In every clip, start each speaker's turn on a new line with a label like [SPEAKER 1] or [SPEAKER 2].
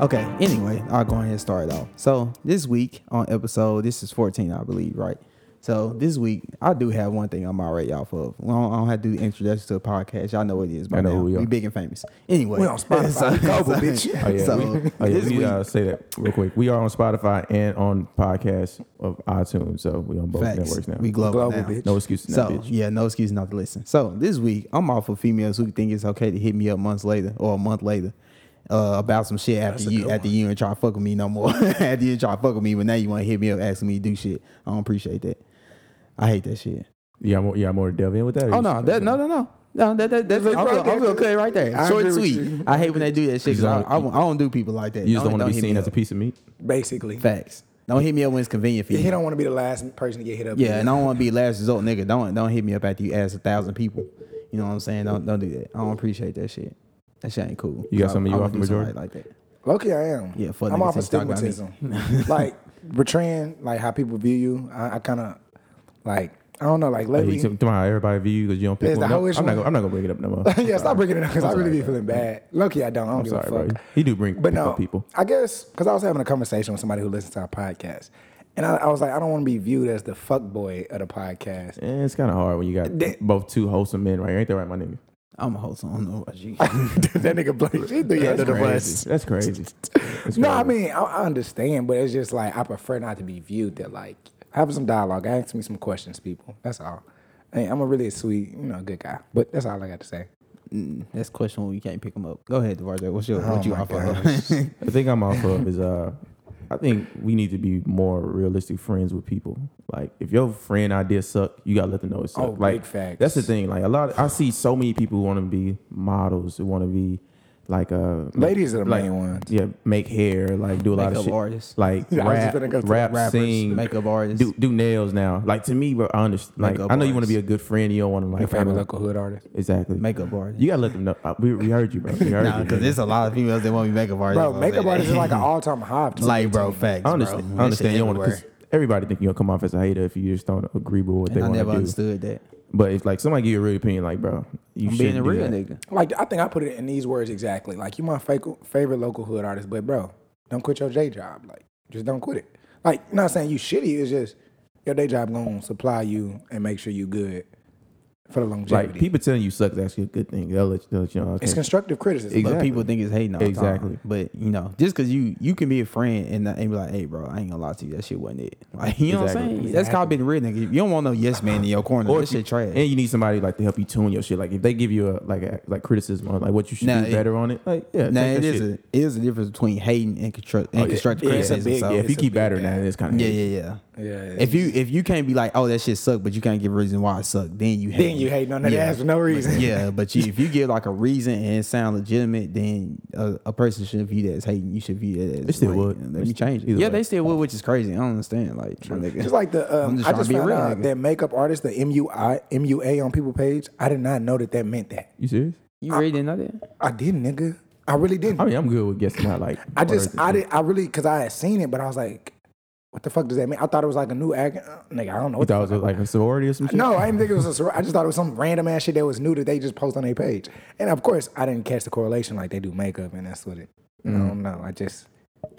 [SPEAKER 1] Okay, anyway, I'll go ahead and start it off. So this week on episode, this is 14, I believe, right? So this week, I do have one thing on my radar off of. I don't, I don't have to do introduction to the podcast. Y'all know what it is by
[SPEAKER 2] I know
[SPEAKER 1] now.
[SPEAKER 2] who we are.
[SPEAKER 1] We big and famous. Anyway,
[SPEAKER 3] We on Spotify. We global, bitch.
[SPEAKER 2] Oh yeah,
[SPEAKER 1] so
[SPEAKER 2] we, oh, yeah,
[SPEAKER 1] this
[SPEAKER 2] we
[SPEAKER 1] week,
[SPEAKER 2] gotta say that real quick. We are on Spotify and on podcasts of iTunes, so we on both
[SPEAKER 1] facts,
[SPEAKER 2] networks now.
[SPEAKER 1] we global,
[SPEAKER 3] Global,
[SPEAKER 1] now.
[SPEAKER 3] bitch.
[SPEAKER 2] no excuses now,
[SPEAKER 1] So
[SPEAKER 2] bitch.
[SPEAKER 1] yeah, no excuse not to listen. So this week, I'm all for females who think it's okay to hit me up months later or a month later uh, about some shit after
[SPEAKER 3] a
[SPEAKER 1] you
[SPEAKER 3] good
[SPEAKER 1] after you ain't trying to fuck with me no more. after you ain't trying to fuck with me, but now you want to hit me up asking me to do shit. I don't appreciate that. I hate that shit.
[SPEAKER 2] Yeah, I'm, yeah, I'm more delve in with that. or
[SPEAKER 1] Oh
[SPEAKER 2] you-
[SPEAKER 1] no, that, no, no, no. No, that, that, that's,
[SPEAKER 3] Look
[SPEAKER 1] I'm,
[SPEAKER 3] right
[SPEAKER 1] gonna- I'm
[SPEAKER 3] there.
[SPEAKER 1] gonna cut it right there.
[SPEAKER 3] I
[SPEAKER 1] Short
[SPEAKER 3] agree
[SPEAKER 1] and
[SPEAKER 3] with
[SPEAKER 1] sweet.
[SPEAKER 3] you.
[SPEAKER 1] I hate when they do that shit. 'cause
[SPEAKER 2] You
[SPEAKER 1] I,
[SPEAKER 2] don't-
[SPEAKER 1] I, don't- I don't do people like that.
[SPEAKER 2] you just don't, want to
[SPEAKER 1] hit
[SPEAKER 2] be
[SPEAKER 1] me
[SPEAKER 2] seen
[SPEAKER 1] up.
[SPEAKER 2] as a piece of meat.
[SPEAKER 3] Basically.
[SPEAKER 1] Facts. Don't hit me up when it's convenient for
[SPEAKER 3] Yeah,
[SPEAKER 1] you.
[SPEAKER 3] he don't want to be the last person to get hit up.
[SPEAKER 1] Yeah, and I don't want to be last result, nigga. Don't don't hit me up after you ask a thousand people. You know what I'm saying? Don't don't do that. I don't appreciate that shit. That shit ain't cool.
[SPEAKER 2] You got
[SPEAKER 1] So,
[SPEAKER 2] something you
[SPEAKER 1] I
[SPEAKER 2] off
[SPEAKER 1] wouldn't
[SPEAKER 2] of
[SPEAKER 1] do
[SPEAKER 2] Jordan?
[SPEAKER 1] somebody like that.
[SPEAKER 3] Loki, I am.
[SPEAKER 1] Yeah, fuck
[SPEAKER 3] I'm
[SPEAKER 1] niggas
[SPEAKER 3] off of
[SPEAKER 1] who talk about me.
[SPEAKER 3] stigmatism. like betraying, like how people view you. I, I kind of like I don't know. Like
[SPEAKER 2] Like,
[SPEAKER 3] lately,
[SPEAKER 2] you Oh, took- tomorrow, everybody view you because you don't pick
[SPEAKER 3] There's
[SPEAKER 2] one
[SPEAKER 3] the
[SPEAKER 2] up.
[SPEAKER 3] whole issue.
[SPEAKER 2] I'm not, gonna, I'm not gonna bring it up no more.
[SPEAKER 3] yeah, stop bringing it up because
[SPEAKER 2] I'm
[SPEAKER 3] I really
[SPEAKER 2] sorry,
[SPEAKER 3] be feeling bad. Loki, I don't. I don't
[SPEAKER 2] I'm
[SPEAKER 3] give
[SPEAKER 2] sorry,
[SPEAKER 3] a fuck.
[SPEAKER 2] bro. He do bring
[SPEAKER 3] But
[SPEAKER 2] pick
[SPEAKER 3] no,
[SPEAKER 2] up people.
[SPEAKER 3] I guess because I was having a conversation with somebody who listens to our podcast, and I, I was like, I don't want to be viewed as the fuck boy of the podcast.
[SPEAKER 2] Eh, it's kind of hard when you got
[SPEAKER 3] That-
[SPEAKER 2] both two wholesome men right here. Ain't that right, my nigga?
[SPEAKER 1] I'm a host. I don't know about you.
[SPEAKER 3] that nigga Blake, he threw you under the bus.
[SPEAKER 2] crazy. That's crazy. That's
[SPEAKER 3] No, I
[SPEAKER 2] crazy.
[SPEAKER 3] mean I, I understand, but it's just like I prefer not to be viewed that like having some dialogue. Ask me some questions, people. That's all. I mean, I'm a really sweet, you know, good guy. But that's all I got to say.
[SPEAKER 1] That's questionable. You can't pick them up. Go ahead, DeVarge. What's your
[SPEAKER 3] Oh
[SPEAKER 1] what you
[SPEAKER 3] my
[SPEAKER 1] off of?
[SPEAKER 2] I think I'm off of is uh, I think we need to be more realistic friends with people. Like if your friend idea suck, you gotta let them know it suck.
[SPEAKER 3] Oh, big
[SPEAKER 2] like
[SPEAKER 3] facts.
[SPEAKER 2] that's the thing. Like a lot, I see so many people who want to be models, who want to be like uh,
[SPEAKER 3] Ladies are the
[SPEAKER 2] like,
[SPEAKER 3] main ones.
[SPEAKER 2] Yeah, make hair, like do a lot of
[SPEAKER 1] Makeup
[SPEAKER 2] shit,
[SPEAKER 1] artists.
[SPEAKER 2] like
[SPEAKER 3] Yeah, I was just
[SPEAKER 2] rap,
[SPEAKER 3] gonna go to
[SPEAKER 2] rap,
[SPEAKER 1] rappers,
[SPEAKER 2] sing,
[SPEAKER 1] makeup artists.
[SPEAKER 2] do, do nails now. Like to me, bro, I understand. Like
[SPEAKER 1] Makeup
[SPEAKER 2] I know you want to
[SPEAKER 1] artists.
[SPEAKER 2] be a good friend, you don't want to like
[SPEAKER 3] Your favorite
[SPEAKER 2] kinda-
[SPEAKER 3] local hood artist.
[SPEAKER 2] Exactly,
[SPEAKER 1] Makeup artist.
[SPEAKER 2] You gotta let them know. Uh, We, we heard you, bro. We heard
[SPEAKER 1] nah,
[SPEAKER 2] you.
[SPEAKER 1] because
[SPEAKER 2] nigga.
[SPEAKER 1] there's a lot of females that want to be makeup artists.
[SPEAKER 3] Bro,
[SPEAKER 1] I'll
[SPEAKER 3] makeup
[SPEAKER 1] say
[SPEAKER 3] artists is
[SPEAKER 1] that.
[SPEAKER 3] like an all time hobby.
[SPEAKER 1] like bro, facts.
[SPEAKER 2] I
[SPEAKER 1] bro.
[SPEAKER 2] understand.
[SPEAKER 1] That
[SPEAKER 2] I
[SPEAKER 1] shit
[SPEAKER 2] understand. You don't want
[SPEAKER 1] everywhere.
[SPEAKER 2] to. Everybody think you're gonna come off as a hater if you just don't agree with what they
[SPEAKER 1] And I
[SPEAKER 2] want
[SPEAKER 1] never
[SPEAKER 2] to do.
[SPEAKER 1] understood that.
[SPEAKER 2] But if like somebody give you a real opinion, like bro, you
[SPEAKER 1] I'm
[SPEAKER 2] should
[SPEAKER 1] being
[SPEAKER 2] being
[SPEAKER 1] a
[SPEAKER 2] real
[SPEAKER 1] real
[SPEAKER 2] nigga.
[SPEAKER 1] nigga.
[SPEAKER 3] Like I think I put it in these words exactly. Like you my faco- favorite local hood artist, but bro, don't quit your day job. Like just don't quit it. Like not saying you shitty. It's just your day job gonna supply you and make sure you good for the longevity.
[SPEAKER 2] Like people telling you suck is actually a good thing. They'll let you, they'll let you know. okay.
[SPEAKER 3] it's constructive criticism.
[SPEAKER 1] But
[SPEAKER 2] Exactly.
[SPEAKER 1] people think it's hating all the
[SPEAKER 2] Exactly.
[SPEAKER 1] time. But you know, just because you you can be a friend and, not- and be like, hey, bro, I ain't gonna lie to you, that shit wasn't it. Like, you know what I'm
[SPEAKER 2] Exactly.
[SPEAKER 1] saying? That's called being a real nigga. You don't want no yes man in your corner.
[SPEAKER 2] Or
[SPEAKER 1] that
[SPEAKER 2] if you-
[SPEAKER 1] shit trash.
[SPEAKER 2] And you need somebody like to help you tune your shit. Like if they give you a like a, like criticism on like what you should
[SPEAKER 1] Nah,
[SPEAKER 2] do
[SPEAKER 1] it-
[SPEAKER 2] better on it. Like yeah,
[SPEAKER 1] now
[SPEAKER 2] take
[SPEAKER 1] it
[SPEAKER 2] that
[SPEAKER 1] is
[SPEAKER 2] shit. Oh,
[SPEAKER 1] a, it is a difference between hating and, construct, and constructive
[SPEAKER 3] yeah, it's a
[SPEAKER 1] criticism.
[SPEAKER 3] big-
[SPEAKER 1] so.
[SPEAKER 2] Yeah, if you
[SPEAKER 3] it's a
[SPEAKER 2] keep
[SPEAKER 3] big
[SPEAKER 2] better now,
[SPEAKER 3] bad.
[SPEAKER 2] it's kind of
[SPEAKER 1] yeah, yeah, yeah.
[SPEAKER 3] Yeah,
[SPEAKER 1] If you if you can't be like, oh, that shit sucked, but you can't give a reason why it sucked, then you hate
[SPEAKER 3] then you hating on that
[SPEAKER 1] Yeah.
[SPEAKER 3] ass for no reason.
[SPEAKER 1] yeah, but you, if you give like a reason and it sound legitimate, then a, a person should view that as hating. You should view that as
[SPEAKER 2] They still
[SPEAKER 1] like,
[SPEAKER 2] would.
[SPEAKER 1] Let me change it.
[SPEAKER 2] Either
[SPEAKER 1] Yeah,
[SPEAKER 2] way.
[SPEAKER 1] they still would, which is crazy. I don't understand. Like, my nigga.
[SPEAKER 3] Just like the um,
[SPEAKER 1] I'm just
[SPEAKER 3] I
[SPEAKER 1] trying
[SPEAKER 3] just
[SPEAKER 1] to be
[SPEAKER 3] found
[SPEAKER 1] real,
[SPEAKER 3] out
[SPEAKER 1] nigga.
[SPEAKER 3] that makeup artist, the MUI MUA on people page. I did not know that that meant that.
[SPEAKER 2] You serious?
[SPEAKER 1] you really didn't know that?
[SPEAKER 3] I didn't, nigga. I really didn't.
[SPEAKER 2] I mean, I'm good with guessing. Not like
[SPEAKER 3] I just
[SPEAKER 2] words.
[SPEAKER 3] I did I really because I had seen it, but I was like, what the fuck does that mean? I thought it was like a new act. uh, Nigga, I don't know.
[SPEAKER 2] You
[SPEAKER 3] What the
[SPEAKER 2] thought it was like a sorority or some shit.
[SPEAKER 3] no, I didn't think it was a soror- I just thought it was some random ass shit that was new that they just post on their page. And of course, I didn't catch the correlation like they do makeup, and that's what it. I
[SPEAKER 1] Mm.
[SPEAKER 3] don't know. I just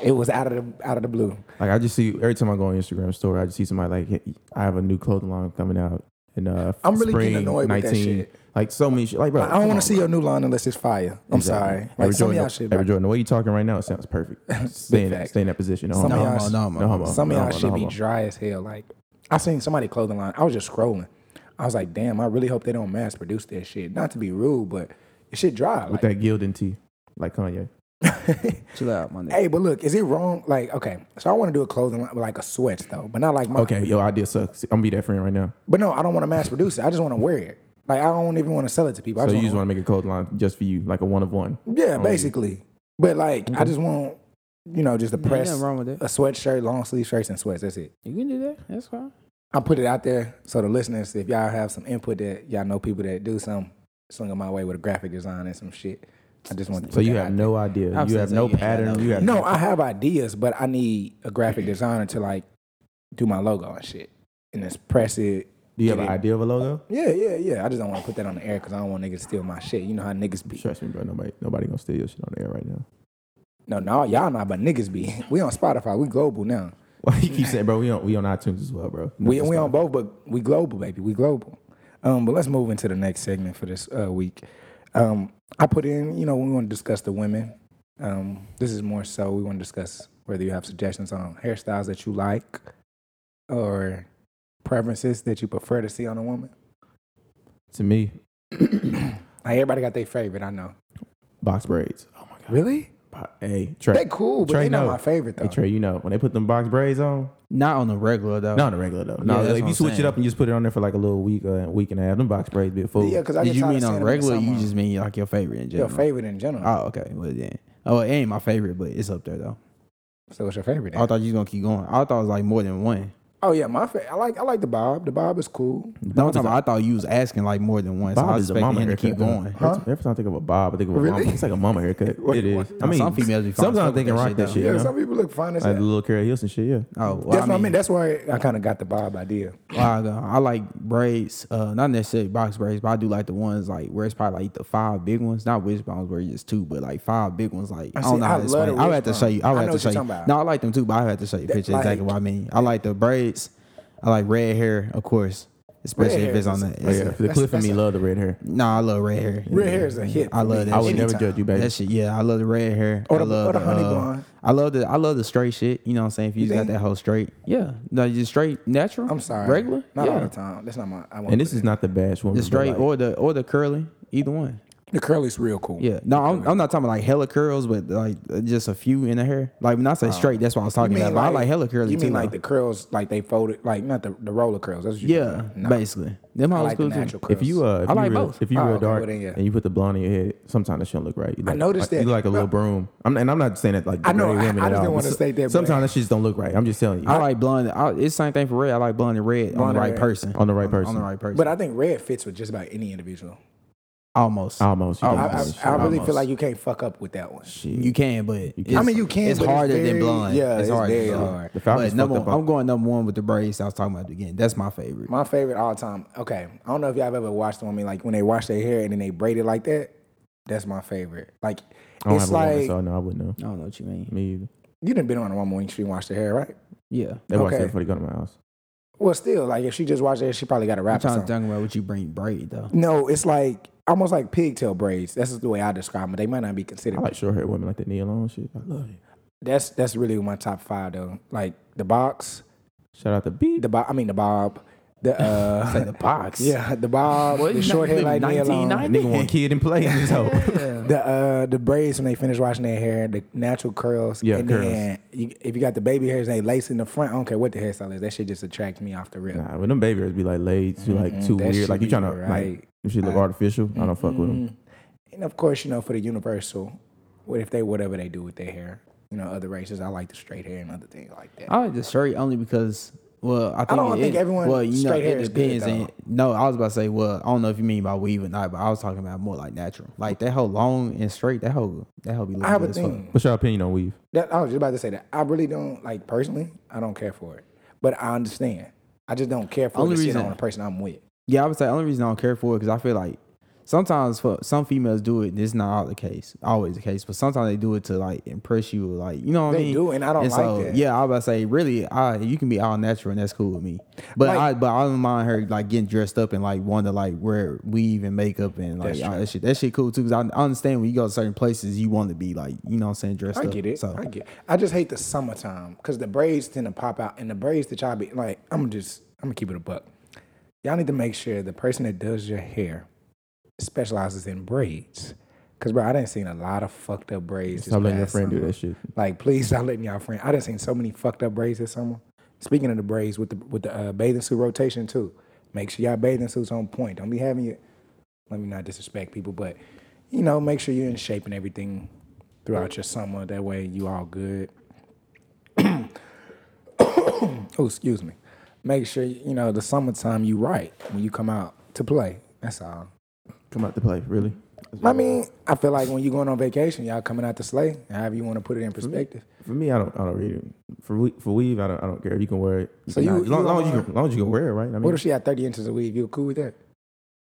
[SPEAKER 3] it was out of the out of the blue.
[SPEAKER 2] Like I just see every time I go on Instagram story, I just see somebody like "Hey, I have a new clothing line coming out in uh
[SPEAKER 3] I'm really
[SPEAKER 2] spring
[SPEAKER 3] getting annoyed with that
[SPEAKER 2] 19.
[SPEAKER 3] shit.
[SPEAKER 2] Like so many shit. Like bro,
[SPEAKER 3] I don't want to see your new line unless it's fire. I'm sorry. Like some of y'all shit.
[SPEAKER 2] Every Jordan, the way you talking right now, it sounds perfect. stay, in that,
[SPEAKER 3] facts.
[SPEAKER 2] stay in that position. No
[SPEAKER 3] Some
[SPEAKER 2] homo.
[SPEAKER 3] of y'all-
[SPEAKER 1] No homo, no
[SPEAKER 2] No
[SPEAKER 1] homo.
[SPEAKER 2] homo.
[SPEAKER 3] Some of
[SPEAKER 2] No
[SPEAKER 3] y'all
[SPEAKER 2] homo,
[SPEAKER 3] should
[SPEAKER 2] no
[SPEAKER 3] be
[SPEAKER 2] homo.
[SPEAKER 3] dry as hell. Like I seen somebody clothing line. I was just scrolling. I was like, damn, I really hope they don't mass produce that shit. Not to be rude, but it shit dry.
[SPEAKER 2] with
[SPEAKER 3] Like,
[SPEAKER 2] that gilding tee, like Kanye.
[SPEAKER 1] Chill out, my nigga.
[SPEAKER 3] hey, but look, is it wrong? Like, okay, so I want to do a clothing line with like a sweats though, but not like my.
[SPEAKER 2] Okay, yo, idea sucks. I'm gonna be that friend right now.
[SPEAKER 3] But no, I don't want to mass produce it. I just want to wear it. Like I don't even want to sell it to people. I
[SPEAKER 2] So
[SPEAKER 3] just
[SPEAKER 2] you Oh, just
[SPEAKER 3] wanna-
[SPEAKER 2] want to make a clothing line just for you, like a one of one.
[SPEAKER 3] yeah, basically. But like, I just want you know just a
[SPEAKER 1] Ain't
[SPEAKER 3] press,
[SPEAKER 1] nothing wrong with that.
[SPEAKER 3] a sweatshirt, long sleeve shirts, and sweats. That's it.
[SPEAKER 1] You can do that. That's fine.
[SPEAKER 3] I put it out there so the listeners, if y'all have some input that y'all know people that do some, swing it my way with a graphic design and some shit. I just want to.
[SPEAKER 2] So
[SPEAKER 3] put
[SPEAKER 2] you
[SPEAKER 3] that
[SPEAKER 2] have
[SPEAKER 3] out
[SPEAKER 2] no idea.
[SPEAKER 1] I've
[SPEAKER 2] you
[SPEAKER 1] said
[SPEAKER 2] have
[SPEAKER 1] so,
[SPEAKER 2] no
[SPEAKER 1] you ain't got
[SPEAKER 2] pattern.
[SPEAKER 1] no-
[SPEAKER 2] You have
[SPEAKER 3] there. No, I have ideas, but I need a graphic designer to like do my logo and shit, and just press it.
[SPEAKER 2] Do you have
[SPEAKER 3] get
[SPEAKER 2] an
[SPEAKER 3] it.
[SPEAKER 2] idea of a logo?
[SPEAKER 3] Yeah, yeah, yeah. I just don't want to put that on the air because I don't want niggas to steal my shit. You know how niggas be.
[SPEAKER 2] Trust me, bro. Nobody, nobody gonna steal your shit on the air right now.
[SPEAKER 3] No, no, y'all not, but niggas be. We on Spotify. We global now.
[SPEAKER 2] Why you keep saying, bro? We on we on iTunes as well, bro.
[SPEAKER 3] We we on both, but we global, baby. We global. Um, but let's move into the next segment for this uh, week. Um, I put in, you know, we want to discuss the women. Um, this is more so we want to discuss whether you have suggestions on hairstyles that you like or preferences that you prefer to see on a woman.
[SPEAKER 2] to me
[SPEAKER 3] Like everybody got their favorite, I know.
[SPEAKER 2] box braids. Oh my god.
[SPEAKER 3] Really?
[SPEAKER 2] Bo- Hey Trey,
[SPEAKER 3] They cool, but
[SPEAKER 2] Trey
[SPEAKER 3] they not
[SPEAKER 2] know.
[SPEAKER 3] my favorite though.
[SPEAKER 2] hey Trey, you know when they put them box braids on,
[SPEAKER 1] Not on the regular though.
[SPEAKER 2] not on the regular though. No,
[SPEAKER 1] Yeah, that's
[SPEAKER 2] if
[SPEAKER 1] what
[SPEAKER 2] you
[SPEAKER 1] I'm
[SPEAKER 2] switch
[SPEAKER 1] saying.
[SPEAKER 2] it up and just put it on there for like a little week or a week and a half, them box braids be a fool.
[SPEAKER 3] yeah, because I
[SPEAKER 1] Did
[SPEAKER 3] get
[SPEAKER 1] you
[SPEAKER 3] tired of
[SPEAKER 1] mean
[SPEAKER 3] seeing
[SPEAKER 1] on
[SPEAKER 3] them in
[SPEAKER 1] regular? You
[SPEAKER 3] someone.
[SPEAKER 1] just mean like your favorite in
[SPEAKER 3] your
[SPEAKER 1] general?
[SPEAKER 3] favorite in general.
[SPEAKER 1] Oh, okay. Well then. Oh, it ain't my favorite, but it's up there though.
[SPEAKER 3] so what's your favorite? then?
[SPEAKER 1] I thought you was gonna keep going. I thought it was like more than one.
[SPEAKER 3] oh yeah, my favorite. I like I like the bob. The bob is cool.
[SPEAKER 1] No, I'm talking about- I thought you was asking like more than one. so I
[SPEAKER 2] Bob is a
[SPEAKER 1] expected
[SPEAKER 2] mama
[SPEAKER 1] him to
[SPEAKER 2] haircut.
[SPEAKER 1] keep going.
[SPEAKER 2] Every time- Every time I think of a bob, I think of a
[SPEAKER 3] Really?
[SPEAKER 2] mama. It's like a mama haircut. it is. I
[SPEAKER 1] No,
[SPEAKER 2] mean,
[SPEAKER 1] some females be fine as
[SPEAKER 2] sometimes
[SPEAKER 1] fuck
[SPEAKER 2] they
[SPEAKER 1] with that
[SPEAKER 2] can rock
[SPEAKER 1] shit,
[SPEAKER 2] that
[SPEAKER 1] though.
[SPEAKER 2] shit.
[SPEAKER 3] Yeah,
[SPEAKER 2] you know?
[SPEAKER 3] some people look fine as
[SPEAKER 2] Like
[SPEAKER 3] hell.
[SPEAKER 2] the little Carrie Hilson shit. Yeah.
[SPEAKER 1] Oh, well,
[SPEAKER 3] That's
[SPEAKER 1] I
[SPEAKER 3] what I
[SPEAKER 1] mean,
[SPEAKER 3] mean. That's why I kind of got the bob idea.
[SPEAKER 1] Wow, though. I like braids, uh, not necessarily box braids, but I do like the ones like where it's probably like the five big ones, not wishbones where it's just two, but like five big ones. Like I,
[SPEAKER 3] see,
[SPEAKER 1] don't know.
[SPEAKER 3] I
[SPEAKER 1] how to
[SPEAKER 3] love
[SPEAKER 1] explain.
[SPEAKER 3] the
[SPEAKER 1] I'll have to show
[SPEAKER 3] wishbone.
[SPEAKER 1] you. I'll have
[SPEAKER 3] I know
[SPEAKER 1] to
[SPEAKER 3] what
[SPEAKER 1] show
[SPEAKER 3] you're
[SPEAKER 1] you.
[SPEAKER 3] talking about.
[SPEAKER 1] No, I like them too, but I'll have to show you a picture
[SPEAKER 3] like-
[SPEAKER 1] exactly what I mean. I like the braids. I like red hair, of course, especially
[SPEAKER 3] Red
[SPEAKER 1] if it's
[SPEAKER 3] hair
[SPEAKER 1] on
[SPEAKER 3] is-
[SPEAKER 1] the.
[SPEAKER 2] Yeah,
[SPEAKER 1] it's-
[SPEAKER 2] the Cliff and
[SPEAKER 3] that's
[SPEAKER 2] me
[SPEAKER 3] a-
[SPEAKER 2] love the red hair.
[SPEAKER 1] Nah, I love red hair.
[SPEAKER 3] Red hair is a hit.
[SPEAKER 1] I
[SPEAKER 3] for
[SPEAKER 1] love
[SPEAKER 3] me.
[SPEAKER 1] that
[SPEAKER 2] I would
[SPEAKER 1] shit.
[SPEAKER 2] never
[SPEAKER 3] Anytime.
[SPEAKER 2] judge you, baby.
[SPEAKER 1] That shit, yeah, I love the red hair.
[SPEAKER 3] Or the-
[SPEAKER 1] I love
[SPEAKER 3] or the honey
[SPEAKER 1] uh,
[SPEAKER 3] blonde.
[SPEAKER 1] I love the I love the straight shit. You know what I'm saying? If you, just got
[SPEAKER 3] think?
[SPEAKER 1] that whole straight, yeah, no, just straight, natural.
[SPEAKER 3] I'm sorry.
[SPEAKER 1] regular,
[SPEAKER 3] Not
[SPEAKER 1] yeah.
[SPEAKER 3] all the time. That's not my. I want
[SPEAKER 2] And this is not the bash one.
[SPEAKER 1] The straight or the or the curly, either one.
[SPEAKER 3] the curly's real cool.
[SPEAKER 1] Yeah. No, I'm, I'm not talking about like hella curls, but like uh, just a few in the hair. Like when I say straight, that's what I was
[SPEAKER 3] Oh. You
[SPEAKER 1] talking
[SPEAKER 3] mean
[SPEAKER 1] about. But I like hella curly
[SPEAKER 3] You
[SPEAKER 1] too.
[SPEAKER 3] mean like
[SPEAKER 1] though.
[SPEAKER 3] the curls, like they folded, like not the, the roller curls. That's what you
[SPEAKER 1] yeah, basically. Them
[SPEAKER 3] I
[SPEAKER 1] hoes
[SPEAKER 3] like the
[SPEAKER 1] cool too.
[SPEAKER 3] natural curls.
[SPEAKER 2] If you uh, if
[SPEAKER 1] I
[SPEAKER 2] you
[SPEAKER 1] like
[SPEAKER 2] real,
[SPEAKER 1] both.
[SPEAKER 2] if you
[SPEAKER 3] Oh,
[SPEAKER 2] real
[SPEAKER 3] okay,
[SPEAKER 2] dark
[SPEAKER 3] well then, yeah.
[SPEAKER 2] and you put the blonde in your head, sometimes that shouldn't look right. You look,
[SPEAKER 3] noticed
[SPEAKER 2] like,
[SPEAKER 3] that.
[SPEAKER 2] You look like a little broom. I'm, and I'm not saying that like
[SPEAKER 3] I know,
[SPEAKER 2] degrade
[SPEAKER 3] I-
[SPEAKER 2] women
[SPEAKER 3] I
[SPEAKER 2] at
[SPEAKER 3] just
[SPEAKER 2] all,
[SPEAKER 3] didn't
[SPEAKER 2] but
[SPEAKER 3] wanna
[SPEAKER 2] so-
[SPEAKER 3] say that, but-
[SPEAKER 2] Sometimes that shit just don't look right. I'm just telling you.
[SPEAKER 1] I like blonde. I, it's same thing for red. I like blonde and red on
[SPEAKER 3] Blonde
[SPEAKER 1] the
[SPEAKER 3] and
[SPEAKER 1] right
[SPEAKER 3] red.
[SPEAKER 1] person.
[SPEAKER 2] on the right
[SPEAKER 1] On
[SPEAKER 2] person,
[SPEAKER 1] the right person.
[SPEAKER 3] but I think red fits with just about any individual.
[SPEAKER 1] almost.
[SPEAKER 2] almost. You
[SPEAKER 1] I-
[SPEAKER 2] know,
[SPEAKER 3] I, I,
[SPEAKER 2] almost.
[SPEAKER 3] I really
[SPEAKER 1] Almost.
[SPEAKER 3] feel like you can't fuck up with that one.
[SPEAKER 2] Shit.
[SPEAKER 1] You can, but
[SPEAKER 2] can.
[SPEAKER 1] it's-
[SPEAKER 3] I mean, you can.
[SPEAKER 1] It's
[SPEAKER 3] but
[SPEAKER 1] harder
[SPEAKER 3] very-
[SPEAKER 1] than blonde.
[SPEAKER 3] Yeah, it's,
[SPEAKER 1] harder than
[SPEAKER 3] very
[SPEAKER 1] blonde.
[SPEAKER 3] hard.
[SPEAKER 2] the Falcons
[SPEAKER 1] But number
[SPEAKER 2] fucked
[SPEAKER 1] one,
[SPEAKER 2] up.
[SPEAKER 1] I'm going number one with the braids. I was talking about again. That's my favorite.
[SPEAKER 3] My favorite all time. Okay, I don't know if y'all have ever watched the woman like when they wash their hair and then they braid it like that. That's my favorite. Like
[SPEAKER 2] I don't
[SPEAKER 3] it's
[SPEAKER 2] have a woman,
[SPEAKER 3] like
[SPEAKER 2] so no, I wouldn't know.
[SPEAKER 1] I don't know what you mean.
[SPEAKER 2] Me either.
[SPEAKER 3] you done been on a woman when she washed her hair, right?
[SPEAKER 1] Yeah. I'm
[SPEAKER 2] They watch
[SPEAKER 3] Okay.
[SPEAKER 2] that before they go to my house.
[SPEAKER 3] Well, still, like if she just washed her hair, she probably got a wrap or
[SPEAKER 1] trying to
[SPEAKER 3] something.
[SPEAKER 1] talk about what you bring braid though.
[SPEAKER 3] No, it's like almost like pigtail braids. That's the way I describe them. They might not be
[SPEAKER 2] I
[SPEAKER 3] considered.
[SPEAKER 2] like short hair women like that Neil Long shit. I love it.
[SPEAKER 3] That's that's really my top five though. Like the box,
[SPEAKER 2] Shout out to B.
[SPEAKER 3] the bob. I mean the bob. The uh,
[SPEAKER 1] Say the box.
[SPEAKER 3] yeah, the bob. the short hair like Nia Long.
[SPEAKER 2] Nigga want kid and play in this hole.
[SPEAKER 3] The uh, the braids when they finish washing their hair, the natural curls.
[SPEAKER 2] Yeah,
[SPEAKER 3] and
[SPEAKER 2] curls.
[SPEAKER 3] Then you, if you got the baby hairs, and they lace in the front. I don't care what the hairstyle is. That shit just attracts me off the rip.
[SPEAKER 2] Nah, when them baby hairs be like laid, too like too
[SPEAKER 3] that shit
[SPEAKER 2] weird. Like you
[SPEAKER 3] be
[SPEAKER 2] trying to
[SPEAKER 3] right.
[SPEAKER 2] like if she look artificial, I don't fuck with them.
[SPEAKER 3] And of course, you know, for the universal, what if they whatever they do with their hair? You know, other races. I like the straight hair and other things like that.
[SPEAKER 1] I like the straight only because well, I think
[SPEAKER 3] don't
[SPEAKER 1] it,
[SPEAKER 3] think
[SPEAKER 1] it-
[SPEAKER 3] everyone
[SPEAKER 1] well, you know,
[SPEAKER 3] straight hair
[SPEAKER 1] it
[SPEAKER 3] is good,
[SPEAKER 1] depends. and, no, I was about to say, well, I don't know if you mean by weave or not, but I was talking about more like natural, like that whole long and straight. That whole that whole be looking
[SPEAKER 3] I have
[SPEAKER 1] good
[SPEAKER 3] a
[SPEAKER 1] as fuck.
[SPEAKER 3] thing.
[SPEAKER 2] What's your opinion on weave?
[SPEAKER 3] That I was just about to say that. I really don't like personally. I don't care for it, but I understand. I just don't care for
[SPEAKER 1] Only
[SPEAKER 3] the shit
[SPEAKER 1] reason-
[SPEAKER 3] on the person I'm with.
[SPEAKER 1] Yeah, I would say the only reason I don't care for it because I feel like sometimes for some females do it. And it's not all the case, always the case, but sometimes they do it to like impress you, or, like you know what I
[SPEAKER 3] They
[SPEAKER 1] mean?
[SPEAKER 3] do, and I don't like that.
[SPEAKER 1] Yeah, I was about to say really, I you can be all natural and that's cool with me. But
[SPEAKER 3] Like-
[SPEAKER 1] I but I don't mind her like getting dressed up and like wanting to like wear weave and makeup and like all that shit. That shit cool too because I, I understand when you go to certain places you want to be like you know what I'm saying dressed
[SPEAKER 3] I
[SPEAKER 1] up.
[SPEAKER 3] get it.
[SPEAKER 1] So
[SPEAKER 3] I get. It. I just hate the summertime because the braids tend to pop out, and the braids that y'all be like, I'm just, I'm gonna keep it a buck. Y'all need to make sure the person that does your hair specializes in braids, because bro, I done seen a lot of fucked up braids. this
[SPEAKER 2] Stop letting your
[SPEAKER 3] past
[SPEAKER 2] friend do
[SPEAKER 3] summer.
[SPEAKER 2] that shit.
[SPEAKER 3] Like, please stop letting y'all friend. I done seen so many fucked up braids this summer. Speaking of the braids with the with the uh, bathing suit rotation too, make sure y'all bathing suits on point. Don't be having your. Let me not disrespect people, but you know, make sure you're in shape and everything throughout your summer. That way, you all good. oh, excuse me. Make sure you know the summertime you right when you come out to play. That's all.
[SPEAKER 2] Come out to play, really?
[SPEAKER 3] I mean, I feel like when you going on vacation, y'all coming out to slay. However you want to put it
[SPEAKER 1] Mm-hmm.
[SPEAKER 3] in perspective.
[SPEAKER 2] For me, I don't, I don't read it. For we, for weave, I don't, I don't care. You can wear it. You
[SPEAKER 3] So
[SPEAKER 2] can
[SPEAKER 3] you-
[SPEAKER 2] not-
[SPEAKER 3] you
[SPEAKER 2] long, long as
[SPEAKER 3] don't
[SPEAKER 2] you can, long as you can wear it, right? I mean,
[SPEAKER 3] What if she had 30 inches of weave? You cool with that?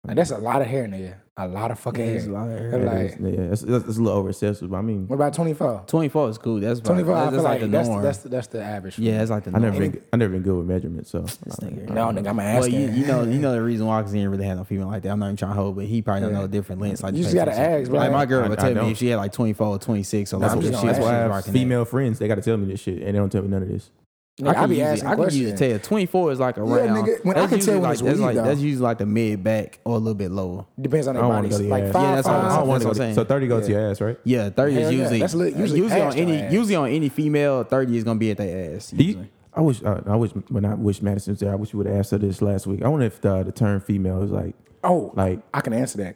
[SPEAKER 3] Like that's a lot of hair, nigga. A lot of fucking
[SPEAKER 1] It's
[SPEAKER 3] hair.
[SPEAKER 1] a lot of hair.
[SPEAKER 3] They're
[SPEAKER 2] That
[SPEAKER 3] like,
[SPEAKER 2] is- yeah, that's, that's, that's a little over excessive. But I mean,
[SPEAKER 3] what about twenty four?
[SPEAKER 1] 24 is cool. That's about-
[SPEAKER 3] Twenty four. I
[SPEAKER 1] That's, that's
[SPEAKER 3] feel like
[SPEAKER 1] like the
[SPEAKER 3] that's,
[SPEAKER 1] norm.
[SPEAKER 3] that's the, that's the average. for
[SPEAKER 1] yeah,
[SPEAKER 3] me.
[SPEAKER 1] that's like the
[SPEAKER 2] I
[SPEAKER 1] norm.
[SPEAKER 2] never been, I never been good with measurements, so I don't-
[SPEAKER 1] nigga.
[SPEAKER 2] I
[SPEAKER 3] no
[SPEAKER 2] don't-
[SPEAKER 3] nigga, I'm
[SPEAKER 1] Well,
[SPEAKER 3] asking.
[SPEAKER 1] you, you know, you know the reason why because he didn't really have no female like that. I'm not even trying to hold, but he probably don't
[SPEAKER 3] Yeah.
[SPEAKER 1] know the different lengths. Like
[SPEAKER 3] You just
[SPEAKER 1] face
[SPEAKER 3] gotta
[SPEAKER 1] and shit.
[SPEAKER 3] ask, bro.
[SPEAKER 1] Like my girl
[SPEAKER 2] I-
[SPEAKER 1] would
[SPEAKER 2] I
[SPEAKER 1] tell me
[SPEAKER 2] don't.
[SPEAKER 1] if she had like 24 or 26 or
[SPEAKER 3] Nah,
[SPEAKER 1] less.
[SPEAKER 3] I'm
[SPEAKER 1] That's shit.
[SPEAKER 3] just gonna
[SPEAKER 1] That's
[SPEAKER 2] That's
[SPEAKER 3] ask
[SPEAKER 1] why
[SPEAKER 2] why
[SPEAKER 1] I
[SPEAKER 2] I
[SPEAKER 1] was
[SPEAKER 2] have
[SPEAKER 1] rocking that.
[SPEAKER 2] female friends. They got to tell me this shit, and they don't tell me none of this.
[SPEAKER 3] Nigga, I,
[SPEAKER 1] can
[SPEAKER 3] be
[SPEAKER 1] usually-
[SPEAKER 3] asking
[SPEAKER 1] I can
[SPEAKER 3] questions.
[SPEAKER 1] usually tell. Twenty four is like around.
[SPEAKER 3] nigga, when I
[SPEAKER 1] that's
[SPEAKER 3] can
[SPEAKER 1] usually
[SPEAKER 3] tell when
[SPEAKER 1] like,
[SPEAKER 3] it's
[SPEAKER 1] that's
[SPEAKER 3] weed,
[SPEAKER 1] like that's
[SPEAKER 3] though.
[SPEAKER 1] usually like the mid back or a little bit lower.
[SPEAKER 3] Depends on
[SPEAKER 2] I
[SPEAKER 3] their
[SPEAKER 2] don't want
[SPEAKER 3] body.
[SPEAKER 2] to go to your
[SPEAKER 3] Like
[SPEAKER 2] ass.
[SPEAKER 3] five,
[SPEAKER 1] Yeah, that's
[SPEAKER 3] five.
[SPEAKER 1] what I'm
[SPEAKER 2] I don't
[SPEAKER 1] that's
[SPEAKER 2] want to go.
[SPEAKER 1] what I'm
[SPEAKER 2] To,
[SPEAKER 1] saying.
[SPEAKER 2] so thirty goes to
[SPEAKER 3] Yeah.
[SPEAKER 2] your ass, right?
[SPEAKER 1] Yeah, thirty
[SPEAKER 3] Hell
[SPEAKER 1] is
[SPEAKER 3] yeah,
[SPEAKER 1] usually
[SPEAKER 3] that's li- usually
[SPEAKER 1] usually on
[SPEAKER 3] past your
[SPEAKER 1] any
[SPEAKER 3] ass.
[SPEAKER 1] usually on any female thirty is gonna be at their ass.
[SPEAKER 2] Do
[SPEAKER 1] usually.
[SPEAKER 2] you, I wish uh, I wish when I wish Madison was there. I wish you would have asked her this last week. I wonder if the, the term female is like
[SPEAKER 3] Oh,
[SPEAKER 2] Like-
[SPEAKER 3] I can answer that.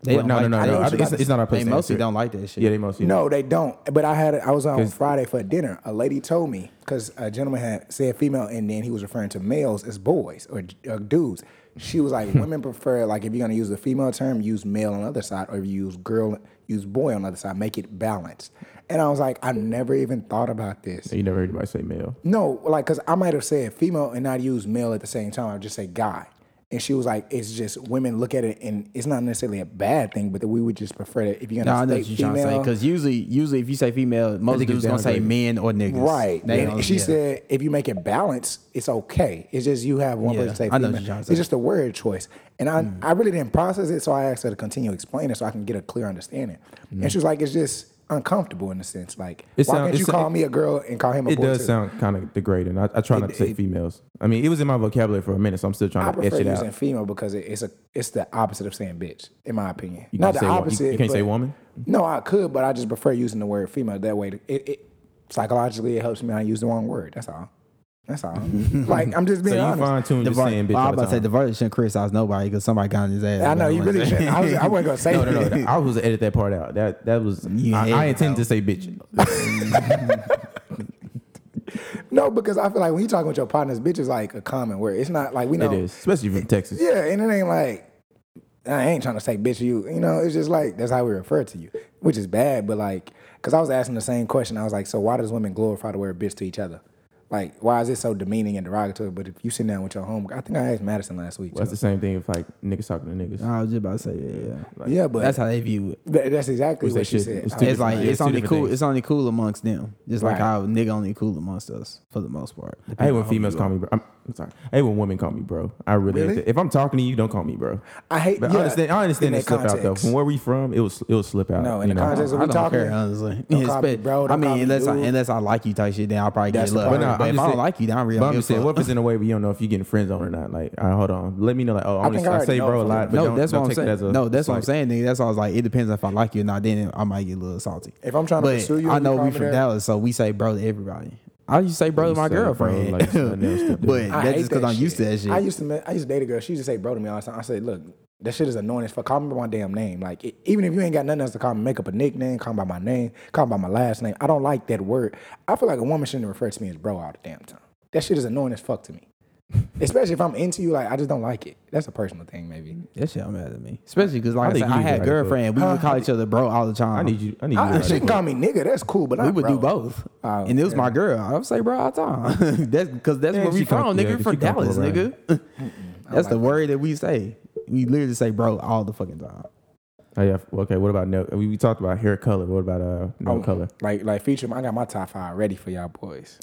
[SPEAKER 1] They don't
[SPEAKER 2] Well, no,
[SPEAKER 1] like-
[SPEAKER 2] no, no,
[SPEAKER 1] I
[SPEAKER 2] no,
[SPEAKER 1] know
[SPEAKER 2] I-
[SPEAKER 1] what you
[SPEAKER 2] it's-
[SPEAKER 1] about
[SPEAKER 2] it's
[SPEAKER 1] to-
[SPEAKER 2] not our place
[SPEAKER 1] They
[SPEAKER 2] to
[SPEAKER 1] mostly
[SPEAKER 2] answer it.
[SPEAKER 1] don't like that shit.
[SPEAKER 2] yeah, they mostly
[SPEAKER 3] No, they don't. But I had I was on
[SPEAKER 2] 'Cause-
[SPEAKER 3] Friday for dinner. A lady told me because a gentleman had said female, and then he was referring to males as boys or, or dudes. She was like, women prefer like if you're gonna use the female term, use male on the other side, or if you use girl, use boy on the other side. Make it balanced. And I was like, I never even thought about this.
[SPEAKER 2] You never heard anybody say male.
[SPEAKER 3] No, like, cause I might have said female and not use male at the same time. I would just say guy. And she was like, it's just women look at it and it's not necessarily a bad thing, but that we would just prefer that if you're
[SPEAKER 1] No, I
[SPEAKER 3] gonna
[SPEAKER 1] know
[SPEAKER 3] say
[SPEAKER 1] what you're trying to say
[SPEAKER 3] female.
[SPEAKER 1] because usually, usually if you say female, most
[SPEAKER 2] think it's
[SPEAKER 1] dudes gonna say
[SPEAKER 2] downgraded.
[SPEAKER 1] men or niggas.
[SPEAKER 3] Right.
[SPEAKER 1] They
[SPEAKER 3] And
[SPEAKER 1] don't-
[SPEAKER 3] she
[SPEAKER 1] yeah.
[SPEAKER 3] said if you make it balanced, it's okay. It's just you have one
[SPEAKER 1] Yeah,
[SPEAKER 3] person say
[SPEAKER 1] I know
[SPEAKER 3] female.
[SPEAKER 1] what you're trying to
[SPEAKER 3] It's
[SPEAKER 1] say.
[SPEAKER 3] just a word choice. And I,
[SPEAKER 2] Mm.
[SPEAKER 3] I really didn't process it, so I asked her to continue explaining so I can get a clear understanding. And she was like, it's just uncomfortable in a sense.
[SPEAKER 2] Mm.
[SPEAKER 3] Like,
[SPEAKER 2] It
[SPEAKER 3] why
[SPEAKER 2] sound-
[SPEAKER 3] can't
[SPEAKER 2] it
[SPEAKER 3] you
[SPEAKER 2] sound-
[SPEAKER 3] call me a girl and call him a
[SPEAKER 2] It
[SPEAKER 3] boy?
[SPEAKER 2] does
[SPEAKER 3] too?
[SPEAKER 2] sound kind of degrading. I, I try not to say females. I mean, it was in my vocabulary for a minute, so I'm still
[SPEAKER 3] I
[SPEAKER 2] trying to etch
[SPEAKER 3] prefer
[SPEAKER 2] it
[SPEAKER 3] using
[SPEAKER 2] out.
[SPEAKER 3] female because it, it's a it's the opposite of saying bitch, in my opinion.
[SPEAKER 2] You
[SPEAKER 3] Not
[SPEAKER 2] can't
[SPEAKER 3] the
[SPEAKER 2] say wo- you-
[SPEAKER 3] opposite.
[SPEAKER 2] you can't say
[SPEAKER 3] but-
[SPEAKER 2] woman?
[SPEAKER 3] No, I could, but I just prefer using the word female that way. to- It, it psychologically it helps me not use the wrong word. That's all. That's all. like I'm just
[SPEAKER 2] So
[SPEAKER 3] being
[SPEAKER 2] you
[SPEAKER 3] honest.
[SPEAKER 2] fine tune
[SPEAKER 1] The
[SPEAKER 2] just
[SPEAKER 1] var-
[SPEAKER 2] saying bitch
[SPEAKER 1] well, I'm
[SPEAKER 2] all
[SPEAKER 1] about
[SPEAKER 2] the
[SPEAKER 1] to say
[SPEAKER 2] time.
[SPEAKER 1] the verdict shouldn't criticize nobody because somebody got in his ass.
[SPEAKER 3] I know
[SPEAKER 1] but
[SPEAKER 3] you
[SPEAKER 1] wanna
[SPEAKER 3] really.
[SPEAKER 1] say-
[SPEAKER 3] shouldn't. I was. I wasn't gonna say
[SPEAKER 2] No, no,
[SPEAKER 3] that.
[SPEAKER 2] no. I was to edit that part out. That that was.
[SPEAKER 1] You
[SPEAKER 2] I,
[SPEAKER 1] hate
[SPEAKER 2] I
[SPEAKER 1] it,
[SPEAKER 2] intend
[SPEAKER 1] though.
[SPEAKER 2] to say bitch.
[SPEAKER 3] No, because I feel like when you talking with your partners, bitch is like a common word. It's not like we know.
[SPEAKER 2] It is, especially from Texas.
[SPEAKER 3] Yeah, and it ain't like I ain't trying to say bitch you. You know, it's just like that's how we refer to you, which is bad. But like, because I was asking the same question, I was like, so why does women glorify the word bitch to each other? Like, why is it so demeaning and derogatory? But if you sit down with your home, I think I asked Madison last week.
[SPEAKER 2] That's
[SPEAKER 3] too.
[SPEAKER 2] the same thing if like niggas talking to niggas.
[SPEAKER 1] I was just about to say yeah. yeah.
[SPEAKER 3] yeah, but
[SPEAKER 1] That's
[SPEAKER 3] that's,
[SPEAKER 1] how they view it.
[SPEAKER 3] that's exactly what
[SPEAKER 2] that
[SPEAKER 3] she
[SPEAKER 2] shit?
[SPEAKER 3] said.
[SPEAKER 2] It's
[SPEAKER 3] I
[SPEAKER 2] too-
[SPEAKER 3] was-
[SPEAKER 1] It's like
[SPEAKER 2] yeah,
[SPEAKER 1] it's,
[SPEAKER 2] it's two
[SPEAKER 1] only
[SPEAKER 2] different
[SPEAKER 1] cool.
[SPEAKER 2] things.
[SPEAKER 1] It's only cool amongst them. Just like
[SPEAKER 3] Right.
[SPEAKER 1] how nigga only cool amongst us for the most part.
[SPEAKER 2] I hate when females call me bro. I'm, I'm sorry. I hate when women call me bro. I really,
[SPEAKER 3] Really?
[SPEAKER 2] hate that. if I'm talking to you, don't call me bro.
[SPEAKER 3] I hate.
[SPEAKER 2] But
[SPEAKER 3] yeah,
[SPEAKER 2] I understand. I
[SPEAKER 3] in
[SPEAKER 2] understand it
[SPEAKER 3] that
[SPEAKER 2] slip out though.
[SPEAKER 3] context.
[SPEAKER 2] From where we from, it was it will slip out.
[SPEAKER 3] No, in
[SPEAKER 2] you
[SPEAKER 3] the
[SPEAKER 2] know?
[SPEAKER 1] I
[SPEAKER 3] context- That's what
[SPEAKER 1] don't
[SPEAKER 3] we talking.
[SPEAKER 1] care honestly.
[SPEAKER 3] Don't call me
[SPEAKER 1] Espe-
[SPEAKER 3] bro, don't
[SPEAKER 1] I mean,
[SPEAKER 3] call me
[SPEAKER 1] unless I,
[SPEAKER 3] dude.
[SPEAKER 1] unless I like you type shit, then I'll probably
[SPEAKER 3] That's
[SPEAKER 1] get
[SPEAKER 3] the
[SPEAKER 1] love. But,
[SPEAKER 3] part.
[SPEAKER 2] But
[SPEAKER 1] if
[SPEAKER 2] no,
[SPEAKER 1] I
[SPEAKER 2] I'm
[SPEAKER 1] don't
[SPEAKER 2] just
[SPEAKER 1] like you, then I really
[SPEAKER 2] But
[SPEAKER 1] don't
[SPEAKER 2] I'm
[SPEAKER 1] give
[SPEAKER 2] just
[SPEAKER 1] a
[SPEAKER 2] saying,
[SPEAKER 1] fuck.
[SPEAKER 2] what if it's in a way where you don't know if you getting friend zone or not? Like, all right, hold on, let me know. Like, oh, I, only,
[SPEAKER 3] think I
[SPEAKER 2] I, say
[SPEAKER 3] already know
[SPEAKER 2] bro a
[SPEAKER 3] from
[SPEAKER 2] lot, but
[SPEAKER 1] No,
[SPEAKER 2] don't,
[SPEAKER 1] that's
[SPEAKER 2] don't
[SPEAKER 1] what I'm
[SPEAKER 2] take
[SPEAKER 1] saying.
[SPEAKER 2] It as a,
[SPEAKER 1] no, that's what I'm
[SPEAKER 2] like,
[SPEAKER 1] saying, nigga. That's why I was like, it depends if I like you or not. Then I might get a little salty.
[SPEAKER 3] If I'm trying to
[SPEAKER 1] but
[SPEAKER 3] pursue you,
[SPEAKER 1] I
[SPEAKER 3] you
[SPEAKER 1] know
[SPEAKER 3] call
[SPEAKER 1] we
[SPEAKER 3] me
[SPEAKER 1] from
[SPEAKER 3] that?
[SPEAKER 1] Dallas, so we say bro to everybody. I used to say bro to
[SPEAKER 2] You
[SPEAKER 1] my
[SPEAKER 2] say bro
[SPEAKER 1] girlfriend,
[SPEAKER 2] like it's nothing else to do.
[SPEAKER 1] but
[SPEAKER 3] I
[SPEAKER 1] that's
[SPEAKER 3] hate
[SPEAKER 1] just because
[SPEAKER 3] that
[SPEAKER 1] I'm used to
[SPEAKER 3] shit.
[SPEAKER 1] that shit.
[SPEAKER 3] I used to ma- I used to date a girl. She used to say bro to me all the time. I said, look, that shit is annoying as fuck. Call me by my damn name. Like e- even if you ain't got nothing else to call me, make up a nickname. Call me by my name. Call me by my last name. I don't like that word. I feel like a woman shouldn't refer to me as bro all the damn time. That shit is annoying as fuck to me. Especially if I'm into you, like I just don't like it. That's a personal thing, maybe.
[SPEAKER 1] that shit mad at me, especially because like I,
[SPEAKER 2] think
[SPEAKER 1] said,
[SPEAKER 2] you
[SPEAKER 1] I
[SPEAKER 2] need to
[SPEAKER 1] had
[SPEAKER 2] write a book.
[SPEAKER 1] girlfriend. We would call each other bro all the time.
[SPEAKER 2] I need you. I need
[SPEAKER 3] I,
[SPEAKER 2] you. to
[SPEAKER 3] she can
[SPEAKER 2] write a book.
[SPEAKER 3] call me nigga. That's cool, but
[SPEAKER 1] we
[SPEAKER 3] not
[SPEAKER 1] would
[SPEAKER 3] bro.
[SPEAKER 1] do both.
[SPEAKER 3] Oh,
[SPEAKER 1] and it was my girl. I would say bro all the time. that's because that's
[SPEAKER 2] Yeah,
[SPEAKER 1] where we
[SPEAKER 2] she
[SPEAKER 1] from,
[SPEAKER 2] come- yeah,
[SPEAKER 1] nigga. We
[SPEAKER 2] she
[SPEAKER 1] from
[SPEAKER 2] come from
[SPEAKER 1] Dallas,
[SPEAKER 2] around.
[SPEAKER 1] nigga. that's the word that we say. We literally say bro all the fucking time.
[SPEAKER 2] Oh yeah. f- Okay. What about no? We, we talked about hair color. What about uh no
[SPEAKER 1] Oh.
[SPEAKER 2] color?
[SPEAKER 3] Like like feature. I got my top five ready for y'all boys.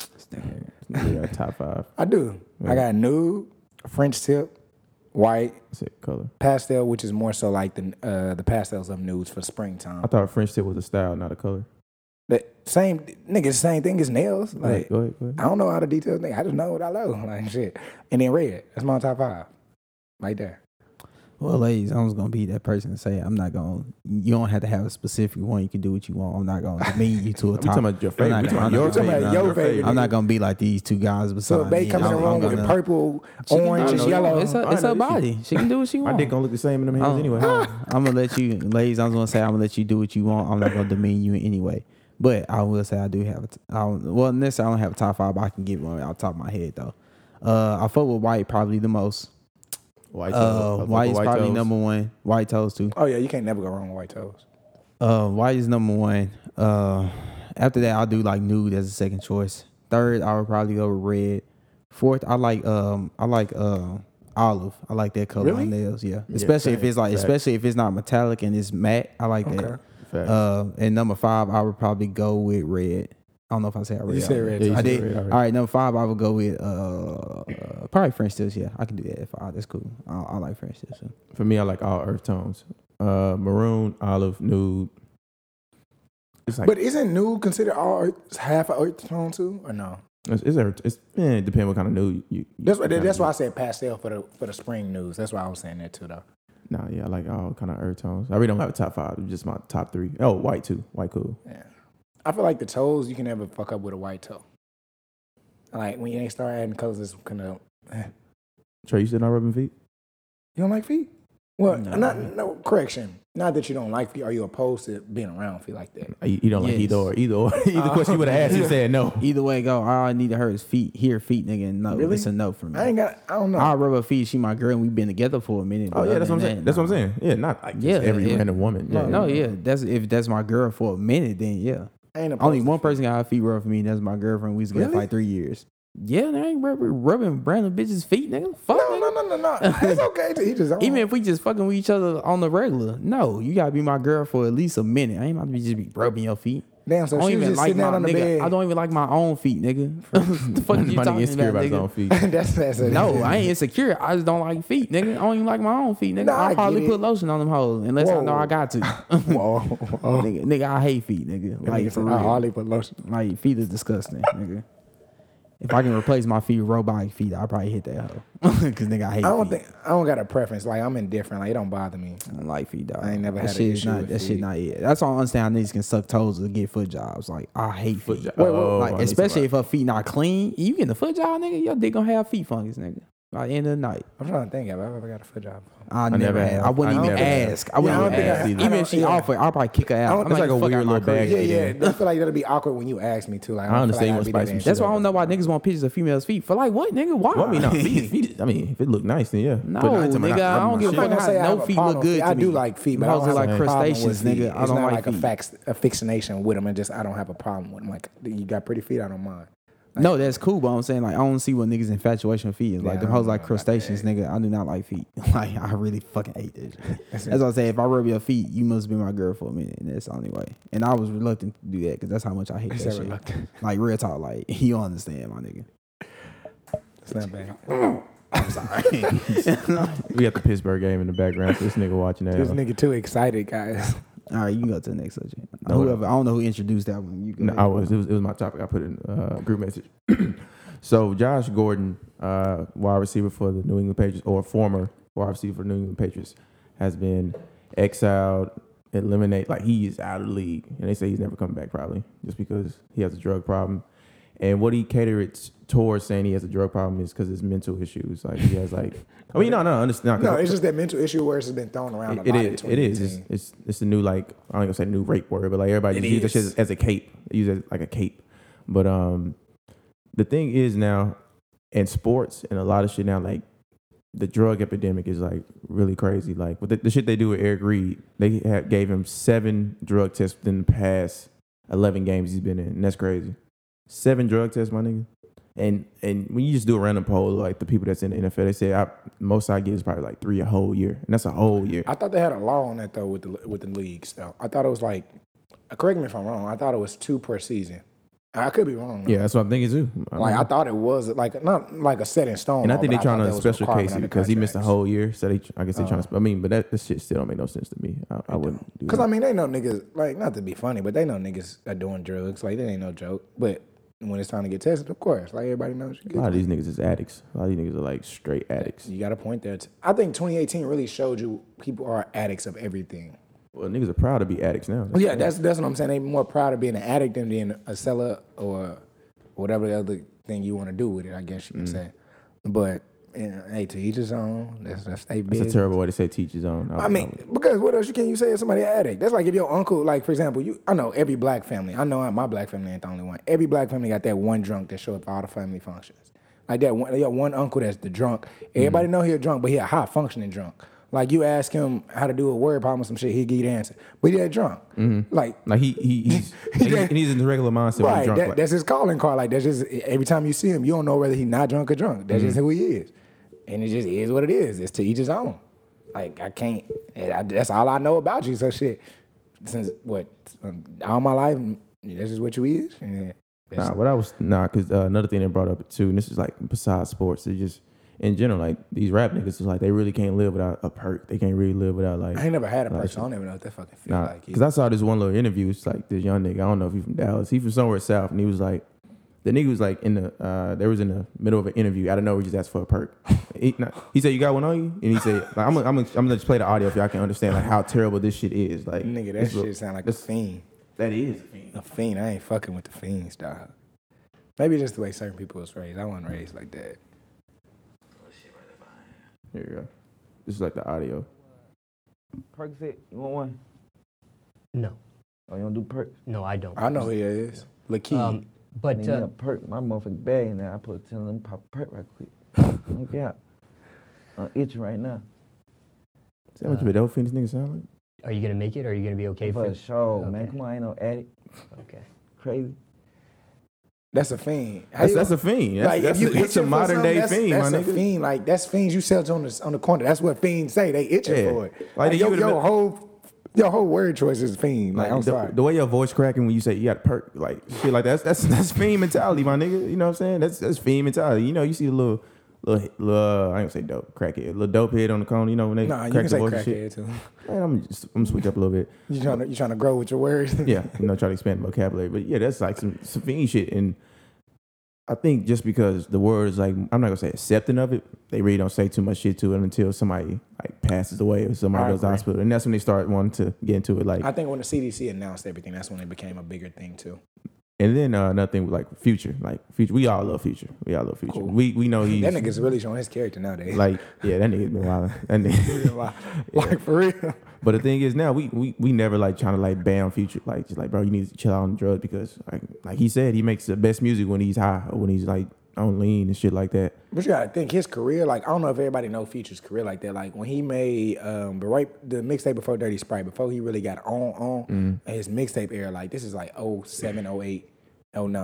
[SPEAKER 2] Yeah, top five.
[SPEAKER 3] I do. I got nude, French tip, white,
[SPEAKER 2] I said color.
[SPEAKER 3] pastel, which is more so like the uh, the pastels of nudes for springtime.
[SPEAKER 2] I thought French tip was a style, not a color.
[SPEAKER 3] The same nigga, same thing as nails.
[SPEAKER 2] Go ahead.
[SPEAKER 3] Like
[SPEAKER 2] Go ahead. Go ahead.
[SPEAKER 3] I don't know how the details. Nigga, I just know what I know. Like shit. And then red. That's my top five. Right there.
[SPEAKER 1] Well, ladies, I'm just gonna be that person and say I'm not gonna. You don't have to have a specific one. You can do what you want. I'm not gonna demean you to a
[SPEAKER 2] We talking
[SPEAKER 1] top.
[SPEAKER 2] about your
[SPEAKER 1] I'm
[SPEAKER 2] favorite.
[SPEAKER 1] not
[SPEAKER 2] We
[SPEAKER 1] gonna-
[SPEAKER 2] talking about your
[SPEAKER 1] I'm talking
[SPEAKER 2] favorite.
[SPEAKER 1] about
[SPEAKER 3] your
[SPEAKER 2] Your
[SPEAKER 3] favorite.
[SPEAKER 2] favorite.
[SPEAKER 1] I'm not gonna be like these two guys
[SPEAKER 3] So
[SPEAKER 1] beside
[SPEAKER 3] if
[SPEAKER 1] me.
[SPEAKER 3] they come in the
[SPEAKER 1] I'm-
[SPEAKER 3] room
[SPEAKER 1] I'm
[SPEAKER 3] with
[SPEAKER 1] gonna-
[SPEAKER 3] purple,
[SPEAKER 1] She can do
[SPEAKER 3] orange,
[SPEAKER 1] what
[SPEAKER 3] and
[SPEAKER 1] she
[SPEAKER 3] yellow.
[SPEAKER 1] want. It's her,
[SPEAKER 2] I
[SPEAKER 1] it's
[SPEAKER 2] know
[SPEAKER 1] her
[SPEAKER 2] that
[SPEAKER 1] body. She can do what she
[SPEAKER 2] My
[SPEAKER 1] wants.
[SPEAKER 2] dick gonna look the same in them hands
[SPEAKER 1] Oh,
[SPEAKER 2] anyway.
[SPEAKER 1] oh, I'm gonna let you, ladies. I'm just gonna say I'm gonna let you do what you want. I'm not gonna demean you in any way. But I will say I do have a t- I don't, well necessarily I don't have a top five, but I can get one off the top of my head though. Uh, I fuck with white probably the most.
[SPEAKER 2] White.
[SPEAKER 1] Uh,
[SPEAKER 2] toes. I fuck
[SPEAKER 1] white is
[SPEAKER 2] with
[SPEAKER 1] probably
[SPEAKER 2] toes.
[SPEAKER 1] number one. White toes too.
[SPEAKER 3] Oh yeah, you can't never go wrong with white toes.
[SPEAKER 1] Uh, white is number one. Uh, after that I'll do like nude as a second choice. Third I would probably go with red. Fourth I like um I like uh olive. I like that color
[SPEAKER 3] Really?
[SPEAKER 1] on nails. Yeah, especially if
[SPEAKER 2] same,
[SPEAKER 1] it's like,
[SPEAKER 2] same.
[SPEAKER 1] especially if it's not metallic and it's matte. I like
[SPEAKER 3] Okay.
[SPEAKER 1] that.
[SPEAKER 2] Facts.
[SPEAKER 1] Uh, and number five, I would probably go with red. I don't know if I said red.
[SPEAKER 3] You said
[SPEAKER 1] already.
[SPEAKER 3] red.
[SPEAKER 2] Yeah, you
[SPEAKER 1] I
[SPEAKER 2] said
[SPEAKER 1] did.
[SPEAKER 2] red already.
[SPEAKER 1] All right, number five, I would go with uh, uh, probably French tips. Yeah, I can do that. If I, that's cool. I, I like French tips. too.
[SPEAKER 2] For me, I like all earth tones. Uh, maroon, olive, nude. It's like
[SPEAKER 3] But isn't nude considered all earth, half an earth tone too, or no?
[SPEAKER 2] it's, it's, earth- it's yeah, it depends what kind of nude you. you
[SPEAKER 3] That's why.
[SPEAKER 2] kinda
[SPEAKER 3] That's why I
[SPEAKER 2] do.
[SPEAKER 3] said pastel for the for the spring news. That's why I was saying that too, though.
[SPEAKER 2] Nah, yeah, I like all kind of earth tones. I really don't have a top five. it's Just my top three. Oh, white too. White cool.
[SPEAKER 3] Yeah. I feel like the toes you can never fuck up with a white toe. Like when they start adding colors, it's kind of
[SPEAKER 2] Trey, you said not rubbing feet.
[SPEAKER 3] you don't like feet. Well,
[SPEAKER 1] No.
[SPEAKER 3] not no correction. Not that you don't like feet. Are you opposed to being around feet like that?
[SPEAKER 2] Uh, You, you don't like
[SPEAKER 1] Yes.
[SPEAKER 2] either or either or either
[SPEAKER 1] Oh.
[SPEAKER 2] question you would have asked, you said no.
[SPEAKER 1] Either way, it go. All I need to hear is feet. Hear feet, nigga. And no,
[SPEAKER 3] Really?
[SPEAKER 1] it's a no for me.
[SPEAKER 3] I ain't got. I don't know.
[SPEAKER 1] I'll rub her feet. She my girl, and we've been together for a minute. but
[SPEAKER 2] Oh yeah,
[SPEAKER 1] other
[SPEAKER 2] that's what I'm
[SPEAKER 1] than
[SPEAKER 2] saying.
[SPEAKER 1] that,
[SPEAKER 2] That's what I'm
[SPEAKER 1] nah.
[SPEAKER 2] saying. Yeah, not like just
[SPEAKER 1] Yeah,
[SPEAKER 2] every
[SPEAKER 1] yeah.
[SPEAKER 2] random woman. Yeah,
[SPEAKER 1] No, yeah, that's if that's my girl for a minute, then yeah.
[SPEAKER 3] I ain't opposed
[SPEAKER 1] Only
[SPEAKER 3] to
[SPEAKER 1] one person got her feet rubbed for me, and that's my girlfriend. We was together for
[SPEAKER 3] Really?
[SPEAKER 1] like three years. Yeah, and I ain't rub- rubbing random bitches' feet, nigga. Fuck,
[SPEAKER 3] No,
[SPEAKER 1] nigga.
[SPEAKER 3] no, no, no, no. It's okay to each his own.
[SPEAKER 1] Even if we just fucking with each other on the regular, no, you gotta be my girl for at least a minute. I ain't about to be just be rubbing your feet.
[SPEAKER 3] Damn,
[SPEAKER 1] I
[SPEAKER 3] so
[SPEAKER 1] don't
[SPEAKER 3] she was
[SPEAKER 1] even
[SPEAKER 3] just
[SPEAKER 1] like
[SPEAKER 3] sitting
[SPEAKER 1] my
[SPEAKER 3] down on the
[SPEAKER 1] nigga.
[SPEAKER 3] bed.
[SPEAKER 1] I don't even like my own feet, nigga. the fuck you
[SPEAKER 2] Nobody
[SPEAKER 1] talking
[SPEAKER 2] gets scared
[SPEAKER 1] about,
[SPEAKER 2] about his own
[SPEAKER 1] nigga?
[SPEAKER 2] feet.
[SPEAKER 3] that's that's it.
[SPEAKER 1] No, I ain't insecure. I just don't like feet, nigga. I don't even like my own feet, nigga.
[SPEAKER 3] Nah, I
[SPEAKER 1] I
[SPEAKER 3] get
[SPEAKER 1] probably
[SPEAKER 3] it.
[SPEAKER 1] put lotion on them hoes unless I know
[SPEAKER 3] Whoa.
[SPEAKER 1] I got to.
[SPEAKER 3] Whoa, whoa.
[SPEAKER 1] nigga, nigga, I hate feet, nigga. Like
[SPEAKER 3] Nigga
[SPEAKER 1] for
[SPEAKER 3] said, I
[SPEAKER 1] real.
[SPEAKER 3] hardly put lotion.
[SPEAKER 1] Like feet is disgusting, nigga. If I can replace my feet with robotic feet, I probably hit that hoe. Cause nigga, I hate.
[SPEAKER 3] I don't
[SPEAKER 1] feet.
[SPEAKER 3] think I don't got a preference. Like I'm indifferent. Like it don't bother me.
[SPEAKER 1] I don't like feet, dog.
[SPEAKER 3] I ain't never
[SPEAKER 1] that
[SPEAKER 3] had an
[SPEAKER 1] shit is
[SPEAKER 3] issue
[SPEAKER 1] not
[SPEAKER 3] with
[SPEAKER 1] that shit
[SPEAKER 3] feet.
[SPEAKER 1] not it. That's all I understand. How niggas can suck toes to get foot jobs. Like I hate
[SPEAKER 2] Foot
[SPEAKER 1] feet.
[SPEAKER 2] job. Wait, wait,
[SPEAKER 1] Like,
[SPEAKER 3] Oh,
[SPEAKER 2] wait. I need
[SPEAKER 1] especially
[SPEAKER 2] somebody.
[SPEAKER 1] if her feet not clean. You getting a foot job, nigga? Your dick gonna have feet fungus, nigga. By the end of the night,
[SPEAKER 3] I'm trying to think. Have I ever got a foot job?
[SPEAKER 1] I,
[SPEAKER 2] never
[SPEAKER 1] never.
[SPEAKER 2] have.
[SPEAKER 1] I wouldn't
[SPEAKER 2] I
[SPEAKER 1] even
[SPEAKER 2] never have.
[SPEAKER 1] ask. I wouldn't
[SPEAKER 3] Yeah, I
[SPEAKER 1] even
[SPEAKER 3] don't
[SPEAKER 1] ask.
[SPEAKER 3] think I- I
[SPEAKER 1] even if
[SPEAKER 3] don't-
[SPEAKER 1] she
[SPEAKER 3] yeah.
[SPEAKER 1] offered, I'll probably kick her
[SPEAKER 3] I
[SPEAKER 1] out.
[SPEAKER 3] don't-
[SPEAKER 1] I'm
[SPEAKER 2] it's
[SPEAKER 1] like,
[SPEAKER 2] like a
[SPEAKER 1] fuck out
[SPEAKER 2] weird
[SPEAKER 1] my
[SPEAKER 2] little
[SPEAKER 1] crib.
[SPEAKER 2] bag.
[SPEAKER 3] Yeah,
[SPEAKER 2] it is.
[SPEAKER 3] yeah. I feel like that'll be awkward when you ask me too. Like
[SPEAKER 2] I
[SPEAKER 3] don't
[SPEAKER 2] understand
[SPEAKER 3] feel
[SPEAKER 2] you
[SPEAKER 3] I'd
[SPEAKER 2] wanna
[SPEAKER 3] be
[SPEAKER 2] spice some
[SPEAKER 1] That's
[SPEAKER 2] shit
[SPEAKER 1] why
[SPEAKER 2] up.
[SPEAKER 1] I don't know why niggas want pictures of females' feet. For like what, nigga? Why?
[SPEAKER 2] Well, I mean, nah, feet, feet, I mean, if it look nice, then yeah.
[SPEAKER 1] No,
[SPEAKER 2] But I tell me
[SPEAKER 1] nigga, I don't
[SPEAKER 2] rubbing my
[SPEAKER 1] give a
[SPEAKER 3] I'm
[SPEAKER 2] shit.
[SPEAKER 3] not gonna
[SPEAKER 1] Fucking
[SPEAKER 3] say
[SPEAKER 1] hot,
[SPEAKER 3] I have
[SPEAKER 1] no
[SPEAKER 3] a
[SPEAKER 1] feet
[SPEAKER 3] problem
[SPEAKER 1] look
[SPEAKER 3] with
[SPEAKER 1] good
[SPEAKER 3] feet. I
[SPEAKER 1] to
[SPEAKER 3] do
[SPEAKER 1] me.
[SPEAKER 3] like feet, but
[SPEAKER 1] Them
[SPEAKER 3] I don't
[SPEAKER 1] hoes
[SPEAKER 3] have
[SPEAKER 1] look
[SPEAKER 3] a
[SPEAKER 1] like
[SPEAKER 3] problem
[SPEAKER 1] crustaceans,
[SPEAKER 3] with feet.
[SPEAKER 1] nigga. I
[SPEAKER 3] it's
[SPEAKER 1] don't
[SPEAKER 3] not
[SPEAKER 1] like
[SPEAKER 3] like a
[SPEAKER 1] feet.
[SPEAKER 3] fax, a fixation with them. It's just I don't have a problem with them. Like you got pretty feet, I don't mind.
[SPEAKER 1] No, that's cool, but I'm saying like I don't see what niggas infatuation with feet is. Like
[SPEAKER 3] Yeah,
[SPEAKER 1] them
[SPEAKER 3] I
[SPEAKER 1] hoes
[SPEAKER 3] don't
[SPEAKER 1] like
[SPEAKER 3] know about
[SPEAKER 1] crustaceans, nigga. I do not like feet. Like I really fucking hate this. That's what I say. If I rub your feet, you must be my girl for a minute, and that's the only way. And I was reluctant to do that because that's how much I hate
[SPEAKER 3] Is
[SPEAKER 1] that
[SPEAKER 3] that
[SPEAKER 1] shit.
[SPEAKER 3] reluctant?
[SPEAKER 1] Like real talk, like you don't understand, my nigga.
[SPEAKER 3] It's not bad.
[SPEAKER 2] We got the Pittsburgh game in the background. so this nigga watching that.
[SPEAKER 3] This nigga too excited, guys.
[SPEAKER 1] All right, you can go to the next subject.
[SPEAKER 2] No,
[SPEAKER 1] Whoever I don't know who introduced that one. You go
[SPEAKER 2] No,
[SPEAKER 1] ahead.
[SPEAKER 2] I was it, was. it was my topic. I put in uh, group message. so Josh Gordon, uh, wide receiver for the New England Patriots, or former wide receiver for the New England Patriots, has been exiled, eliminate. Like he is out of the league, and they say he's never coming back probably just because he has a drug problem. And what he catered it towards saying he has a drug problem is because his mental issues. Like he has like, I mean, no, no, understand.
[SPEAKER 3] No, it's just that mental issue where it's been thrown around.
[SPEAKER 2] It- it
[SPEAKER 3] a lot
[SPEAKER 2] is. It is. It's, it's it's the new like I don't even say new rape word, but like everybody
[SPEAKER 3] It
[SPEAKER 2] just uses that
[SPEAKER 3] is.
[SPEAKER 2] shit as a cape. They use it like a cape. But um, the thing is now in sports and a lot of shit now like the drug epidemic is like really crazy. Like with the, the shit they do with Eric Reed, they have, gave him seven drug tests in the past eleven games he's been in, and that's crazy. Seven drug tests, my nigga. And and when you just do a random poll, like the people that's in the NFL, they say I, most I get is probably like three a whole year, and that's a whole year.
[SPEAKER 3] I thought they had a law on that though with the with the leagues though. I thought it was like, correct me if I'm wrong. I thought it was two per season. I could be wrong. though.
[SPEAKER 2] Yeah, that's what I'm thinking too. I
[SPEAKER 3] Like
[SPEAKER 2] don't
[SPEAKER 3] I
[SPEAKER 2] know.
[SPEAKER 3] thought it was like not like a set in
[SPEAKER 2] Mm-hmm.
[SPEAKER 3] stone.
[SPEAKER 2] and I
[SPEAKER 3] law,
[SPEAKER 2] think
[SPEAKER 3] but
[SPEAKER 2] they're trying to
[SPEAKER 3] thought that was a
[SPEAKER 2] special
[SPEAKER 3] requirement
[SPEAKER 2] case it
[SPEAKER 3] under
[SPEAKER 2] because he missed a
[SPEAKER 3] contracts.
[SPEAKER 2] whole year. So they, I guess they're trying to. I mean, but that, that shit still don't make no sense to me. I, I wouldn't. do
[SPEAKER 3] Uh-huh. Cause
[SPEAKER 2] that.
[SPEAKER 3] I mean they know niggas like not to be funny, but they know niggas are doing drugs. Like that ain't no joke. But when it's time to get tested, of course, like everybody knows you
[SPEAKER 2] a lot
[SPEAKER 3] good.
[SPEAKER 2] of these niggas is addicts. A lot of these niggas are like straight addicts.
[SPEAKER 3] You got a point there. T- I think 2018 really showed you people are addicts of everything.
[SPEAKER 2] Well, niggas are proud to be addicts now.
[SPEAKER 3] Well, yeah, that's that's what I'm saying. They more proud of being an addict than being a seller or whatever the other thing you want to do with it. I guess
[SPEAKER 2] Mm.
[SPEAKER 3] you can say. But you know, hey, to each his own. That's that's they
[SPEAKER 2] It's a
[SPEAKER 3] business.
[SPEAKER 2] terrible way to say teach his own.
[SPEAKER 3] I mean, because what else you can you say is somebody an addict? That's like if your uncle, like for example, you I know every black family. I know my black family ain't the only one. Every black family got that one drunk that show up at all the family functions. Like that one, they got one uncle that's the drunk. Everybody know he a drunk, but he a high functioning drunk. Like you ask him how to do a word problem or some shit, he give you the answer. But he that drunk. Like
[SPEAKER 2] like he he he's, he,
[SPEAKER 3] Yeah.
[SPEAKER 2] he's in the regular mindset when he's drunk.
[SPEAKER 3] Right, that,
[SPEAKER 2] like, Mm-hmm.
[SPEAKER 3] that's his calling card. Like that's just every time you see him, you don't know whether he's not drunk or drunk. That's just who he is. and it just is what it is. It's to each his own. Like I can't. and I, that's all I know about you. So shit. Since what um, all my life, this is what you is. And that's-
[SPEAKER 2] Nah, what I was nah, cause uh, another thing they brought up too, and this is like besides sports, it's just in general, like these rap niggas is like they really can't live without a perk. They can't really live without like
[SPEAKER 3] I ain't never had a person. I don't even know what that fucking feel
[SPEAKER 2] Nah,
[SPEAKER 3] like.
[SPEAKER 2] because I saw this one little interview. It's like this young nigga. I don't know if he's from Dallas. He from somewhere south, and he was like, the nigga was like in the uh, there was in the middle of an interview. I don't know. He just asked for a perk. He, nah, he said, "You got one on you?" And he said, like, "I'm gonna, I'm gonna, I'm gonna just play the audio if y'all can understand like how terrible this shit is." Like,
[SPEAKER 3] Nigga, that
[SPEAKER 2] this
[SPEAKER 3] shit
[SPEAKER 2] little-
[SPEAKER 3] sound like a
[SPEAKER 2] this-
[SPEAKER 3] fiend.
[SPEAKER 2] that is.
[SPEAKER 3] A fiend. I ain't fucking with the fiends, dog. Maybe just the way certain people was raised. I wasn't raised like that.
[SPEAKER 2] Here you go. This is like the audio.
[SPEAKER 4] Perks it. You want one?
[SPEAKER 5] No,
[SPEAKER 4] Oh, you don't do perks?
[SPEAKER 5] no, I don't.
[SPEAKER 3] I know who he is. Lakey.
[SPEAKER 5] Um,
[SPEAKER 4] I
[SPEAKER 5] but
[SPEAKER 4] need me
[SPEAKER 5] uh,
[SPEAKER 4] a perk. My motherfucking bag in there. I put a 10 let me pop a perk right quick. Look out. I'm itching right now.
[SPEAKER 2] Is that what you Philadelphia this nigga sound like?
[SPEAKER 5] are you gonna make it? Are you gonna be okay for
[SPEAKER 4] For
[SPEAKER 5] it?
[SPEAKER 4] sure, man.
[SPEAKER 5] okay.
[SPEAKER 4] Come on, ain't no addict.
[SPEAKER 5] Okay.
[SPEAKER 4] Crazy.
[SPEAKER 3] that's a fiend. How
[SPEAKER 2] That's,
[SPEAKER 3] you-
[SPEAKER 2] that's a fiend. That's, that's,
[SPEAKER 3] if you
[SPEAKER 2] a, that's a
[SPEAKER 3] itching for
[SPEAKER 2] modern
[SPEAKER 3] something,
[SPEAKER 2] day
[SPEAKER 3] that's,
[SPEAKER 2] fiend,
[SPEAKER 3] that's
[SPEAKER 2] my
[SPEAKER 3] a
[SPEAKER 2] nigga.
[SPEAKER 3] fiend. Like that's fiends you sell to on the on the corner. That's what fiends say. They itching
[SPEAKER 2] Yeah.
[SPEAKER 3] for it.
[SPEAKER 2] Like,
[SPEAKER 3] Like,
[SPEAKER 2] they
[SPEAKER 3] your,
[SPEAKER 2] give it a
[SPEAKER 3] your
[SPEAKER 2] bit-
[SPEAKER 3] whole your whole word choice is fiend. Like, I'm
[SPEAKER 2] the,
[SPEAKER 3] sorry.
[SPEAKER 2] the way your voice cracking when you say you got a perk, like shit, like that's that's that's fiend mentality, my nigga. You know what I'm saying? That's that's fiend mentality. You know, you see a little, little, little uh, I ain't gonna say dope crackhead, little dope head on the cone. You know when they
[SPEAKER 3] nah, you
[SPEAKER 2] crack
[SPEAKER 3] can
[SPEAKER 2] the
[SPEAKER 3] say
[SPEAKER 2] voice and shit.
[SPEAKER 3] crackhead too.
[SPEAKER 2] Man, I'm just, I'm gonna switch up a little bit.
[SPEAKER 3] You trying to you trying to grow with your words.
[SPEAKER 2] Yeah, you know, try to expand the vocabulary, but yeah, that's like some, some fiend shit. And I think just because the word is like, I'm not gonna say accepting of it, they really don't say too much shit to it until somebody like passes away or somebody
[SPEAKER 3] I
[SPEAKER 2] goes to the
[SPEAKER 3] agree.
[SPEAKER 2] hospital, and that's when they start wanting to get into it. Like
[SPEAKER 3] I think when the CDC announced everything, that's when it became a bigger thing too.
[SPEAKER 2] And then uh, another thing with like Future, like Future, we all love Future. We all love Future.
[SPEAKER 3] Cool.
[SPEAKER 2] We we know he's
[SPEAKER 3] That nigga's really showing his character nowadays.
[SPEAKER 2] like yeah, that nigga's been wild. That nigga.
[SPEAKER 3] like, like, for real.
[SPEAKER 2] but the thing is now we, we we never like trying to like ban Future. Like just like bro, you need to chill out on drugs because like like he said, he makes the best music when he's high or when he's like on lean and shit like that.
[SPEAKER 3] But you gotta think his career, like I don't know if everybody know Future's career like that. Like when he made um but right the mixtape before Dirty Sprite, before he really got on on his mixtape era, like this is like 07, 08, 09.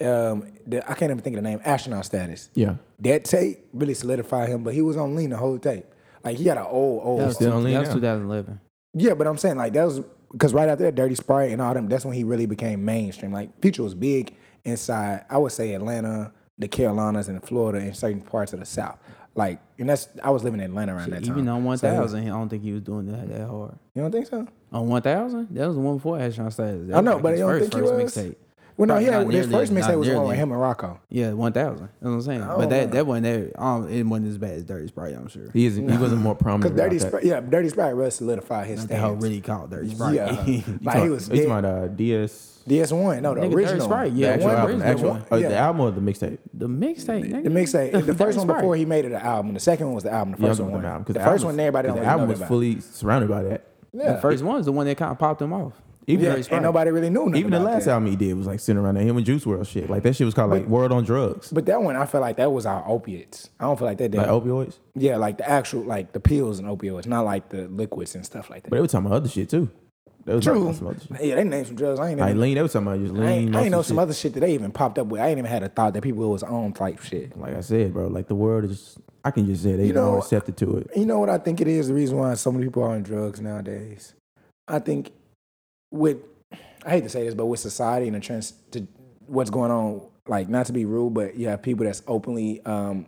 [SPEAKER 3] Um the, I can't even think of the name, astronaut status.
[SPEAKER 2] Yeah,
[SPEAKER 3] That tape really solidified him, but he was on lean the whole tape. Like he got an old, old
[SPEAKER 2] was still on lean
[SPEAKER 1] that was
[SPEAKER 2] now.
[SPEAKER 1] 2011.
[SPEAKER 3] yeah, but I'm saying like that was because right after that, Dirty Sprite and all them, that's when he really became mainstream. Like Future was big inside, I would say Atlanta, the Carolinas, and Florida, and certain parts of the South. Like, and that's I was living in Atlanta around that time.
[SPEAKER 1] Even on
[SPEAKER 3] So,
[SPEAKER 1] 1000, I don't think he was doing that that hard.
[SPEAKER 3] you don't think so?
[SPEAKER 1] On 1000, that was the one before Astronaut Status. That
[SPEAKER 3] I know,
[SPEAKER 1] was
[SPEAKER 3] but
[SPEAKER 1] his
[SPEAKER 3] I don't
[SPEAKER 1] first-
[SPEAKER 3] think he
[SPEAKER 1] first
[SPEAKER 3] was.
[SPEAKER 1] mixtape.
[SPEAKER 3] Well, no,
[SPEAKER 1] Probably
[SPEAKER 3] yeah,
[SPEAKER 1] not
[SPEAKER 3] his
[SPEAKER 1] nearly-
[SPEAKER 3] first mixtape
[SPEAKER 1] not
[SPEAKER 3] was the one
[SPEAKER 1] nearly.
[SPEAKER 3] with
[SPEAKER 1] Mm-hmm.
[SPEAKER 3] him and Rocco.
[SPEAKER 1] Yeah, 1000. That's what I'm saying.
[SPEAKER 3] Oh,
[SPEAKER 1] But that, that wasn't that, um, it wasn't as bad as Dirty Sprite, I'm sure.
[SPEAKER 2] he is he wasn't more
[SPEAKER 3] Because
[SPEAKER 2] prominent.
[SPEAKER 3] Dirty
[SPEAKER 2] about that.
[SPEAKER 3] Sprite, yeah, Dirty Sprite really solidified his
[SPEAKER 1] Like They don't
[SPEAKER 3] stance.
[SPEAKER 1] really call it Dirty Sprite.
[SPEAKER 3] Yeah, like
[SPEAKER 2] Talk-
[SPEAKER 3] he was
[SPEAKER 2] he's
[SPEAKER 3] dead.
[SPEAKER 2] talking about uh, DS.
[SPEAKER 3] DS1, no, the
[SPEAKER 1] Nigga, Dirty
[SPEAKER 3] original.
[SPEAKER 1] Sprite,
[SPEAKER 3] The
[SPEAKER 1] yeah,
[SPEAKER 2] actual
[SPEAKER 3] one-
[SPEAKER 2] album,
[SPEAKER 1] the
[SPEAKER 2] actual,
[SPEAKER 1] one-
[SPEAKER 2] oh,
[SPEAKER 3] yeah.
[SPEAKER 2] the album or the mixtape.
[SPEAKER 1] The mixtape, nigga.
[SPEAKER 3] The mixtape. The, first
[SPEAKER 1] Dirty
[SPEAKER 3] one
[SPEAKER 1] Sprite.
[SPEAKER 3] before he made it an album. The second one was the album. The
[SPEAKER 2] Yeah, I'm
[SPEAKER 3] first
[SPEAKER 2] talking
[SPEAKER 3] one.
[SPEAKER 2] about album, 'cause
[SPEAKER 3] the
[SPEAKER 2] the
[SPEAKER 3] first
[SPEAKER 2] album-
[SPEAKER 3] one, everybody
[SPEAKER 2] 'cause
[SPEAKER 3] don't
[SPEAKER 2] the
[SPEAKER 3] really
[SPEAKER 2] album
[SPEAKER 3] know
[SPEAKER 2] was
[SPEAKER 3] about.
[SPEAKER 2] fully surrounded by that.
[SPEAKER 3] yeah.
[SPEAKER 1] The first one was the one that kind of popped him off.
[SPEAKER 2] Even
[SPEAKER 3] Yeah,
[SPEAKER 2] Dirty
[SPEAKER 3] and
[SPEAKER 2] Sprite.
[SPEAKER 3] nobody really knew. nothing
[SPEAKER 2] Even the
[SPEAKER 3] about
[SPEAKER 2] last
[SPEAKER 3] that.
[SPEAKER 2] album he did was like sitting around that him and Juice World shit. Like that shit was called like World on Drugs,
[SPEAKER 3] But that one, I feel like that was our opiates. I don't feel like that did.
[SPEAKER 2] like opioids.
[SPEAKER 3] yeah, like the actual, like the pills and opioids, not like the liquids and stuff like
[SPEAKER 2] But
[SPEAKER 3] that.
[SPEAKER 2] they were talking about other shit too. They was talking
[SPEAKER 3] True.
[SPEAKER 2] about some other shit.
[SPEAKER 3] Yeah, they named some drugs. I ain't.
[SPEAKER 2] Like
[SPEAKER 3] Even,
[SPEAKER 2] lean, they was talking about just lean.
[SPEAKER 3] I ain't, I ain't know some
[SPEAKER 2] shit.
[SPEAKER 3] other shit that they even popped up with. I ain't even had a thought that people was on type shit.
[SPEAKER 2] Like I said, bro, like the world is. I can just say they
[SPEAKER 3] You know,
[SPEAKER 2] all accepted to it.
[SPEAKER 3] You know what I think it is? The reason why so many people are on drugs nowadays. I think with, I hate to say this, but with society and the trends to what's going on, like not to be rude, but you have people that's openly um,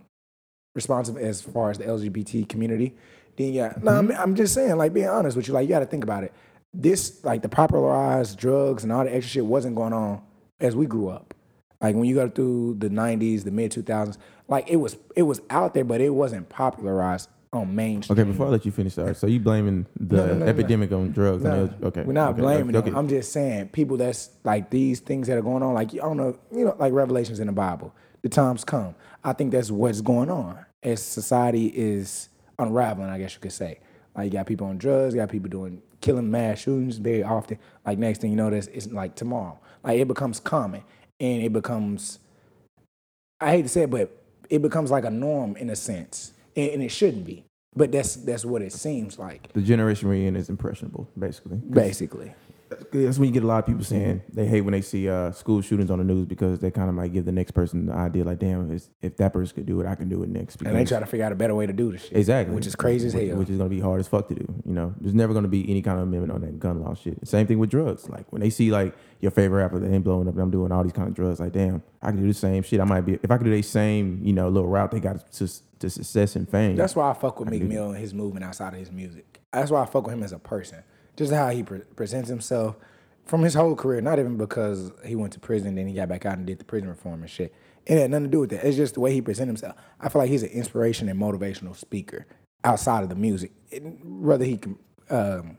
[SPEAKER 3] responsive as far as the LGBT community. Then yeah, no, I'm, I'm just saying, like being honest with you, like you got to think about it. This like the popularized drugs and all the extra shit wasn't going on as we grew up. Like when you go through the '90s, the mid 2000s, like it was it was out there, but it wasn't popularized on mainstream.
[SPEAKER 2] Okay, before I let you finish, sorry. So you blaming the
[SPEAKER 3] no, no, no.
[SPEAKER 2] epidemic on drugs?
[SPEAKER 3] No,
[SPEAKER 2] and okay,
[SPEAKER 3] We're not
[SPEAKER 2] okay,
[SPEAKER 3] blaming
[SPEAKER 2] okay,
[SPEAKER 3] them. I'm just saying people that's like these things that are going on, like I don't know, you know, like revelations in the Bible. The times come. I think that's what's going on as society is unraveling. I guess you could say. Like you got people on drugs, you got people doing killing mass shootings very often. Like next thing you know, this it's like tomorrow. Like it becomes common and it becomes I hate to say it, but it becomes like a norm in a sense, and, and it shouldn't be. But that's that's what it seems like,
[SPEAKER 2] the generation we're in is impressionable, basically.
[SPEAKER 3] basically.
[SPEAKER 2] that's when you get a lot of people saying they hate when they see uh, school shootings on the news because they kind of might give the next person the idea like, damn, if, it's- if that person could do it, I can do it next.
[SPEAKER 3] And they
[SPEAKER 2] because-
[SPEAKER 3] try to figure out a better way to do this shit.
[SPEAKER 2] Exactly.
[SPEAKER 3] Which is crazy as
[SPEAKER 2] Which-
[SPEAKER 3] hell.
[SPEAKER 2] Which is gonna be hard as fuck to do. You know, there's never gonna be any kind of amendment on that gun law shit. Same thing with drugs. Like when they see like your favorite rapper, they ain't blowing up, I'm doing all these kind of drugs. Like damn, I can do the same shit. I might be if I could do the same, you know, little route they got to, to success and fame.
[SPEAKER 3] That's why I fuck with Meek
[SPEAKER 2] do that.
[SPEAKER 3] Mill and his movement outside of his music. That's why I fuck with him as a person. Just how he pre- presents himself from his whole career, not even because he went to prison, then he got back out and did the prison reform and shit. It had nothing to do with that. It's just the way he presents himself. I feel like he's an inspiration and motivational speaker outside of the music. It- whether he can um,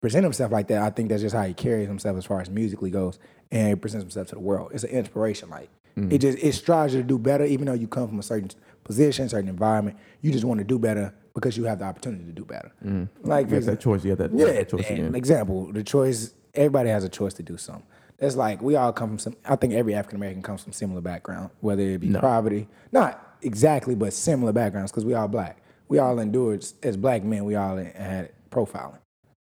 [SPEAKER 3] present himself like that, I think that's just how he carries himself as far as musically goes, and he presents himself to the world. It's an inspiration. Like it just it strives you to do better, even though you come from a certain position, certain environment. You just want to do better because you have the opportunity to do better. Like for
[SPEAKER 2] Makes that choice. You have that,
[SPEAKER 3] yeah,
[SPEAKER 2] that choice
[SPEAKER 3] and
[SPEAKER 2] again.
[SPEAKER 3] example, the choice. Everybody has a choice to do something. That's like we all come from some. I think every African American comes from similar background, whether it be poverty, not exactly, but similar backgrounds, because we all black. We all endured as black men. We all had profiling.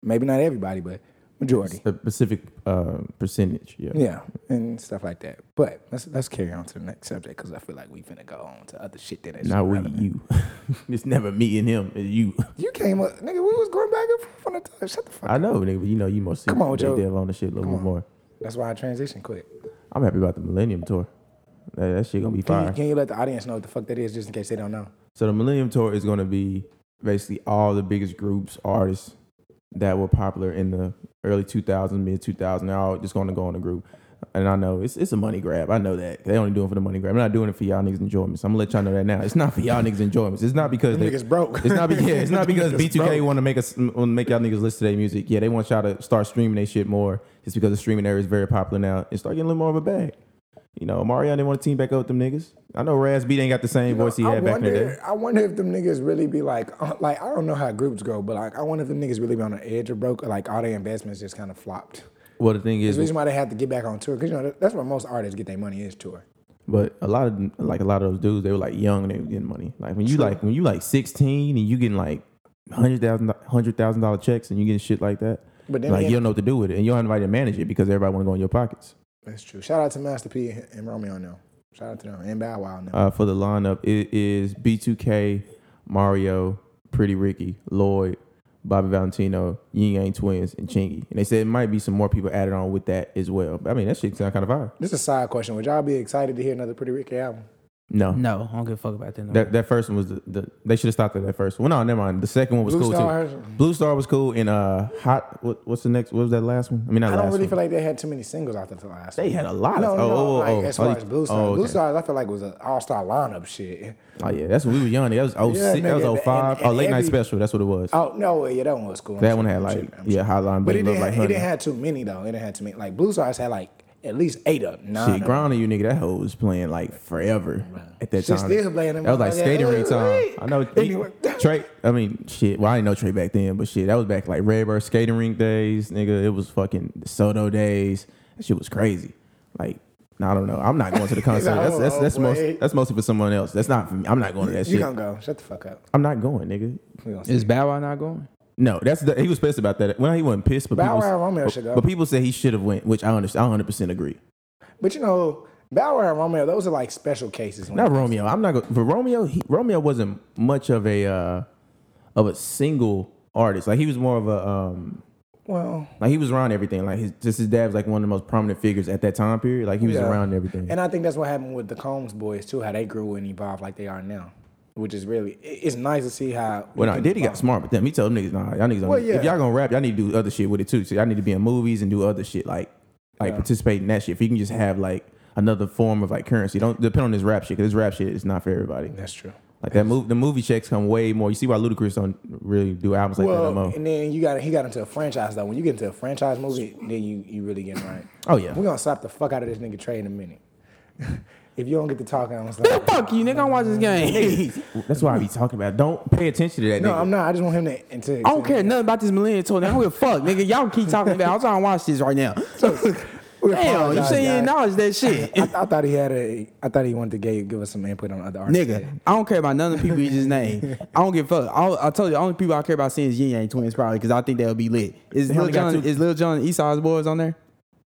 [SPEAKER 3] Maybe not everybody, but majority.
[SPEAKER 2] a specific uh, percentage. Yeah.
[SPEAKER 3] Yeah, and stuff like that. But let's let's carry on to the next subject because I feel like we finna go on to other shit that is
[SPEAKER 2] Not we,
[SPEAKER 3] relevant.
[SPEAKER 2] you. it's never me and him. It's you.
[SPEAKER 3] You came up, nigga. We was going back and forth on the time. Shut the fuck.
[SPEAKER 2] I know, nigga. but You know, you must see
[SPEAKER 3] Come on,
[SPEAKER 2] Big
[SPEAKER 3] Joe.
[SPEAKER 2] Dev on the shit a little bit more.
[SPEAKER 3] That's why I transitioned quick.
[SPEAKER 2] I'm happy about the Millennium Tour. That, that shit gonna be
[SPEAKER 3] Can
[SPEAKER 2] fire.
[SPEAKER 3] you, can you let the audience know what the fuck that is, just in case they don't know?
[SPEAKER 2] So the Millennium Tour is going to be basically all the biggest groups, artists that were popular in the early 2000s, mid 2000s. They're all just going to go on a group. And I know it's it's a money grab. I know that they only doing it for the money grab. I'm not doing it for y'all niggas enjoyment. So I'm gonna let y'all know that now. It's not for y'all niggas enjoyment. It's not because they,
[SPEAKER 3] Them niggas broke.
[SPEAKER 2] It's not because yeah, it's not
[SPEAKER 3] Them
[SPEAKER 2] because
[SPEAKER 3] niggas
[SPEAKER 2] B2K
[SPEAKER 3] broke.
[SPEAKER 2] want to make us want to make y'all niggas listen to their music. Yeah, they want y'all to start streaming their shit more. It's because the streaming area is very popular now and start getting a little more of a bag. You know, Mario didn't want to team back up with them niggas. I know Raz B ain't got the same voice he
[SPEAKER 3] I
[SPEAKER 2] had back
[SPEAKER 3] wonder,
[SPEAKER 2] in the day.
[SPEAKER 3] I wonder if them niggas really be like, uh, like I don't know how groups go, but like I wonder if them niggas really be on the edge or broke, or like all their investments just kind of flopped.
[SPEAKER 2] Well, the thing
[SPEAKER 3] The
[SPEAKER 2] is,
[SPEAKER 3] reason why they have to get back on tour, because you know that- that's where most artists get their money is tour.
[SPEAKER 2] but a lot of them- like a lot of those dudes, they were like young and they were getting money. Like when you like when you like sixteen and you getting like hundred thousand hundred thousand dollar checks and you getting shit like that.
[SPEAKER 3] But then
[SPEAKER 2] like
[SPEAKER 3] again-
[SPEAKER 2] you don't know what to do with it, and you're invited to manage it because everybody want to go in your pockets.
[SPEAKER 3] That's true. Shout out to Master P and and Romeo now. Shout out to them and Bow Wow now.
[SPEAKER 2] Uh, for the lineup, it is B2K, Mario, Pretty Ricky, Lloyd, Bobby Valentino, Ying Yang Twins, and Chingy. And they said it might be some more people added on with that as well. But I mean, that shit sound kind of fire.
[SPEAKER 3] This is a side question. Would y'all be excited to hear another Pretty Ricky album?
[SPEAKER 2] No,
[SPEAKER 1] No, I don't give a fuck about that. No.
[SPEAKER 2] That that first one was the, the they should have stopped at that first one. Well, no, never mind. The second one was
[SPEAKER 3] Blue
[SPEAKER 2] cool
[SPEAKER 3] Stars.
[SPEAKER 2] too. Blue Star was cool and uh hot. What, what's the next? What was that last one? I mean, not
[SPEAKER 3] I
[SPEAKER 2] last
[SPEAKER 3] don't really
[SPEAKER 2] one.
[SPEAKER 3] feel like they had too many singles out there the last.
[SPEAKER 2] they had a lot.
[SPEAKER 3] No,
[SPEAKER 2] of,
[SPEAKER 3] no,
[SPEAKER 2] oh, oh,
[SPEAKER 3] like,
[SPEAKER 2] oh,
[SPEAKER 3] as far
[SPEAKER 2] oh,
[SPEAKER 3] as Blue Stars,
[SPEAKER 2] oh,
[SPEAKER 3] Blue
[SPEAKER 2] okay.
[SPEAKER 3] Stars, I feel like was an all-star lineup shit.
[SPEAKER 2] Oh yeah, that's when we were young. That was oh
[SPEAKER 3] Yeah,
[SPEAKER 2] six, that
[SPEAKER 3] nigga,
[SPEAKER 2] was
[SPEAKER 3] and-
[SPEAKER 2] 05. oh
[SPEAKER 3] and
[SPEAKER 2] late night
[SPEAKER 3] every-
[SPEAKER 2] special. That's what it was.
[SPEAKER 3] Oh no, yeah, that one was cool. I'm
[SPEAKER 2] that
[SPEAKER 3] sure,
[SPEAKER 2] one had
[SPEAKER 3] I'm
[SPEAKER 2] like
[SPEAKER 3] sure, I'm
[SPEAKER 2] yeah,
[SPEAKER 3] sure.
[SPEAKER 2] hotline
[SPEAKER 3] but it
[SPEAKER 2] bling,
[SPEAKER 3] didn't,
[SPEAKER 2] love
[SPEAKER 3] have,
[SPEAKER 2] like
[SPEAKER 3] it
[SPEAKER 2] honey.
[SPEAKER 3] didn't have too many though. It didn't have too many. Like Blue Stars had like at least eight up, nine.
[SPEAKER 2] Shit,
[SPEAKER 3] of
[SPEAKER 2] grinding you nigga, that hoe was playing like forever at that
[SPEAKER 3] She
[SPEAKER 2] time.
[SPEAKER 3] still playing
[SPEAKER 2] that
[SPEAKER 3] them
[SPEAKER 2] was like
[SPEAKER 3] motherfuckers.
[SPEAKER 2] skating ring time.
[SPEAKER 3] Hey,
[SPEAKER 2] I know
[SPEAKER 3] anyway.
[SPEAKER 2] Trey. I mean, shit. Well, I didn't know Trey back then, but shit, that was back like Redbird skating rink days, nigga. It was fucking the Soto days. That shit was crazy. Like, I don't know. I'm not going to the concert. that's that's that's
[SPEAKER 3] Oh,
[SPEAKER 2] most
[SPEAKER 3] wait.
[SPEAKER 2] that's mostly for someone else. That's not for me. I'm not going to that
[SPEAKER 3] You
[SPEAKER 2] shit.
[SPEAKER 3] gonna go? Shut the fuck up.
[SPEAKER 2] I'm not going, nigga.
[SPEAKER 3] We gonna see.
[SPEAKER 1] Is Bow Wow not going?
[SPEAKER 2] No, that's the, he was pissed about that. Well, he wasn't pissed, but
[SPEAKER 3] Bow
[SPEAKER 2] people,
[SPEAKER 3] Wow Romeo
[SPEAKER 2] but,
[SPEAKER 3] should go.
[SPEAKER 2] but people say he should have went, which I understand. I 100 percent agree.
[SPEAKER 3] But you know, Bow Wow and Romeo, those are like special cases. when-
[SPEAKER 2] Not Romeo. I'm not. Go- for Romeo, he, Romeo wasn't much of a uh, of a single artist. Like he was more of a um,
[SPEAKER 3] well,
[SPEAKER 2] like he was around everything. Like his just his dad was like one of the most prominent figures at that time period. Like he was
[SPEAKER 3] Yeah.
[SPEAKER 2] around everything.
[SPEAKER 3] And I think that's what happened with the Combs boys too, how they grew and evolved like they are now, which is really it- it's nice to see how.
[SPEAKER 2] well, no, Diddy got smart, but then he told them niggas, nah, y'all niggas. Don't,
[SPEAKER 3] Well,
[SPEAKER 2] If
[SPEAKER 3] yeah.
[SPEAKER 2] y'all gonna rap, y'all need to do other shit with it too. So y'all need to be in movies and do other shit like like participate in that shit. If you can just have like another form of like currency, don't depend on this rap shit because this rap shit is not for everybody.
[SPEAKER 3] That's true.
[SPEAKER 2] Like that move, the movie checks come way more. You see why Ludacris don't really do albums like that no
[SPEAKER 3] Well,
[SPEAKER 2] more.
[SPEAKER 3] and then you got he got into a franchise though. When you get into a franchise movie, then you you really getting right.
[SPEAKER 2] Oh yeah,
[SPEAKER 3] We're gonna slap the fuck out of this nigga Trey in a minute. if you don't get to talking, I'm gonna slap.
[SPEAKER 1] Fuck you, nigga. I watch this game.
[SPEAKER 2] That's why I be talking about. Don't pay attention to that.
[SPEAKER 3] No,
[SPEAKER 2] nigga.
[SPEAKER 3] I'm not. I just want him to. and to
[SPEAKER 1] I don't care nothing about this millennial tour. nigga. I don't give a fuck, nigga. Y'all keep talking about. it. I'm trying to watch this right now.
[SPEAKER 3] We
[SPEAKER 1] Damn, you
[SPEAKER 3] apologize,
[SPEAKER 1] should
[SPEAKER 3] guys.
[SPEAKER 1] acknowledge that shit.
[SPEAKER 3] I, I thought he had a. I thought he wanted to give, give us some input on other artists.
[SPEAKER 1] Nigga, I don't care about none of the people you just named. I don't give a fuck. I, I told you, the only people I care about seeing is Yin Yang Twins, probably because I think they'll be lit. Is
[SPEAKER 2] They
[SPEAKER 1] Lil
[SPEAKER 2] only got
[SPEAKER 1] John,
[SPEAKER 2] two.
[SPEAKER 1] is Lil John and Esau's boys on there?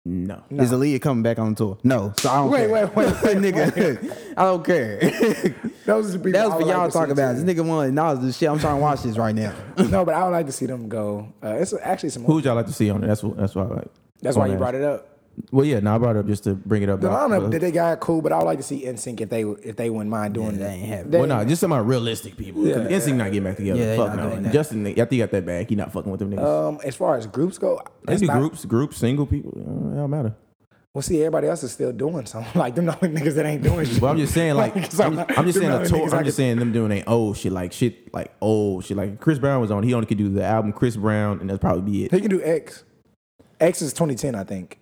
[SPEAKER 2] No.
[SPEAKER 1] No. Is Aaliyah coming back on tour? No, so I don't
[SPEAKER 3] Wait,
[SPEAKER 1] care.
[SPEAKER 3] wait, wait, wait,
[SPEAKER 1] nigga, I don't care.
[SPEAKER 3] Those are the people
[SPEAKER 1] that was
[SPEAKER 3] I
[SPEAKER 1] for y'all to
[SPEAKER 3] would like to
[SPEAKER 1] talk
[SPEAKER 3] see
[SPEAKER 1] about.
[SPEAKER 3] too.
[SPEAKER 1] This nigga wanted knowledge this shit. I'm trying to watch this right now.
[SPEAKER 3] no, but I would like to see them go. Uh, it's actually some.
[SPEAKER 2] Who would y'all like to see on it? That's what. That's why I like.
[SPEAKER 3] that's why you brought it up.
[SPEAKER 2] Well, yeah. No, I brought it up just to bring it up.
[SPEAKER 3] The
[SPEAKER 2] about-
[SPEAKER 3] lineup that they got cool, but I would like to see NSYNC if they if they wouldn't mind
[SPEAKER 1] Yeah,
[SPEAKER 3] doing that.
[SPEAKER 1] they ain't having it.
[SPEAKER 3] They-
[SPEAKER 2] Well, no, just some of my realistic people.
[SPEAKER 3] Yeah.
[SPEAKER 2] Yeah, NSYNC not getting back together.
[SPEAKER 1] Yeah, they
[SPEAKER 2] Fuck
[SPEAKER 1] not doing
[SPEAKER 2] no.
[SPEAKER 1] that.
[SPEAKER 2] Justin, I think he got that bag. He not fucking with them niggas.
[SPEAKER 3] Um, as far as groups go,
[SPEAKER 2] they
[SPEAKER 3] that's
[SPEAKER 2] do
[SPEAKER 3] not-
[SPEAKER 2] groups, groups, single people. It don't it don't matter.
[SPEAKER 3] Well, see, everybody else is still doing something. Like them the only niggas that ain't doing shit.
[SPEAKER 2] But I'm just saying, like,
[SPEAKER 3] Like, so
[SPEAKER 2] I'm,
[SPEAKER 3] I'm-
[SPEAKER 2] I'm just saying
[SPEAKER 3] them
[SPEAKER 2] a
[SPEAKER 3] other
[SPEAKER 2] tour.
[SPEAKER 3] niggas I
[SPEAKER 2] I'm just
[SPEAKER 3] could-
[SPEAKER 2] saying them doing their old shit, like shit, like old shit. Like Chris Brown was on. He only could do the album Chris Brown, and that's probably be it.
[SPEAKER 3] He can do X. X is 2010, I think.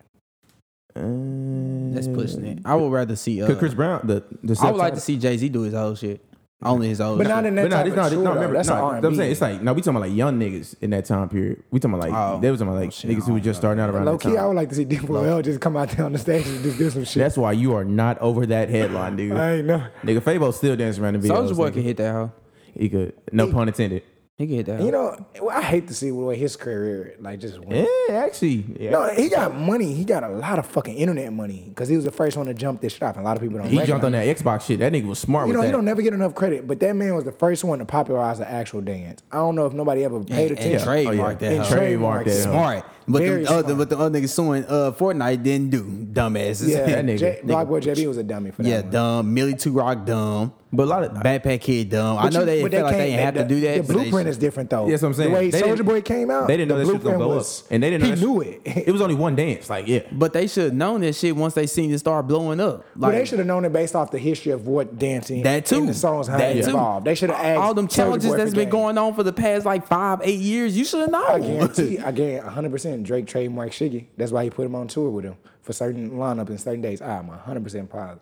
[SPEAKER 1] That's pushing it. I would rather see. Uh,
[SPEAKER 2] Uh, Cause Chris Brown, the the
[SPEAKER 1] I would like
[SPEAKER 2] September-
[SPEAKER 1] to see Jay Z do his whole shit. Only his old
[SPEAKER 3] But
[SPEAKER 1] shit.
[SPEAKER 3] not in that
[SPEAKER 2] But no,
[SPEAKER 3] type
[SPEAKER 2] this
[SPEAKER 3] of
[SPEAKER 2] not this no,
[SPEAKER 3] tour, though.
[SPEAKER 2] remember,
[SPEAKER 3] That's
[SPEAKER 2] no,
[SPEAKER 3] an R&B.
[SPEAKER 2] I'm saying it's like no, we talking about like young niggas in that time period. We talking about like
[SPEAKER 1] Oh.
[SPEAKER 2] they was talking about like
[SPEAKER 1] shit, I
[SPEAKER 2] niggas who were
[SPEAKER 1] don't
[SPEAKER 2] just starting out around
[SPEAKER 3] Low
[SPEAKER 2] that
[SPEAKER 3] key, I
[SPEAKER 2] time.
[SPEAKER 3] would like to see D4L just come out there on the stage and just do some shit.
[SPEAKER 2] That's why you are not over that headline, dude.
[SPEAKER 3] I ain't know.
[SPEAKER 2] Nigga, Fabo still dancing around the video.
[SPEAKER 1] Soldier Boy can hit that hoe.
[SPEAKER 2] He could, no pun intended.
[SPEAKER 1] He can hit that.
[SPEAKER 3] You
[SPEAKER 1] hoe.
[SPEAKER 3] know, well, I hate to see the way his career like just went.
[SPEAKER 2] Yeah, actually, yeah.
[SPEAKER 3] No, he got money. He got a lot of fucking internet money because he was the first one to jump this shit off. And a lot of people don't.
[SPEAKER 2] he
[SPEAKER 3] recognize
[SPEAKER 2] jumped on that Xbox shit. That nigga was smart
[SPEAKER 3] You
[SPEAKER 2] with
[SPEAKER 3] know, he
[SPEAKER 2] that.
[SPEAKER 3] don't never get enough credit, but that man was the first one to popularize the actual dance. I don't know if nobody ever paid
[SPEAKER 1] and, and
[SPEAKER 3] attention.
[SPEAKER 2] Oh, yeah.
[SPEAKER 1] trademark
[SPEAKER 3] And
[SPEAKER 1] that. hoe.
[SPEAKER 2] Trademark
[SPEAKER 3] trademarked
[SPEAKER 2] that
[SPEAKER 3] it.
[SPEAKER 2] hoe.
[SPEAKER 1] Smart, but
[SPEAKER 3] Very
[SPEAKER 1] the other
[SPEAKER 3] smart.
[SPEAKER 1] but the other niggas suing uh, Fortnite didn't do dumbasses.
[SPEAKER 3] Yeah,
[SPEAKER 2] That nigga.
[SPEAKER 3] J-
[SPEAKER 2] Nigga.
[SPEAKER 3] Black Boy JB was a dummy for that.
[SPEAKER 1] Yeah,
[SPEAKER 3] one.
[SPEAKER 1] dumb. Millie Two Rock dumb.
[SPEAKER 2] but a lot of
[SPEAKER 1] Backpack Kid dumb. I
[SPEAKER 3] But
[SPEAKER 1] know
[SPEAKER 3] you-
[SPEAKER 1] they
[SPEAKER 3] but
[SPEAKER 1] felt like they
[SPEAKER 3] can't-
[SPEAKER 1] didn't have to do that.
[SPEAKER 3] The
[SPEAKER 1] but they
[SPEAKER 3] blueprint
[SPEAKER 1] should.
[SPEAKER 3] is different though.
[SPEAKER 2] That's what I'm saying.
[SPEAKER 3] The way
[SPEAKER 2] They didn't-
[SPEAKER 3] Soldier Boy came out,
[SPEAKER 2] they didn't know
[SPEAKER 3] the
[SPEAKER 2] that shit was gonna
[SPEAKER 3] blueprint
[SPEAKER 2] blow
[SPEAKER 3] was-
[SPEAKER 2] up, and they didn't.
[SPEAKER 3] He
[SPEAKER 2] know that
[SPEAKER 3] knew
[SPEAKER 2] shit-
[SPEAKER 3] it.
[SPEAKER 2] It was only one dance. Like yeah,
[SPEAKER 1] But they should have known that shit once they seen it start blowing up.
[SPEAKER 3] Well,
[SPEAKER 1] Like
[SPEAKER 3] they should have known it based off the history of what dancing
[SPEAKER 1] that too.
[SPEAKER 3] and the songs how
[SPEAKER 1] that
[SPEAKER 3] they
[SPEAKER 1] too.
[SPEAKER 3] evolved. They should have asked
[SPEAKER 1] all them
[SPEAKER 3] Soulja
[SPEAKER 1] challenges
[SPEAKER 3] Boy
[SPEAKER 1] that's
[SPEAKER 3] for
[SPEAKER 1] been
[SPEAKER 3] game.
[SPEAKER 1] going on for the past like five, eight years. You should have
[SPEAKER 3] I
[SPEAKER 1] known.
[SPEAKER 3] guarantee, I guarantee, hundred percent. Drake trademarked Shiggy. That's why he put him on tour with him for certain lineup and certain days. I'm hundred percent positive.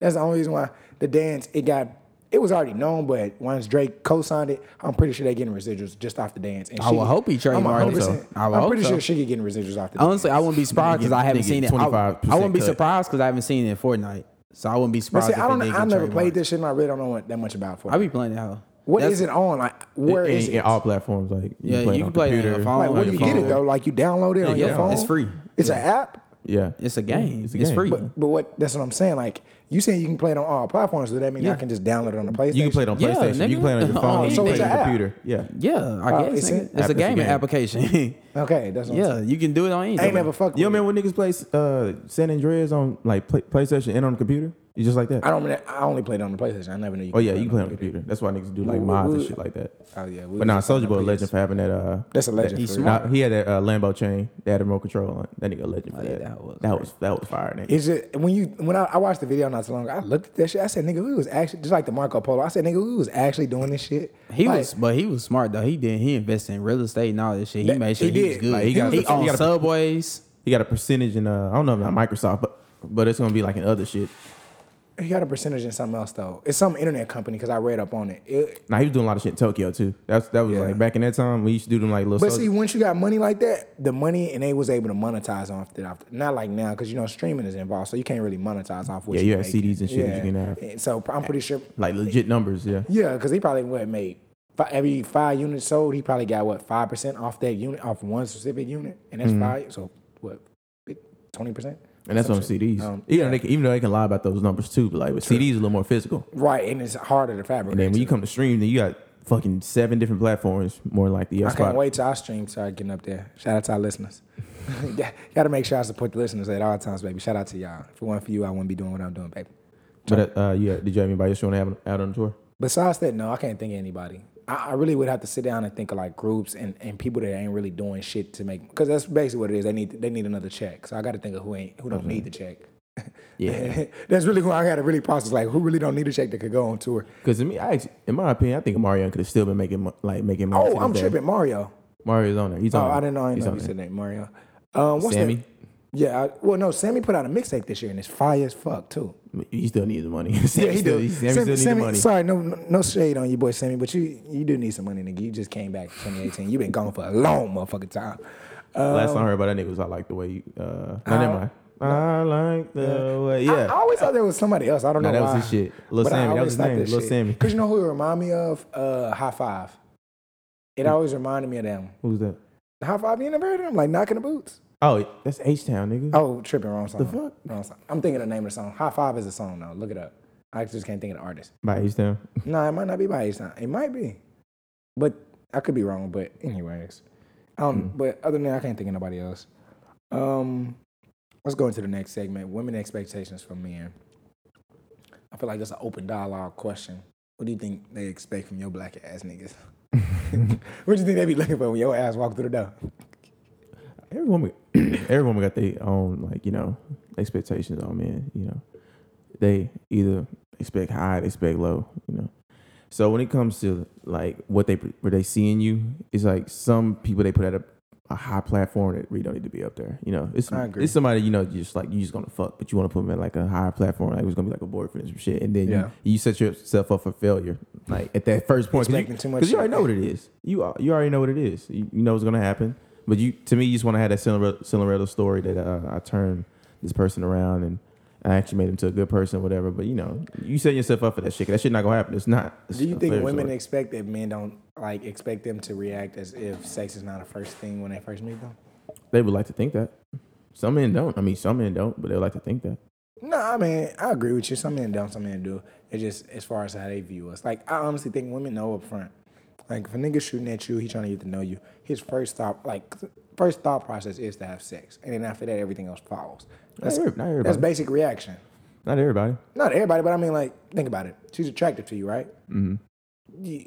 [SPEAKER 3] That's the only reason why the dance it got. It was already known, but once Drake co-signed it, I'm pretty sure they getting residuals just off the dance. And
[SPEAKER 1] I would
[SPEAKER 3] Shiggy-
[SPEAKER 1] hope he
[SPEAKER 3] I'm
[SPEAKER 1] trademarked it,
[SPEAKER 3] 100%.
[SPEAKER 1] though. I would
[SPEAKER 3] I'm
[SPEAKER 1] hope
[SPEAKER 3] pretty
[SPEAKER 1] so.
[SPEAKER 3] sure Shiggy getting residuals off the
[SPEAKER 1] Honestly,
[SPEAKER 3] dance.
[SPEAKER 1] I wouldn't be surprised because I haven't
[SPEAKER 2] Nigga,
[SPEAKER 1] seen it. I, I
[SPEAKER 2] 25%
[SPEAKER 1] wouldn't be
[SPEAKER 2] cut.
[SPEAKER 1] surprised because I haven't seen it in Fortnite. So I wouldn't be
[SPEAKER 3] But
[SPEAKER 1] surprised.
[SPEAKER 3] see,
[SPEAKER 1] if
[SPEAKER 3] I don't.
[SPEAKER 1] It did get
[SPEAKER 3] I never played
[SPEAKER 1] trademarked.
[SPEAKER 3] this shit, and I really don't know what, that much about for.
[SPEAKER 1] I be playing that hoe.
[SPEAKER 3] What
[SPEAKER 1] That's-
[SPEAKER 3] is it on? Like, where
[SPEAKER 2] in,
[SPEAKER 3] is
[SPEAKER 2] in
[SPEAKER 3] it?
[SPEAKER 2] all platforms. Like you
[SPEAKER 1] Yeah,
[SPEAKER 2] play it
[SPEAKER 1] you
[SPEAKER 2] on
[SPEAKER 1] can play it on
[SPEAKER 2] computer,
[SPEAKER 1] your phone,
[SPEAKER 2] on
[SPEAKER 3] Like, where
[SPEAKER 1] on
[SPEAKER 3] do
[SPEAKER 2] your
[SPEAKER 3] you get it
[SPEAKER 2] phone.
[SPEAKER 3] though? Like, you download it on your
[SPEAKER 1] yeah,
[SPEAKER 3] phone.
[SPEAKER 1] it's free.
[SPEAKER 3] It's an app.
[SPEAKER 2] Yeah,
[SPEAKER 1] It's a game. It's,
[SPEAKER 2] It's a game.
[SPEAKER 1] free.
[SPEAKER 2] But-
[SPEAKER 3] But what? That's what I'm saying. Like you saying, you can play it on all platforms. Does that mean I can just download it on the PlayStation?
[SPEAKER 2] you can play it on
[SPEAKER 1] Yeah,
[SPEAKER 2] PlayStation. you
[SPEAKER 1] nigga.
[SPEAKER 2] can play it
[SPEAKER 1] Oh,
[SPEAKER 2] on your phone. you
[SPEAKER 3] so
[SPEAKER 2] can play
[SPEAKER 3] it's
[SPEAKER 2] it on
[SPEAKER 3] an
[SPEAKER 2] your
[SPEAKER 3] app.
[SPEAKER 2] compuner. Yeah,
[SPEAKER 1] yeah, I
[SPEAKER 3] Oh,
[SPEAKER 1] guess
[SPEAKER 3] it's
[SPEAKER 1] nigga.
[SPEAKER 3] in-
[SPEAKER 1] it's, a
[SPEAKER 2] App, it's a
[SPEAKER 1] gaming
[SPEAKER 2] game.
[SPEAKER 1] application.
[SPEAKER 3] Okay, that's what I'm
[SPEAKER 1] yeah,
[SPEAKER 3] saying.
[SPEAKER 1] you can do it on anything.
[SPEAKER 3] I ain't never fucked.
[SPEAKER 2] You
[SPEAKER 3] with
[SPEAKER 2] remember
[SPEAKER 3] it.
[SPEAKER 2] when niggas play uh, San Andreas on like play, PlayStation and on the computer? You just like that?
[SPEAKER 3] I don't. I only played it on the PlayStation. I never knew. You
[SPEAKER 2] Oh yeah, you can play on the computer. That's why niggas do like
[SPEAKER 3] Ooh,
[SPEAKER 2] mods
[SPEAKER 3] ooh.
[SPEAKER 2] and shit like that.
[SPEAKER 3] Oh yeah. we
[SPEAKER 2] But nah,
[SPEAKER 3] was just on
[SPEAKER 2] Soldier Boy a
[SPEAKER 3] the
[SPEAKER 2] legend for having that. Uh,
[SPEAKER 3] That's a legend
[SPEAKER 2] that-
[SPEAKER 3] He's for
[SPEAKER 1] smart.
[SPEAKER 2] Nah, he had that uh, Lambo chain that had a remote control on. it. That nigga a legend
[SPEAKER 3] Oh,
[SPEAKER 2] for
[SPEAKER 1] yeah,
[SPEAKER 2] that.
[SPEAKER 1] that was
[SPEAKER 2] that was that was fire, nigga.
[SPEAKER 3] It's just when you when I, I watched the video not so long ago, I looked at that shit. I said, nigga, we was actually just like the Marco Polo. I said, nigga, we was actually doing this shit.
[SPEAKER 1] He
[SPEAKER 3] Like,
[SPEAKER 1] was, but he was smart though. He did. He invested in real estate and all this shit. He
[SPEAKER 3] That-
[SPEAKER 1] made sure
[SPEAKER 3] he
[SPEAKER 1] he, was
[SPEAKER 3] did.
[SPEAKER 1] good.
[SPEAKER 2] Like,
[SPEAKER 1] he
[SPEAKER 2] he got-
[SPEAKER 1] he
[SPEAKER 2] he
[SPEAKER 1] owned
[SPEAKER 2] got a-
[SPEAKER 1] subways.
[SPEAKER 2] He got a percentage in uh, I don't know about Microsoft, but but it's gonna be like in other shit.
[SPEAKER 3] he got a percentage in something else though. It's some internet company because I read up on it. It-
[SPEAKER 2] Nah, he was doing a lot of shit in Tokyo too. That's that was
[SPEAKER 3] Yeah.
[SPEAKER 2] like back in that time we used to do them like little.
[SPEAKER 3] but
[SPEAKER 2] soldier-
[SPEAKER 3] see, once you got money like that, the money and they was able to monetize off it. Off not like now because you know streaming is involved, so you can't really monetize off what.
[SPEAKER 2] Yeah,
[SPEAKER 3] you
[SPEAKER 2] you had
[SPEAKER 3] make.
[SPEAKER 2] CDs and shit that you can have.
[SPEAKER 3] And So I'm pretty sure
[SPEAKER 2] like legit numbers. Yeah,
[SPEAKER 3] Yeah, because he probably what made fi- every five units sold, he probably got what five percent off that unit, off one specific unit, and that's five. So what, twenty percent?
[SPEAKER 2] Mm-hmm. and that's on CDs.
[SPEAKER 3] Um,
[SPEAKER 2] even, though they can, even though they can lie about those numbers too, but like with CDs, a little more physical.
[SPEAKER 3] Right, and it's harder to fabricate.
[SPEAKER 2] And then when you
[SPEAKER 3] too.
[SPEAKER 2] come to stream, then you got fucking seven different platforms, more like the
[SPEAKER 3] I
[SPEAKER 2] spot.
[SPEAKER 3] can't wait till our stream start getting up there. Shout out to our listeners. Got to make sure I support the listeners at all times, baby. Shout out to y'all. If it weren't for you, I wouldn't be doing what I'm doing, baby.
[SPEAKER 2] But uh, yeah, did you have anybody else you want to have out on the tour?
[SPEAKER 3] Besides that, no, I can't think of anybody. I, I really would have to sit down and think of like groups and, and people that ain't really doing shit to make because that's basically what it is. They need they need another check. So I got to think of who ain't who don't need the check.
[SPEAKER 2] Yeah.
[SPEAKER 3] that's really who I got to really process. Like who really don't need a check that could go on tour.
[SPEAKER 2] Because in me, I actually, in my opinion, I think Mario could have still been making mo- like making money. to
[SPEAKER 3] Oh,
[SPEAKER 2] this
[SPEAKER 3] I'm
[SPEAKER 2] day.
[SPEAKER 3] tripping, Mario.
[SPEAKER 2] Mario's on there. He's on.
[SPEAKER 3] Oh,
[SPEAKER 2] there.
[SPEAKER 3] I didn't know. I didn't
[SPEAKER 2] He's
[SPEAKER 3] know
[SPEAKER 2] on
[SPEAKER 3] you
[SPEAKER 2] there.
[SPEAKER 3] said that Mario. Um, what's
[SPEAKER 2] Sammy?
[SPEAKER 3] That? Yeah. I, well, no, Sammy put out a mixtape this year and it's fire as fuck too.
[SPEAKER 2] He still needs the money.
[SPEAKER 3] Yeah, he
[SPEAKER 2] still, Sammy
[SPEAKER 3] do.
[SPEAKER 2] still
[SPEAKER 3] Sammy,
[SPEAKER 2] needs
[SPEAKER 3] Sammy,
[SPEAKER 2] the money.
[SPEAKER 3] Sorry, no, no shade on you, boy Sammy, but you you do need some money, nigga. You just came back in 2018. You've been gone for a long motherfucking time. Um,
[SPEAKER 2] Last time I heard about that nigga was I like the way you. Uh, no, never mind. I like the way.
[SPEAKER 3] I- I,
[SPEAKER 2] Yeah.
[SPEAKER 3] always thought there was somebody else. I don't
[SPEAKER 2] No,
[SPEAKER 3] know
[SPEAKER 2] that
[SPEAKER 3] why.
[SPEAKER 2] was his shit. Lil
[SPEAKER 3] But I
[SPEAKER 2] Sammy. That
[SPEAKER 3] always
[SPEAKER 2] was his
[SPEAKER 3] liked
[SPEAKER 2] name.
[SPEAKER 3] that
[SPEAKER 2] Lil
[SPEAKER 3] shit.
[SPEAKER 2] Sammy.
[SPEAKER 3] Cause you know who it remind me of? Uh, high five. It
[SPEAKER 2] Mm.
[SPEAKER 3] always reminded me of them.
[SPEAKER 2] Who's that?
[SPEAKER 3] High five being a bird. I'm like knocking the boots.
[SPEAKER 2] Oh, that's H Town, nigga.
[SPEAKER 3] Oh, tripping wrong song.
[SPEAKER 2] The fuck?
[SPEAKER 3] Wrong song. I'm thinking of the name of the song. High five is a song though. Look it up. I just can't think of the artist.
[SPEAKER 2] By H Town.
[SPEAKER 3] No, it might not be by H Town. It might be, but I could be wrong. But anyways, um,
[SPEAKER 2] Hmm.
[SPEAKER 3] but other than that, I can't think of nobody else. Um, let's go into the next segment. Women expectations from men. I feel like that's an open dialogue question. What do you think they expect from your black ass niggas? what do you think they be looking for when your ass walk through the door?
[SPEAKER 2] Every woman, every woman got their own like you know expectations on men. You know, they either expect high, they expect low. You know, so when it comes to like what they what they see in you, it's like some people they put at a, a high platform that really don't need to be up there. You know, it's
[SPEAKER 3] I agree.
[SPEAKER 2] it's somebody you know just like you just gonna fuck, but you want to put them at like a higher platform, like it's gonna be like a boyfriend or some shit, and then
[SPEAKER 3] Yeah.
[SPEAKER 2] you, you set yourself up for failure. Like at that first point, 'cause you-
[SPEAKER 3] Expecting too much
[SPEAKER 2] because you
[SPEAKER 3] shit.
[SPEAKER 2] already know what it is. You al- you already know what it is. You, you know what's gonna happen. But you to me, you just want to have that Cinderella, Cinderella story that uh, I turned this person around and I actually made him to a good person, or whatever. But you know, you set yourself up for that shit. 'cause That shit not gonna happen. It's not. It's
[SPEAKER 3] Do you
[SPEAKER 2] a
[SPEAKER 3] think
[SPEAKER 2] fair
[SPEAKER 3] women
[SPEAKER 2] story.
[SPEAKER 3] expect that men don't like expect them to react as if sex is not a first thing when they first meet them?
[SPEAKER 2] they would like to think that? Some men don't. I mean, some men don't, but they would like to think that.
[SPEAKER 3] No, I mean I agree with you. Some men don't, some men do. It's just as far as how they view us. Like I honestly think women know up front. Like if a nigga shooting at you, he trying to get to know you. His first thought, like first thought process, is to have sex, and then after that, everything else follows. That's,
[SPEAKER 2] every- not everybody.
[SPEAKER 3] that's basic reaction.
[SPEAKER 2] Not everybody.
[SPEAKER 3] Not everybody, but I mean like think about it. She's attractive to you, right? Mm-hmm. You,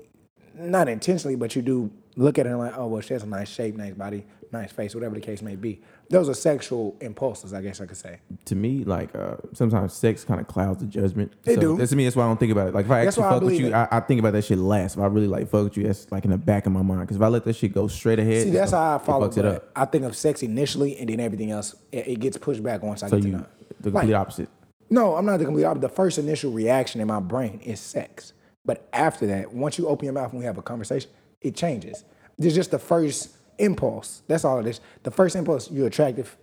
[SPEAKER 3] not intentionally, but you do look at her like, oh well, she has a nice shape, nice body, nice face, whatever the case may be. Those are sexual impulses, I guess I could say.
[SPEAKER 2] To me, like uh, sometimes sex kind of clouds the judgment.
[SPEAKER 3] It
[SPEAKER 2] so
[SPEAKER 3] do.
[SPEAKER 2] That's to me. That's why I don't think about it. Like if I
[SPEAKER 3] That's
[SPEAKER 2] actually
[SPEAKER 3] why I
[SPEAKER 2] fuck with
[SPEAKER 3] believe
[SPEAKER 2] you,
[SPEAKER 3] it.
[SPEAKER 2] I, I think about that shit last. If I really like fuck with you, that's like in the back of my mind. Because if I let that shit go straight ahead,
[SPEAKER 3] See, that's how I
[SPEAKER 2] it
[SPEAKER 3] follow
[SPEAKER 2] fucks it
[SPEAKER 3] but
[SPEAKER 2] up.
[SPEAKER 3] I think of sex initially, and then everything else it, it gets pushed back once I
[SPEAKER 2] So
[SPEAKER 3] get
[SPEAKER 2] you
[SPEAKER 3] to know.
[SPEAKER 2] the
[SPEAKER 3] Like-
[SPEAKER 2] complete opposite.
[SPEAKER 3] No, I'm not the complete opposite. The first initial reaction in my brain is sex, but after that, once you open your mouth and we have a conversation, it changes. There's just the first impulse. That's all it is. The first impulse, you're attractive.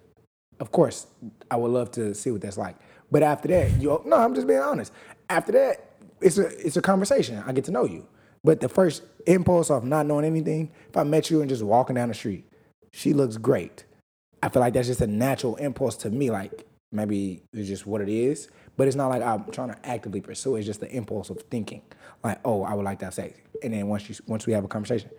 [SPEAKER 3] Of course, I would love to see what that's like. But after that, you no, I'm just being honest. After that, it's a it's a conversation. I get to know you. But the first impulse of not knowing anything, if I met you and just walking down the street, she looks great. I feel like that's just a natural impulse to me. Like maybe it's just what it is, but it's not like I'm trying to actively pursue. it. It's just the impulse of thinking, like, oh, I would like to have sex, and then once you once we have a conversation,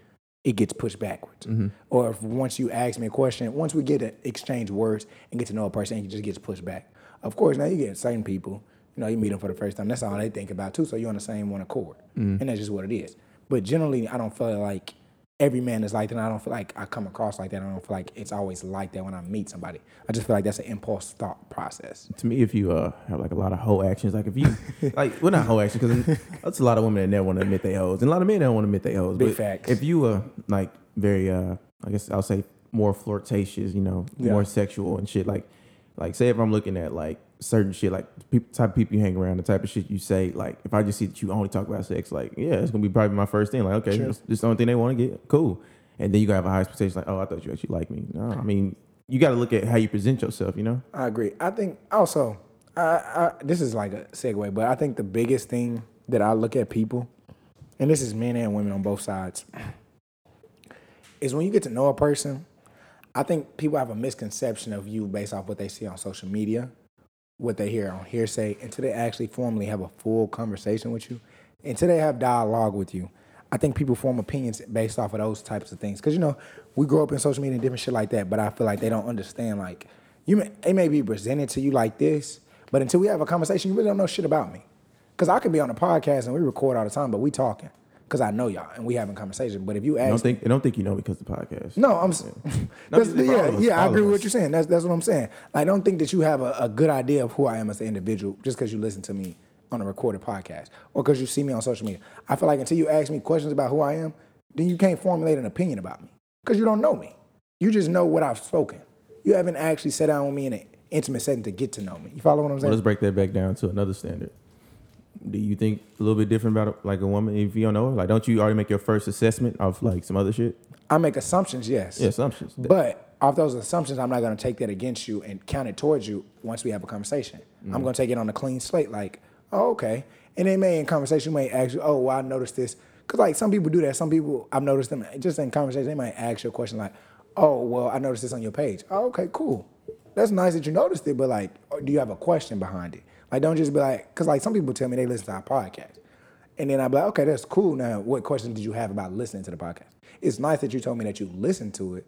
[SPEAKER 3] it gets pushed backwards. Or if once you ask me a question, once we get to exchange words and get to know a person, it just gets pushed back. Of course, now you get certain people. You know, you meet them for the first time. That's all they think about too. So you're on the same one accord, and that's just what it is. But generally, I don't feel like every man is like that. And I don't feel like I come across like that. I don't feel like it's always like that when I meet somebody. I just feel like that's an impulse thought process.
[SPEAKER 2] To me, if you uh, have like a lot of hoe actions, like if you like, well, not hoe actions, because that's a lot of women that never want to admit they hoes, and a lot of men don't want to admit they hoes.
[SPEAKER 3] Big
[SPEAKER 2] but
[SPEAKER 3] facts.
[SPEAKER 2] If you uh, like very, uh, I guess I'll say more flirtatious, you know,
[SPEAKER 3] Yeah.
[SPEAKER 2] more sexual and shit. Like, like say if I'm looking at like certain shit, like peop type of people you hang around, the type of shit you say. Like, if I just see that you only talk about sex, like, yeah, it's gonna be probably my first thing. Like, okay,
[SPEAKER 3] Sure.
[SPEAKER 2] this is the only thing they want to get, cool. And then you gotta have a high expectation, like, oh, I thought you actually liked me. No, I mean, you gotta look at how you present yourself, you know.
[SPEAKER 3] I agree. I think also, I, I this is like a segue, but I think the biggest thing that I look at people, and this is men and women on both sides, is when you get to know a person. I think people have a misconception of you based off what they see on social media, what they hear on hearsay, until they actually formally have a full conversation with you, until they have dialogue with you. I think people form opinions based off of those types of things. Cause you know, we grow up in social media and different shit like that, but I feel like they don't understand. Like, you may, it may be presented to you like this, but until we have a conversation, you really don't know shit about me. Cause I can be on a podcast and we record all the time, but we talking. Cause I know y'all and we having conversation. But if you
[SPEAKER 2] I
[SPEAKER 3] ask
[SPEAKER 2] don't think I don't think you know because of the podcast.
[SPEAKER 3] no, I'm. s That's,
[SPEAKER 2] No,
[SPEAKER 3] yeah,
[SPEAKER 2] all of us,
[SPEAKER 3] yeah, I
[SPEAKER 2] all
[SPEAKER 3] agree
[SPEAKER 2] of
[SPEAKER 3] with
[SPEAKER 2] us.
[SPEAKER 3] what you're saying. That's that's what I'm saying. I don't think that you have a, a good idea of who I am as an individual just because you listen to me on a recorded podcast or because you see me on social media. I feel like until you ask me questions about who I am, then you can't formulate an opinion about me because you don't know me. You just know what I've spoken. You haven't actually sat down with me in an intimate setting to get to know me. You follow what I'm
[SPEAKER 2] Well,
[SPEAKER 3] saying?
[SPEAKER 2] let's break that back down to another standard. Do you think a little bit different about like a woman if you don't know her? Like, don't you already make your first assessment of like some other shit?
[SPEAKER 3] I make assumptions, yes.
[SPEAKER 2] Yeah, assumptions.
[SPEAKER 3] But off those assumptions, I'm not going to take that against you and count it towards you once we have a conversation. I'm going to take it on a clean slate, like, oh, okay. And they may in conversation may ask you, oh, well, I noticed this. Because, like, some people do that. Some people, I've noticed them just in conversation, they might ask you a question like, oh, well, I noticed this on your page. Oh, okay, cool. That's nice that you noticed it, but, like, oh, do you have a question behind it? Like, don't just be like, because, like, some people tell me they listen to our podcast. And then I'd be like, okay, that's cool. Now, what questions did you have about listening to the podcast? It's nice that you told me that you listened to it,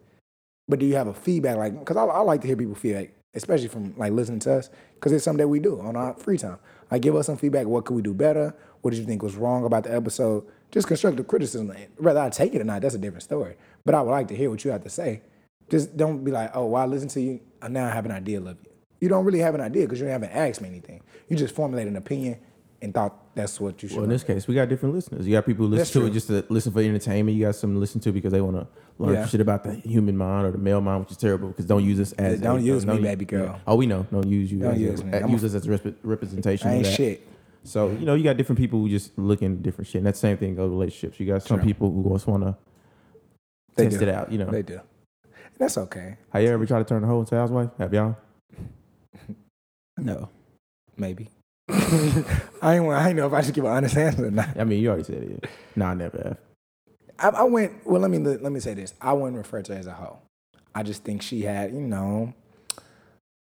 [SPEAKER 3] but do you have a feedback? Like, because I, I like to hear people feedback, especially from like listening to us, because it's something that we do on our free time. Like, give us some feedback. What could we do better? What did you think was wrong about the episode? Just constructive criticism. Whether I take it or not, that's a different story. But I would like to hear what you have to say. Just don't be like, oh, well, I listen to you. and Now I have an idea of you. You don't really have an idea because you haven't asked me anything. You just formulated an opinion and thought that's what you should.
[SPEAKER 2] Well, in this case, we got different listeners. You got people who
[SPEAKER 3] That's
[SPEAKER 2] listen to
[SPEAKER 3] true.
[SPEAKER 2] it just to listen for entertainment. You got some to listen to because they want to learn
[SPEAKER 3] Yeah.
[SPEAKER 2] some shit about the human mind or the male mind, which is terrible. Because don't use us as
[SPEAKER 3] Yeah, don't
[SPEAKER 2] a-
[SPEAKER 3] use me, baby girl.
[SPEAKER 2] yeah. Oh, we know. Don't use you.
[SPEAKER 3] Don't
[SPEAKER 2] as a-
[SPEAKER 3] use me.
[SPEAKER 2] uh,
[SPEAKER 3] I'm
[SPEAKER 2] use us as a rep- representation.
[SPEAKER 3] I
[SPEAKER 2] of
[SPEAKER 3] ain't
[SPEAKER 2] that.
[SPEAKER 3] shit.
[SPEAKER 2] So you know, you got different people who just looking at different shit. And that same thing goes with relationships. You got some
[SPEAKER 3] True.
[SPEAKER 2] people who just want to
[SPEAKER 3] They
[SPEAKER 2] test
[SPEAKER 3] do.
[SPEAKER 2] it out. You know,
[SPEAKER 3] They do. That's okay.
[SPEAKER 2] have you ever tried to turn a hoe into a housewife? Have y'all?
[SPEAKER 1] No.
[SPEAKER 3] Maybe. I ain't. wa- I ain't know if I should give an honest answer or not.
[SPEAKER 2] I mean, you already said it. Nah, I never have.
[SPEAKER 3] I, I went. Well, let me let me say this. I wouldn't refer to her as a hoe. I just think she had, you know,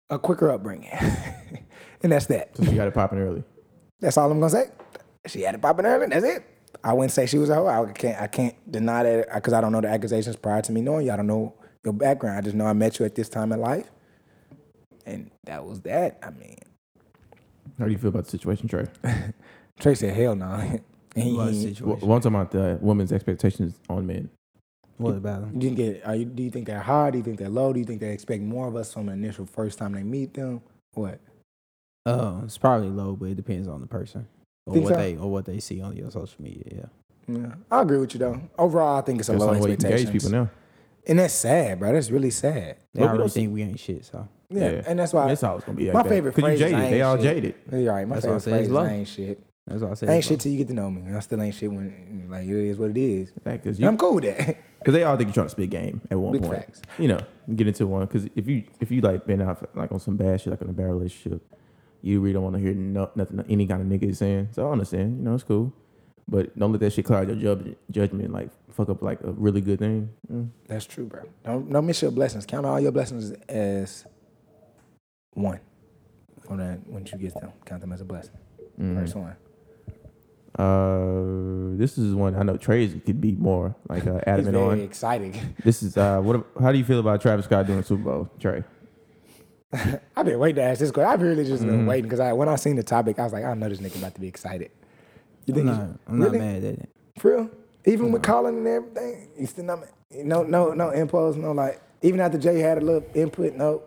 [SPEAKER 3] a quicker upbringing, and that's that.
[SPEAKER 2] So you got it popping early.
[SPEAKER 3] That's all I'm gonna say. She had it popping early. That's it. I wouldn't say she was a hoe. I can't. I can't deny that because I don't know the accusations prior to me knowing you. I don't know your background. I just know I met you at this time in life, and that was that. I mean,
[SPEAKER 2] How do you feel about the situation, Trey?
[SPEAKER 3] Trey said, "Hell no." He-
[SPEAKER 1] What
[SPEAKER 3] he-
[SPEAKER 2] Well,
[SPEAKER 1] situation?
[SPEAKER 2] one time about the uh, women's expectations on men.
[SPEAKER 1] What about him?
[SPEAKER 3] You didn't get. Are you, do you think they're high? Do you think they're low? Do you think they expect more of us from the initial first time they meet them? What?
[SPEAKER 1] Oh, it's probably low, but it depends on the person or
[SPEAKER 3] Think
[SPEAKER 1] what
[SPEAKER 3] so?
[SPEAKER 1] they or what they see on your social media. Yeah.
[SPEAKER 3] Yeah, I agree with you though. Overall, I think it's a
[SPEAKER 2] That's
[SPEAKER 3] low
[SPEAKER 2] not what you
[SPEAKER 3] expectation.
[SPEAKER 2] engage people now.
[SPEAKER 3] and that's sad, bro. That's really sad.
[SPEAKER 1] They
[SPEAKER 2] Well, we
[SPEAKER 1] already
[SPEAKER 2] don't see-
[SPEAKER 1] think we ain't shit, so
[SPEAKER 3] Yeah,
[SPEAKER 2] Yeah.
[SPEAKER 3] and that's why.
[SPEAKER 2] That's how it's gonna be.
[SPEAKER 3] my favorite
[SPEAKER 2] because
[SPEAKER 3] phrase
[SPEAKER 2] you
[SPEAKER 3] is,
[SPEAKER 2] jaded.
[SPEAKER 3] "I ain't
[SPEAKER 2] they all
[SPEAKER 3] shit."
[SPEAKER 2] jaded.
[SPEAKER 3] you're right. My
[SPEAKER 1] That's why I
[SPEAKER 3] favorite
[SPEAKER 1] say it's
[SPEAKER 3] phrase is,
[SPEAKER 1] low.
[SPEAKER 3] I ain't shit.
[SPEAKER 1] that's what I said.
[SPEAKER 3] I ain't
[SPEAKER 1] bro.
[SPEAKER 3] shit till you get to know me. I still ain't shit when like it is what it is.
[SPEAKER 2] Because
[SPEAKER 3] And I'm cool with that.
[SPEAKER 2] they all think you're trying to spit game at one
[SPEAKER 3] Big
[SPEAKER 2] point.
[SPEAKER 3] facts.
[SPEAKER 2] You know, get into one. Because if you if you like been out like on some bad shit, like on a bad relationship, you really don't want to hear no, nothing any kind of nigga is saying. So I understand. You know, it's cool. But don't let that shit cloud your judg- judgment. Like fuck up like a really good thing. Mm.
[SPEAKER 3] That's true, bro. Don't don't miss your blessings. Count all your blessings as one. On that, once you get them, count them as a blessing. First one.
[SPEAKER 2] Mm-hmm. Uh, this is one I know Trey's could be more like uh,
[SPEAKER 3] It's
[SPEAKER 2] adamant
[SPEAKER 3] very
[SPEAKER 2] on.
[SPEAKER 3] exciting.
[SPEAKER 2] This is uh, what? ab- How do you feel about Travis Scott doing Super Bowl, Trey?
[SPEAKER 3] I've been waiting to ask this question. I've really just
[SPEAKER 1] Mm-hmm.
[SPEAKER 3] been waiting because I, when I seen the topic, I was like, I know this nigga about to be excited.
[SPEAKER 1] I'm
[SPEAKER 3] You think
[SPEAKER 1] not,
[SPEAKER 3] he's-
[SPEAKER 1] I'm
[SPEAKER 3] really?
[SPEAKER 1] not mad at it.
[SPEAKER 3] For real? Even with Colin and everything, you still not, no, no, no impulse, no like. Even after Jay had a little input, no.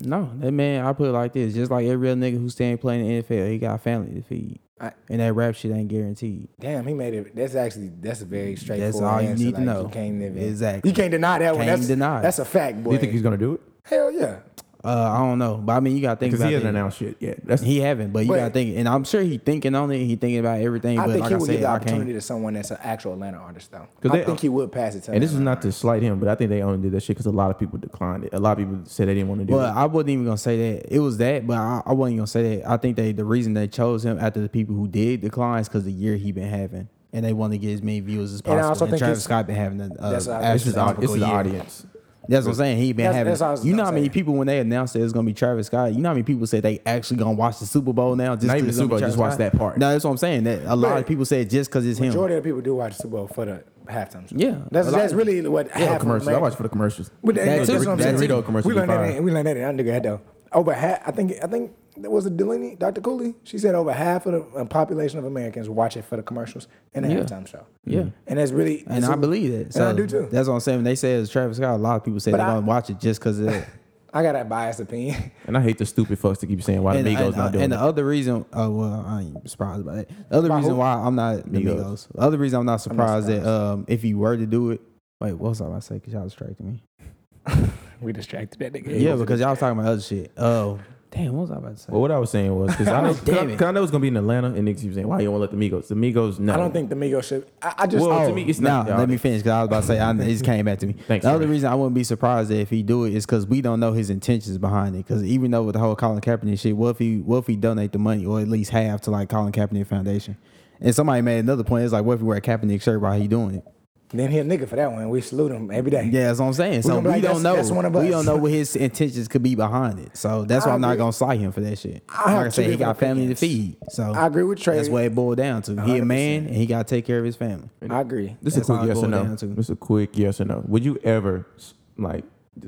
[SPEAKER 1] No, that man, I put it like this: just like every real nigga who staying playing in the NFL, he got a family to feed,
[SPEAKER 3] I-
[SPEAKER 1] and that rap shit ain't guaranteed.
[SPEAKER 3] Damn, he made it. That's actually that's a very straightforward.
[SPEAKER 1] That's all you
[SPEAKER 3] answer.
[SPEAKER 1] need
[SPEAKER 3] like,
[SPEAKER 1] to know.
[SPEAKER 3] You can't even,
[SPEAKER 1] Exactly.
[SPEAKER 3] You can't deny that one.
[SPEAKER 1] Can't
[SPEAKER 3] That's,
[SPEAKER 1] deny it.
[SPEAKER 3] That's a fact, boy.
[SPEAKER 2] Do you think he's gonna do it?
[SPEAKER 3] Hell yeah.
[SPEAKER 1] Uh, I don't know, but I mean, you gotta think
[SPEAKER 2] Because
[SPEAKER 1] about
[SPEAKER 2] he hasn't
[SPEAKER 1] it.
[SPEAKER 2] announced shit yet. That's
[SPEAKER 1] He haven't, but you
[SPEAKER 3] But-
[SPEAKER 1] gotta think, and I'm sure he thinking on it. He thinking about everything.
[SPEAKER 3] I
[SPEAKER 1] but
[SPEAKER 3] think
[SPEAKER 1] like
[SPEAKER 3] he
[SPEAKER 1] I
[SPEAKER 3] would
[SPEAKER 1] said,
[SPEAKER 3] give the
[SPEAKER 1] I can't.
[SPEAKER 3] opportunity to someone that's an actual Atlanta artist, though.
[SPEAKER 2] 'Cause
[SPEAKER 3] I
[SPEAKER 2] they-
[SPEAKER 3] think he would pass it to.
[SPEAKER 2] And this is
[SPEAKER 3] Atlanta
[SPEAKER 2] not to slight him, but I think they only did that shit because a lot of people declined it. A lot of people said they didn't want to do
[SPEAKER 1] Well, I wasn't even gonna say that. It was that, but I, I wasn't gonna say that. I think they the reason they chose him after the people who did decline is because the year he been having, and they want to get as many views as
[SPEAKER 3] And
[SPEAKER 1] possible.
[SPEAKER 3] I
[SPEAKER 1] And,
[SPEAKER 3] also think
[SPEAKER 1] Travis
[SPEAKER 3] it's-
[SPEAKER 1] Scott been having an uh,
[SPEAKER 3] That's what I was
[SPEAKER 2] it. It's just
[SPEAKER 1] astronomical
[SPEAKER 2] the, it's the
[SPEAKER 1] year.
[SPEAKER 2] audience.
[SPEAKER 1] That's what I'm saying. He been
[SPEAKER 3] That's-
[SPEAKER 1] having.
[SPEAKER 3] that's what I was-
[SPEAKER 1] you know
[SPEAKER 3] I'm
[SPEAKER 1] how many
[SPEAKER 3] saying.
[SPEAKER 1] people when they announced that it's gonna be Travis Scott. You know how many people said they actually gonna watch the Super Bowl now. Just
[SPEAKER 2] Not
[SPEAKER 1] 'cause
[SPEAKER 2] even
[SPEAKER 1] it's
[SPEAKER 2] the
[SPEAKER 1] gonna
[SPEAKER 2] Super
[SPEAKER 1] be
[SPEAKER 2] Bowl, just
[SPEAKER 1] Travis
[SPEAKER 2] watch
[SPEAKER 1] Scott?
[SPEAKER 2] that part.
[SPEAKER 1] No, that's what I'm saying. That a lot
[SPEAKER 3] Right.
[SPEAKER 1] of people said just because it's him.
[SPEAKER 3] Majority of people do watch the Super Bowl for the halftime show.
[SPEAKER 1] Yeah.
[SPEAKER 3] that's
[SPEAKER 1] A lot
[SPEAKER 3] that's
[SPEAKER 1] of-
[SPEAKER 3] really what half
[SPEAKER 2] Yeah,
[SPEAKER 3] of
[SPEAKER 2] commercials. I
[SPEAKER 3] America-
[SPEAKER 2] watch for the commercials.
[SPEAKER 3] But that,
[SPEAKER 1] That
[SPEAKER 3] that's
[SPEAKER 1] too.
[SPEAKER 3] what I'm
[SPEAKER 1] That
[SPEAKER 3] saying.
[SPEAKER 2] Dorito commercial
[SPEAKER 3] We learned
[SPEAKER 2] be
[SPEAKER 3] that.
[SPEAKER 2] fire.
[SPEAKER 3] We learned that. That nigga had though. Over half. I think. I think that was a Delaney, Dr. Cooley. She said over half of the uh, population of Americans watch it for the commercials and the
[SPEAKER 1] Yeah.
[SPEAKER 3] halftime show.
[SPEAKER 1] Yeah.
[SPEAKER 3] And that's really.
[SPEAKER 1] and
[SPEAKER 3] it's
[SPEAKER 1] I
[SPEAKER 3] a-
[SPEAKER 1] believe that.
[SPEAKER 3] and
[SPEAKER 1] So
[SPEAKER 3] I do too.
[SPEAKER 1] That's what I'm saying. When they say it's Travis Scott, a lot of people said
[SPEAKER 3] But
[SPEAKER 1] they're
[SPEAKER 3] I-
[SPEAKER 1] gonna watch it just because of that.
[SPEAKER 3] I got a biased opinion.
[SPEAKER 2] And I hate the stupid fucks to keep saying why the
[SPEAKER 1] and,
[SPEAKER 2] Migos
[SPEAKER 1] and,
[SPEAKER 2] not
[SPEAKER 1] uh,
[SPEAKER 2] doing
[SPEAKER 1] and
[SPEAKER 2] it.
[SPEAKER 1] the other reason, uh, well, I ain't surprised by that. The other
[SPEAKER 3] By
[SPEAKER 1] reason
[SPEAKER 3] who?
[SPEAKER 1] why I'm not the
[SPEAKER 2] Migos.
[SPEAKER 1] Migos. The other reason I'm not surprised,
[SPEAKER 3] surprised.
[SPEAKER 1] that um, if he were to do it, wait, what was I about to say? Because y'all distracted me.
[SPEAKER 3] we distracted that nigga.
[SPEAKER 1] Yeah, because y'all was talking about other shit. Oh, Damn, what was I about to say?
[SPEAKER 2] Well, what I was saying was because I know,
[SPEAKER 1] Oh, Damn it.
[SPEAKER 2] cause I know it's gonna be in Atlanta, and Nick keeps saying, "Why you won't let the Migos?" The Migos, no.
[SPEAKER 3] I don't think the Migos should. I, I just
[SPEAKER 2] Well,
[SPEAKER 3] oh,
[SPEAKER 2] to me, it's
[SPEAKER 1] no,
[SPEAKER 2] not. y'all.
[SPEAKER 1] let me finish because I was about to say I, it just came back to me.
[SPEAKER 2] Thanks,
[SPEAKER 1] the other
[SPEAKER 2] Ray.
[SPEAKER 1] reason I wouldn't be surprised if he do it is because we don't know his intentions behind it. Because even though with the whole Colin Kaepernick shit, what if he what if he donate the money or at least half to like Colin Kaepernick Foundation? And somebody made another point. It's like, what if he wear a Kaepernick shirt while he doing it?
[SPEAKER 3] then he a nigga for that one. We salute him every day.
[SPEAKER 1] Yeah, that's what I'm saying. So
[SPEAKER 3] gonna be
[SPEAKER 1] we
[SPEAKER 3] like,
[SPEAKER 1] don't
[SPEAKER 3] that's-
[SPEAKER 1] know.
[SPEAKER 3] that's one of
[SPEAKER 1] We
[SPEAKER 3] us.
[SPEAKER 1] don't know what his intentions could be behind it. So that's why
[SPEAKER 3] I
[SPEAKER 1] I'm not
[SPEAKER 3] agree.
[SPEAKER 1] gonna cite him for that shit.
[SPEAKER 3] I
[SPEAKER 1] like
[SPEAKER 3] have
[SPEAKER 1] I
[SPEAKER 3] two
[SPEAKER 1] said, he got
[SPEAKER 3] different
[SPEAKER 1] family to feed.
[SPEAKER 3] opinions.
[SPEAKER 1] So
[SPEAKER 3] I agree with Trey.
[SPEAKER 1] That's what it boiled down to. He a man and he gotta take care of his family.
[SPEAKER 3] I agree.
[SPEAKER 2] This is a
[SPEAKER 1] That's all
[SPEAKER 2] quick
[SPEAKER 1] it
[SPEAKER 2] yes or
[SPEAKER 1] boiled
[SPEAKER 2] no.
[SPEAKER 1] down to.
[SPEAKER 2] This is a quick yes or no. Would you ever like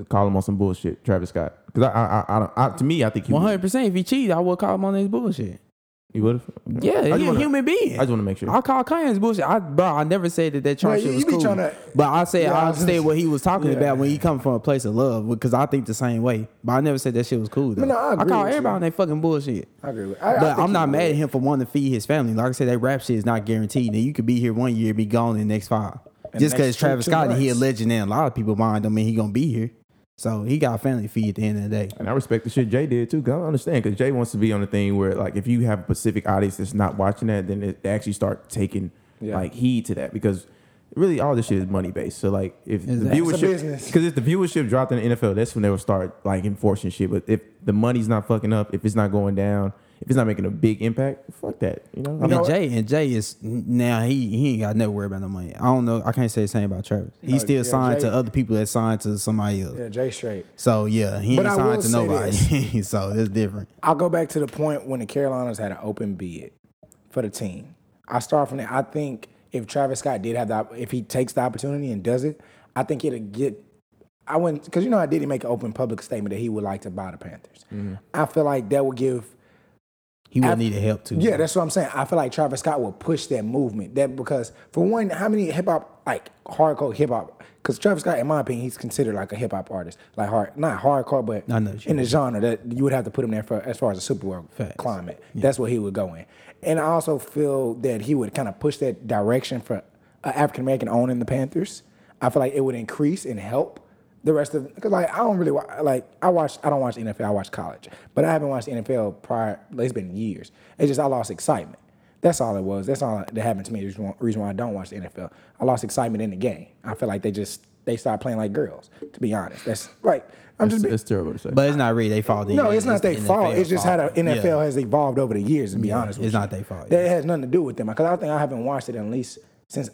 [SPEAKER 2] call him on some bullshit, Travis Scott? Because I, I, I, I don't. I, to me, I think he
[SPEAKER 1] One
[SPEAKER 2] would.
[SPEAKER 1] hundred percent. If he cheated, I would call him on his bullshit.
[SPEAKER 2] You would.
[SPEAKER 1] Yeah,
[SPEAKER 2] I
[SPEAKER 1] he
[SPEAKER 2] just
[SPEAKER 1] a
[SPEAKER 2] wanna-
[SPEAKER 1] human being.
[SPEAKER 2] I just want to make sure.
[SPEAKER 1] I call Kanye's bullshit. I bro, I never said that that
[SPEAKER 3] Bro,
[SPEAKER 1] Charles
[SPEAKER 3] you-
[SPEAKER 1] shit was
[SPEAKER 3] you be
[SPEAKER 1] cool.
[SPEAKER 3] tryna-
[SPEAKER 1] but I said
[SPEAKER 3] Yeah,
[SPEAKER 1] I
[SPEAKER 3] I was
[SPEAKER 1] understand
[SPEAKER 3] just-
[SPEAKER 1] what he was talking
[SPEAKER 3] Yeah.
[SPEAKER 1] about when he come from a place of love because I think the same way. But I never said that shit was cool though.
[SPEAKER 3] no, I agree
[SPEAKER 1] call
[SPEAKER 3] with
[SPEAKER 1] everybody
[SPEAKER 3] you.
[SPEAKER 1] on their fucking bullshit.
[SPEAKER 3] I agree with. I, I
[SPEAKER 1] but
[SPEAKER 3] think
[SPEAKER 1] I'm
[SPEAKER 3] he
[SPEAKER 1] not
[SPEAKER 3] would.
[SPEAKER 1] mad at him for wanting to feed his family. Like I said, that rap shit is not guaranteed. Now you could be here one year, be gone in the next five.
[SPEAKER 3] And
[SPEAKER 1] Just
[SPEAKER 3] next
[SPEAKER 1] because
[SPEAKER 3] two-
[SPEAKER 1] Travis
[SPEAKER 3] two
[SPEAKER 1] Scott and he a
[SPEAKER 3] months.
[SPEAKER 1] legend in a lot of people mind, don't mean he gonna be here. So he got family to feed at the end of the day.
[SPEAKER 2] And I respect the shit Jay did too. Cause I don't understand because Jay wants to be on the thing where like if you have a Pacific audience that's not watching that, then it, they actually start taking
[SPEAKER 3] Yeah.
[SPEAKER 2] like heed to that because really all this shit is money based. So like if
[SPEAKER 1] Exactly.
[SPEAKER 2] the
[SPEAKER 3] It's a
[SPEAKER 2] viewership,
[SPEAKER 3] business.
[SPEAKER 2] because if the viewership dropped in the NFL, that's when they would start like enforcing shit. But if the money's not fucking up, if it's not going down, if it's not making a big impact, fuck that. You know, I mean,
[SPEAKER 1] and Jay and Jay is now he he ain't got no worry about no money. I don't know. I can't say the same about Travis. He's
[SPEAKER 3] No,
[SPEAKER 1] still
[SPEAKER 3] yeah,
[SPEAKER 1] signed
[SPEAKER 3] Jay-
[SPEAKER 1] to other people that signed to somebody else.
[SPEAKER 3] Yeah, Jay straight.
[SPEAKER 1] So yeah, he
[SPEAKER 3] But
[SPEAKER 1] ain't
[SPEAKER 3] I
[SPEAKER 1] signed
[SPEAKER 3] will
[SPEAKER 1] to
[SPEAKER 3] say
[SPEAKER 1] nobody. so that's different.
[SPEAKER 3] I'll go back to the point when the Carolinas had an open bid for the team. I start from there. I think if Travis Scott did have the, op- if he takes the opportunity and does it, I think it'll get. I wouldn't, because you know, I did make an open public statement that he would like to buy the Panthers. I feel like that would give
[SPEAKER 1] He would
[SPEAKER 3] Af-
[SPEAKER 1] need help too.
[SPEAKER 3] yeah, that's what I'm saying. I feel like Travis Scott will push that movement. That because for one, how many hip hop like hardcore hip hop? Because Travis Scott, in my opinion, he's considered like a hip hop artist, like hard not hardcore, but
[SPEAKER 1] I know what you
[SPEAKER 3] in the genre that you would have to put him there for as far as the super world
[SPEAKER 1] Facts.
[SPEAKER 3] climate. That's what he would go in, and I also feel that he would kind of push that direction for African American owning the Panthers. I feel like it would increase and help the rest of because like I don't really wa- like I watch I don't watch the NFL I watch college but I haven't watched the NFL prior like, it's been years it's just I lost excitement that's all it was that's all that happened to me It's one reason why I don't watch the NFL I lost excitement in the game I feel like they just they started playing like girls to be honest that's like I'm
[SPEAKER 2] it's,
[SPEAKER 3] just being
[SPEAKER 2] it's terrible to say.
[SPEAKER 1] but it's not really their fault.
[SPEAKER 3] no it's not their
[SPEAKER 1] the
[SPEAKER 3] fault
[SPEAKER 1] NFL
[SPEAKER 3] it's just how the
[SPEAKER 1] fault. Yeah.
[SPEAKER 3] NFL has evolved over the years to be honest with
[SPEAKER 1] it's
[SPEAKER 3] you.
[SPEAKER 1] not their fault,
[SPEAKER 3] that
[SPEAKER 1] yeah.
[SPEAKER 3] has nothing to do with them because I think I haven't watched it at least since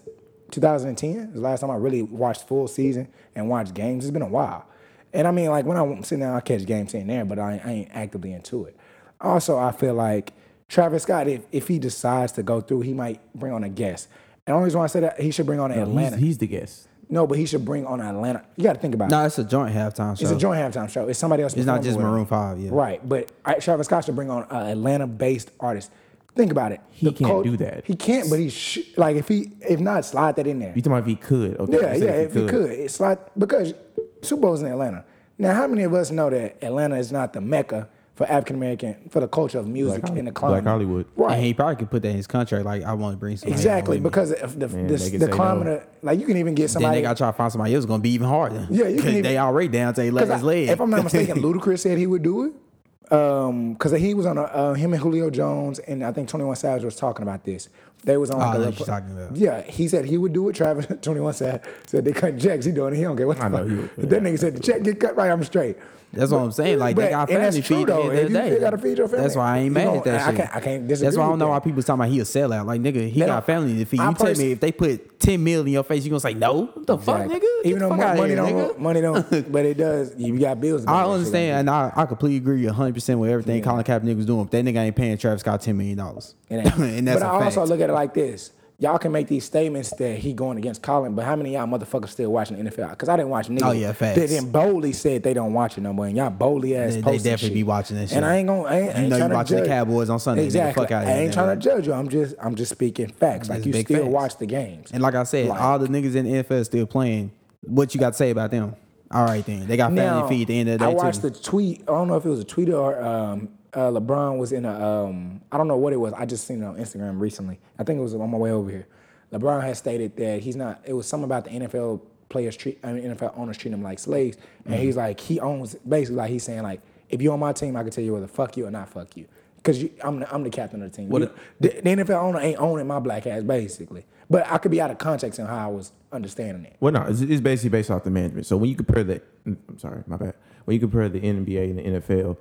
[SPEAKER 3] 2010 is the last time I really watched full season and watched games it's been a while and I mean like when I'm sitting down I catch games here and there but I, I ain't actively into it also I feel like Travis Scott if, if he decides to go through he might bring on a guest and the only reason why I say that he should bring on an
[SPEAKER 2] he's,
[SPEAKER 3] Atlanta
[SPEAKER 2] he's the guest.
[SPEAKER 3] no but he should bring on Atlanta you got to think about it
[SPEAKER 1] No, it's a joint halftime show.
[SPEAKER 3] it's a joint halftime show it's somebody else
[SPEAKER 1] It's not
[SPEAKER 3] performing
[SPEAKER 1] just
[SPEAKER 3] with him.
[SPEAKER 1] Maroon Five. Yeah.
[SPEAKER 3] Right, but I, Travis Scott should bring on an Atlanta-based artist. Think about it.
[SPEAKER 2] He
[SPEAKER 3] The
[SPEAKER 2] can't
[SPEAKER 3] cult-
[SPEAKER 2] do that.
[SPEAKER 3] He can't, but he sh- like if he if not slide that in there.
[SPEAKER 2] You talking about if he could? Okay,
[SPEAKER 3] yeah,
[SPEAKER 2] I said
[SPEAKER 3] yeah. If he could, it's like because Super Bowl's in Atlanta. Now, how many of us know that Atlanta is not the mecca for African American for the culture of music
[SPEAKER 2] Black Hol-
[SPEAKER 3] and the climate?
[SPEAKER 2] Black Hollywood.
[SPEAKER 1] And
[SPEAKER 3] Right.
[SPEAKER 1] he probably could put that in his contract. Like I want to bring somebody.
[SPEAKER 3] Exactly,
[SPEAKER 1] with me.
[SPEAKER 3] because of the
[SPEAKER 2] Man,
[SPEAKER 3] this,
[SPEAKER 2] they can
[SPEAKER 3] the
[SPEAKER 2] say
[SPEAKER 3] climate,
[SPEAKER 2] no.
[SPEAKER 3] of- like you can even get
[SPEAKER 1] then
[SPEAKER 3] somebody.
[SPEAKER 1] they gotta try to find somebody else. It's gonna be even harder.
[SPEAKER 3] Yeah, you can
[SPEAKER 1] 'Cause
[SPEAKER 3] even-
[SPEAKER 1] they already down to their last
[SPEAKER 3] Because I-
[SPEAKER 1] leg.
[SPEAKER 3] If I'm not mistaken, Ludacris said he would do it. Because he was on a, uh, him and Julio Jones, and I think 21 Savage was talking about this. They was on.
[SPEAKER 1] I
[SPEAKER 3] like
[SPEAKER 1] know
[SPEAKER 3] a
[SPEAKER 1] what you're talking about.
[SPEAKER 3] Yeah, he said he would do it. Travis 21 Savage said they cut checks. He doing it. He don't care what the
[SPEAKER 2] I know
[SPEAKER 3] fuck.
[SPEAKER 2] he would,
[SPEAKER 3] That nigga said the check get cut right. I'm straight.
[SPEAKER 1] That's what I'm saying. Like they
[SPEAKER 3] But-
[SPEAKER 1] got
[SPEAKER 3] and
[SPEAKER 1] family
[SPEAKER 3] that's
[SPEAKER 1] feed
[SPEAKER 3] true,
[SPEAKER 1] at the
[SPEAKER 3] though.
[SPEAKER 1] end of
[SPEAKER 3] If
[SPEAKER 1] the
[SPEAKER 3] you-
[SPEAKER 1] day.
[SPEAKER 3] they gotta feed your family.
[SPEAKER 1] That's why I ain't
[SPEAKER 3] You
[SPEAKER 1] mad
[SPEAKER 3] don't-
[SPEAKER 1] at that
[SPEAKER 3] I
[SPEAKER 1] shit.
[SPEAKER 3] can't- I can't disagree
[SPEAKER 1] That's why I don't
[SPEAKER 3] with
[SPEAKER 1] know why
[SPEAKER 3] that.
[SPEAKER 1] people talking about he a sellout. Like nigga, he
[SPEAKER 3] Now,
[SPEAKER 1] got family to feed.
[SPEAKER 3] I
[SPEAKER 1] You tell
[SPEAKER 3] pers-
[SPEAKER 1] me if they put ten million in your face, you gonna say no? What the fuck, nigga?
[SPEAKER 3] Like,
[SPEAKER 1] Get
[SPEAKER 3] Even
[SPEAKER 1] the
[SPEAKER 3] though
[SPEAKER 1] fuck
[SPEAKER 3] mo-
[SPEAKER 1] outta
[SPEAKER 3] money
[SPEAKER 1] here,
[SPEAKER 3] don't,
[SPEAKER 1] nigga.
[SPEAKER 3] money don't, but it does. You got bills. to pay,
[SPEAKER 1] I
[SPEAKER 3] that shit
[SPEAKER 1] understand, and I, I completely agree 100 percent with everything Colin Kaepernick was doing. But that nigga ain't paying Travis Scott 10 million dollars,
[SPEAKER 3] It ain't.
[SPEAKER 1] and that's
[SPEAKER 3] but
[SPEAKER 1] a
[SPEAKER 3] I
[SPEAKER 1] fact.
[SPEAKER 3] also look at it like this. Y'all can make these statements that he going against Colin, but how many of y'all motherfuckers still watching the NFL? Because I didn't watch niggas.
[SPEAKER 1] Oh, yeah, facts.
[SPEAKER 3] They then boldly said they don't watch it no more, and y'all boldly ass.
[SPEAKER 1] They- they
[SPEAKER 3] posting
[SPEAKER 1] definitely
[SPEAKER 3] shit.
[SPEAKER 1] be watching that shit.
[SPEAKER 3] And I ain't gonna. I ain't,
[SPEAKER 1] You
[SPEAKER 3] I ain't
[SPEAKER 1] know you
[SPEAKER 3] tryna
[SPEAKER 1] watching the
[SPEAKER 3] judge.
[SPEAKER 1] Cowboys on Sunday. Get the
[SPEAKER 3] Exactly.
[SPEAKER 1] fuck outta
[SPEAKER 3] I
[SPEAKER 1] here,
[SPEAKER 3] ain't
[SPEAKER 1] nigga.
[SPEAKER 3] trying to judge you. I'm just. I'm just speaking facts. Like
[SPEAKER 1] That's
[SPEAKER 3] you
[SPEAKER 1] big
[SPEAKER 3] still
[SPEAKER 1] facts.
[SPEAKER 3] watch the games.
[SPEAKER 1] And like I said,
[SPEAKER 3] Like-
[SPEAKER 1] all the niggas in the NFL still playing. What you got to say about them? All right, then they got family
[SPEAKER 3] Now,
[SPEAKER 1] to feed. At the end of the day,
[SPEAKER 3] I watched
[SPEAKER 1] too.
[SPEAKER 3] the tweet. I don't know if it was a tweet or um, uh, LeBron was in a. Um, I don't know what it was. I just seen it on Instagram recently. I think it was on my way over here. LeBron has stated that he's not. It was something about the
[SPEAKER 1] Mm-hmm.
[SPEAKER 3] NFL players treat. I mean, NFL owners treat him like slaves, and he's like he owns basically like he's saying like If you're on my team, I can tell you whether fuck you or not fuck you. Because I'm the, I'm the captain of the team.
[SPEAKER 2] What
[SPEAKER 3] You- the, the NFL owner ain't owning my black ass, basically. But I could be out of context in how I was understanding it.
[SPEAKER 2] Well, no, it's, it's basically based off the management. So when you compare the, I'm sorry, my bad. When you compare the NBA and the NFL,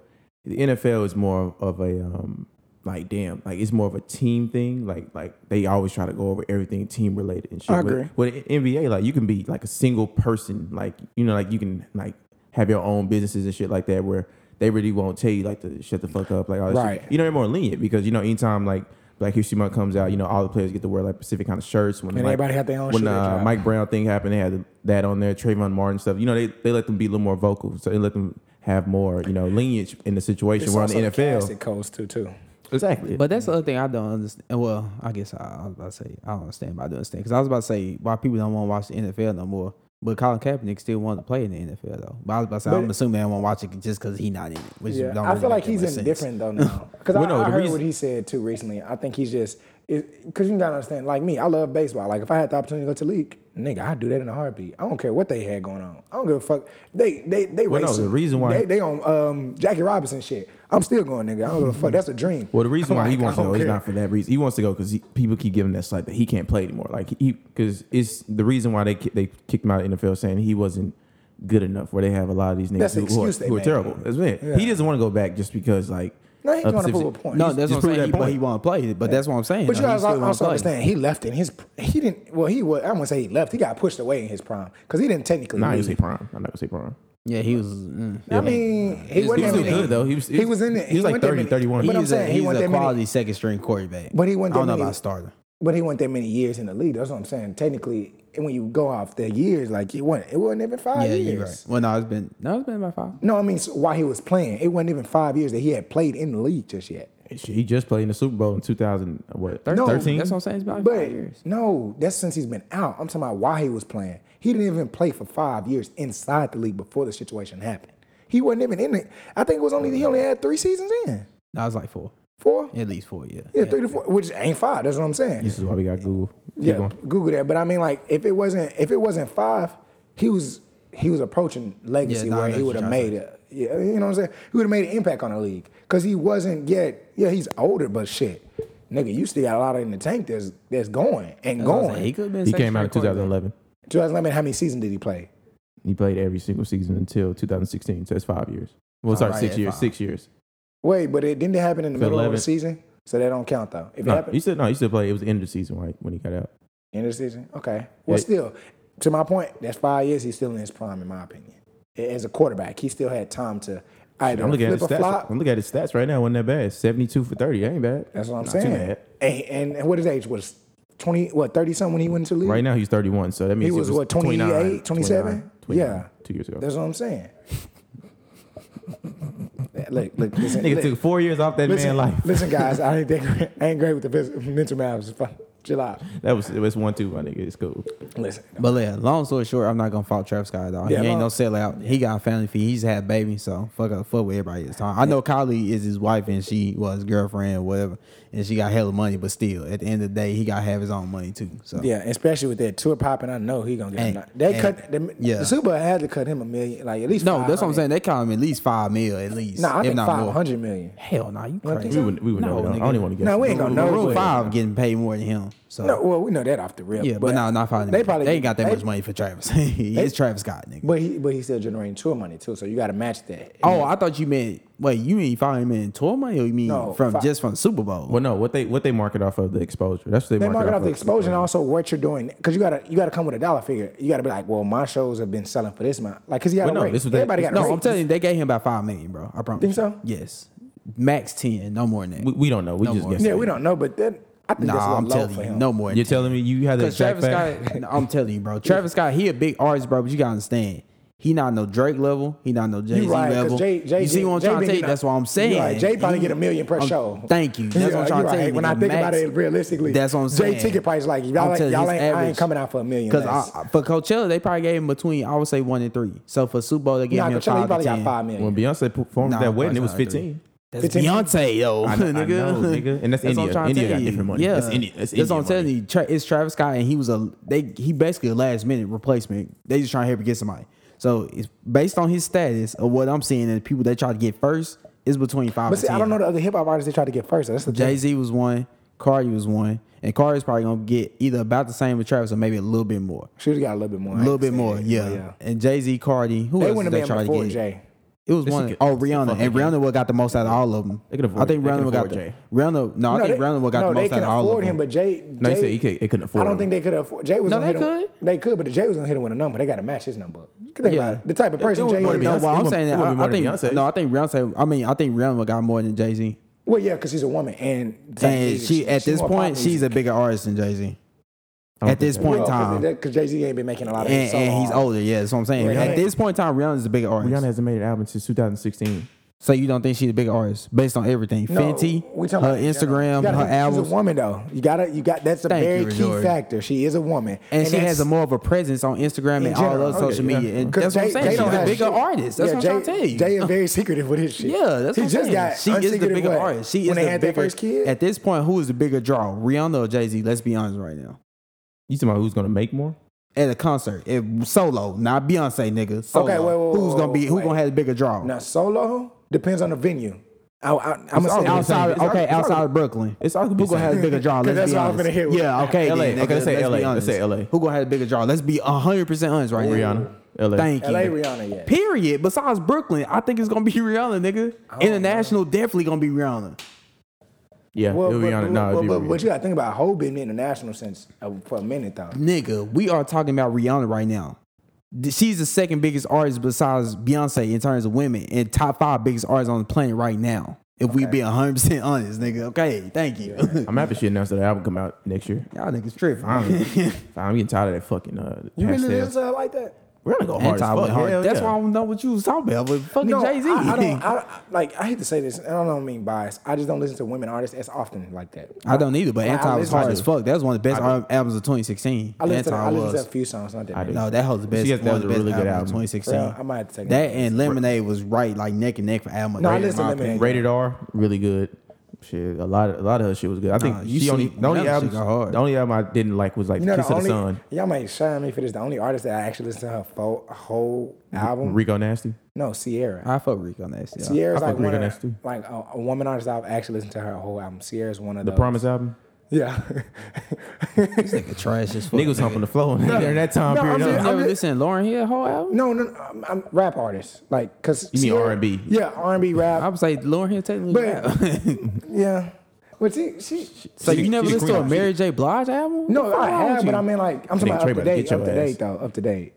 [SPEAKER 2] the NFL is more of a um, like damn, like it's more of a team thing. Like like they always try to go over everything team related and shit.
[SPEAKER 3] I
[SPEAKER 2] With-
[SPEAKER 3] agree.
[SPEAKER 2] With, the NBA, like you can be like a single person, like you know, like you can like have your own businesses and shit like that, where they really won't tell you like to shut the fuck up, like all this shit.
[SPEAKER 3] Right.
[SPEAKER 2] You know, they're more lenient because you know, anytime like. Black History Month comes out, you know all the players get to wear like specific kind of shirts. When
[SPEAKER 3] And
[SPEAKER 2] like,
[SPEAKER 3] everybody had their own
[SPEAKER 2] When
[SPEAKER 3] shit they
[SPEAKER 2] uh,
[SPEAKER 3] drop.
[SPEAKER 2] Mike Brown thing happened. They had that on there, Trayvon Martin stuff. You know, they, they let them be a little more vocal, so they let them have more, you know, lineage in the situation. We're on the
[SPEAKER 3] also
[SPEAKER 2] NFL,
[SPEAKER 3] casting codes too, too.
[SPEAKER 2] exactly. But
[SPEAKER 1] But that's the other thing I don't understand. Well, I guess I, I was about to say I don't understand, but I do understand because I was about to say why people don't want to watch the NFL no more. But Colin Kaepernick still wanted to play in the NFL though. But I was about to say I'm
[SPEAKER 3] But-
[SPEAKER 1] assuming I won't watch it just because he's not in it. Which
[SPEAKER 3] Yeah,
[SPEAKER 1] don't
[SPEAKER 3] I
[SPEAKER 1] really
[SPEAKER 3] feel
[SPEAKER 1] make
[SPEAKER 3] like
[SPEAKER 1] that
[SPEAKER 3] he's
[SPEAKER 1] much sense.
[SPEAKER 3] indifferent though now. Because I,
[SPEAKER 2] Well, no,
[SPEAKER 3] I
[SPEAKER 2] the
[SPEAKER 3] heard
[SPEAKER 2] reason-
[SPEAKER 3] what he said too recently. I think he's just because you gotta understand. Like me, I love baseball. Like if I had the opportunity to go to league, nigga, I'd do that in a heartbeat. I don't care what they had going on. I don't give a fuck. They they they
[SPEAKER 2] Well, no,
[SPEAKER 3] racist.
[SPEAKER 2] the reason why-
[SPEAKER 3] they, they on um, Jackie Robinson shit. I'm still going, nigga. I don't give a fuck. That's a dream.
[SPEAKER 2] well, the reason
[SPEAKER 3] I'm
[SPEAKER 2] why he
[SPEAKER 3] like,
[SPEAKER 2] wants
[SPEAKER 3] I
[SPEAKER 2] to go
[SPEAKER 3] don't
[SPEAKER 2] is
[SPEAKER 3] care.
[SPEAKER 2] not for that reason. He wants to go because people keep giving that slight that he can't play anymore. Like he because it's the reason why they ki- they kicked him out of the NFL saying he wasn't good enough. Where they have a lot of these niggas
[SPEAKER 3] That's the
[SPEAKER 2] who, who are,
[SPEAKER 3] excuse they
[SPEAKER 2] who are
[SPEAKER 3] make.
[SPEAKER 2] terrible. That's it. He doesn't want to go back just because like
[SPEAKER 3] No, he's
[SPEAKER 2] of
[SPEAKER 3] trying to
[SPEAKER 2] specific-
[SPEAKER 3] prove a point.
[SPEAKER 1] No,
[SPEAKER 3] He's-
[SPEAKER 1] that's what
[SPEAKER 2] he's
[SPEAKER 1] I'm
[SPEAKER 2] proved
[SPEAKER 1] saying.
[SPEAKER 2] that
[SPEAKER 1] He, but
[SPEAKER 2] point.
[SPEAKER 1] he want to play it. But that's what I'm saying.
[SPEAKER 3] But you
[SPEAKER 1] though. He
[SPEAKER 3] guys
[SPEAKER 1] still wanna
[SPEAKER 3] also
[SPEAKER 1] play.
[SPEAKER 3] understand he left in his pr- he didn't well he was I wouldn't say he left he got pushed away in his prime because he didn't technically
[SPEAKER 2] Nah, I ain't
[SPEAKER 3] leave.
[SPEAKER 2] gonna say prime. I'm not gonna say prime.
[SPEAKER 1] Yeah, he was. Mm.
[SPEAKER 3] I mean, he,
[SPEAKER 2] was- he
[SPEAKER 3] wasn't
[SPEAKER 2] was
[SPEAKER 3] that
[SPEAKER 2] still
[SPEAKER 3] many-
[SPEAKER 2] good, though. He was- he
[SPEAKER 3] he
[SPEAKER 2] was-
[SPEAKER 3] was in it.
[SPEAKER 2] he was like
[SPEAKER 3] wasn't that
[SPEAKER 2] 30,
[SPEAKER 3] many-
[SPEAKER 2] 31.
[SPEAKER 3] But I'm
[SPEAKER 1] He's a,
[SPEAKER 3] saying he
[SPEAKER 1] he's
[SPEAKER 3] wasn't
[SPEAKER 1] a
[SPEAKER 3] that many.
[SPEAKER 1] quality second string quarterback.
[SPEAKER 3] But he wasn't
[SPEAKER 1] I don't
[SPEAKER 3] that
[SPEAKER 1] know
[SPEAKER 3] many-
[SPEAKER 1] about starter.
[SPEAKER 3] But he wasn't that many years in the league. That's what I'm saying. Technically, and when you go off the years, like it wasn't, it wasn't even five
[SPEAKER 1] Yeah,
[SPEAKER 3] years.
[SPEAKER 1] you're right. Well, no, it's been no, it's been about five.
[SPEAKER 3] No, I mean so while he was playing, it wasn't even five years that he had played in the league just yet.
[SPEAKER 2] He just played in the Super Bowl in 2000. What?
[SPEAKER 3] No,
[SPEAKER 2] 13?
[SPEAKER 1] That's what I'm saying. It's been like
[SPEAKER 3] But
[SPEAKER 1] five years.
[SPEAKER 3] no, that's since he's been out. I'm talking about why he was playing. He didn't even play for five years inside the league before the situation happened. He wasn't even in it. I think it was only he only had three seasons in
[SPEAKER 1] No, it's like four,
[SPEAKER 3] four. Yeah,
[SPEAKER 1] at least four. Yeah.
[SPEAKER 3] three to four, which ain't five. That's what I'm saying.
[SPEAKER 2] This is why we got Google. Keep
[SPEAKER 3] Yeah,
[SPEAKER 2] going.
[SPEAKER 3] Google that. But I mean, like, if it wasn't if it wasn't five, he was he was approaching legacy
[SPEAKER 1] Yeah, nah, I
[SPEAKER 3] where
[SPEAKER 1] know
[SPEAKER 3] he
[SPEAKER 1] what
[SPEAKER 3] would have
[SPEAKER 1] you're trying
[SPEAKER 3] made a yeah, you know what I'm saying? He would have made an impact on the league because he wasn't yet. Yeah, he's older, but shit, nigga, you still got a lot in the tank that's that's going and
[SPEAKER 1] That's what I'm saying. He
[SPEAKER 3] going.
[SPEAKER 1] could have been.
[SPEAKER 2] He
[SPEAKER 1] second
[SPEAKER 2] came out in
[SPEAKER 1] string quarterback.
[SPEAKER 2] 2011.
[SPEAKER 3] 2011, how many seasons did he play?
[SPEAKER 2] He played every single season until 2016. So that's five years.
[SPEAKER 3] Oh,
[SPEAKER 2] Well, sorry,
[SPEAKER 1] Alright,
[SPEAKER 2] six
[SPEAKER 1] that's
[SPEAKER 2] years.
[SPEAKER 1] fine.
[SPEAKER 2] Six years.
[SPEAKER 3] Wait, but it didn't it happen in the
[SPEAKER 2] So
[SPEAKER 3] middle of
[SPEAKER 2] 11.
[SPEAKER 3] the season, so that don't count though. If it
[SPEAKER 2] No,
[SPEAKER 3] happened
[SPEAKER 2] he still no. He still played. It was the end of the season right, when he got out.
[SPEAKER 3] end of the season, okay. Well,
[SPEAKER 2] Yeah.
[SPEAKER 3] still, to my point, that's five years. He's still in his prime, in my opinion. A- As a quarterback, he still had time to either
[SPEAKER 2] I'm looking at
[SPEAKER 3] flip
[SPEAKER 2] his
[SPEAKER 3] a
[SPEAKER 2] stats.
[SPEAKER 3] flop.
[SPEAKER 2] I'm looking at his stats right now. wasn't that bad? 72 for 30. That ain't bad.
[SPEAKER 3] That's what I'm
[SPEAKER 2] Not
[SPEAKER 3] saying.
[SPEAKER 2] Too bad.
[SPEAKER 3] And, and, and what his age was? 20, what, 30 something when he went into the league?
[SPEAKER 2] Right now he's 31. So that means
[SPEAKER 3] was, what,
[SPEAKER 2] 29,
[SPEAKER 3] 28, 27?
[SPEAKER 2] 29, 29,
[SPEAKER 3] Yeah.
[SPEAKER 2] two years ago.
[SPEAKER 3] That's what I'm saying. look, look, listen.
[SPEAKER 2] Nigga
[SPEAKER 3] look,
[SPEAKER 2] took four years off that
[SPEAKER 3] listen,
[SPEAKER 2] man life.
[SPEAKER 3] listen, guys, I ain't, that, I ain't great with the phys- mental maps. Chill out.
[SPEAKER 2] That was it was one two. My nigga, it's cool.
[SPEAKER 3] Listen.
[SPEAKER 1] But yeah, long story short, I'm not gonna fault Travis Scott at all.
[SPEAKER 3] Yeah,
[SPEAKER 1] he ain't
[SPEAKER 3] long-
[SPEAKER 1] no sellout. He got a family fee. He's had a baby, so fuck up, fuck with everybody this time. I know Kylie is his wife and she was girlfriend, whatever, and she got hella money. But still, at the end of the day, he got to have his own money too. So
[SPEAKER 3] Yeah, especially with that tour popping, I know he gonna get.
[SPEAKER 1] And-
[SPEAKER 3] a- they
[SPEAKER 1] and-
[SPEAKER 3] cut. The,
[SPEAKER 1] yeah.
[SPEAKER 3] the Super Bowl had to cut him a million, like at least.
[SPEAKER 1] no, that's what I'm
[SPEAKER 3] 500.
[SPEAKER 1] saying. They call him at least five mil, at least.
[SPEAKER 3] No, I
[SPEAKER 1] if
[SPEAKER 3] think
[SPEAKER 1] not more.
[SPEAKER 3] five hundred million.
[SPEAKER 1] Hell no, you
[SPEAKER 3] think
[SPEAKER 1] crazy.
[SPEAKER 2] We would we would
[SPEAKER 1] No,
[SPEAKER 2] never know. I
[SPEAKER 1] nigga.
[SPEAKER 2] don't even want to guess.
[SPEAKER 3] No, we ain't gonna know.
[SPEAKER 1] Rule
[SPEAKER 3] but-
[SPEAKER 1] five getting paid more than him. So
[SPEAKER 3] No, well, we know that off the rip.
[SPEAKER 1] Oh. yeah, but, no, not five.
[SPEAKER 3] They probably
[SPEAKER 1] they ain't got that
[SPEAKER 3] they-
[SPEAKER 1] much money for Travis. it's Travis Scott, nigga.
[SPEAKER 3] But he, but he's still generating tour money too, so you got to match that.
[SPEAKER 1] Oh, I thought you meant wait. You mean five million tour money, or you mean
[SPEAKER 3] No,
[SPEAKER 1] from
[SPEAKER 3] fi-
[SPEAKER 1] just from Super Bowl?
[SPEAKER 2] Well, no. What they what they market off of the exposure. That's what they,
[SPEAKER 3] They
[SPEAKER 2] market
[SPEAKER 3] market off the
[SPEAKER 2] of.
[SPEAKER 3] exposure and also what you're doing because you gotta you gotta come with a dollar figure. You gotta be like, well, my shows have been selling for this month, like because he got
[SPEAKER 2] Well,
[SPEAKER 3] a
[SPEAKER 2] no,
[SPEAKER 3] rate.
[SPEAKER 2] this was that-
[SPEAKER 3] Everybody got a
[SPEAKER 1] No,
[SPEAKER 3] rate.
[SPEAKER 1] I'm telling you, they gave him about five million, bro. I promise.
[SPEAKER 3] Think
[SPEAKER 1] you.
[SPEAKER 3] so?
[SPEAKER 1] Yes, max ten, no more than that.
[SPEAKER 2] We, we don't know. We just
[SPEAKER 1] more.
[SPEAKER 2] guessing.
[SPEAKER 3] Yeah, we don't know, but then I think
[SPEAKER 1] nah,
[SPEAKER 3] that's a little
[SPEAKER 1] I'm
[SPEAKER 3] low
[SPEAKER 1] telling
[SPEAKER 3] for
[SPEAKER 1] you,
[SPEAKER 3] him.
[SPEAKER 1] no more. Than
[SPEAKER 2] You're telling me you had that
[SPEAKER 1] because
[SPEAKER 2] exact
[SPEAKER 1] Travis
[SPEAKER 2] fact?
[SPEAKER 1] Scott. no, I'm telling you, bro. Travis Scott, he a big artist, bro. But you gotta understand, he not no Drake level. He not no Jay Z
[SPEAKER 3] right, 'cause
[SPEAKER 1] level.
[SPEAKER 3] Jay- Jay
[SPEAKER 1] you see
[SPEAKER 3] get-
[SPEAKER 1] what I'm
[SPEAKER 3] Jay
[SPEAKER 1] trying to
[SPEAKER 3] been
[SPEAKER 1] tell you?
[SPEAKER 3] getting
[SPEAKER 1] That's
[SPEAKER 3] a-
[SPEAKER 1] what I'm saying.
[SPEAKER 3] You're right, Jay probably
[SPEAKER 1] He-
[SPEAKER 3] get a million per
[SPEAKER 1] I'm-
[SPEAKER 3] show.
[SPEAKER 1] Thank you. That's
[SPEAKER 3] Yeah,
[SPEAKER 1] what I'm trying
[SPEAKER 3] you're
[SPEAKER 1] to tell
[SPEAKER 3] right.
[SPEAKER 1] you.
[SPEAKER 3] When
[SPEAKER 1] nigga,
[SPEAKER 3] I think about
[SPEAKER 1] max-
[SPEAKER 3] it realistically,
[SPEAKER 1] that's what I'm saying.
[SPEAKER 3] Jay ticket price like y'all,
[SPEAKER 1] I'm
[SPEAKER 3] like,
[SPEAKER 1] telling you,
[SPEAKER 3] y'all
[SPEAKER 1] his
[SPEAKER 3] ain't, I ain't
[SPEAKER 1] average-
[SPEAKER 3] coming out for a million.
[SPEAKER 1] Because
[SPEAKER 3] less.
[SPEAKER 1] for Coachella, they probably gave him between I would say one and three. So for Super Bowl, they gave
[SPEAKER 3] nah,
[SPEAKER 1] him
[SPEAKER 3] Coachella, he
[SPEAKER 1] five to
[SPEAKER 3] probably
[SPEAKER 1] ten.
[SPEAKER 3] got five million.
[SPEAKER 2] When Beyonce performed
[SPEAKER 1] Nah,
[SPEAKER 2] that wedding, it
[SPEAKER 1] Coachella
[SPEAKER 2] was
[SPEAKER 1] I agree.
[SPEAKER 2] 15
[SPEAKER 1] That's
[SPEAKER 3] 15
[SPEAKER 1] Beyonce, yo,
[SPEAKER 2] I know- I
[SPEAKER 1] nigga.
[SPEAKER 2] know, nigga. And that's
[SPEAKER 1] what
[SPEAKER 2] India.
[SPEAKER 1] I'm trying to
[SPEAKER 2] India
[SPEAKER 1] tell
[SPEAKER 2] got
[SPEAKER 1] you.
[SPEAKER 2] different money.
[SPEAKER 1] Yeah,
[SPEAKER 2] That's India- that's
[SPEAKER 1] what I'm
[SPEAKER 2] Indian
[SPEAKER 1] telling
[SPEAKER 2] money.
[SPEAKER 1] you. Tra- it's Travis Scott, and he was a they. He basically a last minute replacement. They just trying to help him get somebody. So it's based on his status of what I'm seeing and the people they try to get first is between five.
[SPEAKER 3] But
[SPEAKER 1] and
[SPEAKER 3] see,
[SPEAKER 1] 10.
[SPEAKER 3] I don't know the other hip hop artists they tried to get first. That's the
[SPEAKER 1] Jay
[SPEAKER 3] thing.
[SPEAKER 1] Z was one, Cardi was one, and Cardi's probably gonna get either about the same with Travis or maybe a little bit more.
[SPEAKER 3] She got a little bit more.
[SPEAKER 1] A little bit
[SPEAKER 3] Yeah,
[SPEAKER 1] more, yeah. And Jay Z, Cardi, who
[SPEAKER 3] They
[SPEAKER 1] else did
[SPEAKER 3] wouldn't
[SPEAKER 1] they
[SPEAKER 3] have been
[SPEAKER 1] try to
[SPEAKER 3] before
[SPEAKER 1] get?
[SPEAKER 3] Jay.
[SPEAKER 1] It was
[SPEAKER 2] This
[SPEAKER 1] one.
[SPEAKER 2] could-
[SPEAKER 1] Oh,
[SPEAKER 2] this could
[SPEAKER 1] Rihanna,
[SPEAKER 2] fuck
[SPEAKER 1] and
[SPEAKER 2] Jay.
[SPEAKER 1] Rihanna what got the most out of all of them.
[SPEAKER 2] They could
[SPEAKER 1] I
[SPEAKER 2] afford-
[SPEAKER 1] think
[SPEAKER 2] they can
[SPEAKER 1] Rihanna got
[SPEAKER 2] afford Jay.
[SPEAKER 1] the Rihanna. No, I think
[SPEAKER 3] they-
[SPEAKER 1] Rihanna what got
[SPEAKER 3] no,
[SPEAKER 1] the most
[SPEAKER 3] they
[SPEAKER 1] out
[SPEAKER 3] could
[SPEAKER 1] of all
[SPEAKER 3] afford
[SPEAKER 1] of them.
[SPEAKER 3] him, but Jay.
[SPEAKER 2] No, he
[SPEAKER 3] Jay-
[SPEAKER 2] said he could, they couldn't afford
[SPEAKER 3] I don't
[SPEAKER 2] him.
[SPEAKER 3] think they could afford. Jay was
[SPEAKER 2] No,
[SPEAKER 3] gonna
[SPEAKER 2] they
[SPEAKER 3] hit him. They could, but the Jay was gonna hit him with a number. They got to match his number. Think
[SPEAKER 1] Yeah.
[SPEAKER 3] about it. The type of person
[SPEAKER 2] dude
[SPEAKER 3] Jay
[SPEAKER 2] would've
[SPEAKER 3] is.
[SPEAKER 2] been-
[SPEAKER 1] No,
[SPEAKER 2] Beyonce-
[SPEAKER 1] well,
[SPEAKER 2] it
[SPEAKER 1] I'm
[SPEAKER 2] would-
[SPEAKER 1] saying
[SPEAKER 2] it would be
[SPEAKER 1] that. I,
[SPEAKER 2] more
[SPEAKER 1] I think
[SPEAKER 2] than Beyonce's.
[SPEAKER 1] no, I think Rihanna. I mean, I think Rihanna got more than Jay Z,
[SPEAKER 3] Well, yeah, because she's a woman, and
[SPEAKER 1] and she at this point she's a bigger artist than Jay Z.
[SPEAKER 2] I don't
[SPEAKER 1] At this
[SPEAKER 2] think
[SPEAKER 1] point in time,
[SPEAKER 3] because Jay Z ain't been making a lot of
[SPEAKER 1] and,
[SPEAKER 3] hits so
[SPEAKER 1] and he's
[SPEAKER 3] hard.
[SPEAKER 1] older. Yeah, that's what I'm saying.
[SPEAKER 3] Rihanna-
[SPEAKER 1] At this point in time, Rihanna's the bigger
[SPEAKER 2] Rihanna
[SPEAKER 1] artist.
[SPEAKER 2] hasn't made an album since 2016.
[SPEAKER 1] So you don't think she's the bigger artist based on everything?
[SPEAKER 3] No,
[SPEAKER 1] Fenty,
[SPEAKER 3] we
[SPEAKER 1] her
[SPEAKER 3] talking about-
[SPEAKER 1] Instagram,
[SPEAKER 3] You gotta-
[SPEAKER 1] her
[SPEAKER 3] She's
[SPEAKER 1] albums,
[SPEAKER 3] a woman though. You gotta, you got. That's a
[SPEAKER 1] Thank
[SPEAKER 3] very
[SPEAKER 1] you,
[SPEAKER 3] key
[SPEAKER 1] Jordan.
[SPEAKER 3] factor. She is a woman,
[SPEAKER 1] and, she has
[SPEAKER 3] that's-
[SPEAKER 1] a more of a presence on Instagram and all
[SPEAKER 3] general.
[SPEAKER 1] other
[SPEAKER 2] Okay,
[SPEAKER 1] social
[SPEAKER 2] yeah.
[SPEAKER 1] media. And
[SPEAKER 3] 'Cause
[SPEAKER 1] that's what I'm
[SPEAKER 3] Jay-
[SPEAKER 1] saying.
[SPEAKER 3] Jay
[SPEAKER 1] She's
[SPEAKER 3] don't
[SPEAKER 1] a
[SPEAKER 3] have
[SPEAKER 1] bigger
[SPEAKER 3] shit.
[SPEAKER 1] artist. That's
[SPEAKER 3] Yeah,
[SPEAKER 1] what
[SPEAKER 3] Jay,
[SPEAKER 1] I'm trying to tell
[SPEAKER 3] Jay
[SPEAKER 1] you.
[SPEAKER 3] is very secretive with his shit.
[SPEAKER 1] Yeah, that's
[SPEAKER 3] he
[SPEAKER 1] what I'm
[SPEAKER 3] just
[SPEAKER 1] saying.
[SPEAKER 3] got.
[SPEAKER 1] she is the
[SPEAKER 3] unsecretive
[SPEAKER 1] bigger
[SPEAKER 3] what?
[SPEAKER 1] artist. She
[SPEAKER 3] when
[SPEAKER 1] is
[SPEAKER 3] they
[SPEAKER 1] the
[SPEAKER 3] had
[SPEAKER 1] bigger
[SPEAKER 3] their first kid.
[SPEAKER 1] At this point, who is the bigger draw, Rihanna or Jay Z? Let's be honest right now.
[SPEAKER 2] You talking about who's gonna make more?
[SPEAKER 1] At a concert, if solo, not Beyonce, nigga. Solo.
[SPEAKER 3] Okay, wait, wait, wait,
[SPEAKER 1] who's gonna be? Who
[SPEAKER 3] wait.
[SPEAKER 1] gonna have the bigger draw?
[SPEAKER 3] Now solo depends on the venue. I, I, I'm gonna say
[SPEAKER 2] always
[SPEAKER 3] this.
[SPEAKER 1] outside,
[SPEAKER 2] It's
[SPEAKER 1] okay,
[SPEAKER 2] already- it's
[SPEAKER 1] outside
[SPEAKER 2] already-
[SPEAKER 1] of Brooklyn,
[SPEAKER 2] It's all
[SPEAKER 1] who gonna have the bigger draw? Let's
[SPEAKER 3] that's
[SPEAKER 1] be
[SPEAKER 3] what I was
[SPEAKER 1] honest.
[SPEAKER 3] gonna hit with.
[SPEAKER 1] Yeah, okay.
[SPEAKER 2] LA.
[SPEAKER 1] then,
[SPEAKER 2] Okay,
[SPEAKER 1] nigga,
[SPEAKER 2] let's say
[SPEAKER 1] be
[SPEAKER 2] LA. Let's
[SPEAKER 1] honest.
[SPEAKER 2] say LA.
[SPEAKER 1] Who gonna have the bigger draw? Let's be hundred percent honest right now.
[SPEAKER 2] Rihanna, LA.
[SPEAKER 1] Thank you.
[SPEAKER 3] LA Rihanna, yeah.
[SPEAKER 1] Period. Besides Brooklyn, I think it's gonna be Rihanna, nigga. International, definitely gonna be Rihanna.
[SPEAKER 2] Yeah,
[SPEAKER 3] Well,
[SPEAKER 2] it'll be
[SPEAKER 3] but,
[SPEAKER 2] on it.
[SPEAKER 3] but,
[SPEAKER 2] No, it'll
[SPEAKER 3] but,
[SPEAKER 2] be
[SPEAKER 3] but,
[SPEAKER 2] Rihanna.
[SPEAKER 3] but you gotta think about Ho been in the international since uh, for a minute though.
[SPEAKER 1] Nigga, we are talking about Rihanna right now. Th- She's the second biggest artist besides Beyonce in terms of women and top five biggest artists on the planet right now. If we be 100% honest, nigga. Okay, thank you.
[SPEAKER 2] I'm happy she announced that the album come out next year.
[SPEAKER 1] Y'all niggas tripping.
[SPEAKER 2] Finally. I'm getting tired of that fucking uh,
[SPEAKER 3] You really
[SPEAKER 2] pastel.
[SPEAKER 3] listen to her like that?
[SPEAKER 2] We're gonna go hard as
[SPEAKER 1] Anti
[SPEAKER 2] fuck.
[SPEAKER 1] hard.
[SPEAKER 2] Hell
[SPEAKER 1] That's
[SPEAKER 2] yeah.
[SPEAKER 1] why I don't know what you was talking about. But fucking
[SPEAKER 3] No,
[SPEAKER 1] Jay Z.
[SPEAKER 3] I, I don't. I, I- like I hate to say this, and I don't mean bias. I just don't listen to women artists as often like that.
[SPEAKER 1] either, but
[SPEAKER 3] I
[SPEAKER 1] Anti was
[SPEAKER 3] listen
[SPEAKER 1] hard
[SPEAKER 3] to-
[SPEAKER 1] as fuck. That was one of the best al- albums of 2016.
[SPEAKER 3] I listen, to,
[SPEAKER 1] Anti
[SPEAKER 3] I listen to a
[SPEAKER 1] was.
[SPEAKER 3] few songs, not that.
[SPEAKER 2] I
[SPEAKER 3] many.
[SPEAKER 2] do.
[SPEAKER 1] No, that was the best.
[SPEAKER 2] Yes, that
[SPEAKER 1] one
[SPEAKER 2] was
[SPEAKER 1] of the
[SPEAKER 2] a
[SPEAKER 1] best
[SPEAKER 2] really good
[SPEAKER 1] albums of
[SPEAKER 2] album.
[SPEAKER 1] 2016.
[SPEAKER 3] Bro, I might have to take
[SPEAKER 1] That
[SPEAKER 3] it.
[SPEAKER 1] and Lemonade was right, like neck and neck for album. of
[SPEAKER 3] No, I
[SPEAKER 1] the year, in
[SPEAKER 3] listen
[SPEAKER 1] my
[SPEAKER 3] to
[SPEAKER 1] opinion.
[SPEAKER 3] Lemonade.
[SPEAKER 2] Rated R, really good. Shit, a lot, of, a lot of her shit was good. I think
[SPEAKER 1] Nah, you
[SPEAKER 2] you she only,
[SPEAKER 1] sleep-
[SPEAKER 2] the only
[SPEAKER 1] that shit
[SPEAKER 2] album,
[SPEAKER 1] got hard.
[SPEAKER 2] the only album I didn't like was like
[SPEAKER 3] You know,
[SPEAKER 2] Kiss
[SPEAKER 3] the
[SPEAKER 2] of the
[SPEAKER 3] only,
[SPEAKER 2] Sun,
[SPEAKER 3] y'all might shine me for this. The only artist that I actually listen to her full, whole album,
[SPEAKER 2] Rico Nasty.
[SPEAKER 3] no, Sierra.
[SPEAKER 1] I fuck Rico Nasty. yeah.
[SPEAKER 3] Sierra's
[SPEAKER 2] I fuck
[SPEAKER 3] like one
[SPEAKER 2] Rihanna
[SPEAKER 3] of,
[SPEAKER 2] too.
[SPEAKER 3] like a, a woman artist I've actually listened to her whole album. Sierra's one of
[SPEAKER 2] The
[SPEAKER 3] those.
[SPEAKER 2] Promise album.
[SPEAKER 3] Yeah.
[SPEAKER 1] Nigga trash as fuck.
[SPEAKER 2] Niggas humping the floor during that time
[SPEAKER 3] No, I'm
[SPEAKER 2] period. huh?
[SPEAKER 3] just-
[SPEAKER 1] You
[SPEAKER 3] I'm
[SPEAKER 1] ever
[SPEAKER 3] just-
[SPEAKER 1] listen to Lauren Hill whole album?
[SPEAKER 3] no, no, no I'm, I'm rap artist. Like, cause
[SPEAKER 2] You mean
[SPEAKER 3] Sierra-
[SPEAKER 2] R&B.
[SPEAKER 3] Yeah, R and B
[SPEAKER 1] I
[SPEAKER 3] rap.
[SPEAKER 1] would say Lauren Hill technically.
[SPEAKER 3] But-
[SPEAKER 1] rap.
[SPEAKER 3] yeah. But she, she,
[SPEAKER 1] so
[SPEAKER 2] She-
[SPEAKER 1] you never
[SPEAKER 2] she's
[SPEAKER 1] listen to
[SPEAKER 2] queen.
[SPEAKER 1] a Mary J. Blige album?
[SPEAKER 3] no,
[SPEAKER 1] What the fuck
[SPEAKER 3] I
[SPEAKER 1] wrong
[SPEAKER 3] have,
[SPEAKER 1] with
[SPEAKER 3] but
[SPEAKER 1] you?
[SPEAKER 3] I mean, like, I'm
[SPEAKER 2] Nigga,
[SPEAKER 3] talking about
[SPEAKER 2] Trey
[SPEAKER 3] up to
[SPEAKER 2] better get
[SPEAKER 3] date,
[SPEAKER 2] your
[SPEAKER 3] up to
[SPEAKER 2] ass.
[SPEAKER 3] date though, up to date.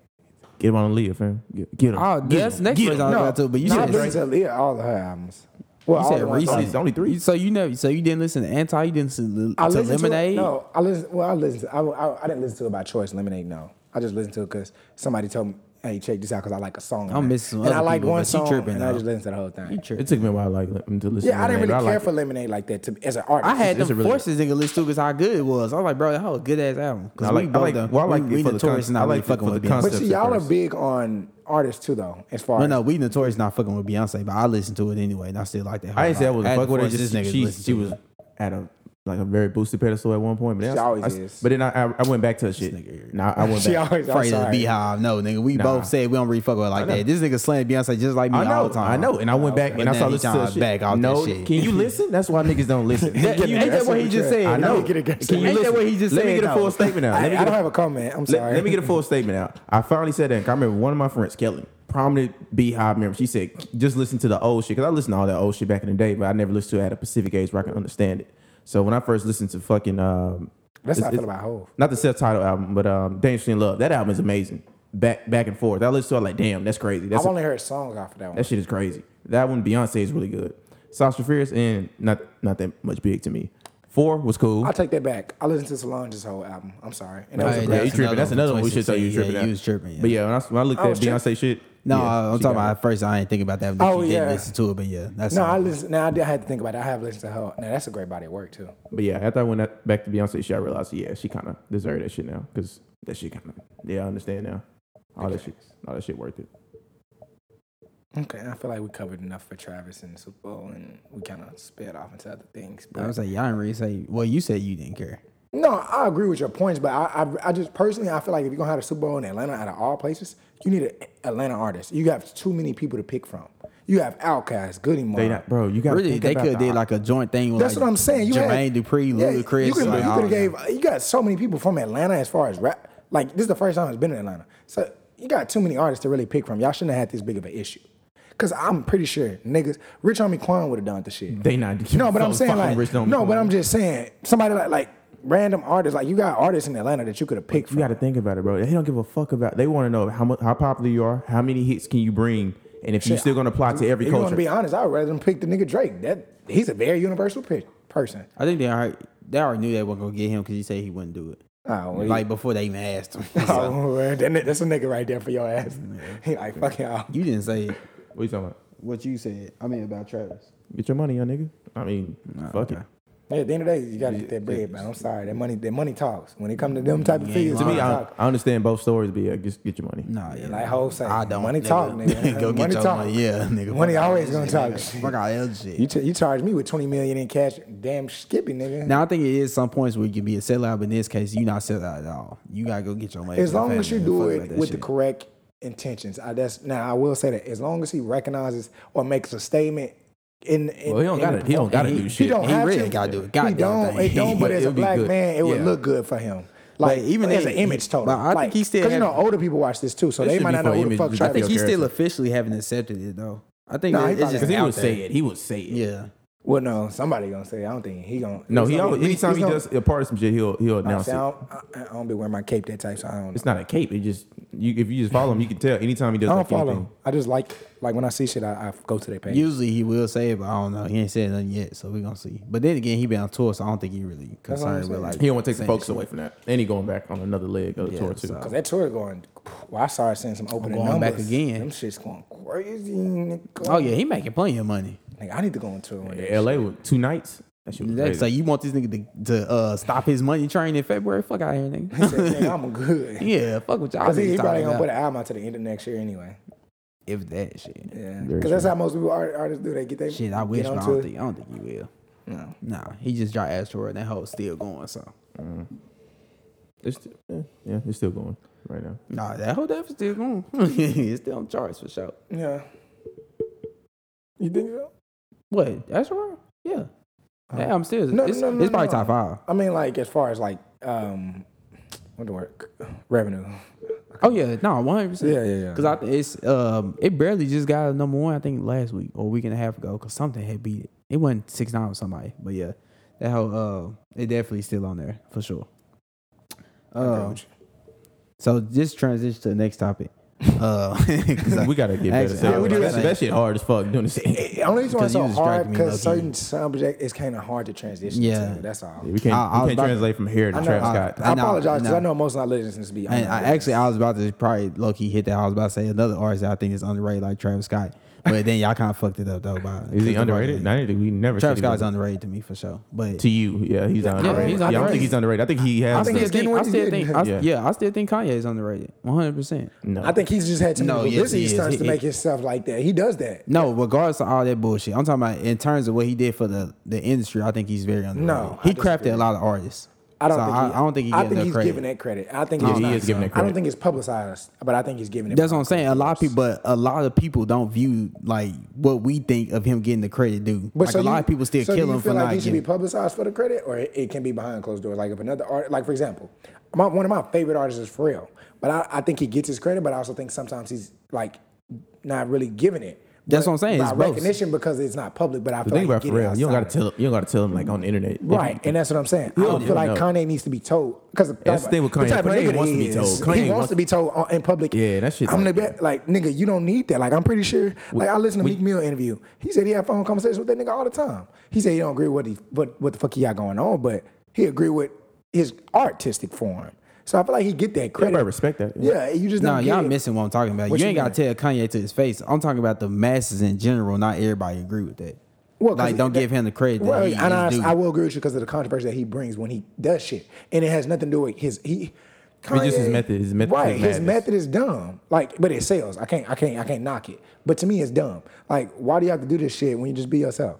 [SPEAKER 2] Get him on Aaliyah, fam. Get, get him.
[SPEAKER 1] Oh,
[SPEAKER 2] Get
[SPEAKER 1] that's
[SPEAKER 2] him.
[SPEAKER 1] next
[SPEAKER 2] Get
[SPEAKER 1] person
[SPEAKER 2] him.
[SPEAKER 1] I was
[SPEAKER 3] No,
[SPEAKER 1] about to. But you
[SPEAKER 3] no,
[SPEAKER 1] said
[SPEAKER 3] I've
[SPEAKER 1] Drake.
[SPEAKER 3] listened to Leah, all the her albums. Well, all
[SPEAKER 1] said
[SPEAKER 3] the ones
[SPEAKER 1] recent.
[SPEAKER 3] on-
[SPEAKER 2] It's only three.
[SPEAKER 1] So you never. So you didn't listen to Anti. You didn't listen to,
[SPEAKER 3] I
[SPEAKER 1] to
[SPEAKER 3] listened
[SPEAKER 1] Lemonade.
[SPEAKER 3] To it, no, I listen. Well, I listened. To, I, I, I didn't listen to it by choice. Lemonade, no. I just listened to it because somebody told me, "Hey, check this out," because I like a song.
[SPEAKER 1] I'm missing some
[SPEAKER 3] And I
[SPEAKER 1] other
[SPEAKER 3] like
[SPEAKER 1] people,
[SPEAKER 3] one
[SPEAKER 1] but she
[SPEAKER 3] song,
[SPEAKER 1] tripping
[SPEAKER 3] and I
[SPEAKER 1] now.
[SPEAKER 3] just listened to the whole thing.
[SPEAKER 2] It took me a while like to listen.
[SPEAKER 3] Yeah,
[SPEAKER 2] to
[SPEAKER 3] I
[SPEAKER 2] Lemonade,
[SPEAKER 3] didn't really
[SPEAKER 2] but
[SPEAKER 3] care
[SPEAKER 2] like
[SPEAKER 3] for
[SPEAKER 2] it.
[SPEAKER 3] Lemonade like that to, as an artist.
[SPEAKER 1] I had
[SPEAKER 2] It's
[SPEAKER 1] them
[SPEAKER 2] a really good-
[SPEAKER 1] forces nigga listen to because how good it was. I was like, bro, that was a good ass album. Cause
[SPEAKER 2] I like-
[SPEAKER 1] we
[SPEAKER 2] I
[SPEAKER 1] both
[SPEAKER 2] like-
[SPEAKER 1] done-
[SPEAKER 2] well, I like it
[SPEAKER 1] we, we
[SPEAKER 2] for the
[SPEAKER 1] notorious
[SPEAKER 2] con-
[SPEAKER 1] not
[SPEAKER 2] I
[SPEAKER 1] really
[SPEAKER 2] like it
[SPEAKER 1] fucking
[SPEAKER 2] for
[SPEAKER 1] with
[SPEAKER 2] the
[SPEAKER 1] Beyonce.
[SPEAKER 3] but
[SPEAKER 2] concept.
[SPEAKER 3] see,
[SPEAKER 2] at
[SPEAKER 3] y'all are
[SPEAKER 2] first.
[SPEAKER 3] big on artists too, though. As far
[SPEAKER 1] No,
[SPEAKER 3] as
[SPEAKER 1] Oh, no, we notorious not fucking with Beyonce, but I listened to it anyway, and I still like that.
[SPEAKER 2] I didn't say I was
[SPEAKER 1] had to
[SPEAKER 2] fuck with her.
[SPEAKER 1] force
[SPEAKER 2] Just
[SPEAKER 1] this nigga to
[SPEAKER 2] she,
[SPEAKER 1] listen
[SPEAKER 2] she
[SPEAKER 1] to
[SPEAKER 2] was
[SPEAKER 1] it.
[SPEAKER 2] at a like a very boosted pedestal at one point. But then
[SPEAKER 3] She
[SPEAKER 2] I,
[SPEAKER 3] always
[SPEAKER 2] I-
[SPEAKER 3] is.
[SPEAKER 2] But then I, I I went back to her shit.
[SPEAKER 1] nigga.
[SPEAKER 2] Nah, I went
[SPEAKER 3] she
[SPEAKER 2] back.
[SPEAKER 3] always I'm
[SPEAKER 1] afraid of the
[SPEAKER 3] sorry.
[SPEAKER 1] beehive. No, nigga, we both said we don't really fuck with her like that. This nigga slammed Beyonce just like me
[SPEAKER 2] I know,
[SPEAKER 1] all the time.
[SPEAKER 2] I know, and I went back
[SPEAKER 1] But
[SPEAKER 2] and I
[SPEAKER 1] now
[SPEAKER 2] saw
[SPEAKER 1] he
[SPEAKER 2] listen to
[SPEAKER 1] trying
[SPEAKER 2] her shit.
[SPEAKER 1] back off that
[SPEAKER 2] no,
[SPEAKER 1] shit.
[SPEAKER 2] can you listen? That's why niggas don't listen. That-
[SPEAKER 1] Ain't that what he just said?
[SPEAKER 2] I know.
[SPEAKER 3] Let me get a-
[SPEAKER 2] Can you
[SPEAKER 1] Ain't that
[SPEAKER 2] listen?
[SPEAKER 1] what he just
[SPEAKER 2] Let me
[SPEAKER 1] said,
[SPEAKER 2] get a
[SPEAKER 1] though?
[SPEAKER 2] full statement out.
[SPEAKER 3] I,
[SPEAKER 2] Let me
[SPEAKER 3] I
[SPEAKER 2] get
[SPEAKER 3] don't
[SPEAKER 2] a
[SPEAKER 3] have a comment. I'm
[SPEAKER 2] Let,
[SPEAKER 3] sorry.
[SPEAKER 2] let me get a full statement out. I finally said that. I remember one of my friends, Kelly, prominent Beehive member. She said, "Just listen to the old shit," because I listened to all that old shit back in the day, but I never listened to it at a Pacific age where I can understand it. So when I first listened to fucking, um,
[SPEAKER 3] That's
[SPEAKER 2] it's-
[SPEAKER 3] how I feel
[SPEAKER 2] it's-
[SPEAKER 3] about Hov.
[SPEAKER 2] Not the self-title album, but um, "Dangerously in Love." That album is amazing. Back back and forth. I listened to it like, damn, that's crazy. That's
[SPEAKER 3] I've
[SPEAKER 2] a-
[SPEAKER 3] only heard songs off of that one.
[SPEAKER 2] that shit is crazy. That one, Beyonce is really good. Sasha Fierce and not not that much big to me. Four was cool.
[SPEAKER 3] I take that back. I listened to Solange's whole album. I'm sorry. And that was a
[SPEAKER 1] Right,
[SPEAKER 3] great
[SPEAKER 2] yeah, you
[SPEAKER 1] That's
[SPEAKER 2] tripping. That's
[SPEAKER 1] another
[SPEAKER 2] another
[SPEAKER 1] one
[SPEAKER 2] one we
[SPEAKER 1] from
[SPEAKER 2] should tell you you
[SPEAKER 1] 2016. Yeah,
[SPEAKER 2] tripping. at.
[SPEAKER 1] you was tripping, yeah.
[SPEAKER 2] But yeah, when I, when I looked
[SPEAKER 3] I
[SPEAKER 2] at
[SPEAKER 3] was tripping.
[SPEAKER 2] Beyonce shit,
[SPEAKER 1] No,
[SPEAKER 2] yeah,
[SPEAKER 1] I- I'm
[SPEAKER 2] she
[SPEAKER 1] talking
[SPEAKER 2] got
[SPEAKER 1] about
[SPEAKER 2] it.
[SPEAKER 1] at first. I didn't think about that. But
[SPEAKER 3] Oh,
[SPEAKER 1] you didn't
[SPEAKER 3] yeah.
[SPEAKER 1] listen to it, but yeah, that's
[SPEAKER 3] No,
[SPEAKER 1] all.
[SPEAKER 3] I listen. Now I, did, I had to think about it. I have listened to her. Now that's a great body of work too.
[SPEAKER 2] But yeah, after I went at- back to Beyonce shit, I realized yeah, she kind of deserved that shit now because that shit kind of yeah, I understand now. All that shit, all that shit worth it.
[SPEAKER 3] Okay, I feel like we covered enough for Travis and the Super Bowl, and we kind of sped off into other things.
[SPEAKER 1] I
[SPEAKER 3] But
[SPEAKER 1] was like, y'all didn't really say. Well, you said you didn't care.
[SPEAKER 3] No, I agree with your points, but I, I, I just personally, I feel like if you're gonna have a Super Bowl in Atlanta, out of all places, you need an Atlanta artist. You have too many people to pick from. You have Outkast, Goody Moore.
[SPEAKER 2] They not, bro. You got
[SPEAKER 1] Really, they could
[SPEAKER 2] could
[SPEAKER 1] have did like a joint thing with
[SPEAKER 3] That's
[SPEAKER 1] like
[SPEAKER 3] what I'm saying. You
[SPEAKER 1] Jermaine
[SPEAKER 3] had,
[SPEAKER 1] Dupri,
[SPEAKER 3] Yeah,
[SPEAKER 1] Ludacris.
[SPEAKER 3] You could
[SPEAKER 1] like, all
[SPEAKER 3] have
[SPEAKER 1] of them.
[SPEAKER 3] gave. You got so many people from Atlanta as far as rap. Like this is the first time it's been in Atlanta, so you got too many artists to really pick from. Y'all shouldn't have had this big of an issue. Cause I'm pretty sure niggas, Rich Homie Quan would have done the shit.
[SPEAKER 2] They not.
[SPEAKER 3] No, but I'm
[SPEAKER 2] Fuck
[SPEAKER 3] saying
[SPEAKER 2] fucking
[SPEAKER 3] like
[SPEAKER 2] Rich
[SPEAKER 3] no,
[SPEAKER 2] Homie
[SPEAKER 3] but
[SPEAKER 2] Quan.
[SPEAKER 3] I'm just saying somebody like like random artists. Like you got artists in Atlanta that you could have picked
[SPEAKER 2] You
[SPEAKER 3] from.
[SPEAKER 2] got to think about it, bro. They don't give a fuck about. They want to know how much, how popular you are, how many hits can you bring, and if you're still gonna apply to every
[SPEAKER 3] If you want
[SPEAKER 2] culture.
[SPEAKER 3] to be honest, I'd rather them pick the nigga Drake. That he's a very universal pe- person.
[SPEAKER 1] I think they already, they already knew they weren't gonna get him because he said he wouldn't do it.
[SPEAKER 3] Oh, well,
[SPEAKER 1] Like before they even asked him.
[SPEAKER 3] oh, well, that ni- that's a nigga right there for your ass. He like fuck y'all.
[SPEAKER 1] you didn't say
[SPEAKER 2] what you talking about?
[SPEAKER 1] what you said. I mean about Travis.
[SPEAKER 2] Get your money, young nigga. I mean, fuck it.
[SPEAKER 3] Hey, at the end of the day, you gotta get that bread, man. I'm sorry, that money, that money talks. When it comes to them type of figures,
[SPEAKER 2] To me,
[SPEAKER 3] money
[SPEAKER 2] I,
[SPEAKER 3] talk.
[SPEAKER 2] I understand both stories, but yeah, just get your money.
[SPEAKER 1] Nah, yeah.
[SPEAKER 3] like whole say,
[SPEAKER 1] I don't.
[SPEAKER 3] money
[SPEAKER 1] nigga.
[SPEAKER 3] talk, nigga.
[SPEAKER 1] Go
[SPEAKER 3] money
[SPEAKER 1] get your
[SPEAKER 3] talk.
[SPEAKER 1] money. Yeah, nigga.
[SPEAKER 3] Money
[SPEAKER 1] Fuck all
[SPEAKER 3] always
[SPEAKER 1] that
[SPEAKER 3] gonna
[SPEAKER 1] shit,
[SPEAKER 3] talk
[SPEAKER 1] nigga.
[SPEAKER 3] shit.
[SPEAKER 1] Fuck all that shit.
[SPEAKER 3] You, ch- you charge me with 20 million in cash, damn skippy, nigga.
[SPEAKER 1] Now I think it is some points where you can be a sellout, but in this case, you not sellout at all. You gotta go get your money.
[SPEAKER 3] as
[SPEAKER 1] for your
[SPEAKER 3] long as you
[SPEAKER 1] family
[SPEAKER 3] do
[SPEAKER 1] and fuck
[SPEAKER 3] it
[SPEAKER 1] that
[SPEAKER 3] with the
[SPEAKER 1] shit.
[SPEAKER 3] correct intentions, I, that's now I will say that as long as he recognizes or makes a statement in, in
[SPEAKER 2] Well, he don't
[SPEAKER 3] in
[SPEAKER 2] got
[SPEAKER 3] the
[SPEAKER 2] it. He don't got to
[SPEAKER 1] He-
[SPEAKER 2] do
[SPEAKER 1] he
[SPEAKER 2] shit.
[SPEAKER 3] don't
[SPEAKER 1] He
[SPEAKER 3] have
[SPEAKER 1] really
[SPEAKER 3] to.
[SPEAKER 1] gotta do it.
[SPEAKER 3] he
[SPEAKER 1] Goddamn
[SPEAKER 3] don't,
[SPEAKER 1] thing.
[SPEAKER 3] It don't. But as
[SPEAKER 2] It'll
[SPEAKER 3] a
[SPEAKER 2] be
[SPEAKER 3] black
[SPEAKER 2] good.
[SPEAKER 3] man, it would
[SPEAKER 2] Yeah.
[SPEAKER 3] look good for him.
[SPEAKER 1] But
[SPEAKER 3] Like
[SPEAKER 1] even
[SPEAKER 3] even as
[SPEAKER 1] then,
[SPEAKER 3] an image
[SPEAKER 1] he-
[SPEAKER 3] total.
[SPEAKER 1] but I think
[SPEAKER 3] like,
[SPEAKER 1] he still
[SPEAKER 3] because you know
[SPEAKER 1] had-
[SPEAKER 3] older people watch this too, so
[SPEAKER 2] It
[SPEAKER 3] they
[SPEAKER 2] should
[SPEAKER 3] might
[SPEAKER 2] be
[SPEAKER 3] not know
[SPEAKER 2] for
[SPEAKER 3] who the
[SPEAKER 2] image,
[SPEAKER 3] fuck
[SPEAKER 2] because I
[SPEAKER 1] I
[SPEAKER 3] Travis.
[SPEAKER 1] think
[SPEAKER 3] is.
[SPEAKER 1] he still
[SPEAKER 2] Garrison.
[SPEAKER 1] officially haven't accepted it though. I think
[SPEAKER 3] Nah,
[SPEAKER 1] it-
[SPEAKER 3] he
[SPEAKER 1] it's
[SPEAKER 3] probably
[SPEAKER 1] just
[SPEAKER 2] Because he
[SPEAKER 1] out
[SPEAKER 2] would
[SPEAKER 1] there.
[SPEAKER 2] say it. He would say it.
[SPEAKER 1] Yeah.
[SPEAKER 3] Well, no, somebody gonna say. it. I don't think he gonna.
[SPEAKER 2] No,
[SPEAKER 3] it's
[SPEAKER 2] he
[SPEAKER 3] gonna
[SPEAKER 2] always,
[SPEAKER 3] be-
[SPEAKER 2] anytime
[SPEAKER 3] it's
[SPEAKER 2] he
[SPEAKER 3] gonna-
[SPEAKER 2] does a part of some shit, he'll he'll
[SPEAKER 3] I,
[SPEAKER 2] announce
[SPEAKER 3] say, I,
[SPEAKER 2] it.
[SPEAKER 3] don't, I, I don't be wearing my cape that type, so I don't.
[SPEAKER 2] It's not a cape. It just you if you just follow him, you can tell. Anytime he does
[SPEAKER 3] I don't
[SPEAKER 2] like
[SPEAKER 3] follow.
[SPEAKER 2] anything,
[SPEAKER 3] I just like like when I see shit, I, I go to their page.
[SPEAKER 1] Usually he will say it, but I don't know. He ain't said nothing yet, so we're gonna see. But then again, he been on tour, so I don't think he really
[SPEAKER 3] That's what I'm
[SPEAKER 1] concerned with
[SPEAKER 3] saying.
[SPEAKER 1] like
[SPEAKER 2] he don't want to take the
[SPEAKER 1] saying
[SPEAKER 2] focus
[SPEAKER 1] shit.
[SPEAKER 2] away from that. And he going back on another leg of the
[SPEAKER 1] Yeah,
[SPEAKER 2] tour too.
[SPEAKER 1] so-
[SPEAKER 3] Cause that tour going. Well, I started seeing some opening
[SPEAKER 1] going back
[SPEAKER 3] numbers.
[SPEAKER 1] again.
[SPEAKER 3] Them shit's going crazy. Nigga.
[SPEAKER 1] Oh yeah, he making plenty of money.
[SPEAKER 3] Nigga, I need to go on tour. one day.
[SPEAKER 2] Yeah, LA with two nights. That shit was
[SPEAKER 1] They
[SPEAKER 2] crazy.
[SPEAKER 1] say you want this nigga to, to uh, stop his money train in February? Fuck out here, nigga.
[SPEAKER 3] He said, "Nigga, I'm good.
[SPEAKER 1] yeah, fuck with y'all.
[SPEAKER 3] Cause he,
[SPEAKER 1] niggas
[SPEAKER 3] he probably
[SPEAKER 1] talking
[SPEAKER 3] gonna
[SPEAKER 1] about.
[SPEAKER 3] put an album out to the end of next year anyway.
[SPEAKER 1] if that shit.
[SPEAKER 3] Yeah.
[SPEAKER 2] Very
[SPEAKER 3] Cause that's how most people art, artists do. They get their
[SPEAKER 1] Shit, I wish,
[SPEAKER 3] Get
[SPEAKER 1] but I
[SPEAKER 3] onto
[SPEAKER 1] don't
[SPEAKER 3] it.
[SPEAKER 1] think I don't think he will.
[SPEAKER 3] No.
[SPEAKER 1] Nah, he just dropped Asteroid and that hoe's still going. So
[SPEAKER 2] It's, yeah, yeah, it's still going right now.
[SPEAKER 1] nah, that hoe definitely still going. it's still on charts for sure.
[SPEAKER 3] Yeah. You think so?
[SPEAKER 1] What Asteroid? Yeah, yeah, I'm still.
[SPEAKER 3] Oh. No,
[SPEAKER 1] it's,
[SPEAKER 3] no, no,
[SPEAKER 1] it's probably
[SPEAKER 3] no.
[SPEAKER 1] top five.
[SPEAKER 3] I mean, like as far as like um, what the word revenue.
[SPEAKER 1] Oh yeah, no, one hundred percent.
[SPEAKER 3] Yeah, yeah, yeah.
[SPEAKER 1] Because I think it's um, it barely just got a number one. I think last week or a week and a half ago, because something had beat it. It wasn't six nine with somebody, but yeah, that hoe. Uh, it definitely still on there for sure. Uh, so just transition to the next topic. Uh, 'cause I-
[SPEAKER 2] we gotta get better.
[SPEAKER 1] Actually,
[SPEAKER 2] at
[SPEAKER 1] I
[SPEAKER 2] that.
[SPEAKER 1] would do
[SPEAKER 2] that,
[SPEAKER 1] that.
[SPEAKER 2] shit, that shit hard as fuck doing this. Yeah,
[SPEAKER 3] The only reason why
[SPEAKER 1] 'Cause
[SPEAKER 3] it's
[SPEAKER 1] you
[SPEAKER 3] so
[SPEAKER 1] was
[SPEAKER 3] hard
[SPEAKER 1] dragging me
[SPEAKER 3] because
[SPEAKER 1] low-key.
[SPEAKER 3] certain subject is kind of hard to transition
[SPEAKER 1] Yeah.
[SPEAKER 3] to. That's all.
[SPEAKER 2] we can't,
[SPEAKER 1] I- I was
[SPEAKER 2] we can't
[SPEAKER 1] about-
[SPEAKER 2] translate from here to
[SPEAKER 3] I know.
[SPEAKER 2] Travis
[SPEAKER 1] I-
[SPEAKER 2] Scott.
[SPEAKER 3] I,
[SPEAKER 1] know,
[SPEAKER 3] apologize because
[SPEAKER 1] know.
[SPEAKER 3] I know most of our listeners be.
[SPEAKER 1] And I, actually, I was about to probably low key hit that. I was about to say another artist that I think is underrated, like Travis Scott. But then y'all kind of fucked it up though. By
[SPEAKER 2] Is he underrated? No, I didn't think we never. said
[SPEAKER 1] Travis
[SPEAKER 2] he
[SPEAKER 1] Scott's
[SPEAKER 2] was-
[SPEAKER 1] underrated to me for sure. But
[SPEAKER 2] to you. Yeah, he's underrated.
[SPEAKER 1] he's
[SPEAKER 2] Yeah, I don't
[SPEAKER 1] underrated.
[SPEAKER 2] think he's underrated. I think he has.
[SPEAKER 1] I
[SPEAKER 2] the-
[SPEAKER 1] still
[SPEAKER 3] think
[SPEAKER 1] think,
[SPEAKER 3] he's getting
[SPEAKER 1] I
[SPEAKER 3] what he's
[SPEAKER 1] still
[SPEAKER 3] getting.
[SPEAKER 1] think I, yeah.
[SPEAKER 2] Yeah.
[SPEAKER 1] I still think Kanye is underrated. One hundred percent.
[SPEAKER 2] no,
[SPEAKER 3] I think he's just had too
[SPEAKER 1] No,
[SPEAKER 3] many
[SPEAKER 1] yes,
[SPEAKER 3] publicity
[SPEAKER 1] he is.
[SPEAKER 3] stunts
[SPEAKER 1] He-
[SPEAKER 3] to make himself like that. He does that.
[SPEAKER 1] No, regardless of all that bullshit, I'm talking about in terms of what he did for the, the industry. I think he's very underrated.
[SPEAKER 3] No,
[SPEAKER 1] he
[SPEAKER 3] I
[SPEAKER 1] crafted
[SPEAKER 3] disagree.
[SPEAKER 1] a lot of artists.
[SPEAKER 3] I don't
[SPEAKER 1] So
[SPEAKER 3] think.
[SPEAKER 1] I,
[SPEAKER 3] he,
[SPEAKER 1] I don't think he
[SPEAKER 3] I
[SPEAKER 1] gets
[SPEAKER 3] think
[SPEAKER 1] enough
[SPEAKER 3] he's
[SPEAKER 1] credit.
[SPEAKER 3] giving that credit. I think
[SPEAKER 2] Yeah,
[SPEAKER 3] it's
[SPEAKER 2] he
[SPEAKER 3] not.
[SPEAKER 2] is giving that
[SPEAKER 3] I don't
[SPEAKER 2] credit.
[SPEAKER 3] think it's publicized, but I think he's giving it.
[SPEAKER 1] That's what I'm saying. A lot of people, but a lot of people don't view like what we think of him getting the credit due.
[SPEAKER 3] But
[SPEAKER 1] like
[SPEAKER 3] so
[SPEAKER 1] a lot
[SPEAKER 3] you-
[SPEAKER 1] of people still
[SPEAKER 3] so
[SPEAKER 1] kill
[SPEAKER 3] do you
[SPEAKER 1] him
[SPEAKER 3] feel
[SPEAKER 1] for
[SPEAKER 3] like
[SPEAKER 1] not
[SPEAKER 3] he should
[SPEAKER 1] getting.
[SPEAKER 3] be publicized for the credit, or it, it can be behind closed doors. Like if another art, like for example, my, one of my favorite artists is Pharrell, but I, I think he gets his credit, but I also think sometimes he's like not really giving it.
[SPEAKER 1] That's
[SPEAKER 3] But
[SPEAKER 1] what I'm saying,
[SPEAKER 3] by
[SPEAKER 1] it's both.
[SPEAKER 3] recognition because it's not public, but I
[SPEAKER 2] The
[SPEAKER 3] feel
[SPEAKER 2] thing
[SPEAKER 3] like
[SPEAKER 2] about
[SPEAKER 3] he get it
[SPEAKER 2] Pharrell, Uh, you don't gotta
[SPEAKER 3] outside of-
[SPEAKER 2] tell him. You don't gotta tell him like on the internet.
[SPEAKER 3] Right, and that's what I'm saying. I don't
[SPEAKER 2] Yeah.
[SPEAKER 3] feel like
[SPEAKER 2] No.
[SPEAKER 3] Kanye needs to be told because
[SPEAKER 2] That's the thing with Kanye. Kanye wants to be told. Kanye
[SPEAKER 3] he wants
[SPEAKER 2] wants-
[SPEAKER 3] to be told on- in public.
[SPEAKER 2] Yeah, that shit
[SPEAKER 3] I'm
[SPEAKER 2] like
[SPEAKER 3] the best. Like nigga, you don't need that. Like I'm pretty sure. Like I listened to Meek Mill interview. He said he had phone conversations with that nigga all the time. He said he don't agree with what he what what the fuck he got going on, but he agree with his artistic form. So I feel like he get that credit.
[SPEAKER 2] I respect that.
[SPEAKER 3] Yeah, you just
[SPEAKER 1] No,
[SPEAKER 3] don't
[SPEAKER 1] y'all
[SPEAKER 3] get it.
[SPEAKER 1] missing what I'm talking about.
[SPEAKER 3] What
[SPEAKER 1] you
[SPEAKER 3] you
[SPEAKER 1] ain't got to tell Kanye to his face. I'm talking about the masses in general. Not everybody agree with that.
[SPEAKER 3] Well, 'cause
[SPEAKER 1] like, don't
[SPEAKER 3] that-
[SPEAKER 1] give him the credit.
[SPEAKER 3] Well,
[SPEAKER 1] that he
[SPEAKER 3] and
[SPEAKER 1] is due.
[SPEAKER 3] I, I will agree with you because of the controversy that he brings when he does shit, and it has nothing to do with his he.
[SPEAKER 2] mean, just his
[SPEAKER 3] Kanye-
[SPEAKER 2] method- his method
[SPEAKER 3] right?
[SPEAKER 2] is
[SPEAKER 3] His
[SPEAKER 2] madness.
[SPEAKER 3] method is dumb. Like, but it sells. I can't, I can't, I can't knock it. But to me, it's dumb. Like, why do you have to do this shit when you just be yourself?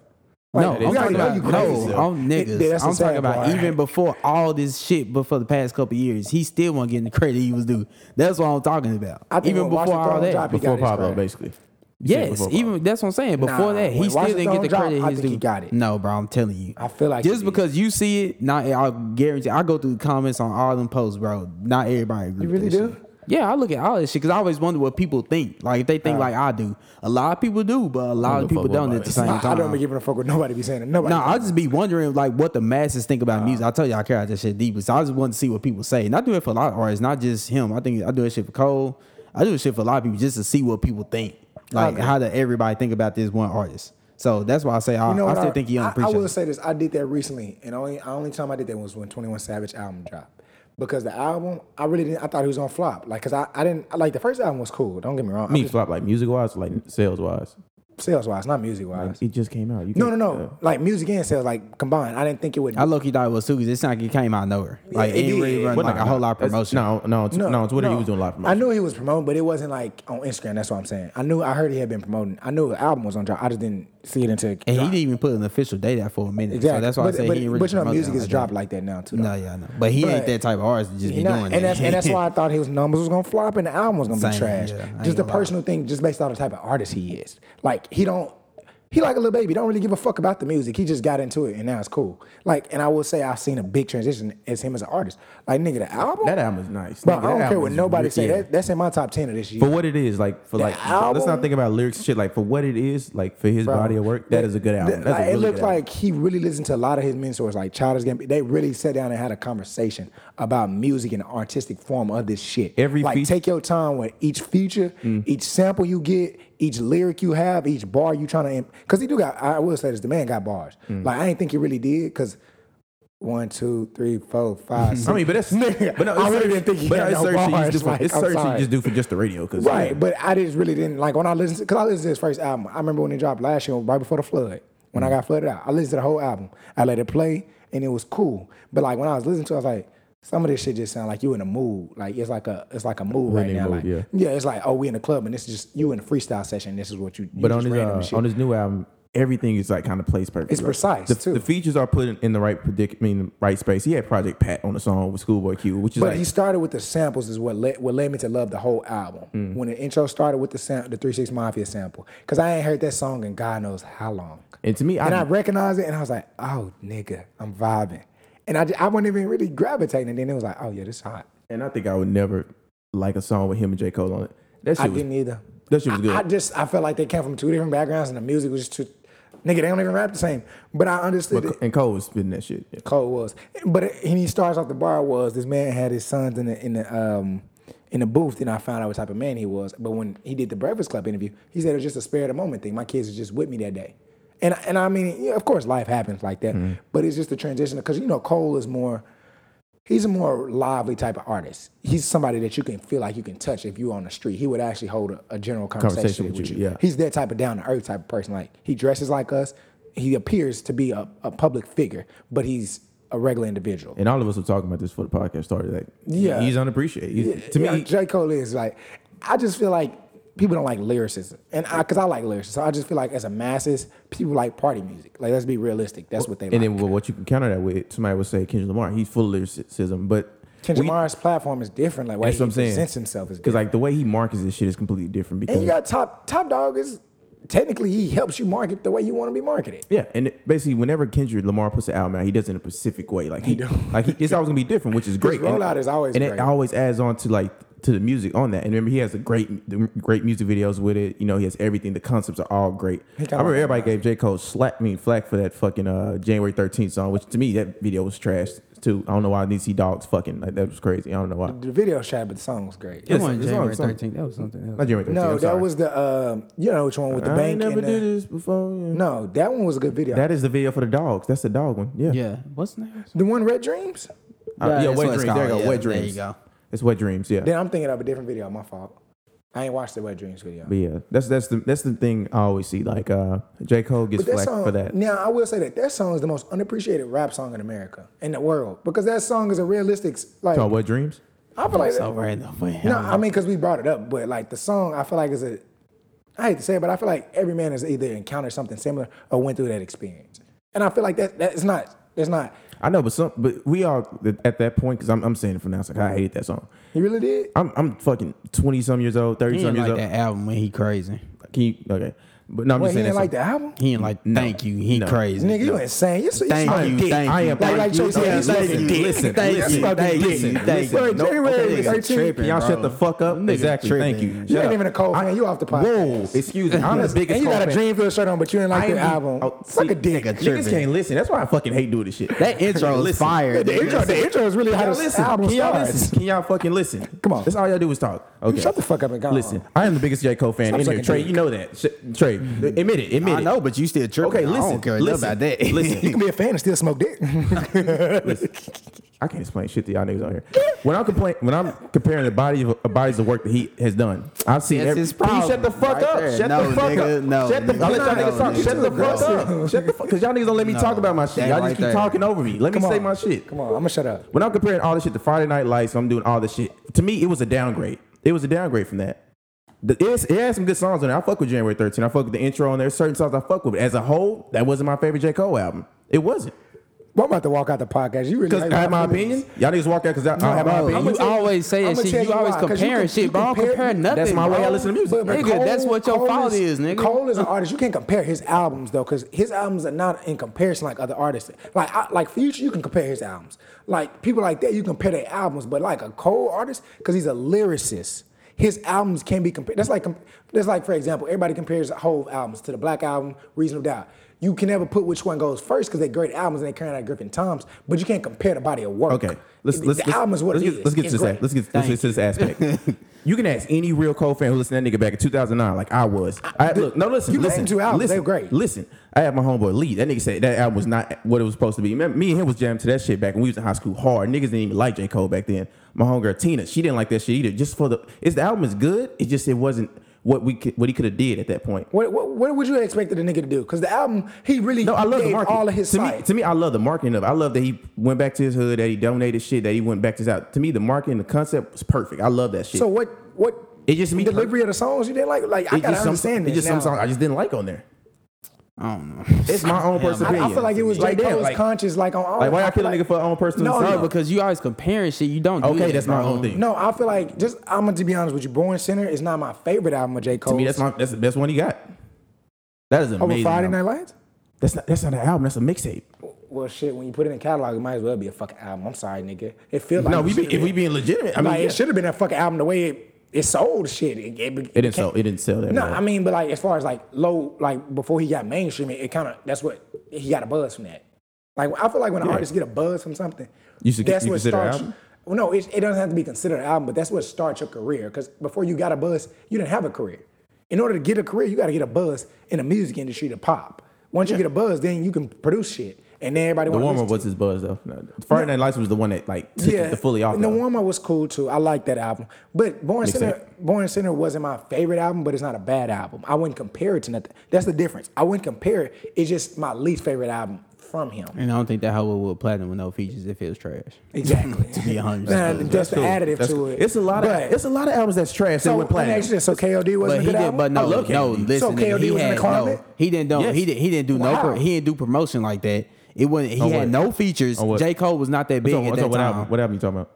[SPEAKER 3] Like,
[SPEAKER 1] no,
[SPEAKER 2] that
[SPEAKER 1] I'm
[SPEAKER 2] is-
[SPEAKER 1] talking about
[SPEAKER 2] that is-
[SPEAKER 1] no,
[SPEAKER 2] that
[SPEAKER 1] on
[SPEAKER 3] is-
[SPEAKER 1] niggas.
[SPEAKER 3] that's the
[SPEAKER 1] I'm
[SPEAKER 3] sad
[SPEAKER 1] talking about
[SPEAKER 3] part.
[SPEAKER 1] even before all this shit, but for the past couple years, he still wasn't getting the credit he was due. That's what I'm talking about.
[SPEAKER 3] I think
[SPEAKER 1] even
[SPEAKER 3] when
[SPEAKER 1] before
[SPEAKER 3] Washington
[SPEAKER 1] all that,
[SPEAKER 3] dropped, he got
[SPEAKER 2] before
[SPEAKER 3] his
[SPEAKER 2] Pablo,
[SPEAKER 3] credit.
[SPEAKER 2] basically. You said
[SPEAKER 1] yes,
[SPEAKER 2] before Pablo.
[SPEAKER 1] even that's what I'm saying. Before
[SPEAKER 3] Nah,
[SPEAKER 1] that, he
[SPEAKER 3] when
[SPEAKER 1] still didn't get
[SPEAKER 3] Washington
[SPEAKER 1] the
[SPEAKER 3] dropped,
[SPEAKER 1] credit
[SPEAKER 3] I
[SPEAKER 1] he's
[SPEAKER 3] think he
[SPEAKER 1] due.
[SPEAKER 3] got it.
[SPEAKER 1] No, bro, I'm telling you.
[SPEAKER 3] I feel like
[SPEAKER 1] just
[SPEAKER 3] he did.
[SPEAKER 1] because you see it, not I guarantee. I go through comments on all them posts, bro. Not everybody. Agree
[SPEAKER 3] You
[SPEAKER 1] with
[SPEAKER 3] really
[SPEAKER 1] that
[SPEAKER 3] do?
[SPEAKER 1] shit. Yeah, I look at all this shit because I always wonder what people think. Like if they think like I do. A lot of people do, but a lot of
[SPEAKER 2] give a
[SPEAKER 1] people
[SPEAKER 2] fuck
[SPEAKER 1] don't
[SPEAKER 2] about
[SPEAKER 1] at the
[SPEAKER 2] it.
[SPEAKER 1] same
[SPEAKER 3] I,
[SPEAKER 1] time.
[SPEAKER 3] I don't be giving a fuck what nobody be saying. Nobody.
[SPEAKER 1] No, I just be wondering like what the masses think about
[SPEAKER 3] Uh-huh.
[SPEAKER 1] music. I tell you I care about that shit deeply. So I just want to see what people say. And I do it for a lot of artists, not just him. I think I do that shit for Cole. I do this shit for a lot of people just to see what people think. Like how do everybody think about this one artist? So that's why I say I,
[SPEAKER 3] You know
[SPEAKER 1] I
[SPEAKER 3] what,
[SPEAKER 1] still think he
[SPEAKER 3] I, I
[SPEAKER 1] unappreciated.
[SPEAKER 3] will say this: I did that recently, and only I only time I did that was when Twenty One Savage album dropped. Because the album, I really didn't. I thought he was gonna flop. Like, cause I, I didn't like the first album was cool. Don't get me wrong.
[SPEAKER 2] I mean, flop like music wise, like sales wise.
[SPEAKER 3] Sales wise, not music wise.
[SPEAKER 2] It just came out. You
[SPEAKER 3] No, no,
[SPEAKER 2] can't-
[SPEAKER 3] no.
[SPEAKER 2] uh,
[SPEAKER 3] Like music and sales, like combined. I didn't think it would.
[SPEAKER 1] I low key thought it was too because it sounded like it came out of nowhere. Like it
[SPEAKER 3] it
[SPEAKER 1] ain't
[SPEAKER 3] did.
[SPEAKER 1] really run
[SPEAKER 2] but
[SPEAKER 1] like
[SPEAKER 2] nah,
[SPEAKER 1] a whole
[SPEAKER 2] nah,
[SPEAKER 1] lot of
[SPEAKER 2] that's-
[SPEAKER 1] promotion.
[SPEAKER 2] No, no, on t- no, on Twitter he was doing a lot of promotion.
[SPEAKER 3] I knew he was promoting, but it wasn't like on Instagram. That's what I'm saying. I knew I heard he had been promoting. I knew the album was on drop. I just didn't see it until it
[SPEAKER 1] and he
[SPEAKER 3] dropped.
[SPEAKER 1] didn't even put an official date out for a minute.
[SPEAKER 3] Exactly.
[SPEAKER 1] So that's why
[SPEAKER 3] but,
[SPEAKER 1] I say
[SPEAKER 3] but,
[SPEAKER 1] he ain't really
[SPEAKER 3] but you know,
[SPEAKER 1] promoted
[SPEAKER 3] music
[SPEAKER 1] it
[SPEAKER 3] is
[SPEAKER 1] like
[SPEAKER 3] dropped
[SPEAKER 1] that.
[SPEAKER 3] like that now too.
[SPEAKER 1] No,
[SPEAKER 3] though.
[SPEAKER 1] yeah, I know. But he ain't
[SPEAKER 3] But-
[SPEAKER 1] that type of artist to just
[SPEAKER 3] He
[SPEAKER 1] be
[SPEAKER 3] not-
[SPEAKER 1] doing that.
[SPEAKER 3] and that's and that's why I thought his numbers was gonna flop and the album was gonna be
[SPEAKER 1] Same,
[SPEAKER 3] trash.
[SPEAKER 1] yeah, I ain't
[SPEAKER 3] just the
[SPEAKER 1] gonna lie.
[SPEAKER 3] personal thing, just based on the type of artist he is. Like he don't, he like a little baby. Don't really give a fuck about the music. He just got into it and now it's cool. Like and I will say I've seen a big transition as him as an artist. Like nigga, the album.
[SPEAKER 2] that album is nice.
[SPEAKER 3] Bro,
[SPEAKER 2] Nigga,
[SPEAKER 3] I
[SPEAKER 2] that
[SPEAKER 3] don't care
[SPEAKER 2] album
[SPEAKER 3] what
[SPEAKER 2] is
[SPEAKER 3] nobody
[SPEAKER 2] re-
[SPEAKER 3] say.
[SPEAKER 2] yeah.
[SPEAKER 3] That, that's in my top ten of this year.
[SPEAKER 2] for what it is, like for like, let's
[SPEAKER 3] album-
[SPEAKER 2] not think about lyrics and shit. Like for what it is, like for his
[SPEAKER 3] Bro,
[SPEAKER 2] body of work, that is a good album.
[SPEAKER 3] Th-
[SPEAKER 2] That's
[SPEAKER 3] like,
[SPEAKER 2] a really
[SPEAKER 3] it looked
[SPEAKER 2] good album.
[SPEAKER 3] like he really listened to a lot of his mentors, like Childish Gambino. They really sat down and had a conversation about music and the artistic form of this shit.
[SPEAKER 2] Every Mm.
[SPEAKER 3] like
[SPEAKER 2] feat-
[SPEAKER 3] take your time with each feature, each sample you get, each lyric you have, each bar you trying to. Im- Cause he do got. I will say this: the man got bars.
[SPEAKER 2] Mm.
[SPEAKER 3] Like I ain't think he really did. Cause one, two, three, four, five, six.
[SPEAKER 2] I mean, but that's
[SPEAKER 3] Nigga,
[SPEAKER 2] but no,
[SPEAKER 3] I
[SPEAKER 2] it's
[SPEAKER 3] really
[SPEAKER 2] certain-
[SPEAKER 3] didn't think he
[SPEAKER 2] but
[SPEAKER 3] had
[SPEAKER 2] no, it's
[SPEAKER 3] no
[SPEAKER 2] certain shit you
[SPEAKER 3] bars,
[SPEAKER 2] just do for-
[SPEAKER 3] like,
[SPEAKER 2] It's
[SPEAKER 3] I'm
[SPEAKER 2] certain shit you
[SPEAKER 3] sorry.
[SPEAKER 2] just do for just the radio, cause
[SPEAKER 3] Right, but I just really didn't like when I listened because I listened to his first album. I remember when it dropped last year, right before the flood,
[SPEAKER 2] Mm-hmm.
[SPEAKER 3] when I got flooded out. I listened to the whole album. I let it play, and it was cool. But like when I was listening to, it, I was like, some of this shit just sound like you in a mood. Like it's like a it's like a mood right
[SPEAKER 2] in
[SPEAKER 3] now.
[SPEAKER 2] mood,
[SPEAKER 3] like,
[SPEAKER 2] yeah.
[SPEAKER 3] it's like oh we in the club and this is just you in a freestyle session. This is what you. you
[SPEAKER 2] But on
[SPEAKER 3] just
[SPEAKER 2] his
[SPEAKER 3] random
[SPEAKER 2] uh,
[SPEAKER 3] shit.
[SPEAKER 2] on his new album, everything is like kind of placed perfect.
[SPEAKER 3] It's
[SPEAKER 2] Like,
[SPEAKER 3] precise,
[SPEAKER 2] the,
[SPEAKER 3] too.
[SPEAKER 2] The features are put in, in the right predicament, I mean, the right space. He had Project Pat on the song with Schoolboy Q, which is
[SPEAKER 3] But
[SPEAKER 2] like
[SPEAKER 3] he started with the samples is what led what led me to love the whole album.
[SPEAKER 2] Mm.
[SPEAKER 3] When the intro started with the sam- the Three Six Mafia sample, because I ain't heard that song in God knows how long.
[SPEAKER 2] And to me, I-
[SPEAKER 3] and I recognized it, and I was like, oh nigga, I'm vibing, and I, ju- I wasn't even really gravitating. And then it was like, oh yeah, this hot.
[SPEAKER 2] and I think I would never like a song with him and J Cole on it. That
[SPEAKER 3] I
[SPEAKER 2] shit was
[SPEAKER 3] didn't either.
[SPEAKER 2] that shit was
[SPEAKER 3] I-
[SPEAKER 2] good.
[SPEAKER 3] I, just I felt like they came from two different backgrounds, and the music was just too. Nigga, they don't even rap the same. But I understood it.
[SPEAKER 2] and Cole was spitting that shit. Yeah.
[SPEAKER 3] Cole was. But it, and he starts off the bar was this man had his sons in the in the um in the booth, and I found out what type of man he was. But when he did the Breakfast Club interview, he said it was just a spare the moment thing. My kids was just with me that day, and and I mean, yeah, of course, life happens like that. But it's just the transition because you know Cole is more. He's a more lively type of artist. He's somebody that you can feel like you can touch if you're on the street. He would actually hold a, a general conversation, with, you.
[SPEAKER 2] yeah.
[SPEAKER 3] He's that type of down to earth type of person. Like he dresses like us. He appears to be a, a public figure, but he's a regular individual.
[SPEAKER 2] And all of us were talking about this before the podcast started. Like,
[SPEAKER 3] Yeah.
[SPEAKER 2] he's unappreciated. He's, to me,
[SPEAKER 3] Yeah, J. Cole is like, I just feel like people don't like lyricism, and I, cause I like lyricism, so I just feel like as a masses, people like party music. Like let's be realistic, that's what they like.
[SPEAKER 2] and then what you can counter that with, somebody would say Kendrick Lamar. He's full of lyricism, but
[SPEAKER 3] Kendrick
[SPEAKER 2] we-
[SPEAKER 3] Lamar's platform is different. Like why
[SPEAKER 2] That's
[SPEAKER 3] he
[SPEAKER 2] what I'm saying.
[SPEAKER 3] presents himself is
[SPEAKER 2] Because
[SPEAKER 3] different.
[SPEAKER 2] like the way he markets this shit is completely different. Because
[SPEAKER 3] and you got top top dog is technically he helps you market the way you want to be marketed.
[SPEAKER 2] yeah, and it- basically whenever Kendrick Lamar puts an album out, he does it in a specific way. Like he, like he, it's always gonna be different, which is great. And-
[SPEAKER 3] rollout is always
[SPEAKER 2] and
[SPEAKER 3] great.
[SPEAKER 2] it always adds on to like to the music on that. And remember, he has a great the great music videos with it. You know, he has everything. The concepts are all great. I
[SPEAKER 3] kinda
[SPEAKER 2] remember
[SPEAKER 3] like
[SPEAKER 2] everybody gave J Cole slack I mean flack for that fucking uh, January 13th song, which to me that video was trash too. I don't know why I need to see dogs fucking like that was crazy. I don't know why.
[SPEAKER 3] The video shot, but the song was great.
[SPEAKER 1] That
[SPEAKER 2] Yes,
[SPEAKER 1] wasn't
[SPEAKER 2] it's on-
[SPEAKER 1] January
[SPEAKER 2] it's on.
[SPEAKER 1] 13th. That was something else.
[SPEAKER 2] Not January 13th.
[SPEAKER 3] No,
[SPEAKER 2] I'm
[SPEAKER 3] that
[SPEAKER 2] sorry.
[SPEAKER 3] was the um, you know which one with the
[SPEAKER 2] I ain't
[SPEAKER 3] bank.
[SPEAKER 2] never
[SPEAKER 3] and
[SPEAKER 2] did
[SPEAKER 3] the,
[SPEAKER 2] this before. yeah.
[SPEAKER 3] no, that one was a good video.
[SPEAKER 2] That is the video for the dogs. That's the dog one. Yeah.
[SPEAKER 1] Yeah. What's the name?
[SPEAKER 3] the one Red Dreams.
[SPEAKER 2] Uh, yeah,
[SPEAKER 1] that's what
[SPEAKER 2] wet
[SPEAKER 1] it's
[SPEAKER 2] dreams. There you
[SPEAKER 1] called.
[SPEAKER 2] go.
[SPEAKER 1] Yeah,
[SPEAKER 2] wet
[SPEAKER 1] there you
[SPEAKER 2] dreams.
[SPEAKER 1] go.
[SPEAKER 2] It's wet dreams. Yeah.
[SPEAKER 3] Then I'm thinking of a different video. My fault. I ain't watched the Wet Dreams video.
[SPEAKER 2] but yeah, that's that's the that's the thing I always see. Like uh, J Cole gets
[SPEAKER 3] But that
[SPEAKER 2] flack
[SPEAKER 3] song,
[SPEAKER 2] for that.
[SPEAKER 3] now I will say that that song is the most unappreciated rap song in America, in the world, because that song is a realistic, like
[SPEAKER 2] Called wet dreams.
[SPEAKER 3] I feel like that-
[SPEAKER 1] So random.
[SPEAKER 3] no, I mean because we brought it up, but like the song, I feel like is a, I hate to say it, but I feel like every man has either encountered something similar or went through that experience. And I feel like that that's not that's not.
[SPEAKER 2] I know, but some, but we all at that point because I'm, I'm saying it from now. It's like I hated that song.
[SPEAKER 3] You really did?
[SPEAKER 2] I'm I'm fucking twenty some years old, thirty
[SPEAKER 1] He
[SPEAKER 2] some
[SPEAKER 1] didn't
[SPEAKER 2] years
[SPEAKER 1] like
[SPEAKER 2] old.
[SPEAKER 1] that album when he crazy.
[SPEAKER 2] Can you okay? But no, I'm
[SPEAKER 3] Wait,
[SPEAKER 2] just
[SPEAKER 3] he
[SPEAKER 2] saying
[SPEAKER 3] didn't
[SPEAKER 2] that's
[SPEAKER 3] like the album?
[SPEAKER 1] He didn't like thank you. He crazy.
[SPEAKER 3] Nigga, you insane. You're so, you're
[SPEAKER 1] Thank
[SPEAKER 3] so
[SPEAKER 1] you,
[SPEAKER 3] dick.
[SPEAKER 1] thank
[SPEAKER 2] I
[SPEAKER 1] you.
[SPEAKER 2] am
[SPEAKER 3] Like, like Joe
[SPEAKER 2] you,
[SPEAKER 3] said,
[SPEAKER 1] Yeah,
[SPEAKER 3] it's
[SPEAKER 1] thank
[SPEAKER 3] fucking
[SPEAKER 1] you.
[SPEAKER 3] dick.
[SPEAKER 1] Listen,
[SPEAKER 3] Thank
[SPEAKER 1] listen,
[SPEAKER 3] you.
[SPEAKER 1] thank you,
[SPEAKER 2] Listen,
[SPEAKER 1] thank you.
[SPEAKER 2] listen.
[SPEAKER 1] No,
[SPEAKER 3] January
[SPEAKER 1] okay, nigga,
[SPEAKER 3] 13th.
[SPEAKER 1] tripping,
[SPEAKER 2] Y'all
[SPEAKER 1] bro.
[SPEAKER 2] shut the fuck up.
[SPEAKER 1] Nigga
[SPEAKER 2] exactly.
[SPEAKER 1] tripping.
[SPEAKER 2] Thank you. Shut
[SPEAKER 3] You ain't
[SPEAKER 2] up.
[SPEAKER 3] even a cold fan. You off the podcast.
[SPEAKER 2] Whoa, excuse me. I'm the biggest.
[SPEAKER 3] and you got
[SPEAKER 2] Cole
[SPEAKER 3] a
[SPEAKER 2] fan.
[SPEAKER 3] Dreamville shirt on, but you didn't like
[SPEAKER 2] I
[SPEAKER 3] the
[SPEAKER 2] ain't-
[SPEAKER 3] album.
[SPEAKER 2] oh,
[SPEAKER 3] Suck
[SPEAKER 2] see,
[SPEAKER 3] a dick.
[SPEAKER 1] nigga,
[SPEAKER 2] Niggas
[SPEAKER 1] tripping.
[SPEAKER 2] can't listen. That's why I fucking hate doing this shit.
[SPEAKER 1] That intro is
[SPEAKER 2] Listen.
[SPEAKER 1] fire.
[SPEAKER 3] The
[SPEAKER 1] nigga.
[SPEAKER 3] intro, the intro is really how
[SPEAKER 2] Y'all
[SPEAKER 3] this
[SPEAKER 2] listen.
[SPEAKER 3] album
[SPEAKER 2] Can y'all
[SPEAKER 3] starts.
[SPEAKER 2] listen? Can y'all fucking listen?
[SPEAKER 3] Come on.
[SPEAKER 2] That's all y'all do is talk. Okay.
[SPEAKER 3] Shut the fuck up and go.
[SPEAKER 2] Listen, I am the biggest J Cole fan in
[SPEAKER 3] Stop
[SPEAKER 2] here.
[SPEAKER 3] sucking
[SPEAKER 2] Trey,
[SPEAKER 3] dick.
[SPEAKER 2] you know that. Sh- Trey, admit it. Admit
[SPEAKER 1] I
[SPEAKER 2] it.
[SPEAKER 1] know, but you still tripping.
[SPEAKER 2] Okay, listen.
[SPEAKER 1] I don't care
[SPEAKER 2] listen,
[SPEAKER 1] about that.
[SPEAKER 2] Listen,
[SPEAKER 3] You can be a fan and still smoke dick.
[SPEAKER 2] I can't explain shit to y'all niggas out here. When I'm complain, when I'm comparing the body of uh, bodies of work that he has done, I've seen.
[SPEAKER 1] That's
[SPEAKER 2] every-
[SPEAKER 1] his
[SPEAKER 2] Can you
[SPEAKER 1] problem
[SPEAKER 2] shut the fuck
[SPEAKER 1] right
[SPEAKER 2] up.
[SPEAKER 1] there.
[SPEAKER 2] Shut
[SPEAKER 1] No,
[SPEAKER 2] the fuck
[SPEAKER 1] nigga,
[SPEAKER 2] up.
[SPEAKER 1] no,
[SPEAKER 2] Shut the.
[SPEAKER 1] nigga.
[SPEAKER 2] I'll let y'all
[SPEAKER 3] No,
[SPEAKER 2] niggas talk.
[SPEAKER 3] nigga.
[SPEAKER 2] Shut the fuck
[SPEAKER 1] No.
[SPEAKER 2] up. Shut the fuck. Cause y'all niggas don't let me talk about my shit.
[SPEAKER 1] That
[SPEAKER 2] Y'all
[SPEAKER 1] right
[SPEAKER 2] just keep
[SPEAKER 1] there.
[SPEAKER 2] talking over me. Let me
[SPEAKER 3] Come
[SPEAKER 2] say
[SPEAKER 3] on.
[SPEAKER 2] my shit.
[SPEAKER 3] Come on, I'm gonna shut up.
[SPEAKER 2] When I'm comparing all this shit to Friday Night Lights, I'm doing all this shit. To me, it was a downgrade. It was a downgrade from that. The, it, has- it had some good songs on there. I fuck with January 13. I fuck with the intro on there. Certain songs I fuck with. But as a whole, that wasn't my favorite J. Cole album. It wasn't.
[SPEAKER 3] Well, I'm about to walk out the podcast. You really
[SPEAKER 2] Because
[SPEAKER 3] hate
[SPEAKER 2] I have my
[SPEAKER 3] feelings.
[SPEAKER 2] opinion. Y'all niggas walk out because I, I have my
[SPEAKER 1] Bro,
[SPEAKER 2] opinion.
[SPEAKER 3] I'ma
[SPEAKER 1] you
[SPEAKER 3] tell you-
[SPEAKER 1] always say that
[SPEAKER 3] I'ma
[SPEAKER 1] shit.
[SPEAKER 3] tell
[SPEAKER 1] You
[SPEAKER 3] you
[SPEAKER 1] always
[SPEAKER 3] why, 'cause you
[SPEAKER 1] comparing
[SPEAKER 3] can-
[SPEAKER 1] shit,
[SPEAKER 3] you
[SPEAKER 1] but I don't
[SPEAKER 3] compare-
[SPEAKER 1] compare nothing.
[SPEAKER 2] That's my
[SPEAKER 1] bro.
[SPEAKER 2] way I listen to music.
[SPEAKER 3] But- but
[SPEAKER 1] Nigga, that's what your fault is, nigga.
[SPEAKER 3] Cole is an artist. You can't compare his albums though, because his albums are not in comparison like other artists. Like I, like Future, you can compare his albums. Like people like that, you compare their albums. But like a Cole artist, because he's a lyricist, his albums can be compared. That's like com- that's like for example, everybody compares whole albums to the Black album, Reasonable Doubt. You can never put which one goes first because they're great albums and they carry out Griffin Toms, but you can't compare the body of work.
[SPEAKER 2] Okay. Let's,
[SPEAKER 3] The-
[SPEAKER 2] let's,
[SPEAKER 3] the
[SPEAKER 2] let's,
[SPEAKER 3] album is what
[SPEAKER 2] let's
[SPEAKER 3] it
[SPEAKER 2] get,
[SPEAKER 3] is.
[SPEAKER 2] Let's get to
[SPEAKER 3] It's
[SPEAKER 2] this.
[SPEAKER 3] great.
[SPEAKER 2] a- Let's get, let's get to this aspect. you can ask any real Cole fan who listened to that nigga back in 2009, like I was. I, look, no, listen,
[SPEAKER 3] you
[SPEAKER 2] listen,
[SPEAKER 3] listened to albums,
[SPEAKER 2] listen,
[SPEAKER 3] they were great.
[SPEAKER 2] Listen, I had my homeboy Lee. That nigga said that album was not what it was supposed to be. Man, me and him was jammed to that shit back when we was in high school hard. Niggas didn't even like J Cole back then. My homegirl Tina, she didn't like that shit either. Just for the, it's the album is good. It just it wasn't what we could, what he could have did at that point.
[SPEAKER 3] What, what, what would you have expected the nigga to do? Because the album, he really
[SPEAKER 2] No, I love the
[SPEAKER 3] gave
[SPEAKER 2] marketing.
[SPEAKER 3] all of his
[SPEAKER 2] to me,
[SPEAKER 3] side.
[SPEAKER 2] to me, I love the marketing of. it. I love that he went back to his hood, that he donated shit, that he went back to his out. To me, the marketing, the concept was perfect. I love that shit.
[SPEAKER 3] so what? What?
[SPEAKER 2] It just me-
[SPEAKER 3] delivery of the songs you didn't like. Like I
[SPEAKER 2] It's
[SPEAKER 3] gotta
[SPEAKER 2] just some-
[SPEAKER 3] understand
[SPEAKER 2] it's
[SPEAKER 3] this
[SPEAKER 2] just
[SPEAKER 3] now.
[SPEAKER 2] some songs I just didn't like on there.
[SPEAKER 1] I don't know.
[SPEAKER 2] It's my own personal
[SPEAKER 3] I, I
[SPEAKER 2] opinion.
[SPEAKER 3] feel like it was J.
[SPEAKER 2] Like, damn,
[SPEAKER 3] Cole's
[SPEAKER 2] like-
[SPEAKER 3] conscious, like on all.
[SPEAKER 2] Like why
[SPEAKER 3] I
[SPEAKER 2] y'all
[SPEAKER 3] feel
[SPEAKER 2] kill a nigga for our own personal
[SPEAKER 3] No,
[SPEAKER 2] song?
[SPEAKER 1] Sorry,
[SPEAKER 3] no.
[SPEAKER 1] because you always comparing shit. You don't. do
[SPEAKER 2] Okay,
[SPEAKER 1] that,
[SPEAKER 2] that's my
[SPEAKER 1] bro.
[SPEAKER 2] own thing.
[SPEAKER 3] No, I feel like just I'm gonna to be honest with you. Born Center is not my favorite album of J. Cole.
[SPEAKER 2] To me, that's my that's the best one he got. That is an
[SPEAKER 3] over
[SPEAKER 2] amazing.
[SPEAKER 3] Friday
[SPEAKER 2] album.
[SPEAKER 3] Night Lights.
[SPEAKER 2] That's not that's not an album. That's a mixtape.
[SPEAKER 3] Well, shit. When you put it in a catalog, it might as well be a fucking album. I'm sorry, nigga. It feels like
[SPEAKER 2] No,
[SPEAKER 3] it
[SPEAKER 2] we be,
[SPEAKER 3] should've
[SPEAKER 2] if we
[SPEAKER 3] been.
[SPEAKER 2] being legitimate, I mean,
[SPEAKER 3] like
[SPEAKER 2] yeah.
[SPEAKER 3] it should have been a fucking album the way it, it sold shit. It, it, it
[SPEAKER 2] it didn't
[SPEAKER 3] came-
[SPEAKER 2] sell. It didn't sell that.
[SPEAKER 3] No,
[SPEAKER 2] well.
[SPEAKER 3] I mean, but like as far as like low, like before he got mainstream, it, kind of that's what he got a buzz from that. Like I feel like when an
[SPEAKER 2] Yeah.
[SPEAKER 3] artist get a buzz from something,
[SPEAKER 2] You should-
[SPEAKER 3] that's
[SPEAKER 2] you
[SPEAKER 3] what
[SPEAKER 2] consider it
[SPEAKER 3] starts.
[SPEAKER 2] album?
[SPEAKER 3] Well, no, it, it doesn't have to be considered an album, but that's what starts your career. Because before you got a buzz, you didn't have a career. In order to get a career, you got to get a buzz in the music industry to pop. Once you get a buzz, then you can produce shit, and then everybody.
[SPEAKER 2] the
[SPEAKER 3] wanna
[SPEAKER 2] warmer
[SPEAKER 3] listen to
[SPEAKER 2] was his buzz though. No, Friday Night Lights was the one that like took it the fully off.
[SPEAKER 3] and The
[SPEAKER 2] though.
[SPEAKER 3] warm up was cool too. I like that album. But Born Center, Born Center wasn't my favorite album, but it's not a bad album. I wouldn't compare it to nothing. That's the difference. I wouldn't compare it. It's just my least favorite album from him.
[SPEAKER 1] And I don't think that how it would platinum with no features if it was trash.
[SPEAKER 3] Exactly.
[SPEAKER 1] To be honest.
[SPEAKER 3] Nah, that's the
[SPEAKER 2] Cool.
[SPEAKER 3] additive
[SPEAKER 2] That's
[SPEAKER 3] to
[SPEAKER 2] cool.
[SPEAKER 3] it.
[SPEAKER 2] It's a lot of
[SPEAKER 3] But-
[SPEAKER 2] it's a lot of albums that's trash. that
[SPEAKER 3] so,
[SPEAKER 2] went
[SPEAKER 3] let me
[SPEAKER 2] platinum.
[SPEAKER 3] ask you this. So KOD wasn't
[SPEAKER 1] But
[SPEAKER 3] a
[SPEAKER 1] he
[SPEAKER 3] good
[SPEAKER 1] did,
[SPEAKER 3] album?
[SPEAKER 1] but no,
[SPEAKER 2] I love
[SPEAKER 1] no.
[SPEAKER 2] KOD.
[SPEAKER 1] Listen,
[SPEAKER 3] So
[SPEAKER 1] nigga,
[SPEAKER 3] KOD
[SPEAKER 1] he
[SPEAKER 3] was in the
[SPEAKER 1] had
[SPEAKER 3] climate?
[SPEAKER 1] no. He didn't do.
[SPEAKER 2] Yes.
[SPEAKER 1] He didn't. He didn't do no.
[SPEAKER 3] Wow.
[SPEAKER 1] Pro, he didn't do promotion like that. It wasn't. He
[SPEAKER 2] On
[SPEAKER 1] had
[SPEAKER 2] what?
[SPEAKER 1] no features.
[SPEAKER 2] On what?
[SPEAKER 1] J Cole was not that big
[SPEAKER 2] So,
[SPEAKER 1] at
[SPEAKER 2] so
[SPEAKER 1] that
[SPEAKER 2] what
[SPEAKER 1] time.
[SPEAKER 2] album? What album you talking about?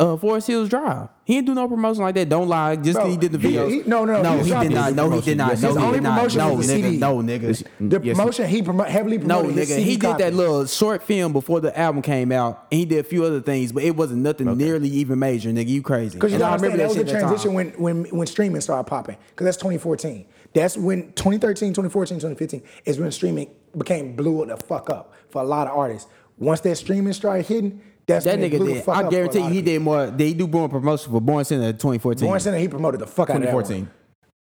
[SPEAKER 1] Uh, Forest Hills Drive. He didn't do no promotion like that. Don't lie. Just 'cause he did the
[SPEAKER 3] Bro, he-
[SPEAKER 1] videos.
[SPEAKER 3] he- no, no,
[SPEAKER 1] no.
[SPEAKER 3] he
[SPEAKER 1] He
[SPEAKER 3] dropped
[SPEAKER 1] did not.
[SPEAKER 2] his
[SPEAKER 1] No, he
[SPEAKER 2] promotion.
[SPEAKER 1] did not.
[SPEAKER 2] Yes,
[SPEAKER 1] No,
[SPEAKER 2] his
[SPEAKER 1] he
[SPEAKER 3] only
[SPEAKER 1] did not.
[SPEAKER 3] promotion
[SPEAKER 1] No,
[SPEAKER 3] was the
[SPEAKER 1] nigga.
[SPEAKER 3] CD.
[SPEAKER 1] No, nigga.
[SPEAKER 3] The
[SPEAKER 2] Yes,
[SPEAKER 3] promotion he promo- heavily
[SPEAKER 1] No,
[SPEAKER 3] promoted. his
[SPEAKER 1] nigga,
[SPEAKER 3] CD
[SPEAKER 1] he did
[SPEAKER 3] copy.
[SPEAKER 1] that little short film before the album came out, and he did a few other things, but it wasn't nothing nearly even major, nigga. You crazy?
[SPEAKER 3] Because you
[SPEAKER 1] And
[SPEAKER 3] gotta understand that was the
[SPEAKER 1] shit at time.
[SPEAKER 3] transition when, when when streaming started popping. Because that's 2014. That's when 2013, 2014, 2015 is when streaming became blew the fuck up for a lot of artists. Once that streaming started hitting, that's
[SPEAKER 1] That
[SPEAKER 3] when it
[SPEAKER 1] nigga
[SPEAKER 3] blew the
[SPEAKER 1] did.
[SPEAKER 3] fuck
[SPEAKER 1] I
[SPEAKER 3] up for a
[SPEAKER 1] guarantee
[SPEAKER 3] lot
[SPEAKER 1] you
[SPEAKER 3] of
[SPEAKER 1] he
[SPEAKER 3] people.
[SPEAKER 1] did more. They do more promotion for Born Center in 2014.
[SPEAKER 3] Born Center, he promoted the fuck out of that. one.
[SPEAKER 2] 2014.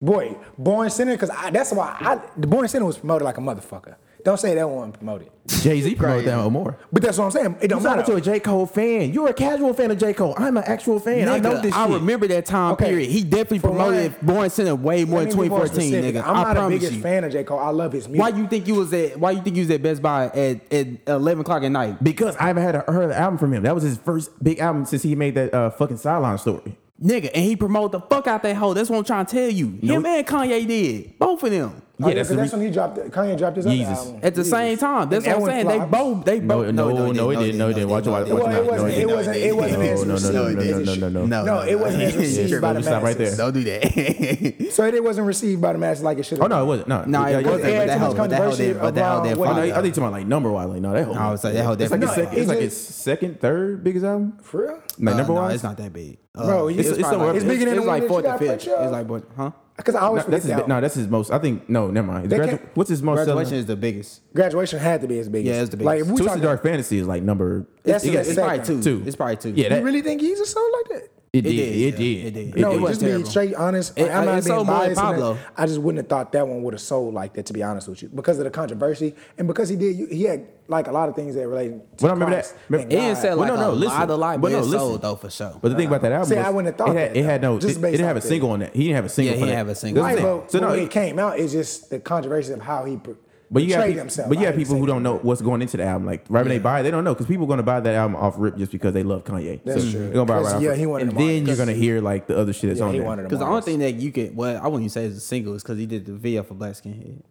[SPEAKER 3] Boy, Born Center, because that's why I the Born Center was promoted like a motherfucker. Don't say that one promoted.
[SPEAKER 2] Jay Z promoted that one more.
[SPEAKER 3] But that's what I'm saying. It don't
[SPEAKER 2] I'm not to
[SPEAKER 3] matter.
[SPEAKER 2] a J Cole fan. You're a casual fan of J Cole. I'm an actual fan. I
[SPEAKER 1] Nigga,
[SPEAKER 2] know this.
[SPEAKER 1] I
[SPEAKER 2] shit.
[SPEAKER 1] remember that time
[SPEAKER 3] Okay.
[SPEAKER 1] period. He definitely
[SPEAKER 3] For
[SPEAKER 1] promoted Born Center way more
[SPEAKER 3] Let
[SPEAKER 1] in
[SPEAKER 3] me be more
[SPEAKER 1] 2014,
[SPEAKER 3] specific.
[SPEAKER 1] nigga.
[SPEAKER 3] I'm
[SPEAKER 1] I
[SPEAKER 3] not the
[SPEAKER 1] promise
[SPEAKER 3] biggest
[SPEAKER 1] you.
[SPEAKER 3] fan of J. Cole. I love his music.
[SPEAKER 1] Why you think you was at? Why you think you was at Best Buy at, at 11 o'clock at night?
[SPEAKER 2] because I haven't had a, heard an album from him. That was his first big album since he made that uh, fucking sideline story.
[SPEAKER 1] Nigga, and he promoted the fuck out that hoe. That's what I'm trying to tell you. Him
[SPEAKER 2] No.
[SPEAKER 1] and Kanye did. Both of them.
[SPEAKER 2] Yeah,
[SPEAKER 3] Oh, yeah,
[SPEAKER 2] that's
[SPEAKER 3] 'cause
[SPEAKER 2] the
[SPEAKER 3] that's
[SPEAKER 2] re-
[SPEAKER 3] when he dropped. Kanye dropped his
[SPEAKER 2] Yeezus.
[SPEAKER 3] other album
[SPEAKER 1] At the
[SPEAKER 3] Yeezus.
[SPEAKER 1] same time. That's
[SPEAKER 3] And
[SPEAKER 1] what I'm saying.
[SPEAKER 3] that
[SPEAKER 1] They
[SPEAKER 3] one flopped.
[SPEAKER 1] both they
[SPEAKER 2] No,
[SPEAKER 1] both
[SPEAKER 2] no, no, it
[SPEAKER 1] they
[SPEAKER 2] didn't. No, it didn't. Watch, watch, watch.
[SPEAKER 3] Well,
[SPEAKER 2] No,
[SPEAKER 3] it
[SPEAKER 2] no,
[SPEAKER 3] wasn't. It
[SPEAKER 2] didn't.
[SPEAKER 3] wasn't. It wasn't.
[SPEAKER 2] No,
[SPEAKER 3] as
[SPEAKER 2] no, no, no,
[SPEAKER 3] received
[SPEAKER 2] no,
[SPEAKER 3] as
[SPEAKER 2] no,
[SPEAKER 3] it
[SPEAKER 2] no,
[SPEAKER 3] should.
[SPEAKER 2] no, no.
[SPEAKER 3] No, it wasn't as received
[SPEAKER 2] sure,
[SPEAKER 3] by
[SPEAKER 2] bro,
[SPEAKER 3] the
[SPEAKER 2] just stop right
[SPEAKER 3] masses.
[SPEAKER 2] there.
[SPEAKER 1] Don't do that.
[SPEAKER 3] So it wasn't received by the masses like it should.
[SPEAKER 2] Oh no, it wasn't.
[SPEAKER 1] No,
[SPEAKER 2] No,
[SPEAKER 1] it
[SPEAKER 2] Yeah, yeah,
[SPEAKER 1] wasn't.
[SPEAKER 2] yeah.
[SPEAKER 1] But that hoe, but that hoe did, but that hoe did
[SPEAKER 3] Oh,
[SPEAKER 2] Oh,
[SPEAKER 1] fire.
[SPEAKER 2] no, I think you're talking about like number wise. Like no, that whole.
[SPEAKER 1] I would say that whole
[SPEAKER 2] It's like
[SPEAKER 1] definitely
[SPEAKER 2] his
[SPEAKER 1] fire.
[SPEAKER 2] second, it's like
[SPEAKER 3] It's
[SPEAKER 2] his second, third biggest album.
[SPEAKER 3] For real?
[SPEAKER 2] Like
[SPEAKER 1] Uh,
[SPEAKER 2] number
[SPEAKER 1] no,
[SPEAKER 2] wise.
[SPEAKER 1] it's not that big. Uh,
[SPEAKER 3] Bro, it's,
[SPEAKER 2] it's
[SPEAKER 3] probably
[SPEAKER 2] somewhere
[SPEAKER 3] like-
[SPEAKER 2] up
[SPEAKER 3] it's
[SPEAKER 2] there.
[SPEAKER 3] bigger than
[SPEAKER 1] it's
[SPEAKER 3] the
[SPEAKER 1] like
[SPEAKER 3] one
[SPEAKER 1] fourth
[SPEAKER 3] that
[SPEAKER 1] or
[SPEAKER 3] you got
[SPEAKER 1] fifth. It's
[SPEAKER 3] for
[SPEAKER 1] like what? Huh?
[SPEAKER 3] Because I always
[SPEAKER 2] No,
[SPEAKER 3] forget
[SPEAKER 2] that's his,
[SPEAKER 3] that.
[SPEAKER 2] no, that's his most. I think no, never mind. His
[SPEAKER 3] They
[SPEAKER 2] gradu-
[SPEAKER 3] can't-
[SPEAKER 2] what's his most
[SPEAKER 1] Graduation
[SPEAKER 2] selling?
[SPEAKER 1] is the biggest.
[SPEAKER 3] Graduation had to be his biggest.
[SPEAKER 1] Yeah, it's the
[SPEAKER 3] Like if
[SPEAKER 1] biggest.
[SPEAKER 3] we
[SPEAKER 2] Twisted
[SPEAKER 3] talking,
[SPEAKER 2] Dark Fantasy is like number.
[SPEAKER 3] That's
[SPEAKER 2] it
[SPEAKER 3] his
[SPEAKER 2] got-
[SPEAKER 1] It's
[SPEAKER 3] second.
[SPEAKER 1] probably two.
[SPEAKER 2] Two.
[SPEAKER 1] It's probably two.
[SPEAKER 2] Yeah,
[SPEAKER 3] you
[SPEAKER 2] that,
[SPEAKER 3] really think he's a song like that?
[SPEAKER 2] it did.
[SPEAKER 1] did,
[SPEAKER 2] It
[SPEAKER 1] yeah,
[SPEAKER 2] did.
[SPEAKER 1] it did.
[SPEAKER 3] No,
[SPEAKER 1] It was
[SPEAKER 3] just being
[SPEAKER 1] terrible.
[SPEAKER 3] straight honest.
[SPEAKER 1] It-
[SPEAKER 3] I'm
[SPEAKER 1] it
[SPEAKER 3] not being
[SPEAKER 1] sold more than
[SPEAKER 3] biased. in that.
[SPEAKER 1] Pablo.
[SPEAKER 3] I just wouldn't have thought that one would have sold like that. To be honest with you, because of the controversy and because he did, he had like a lot of things that related. To
[SPEAKER 2] But I remember that-
[SPEAKER 3] Christ
[SPEAKER 2] remember-
[SPEAKER 1] It didn't
[SPEAKER 3] God.
[SPEAKER 1] sell like
[SPEAKER 2] Well, no, no,
[SPEAKER 1] a
[SPEAKER 2] listen.
[SPEAKER 1] lot of light, but
[SPEAKER 2] But no,
[SPEAKER 1] it
[SPEAKER 2] listen.
[SPEAKER 1] sold though for sure.
[SPEAKER 2] But the thing about that album,
[SPEAKER 3] See,
[SPEAKER 2] was,
[SPEAKER 3] I wouldn't have thought
[SPEAKER 2] it had,
[SPEAKER 3] that,
[SPEAKER 2] It had no,
[SPEAKER 3] though, just
[SPEAKER 2] it, it
[SPEAKER 3] based
[SPEAKER 2] didn't have a
[SPEAKER 3] off that.
[SPEAKER 2] single on that. He didn't have a single.
[SPEAKER 1] Yeah, he
[SPEAKER 2] for
[SPEAKER 1] didn't
[SPEAKER 2] that.
[SPEAKER 1] have a single.
[SPEAKER 2] That's
[SPEAKER 3] Right,
[SPEAKER 2] the thing.
[SPEAKER 3] but,
[SPEAKER 2] so
[SPEAKER 3] but
[SPEAKER 2] no,
[SPEAKER 3] when
[SPEAKER 2] it-
[SPEAKER 3] it came out, it's just the controversy of how he pre-
[SPEAKER 2] But you
[SPEAKER 3] portrayed
[SPEAKER 2] got people,
[SPEAKER 3] himself.
[SPEAKER 2] but you
[SPEAKER 3] I
[SPEAKER 2] have
[SPEAKER 3] hate to
[SPEAKER 2] people
[SPEAKER 3] say
[SPEAKER 2] who
[SPEAKER 3] that.
[SPEAKER 2] don't know what's going into the album. Like right when they buy it, they don't know because people are going to buy that album off rip just because they love Kanye.
[SPEAKER 3] That's
[SPEAKER 2] so
[SPEAKER 3] true.
[SPEAKER 2] They're going to buy it right
[SPEAKER 3] Because,
[SPEAKER 2] off
[SPEAKER 3] yeah,
[SPEAKER 2] rip.
[SPEAKER 3] he wanted
[SPEAKER 2] And
[SPEAKER 3] to
[SPEAKER 2] then
[SPEAKER 3] market.
[SPEAKER 2] you're going to hear like the other shit that's
[SPEAKER 3] Yeah,
[SPEAKER 2] on
[SPEAKER 3] he
[SPEAKER 2] there.
[SPEAKER 3] wanted
[SPEAKER 1] Because the
[SPEAKER 3] Mars.
[SPEAKER 1] only thing that you could, well, I wouldn't even say it's a single, is because he did the video for Black Skinhead.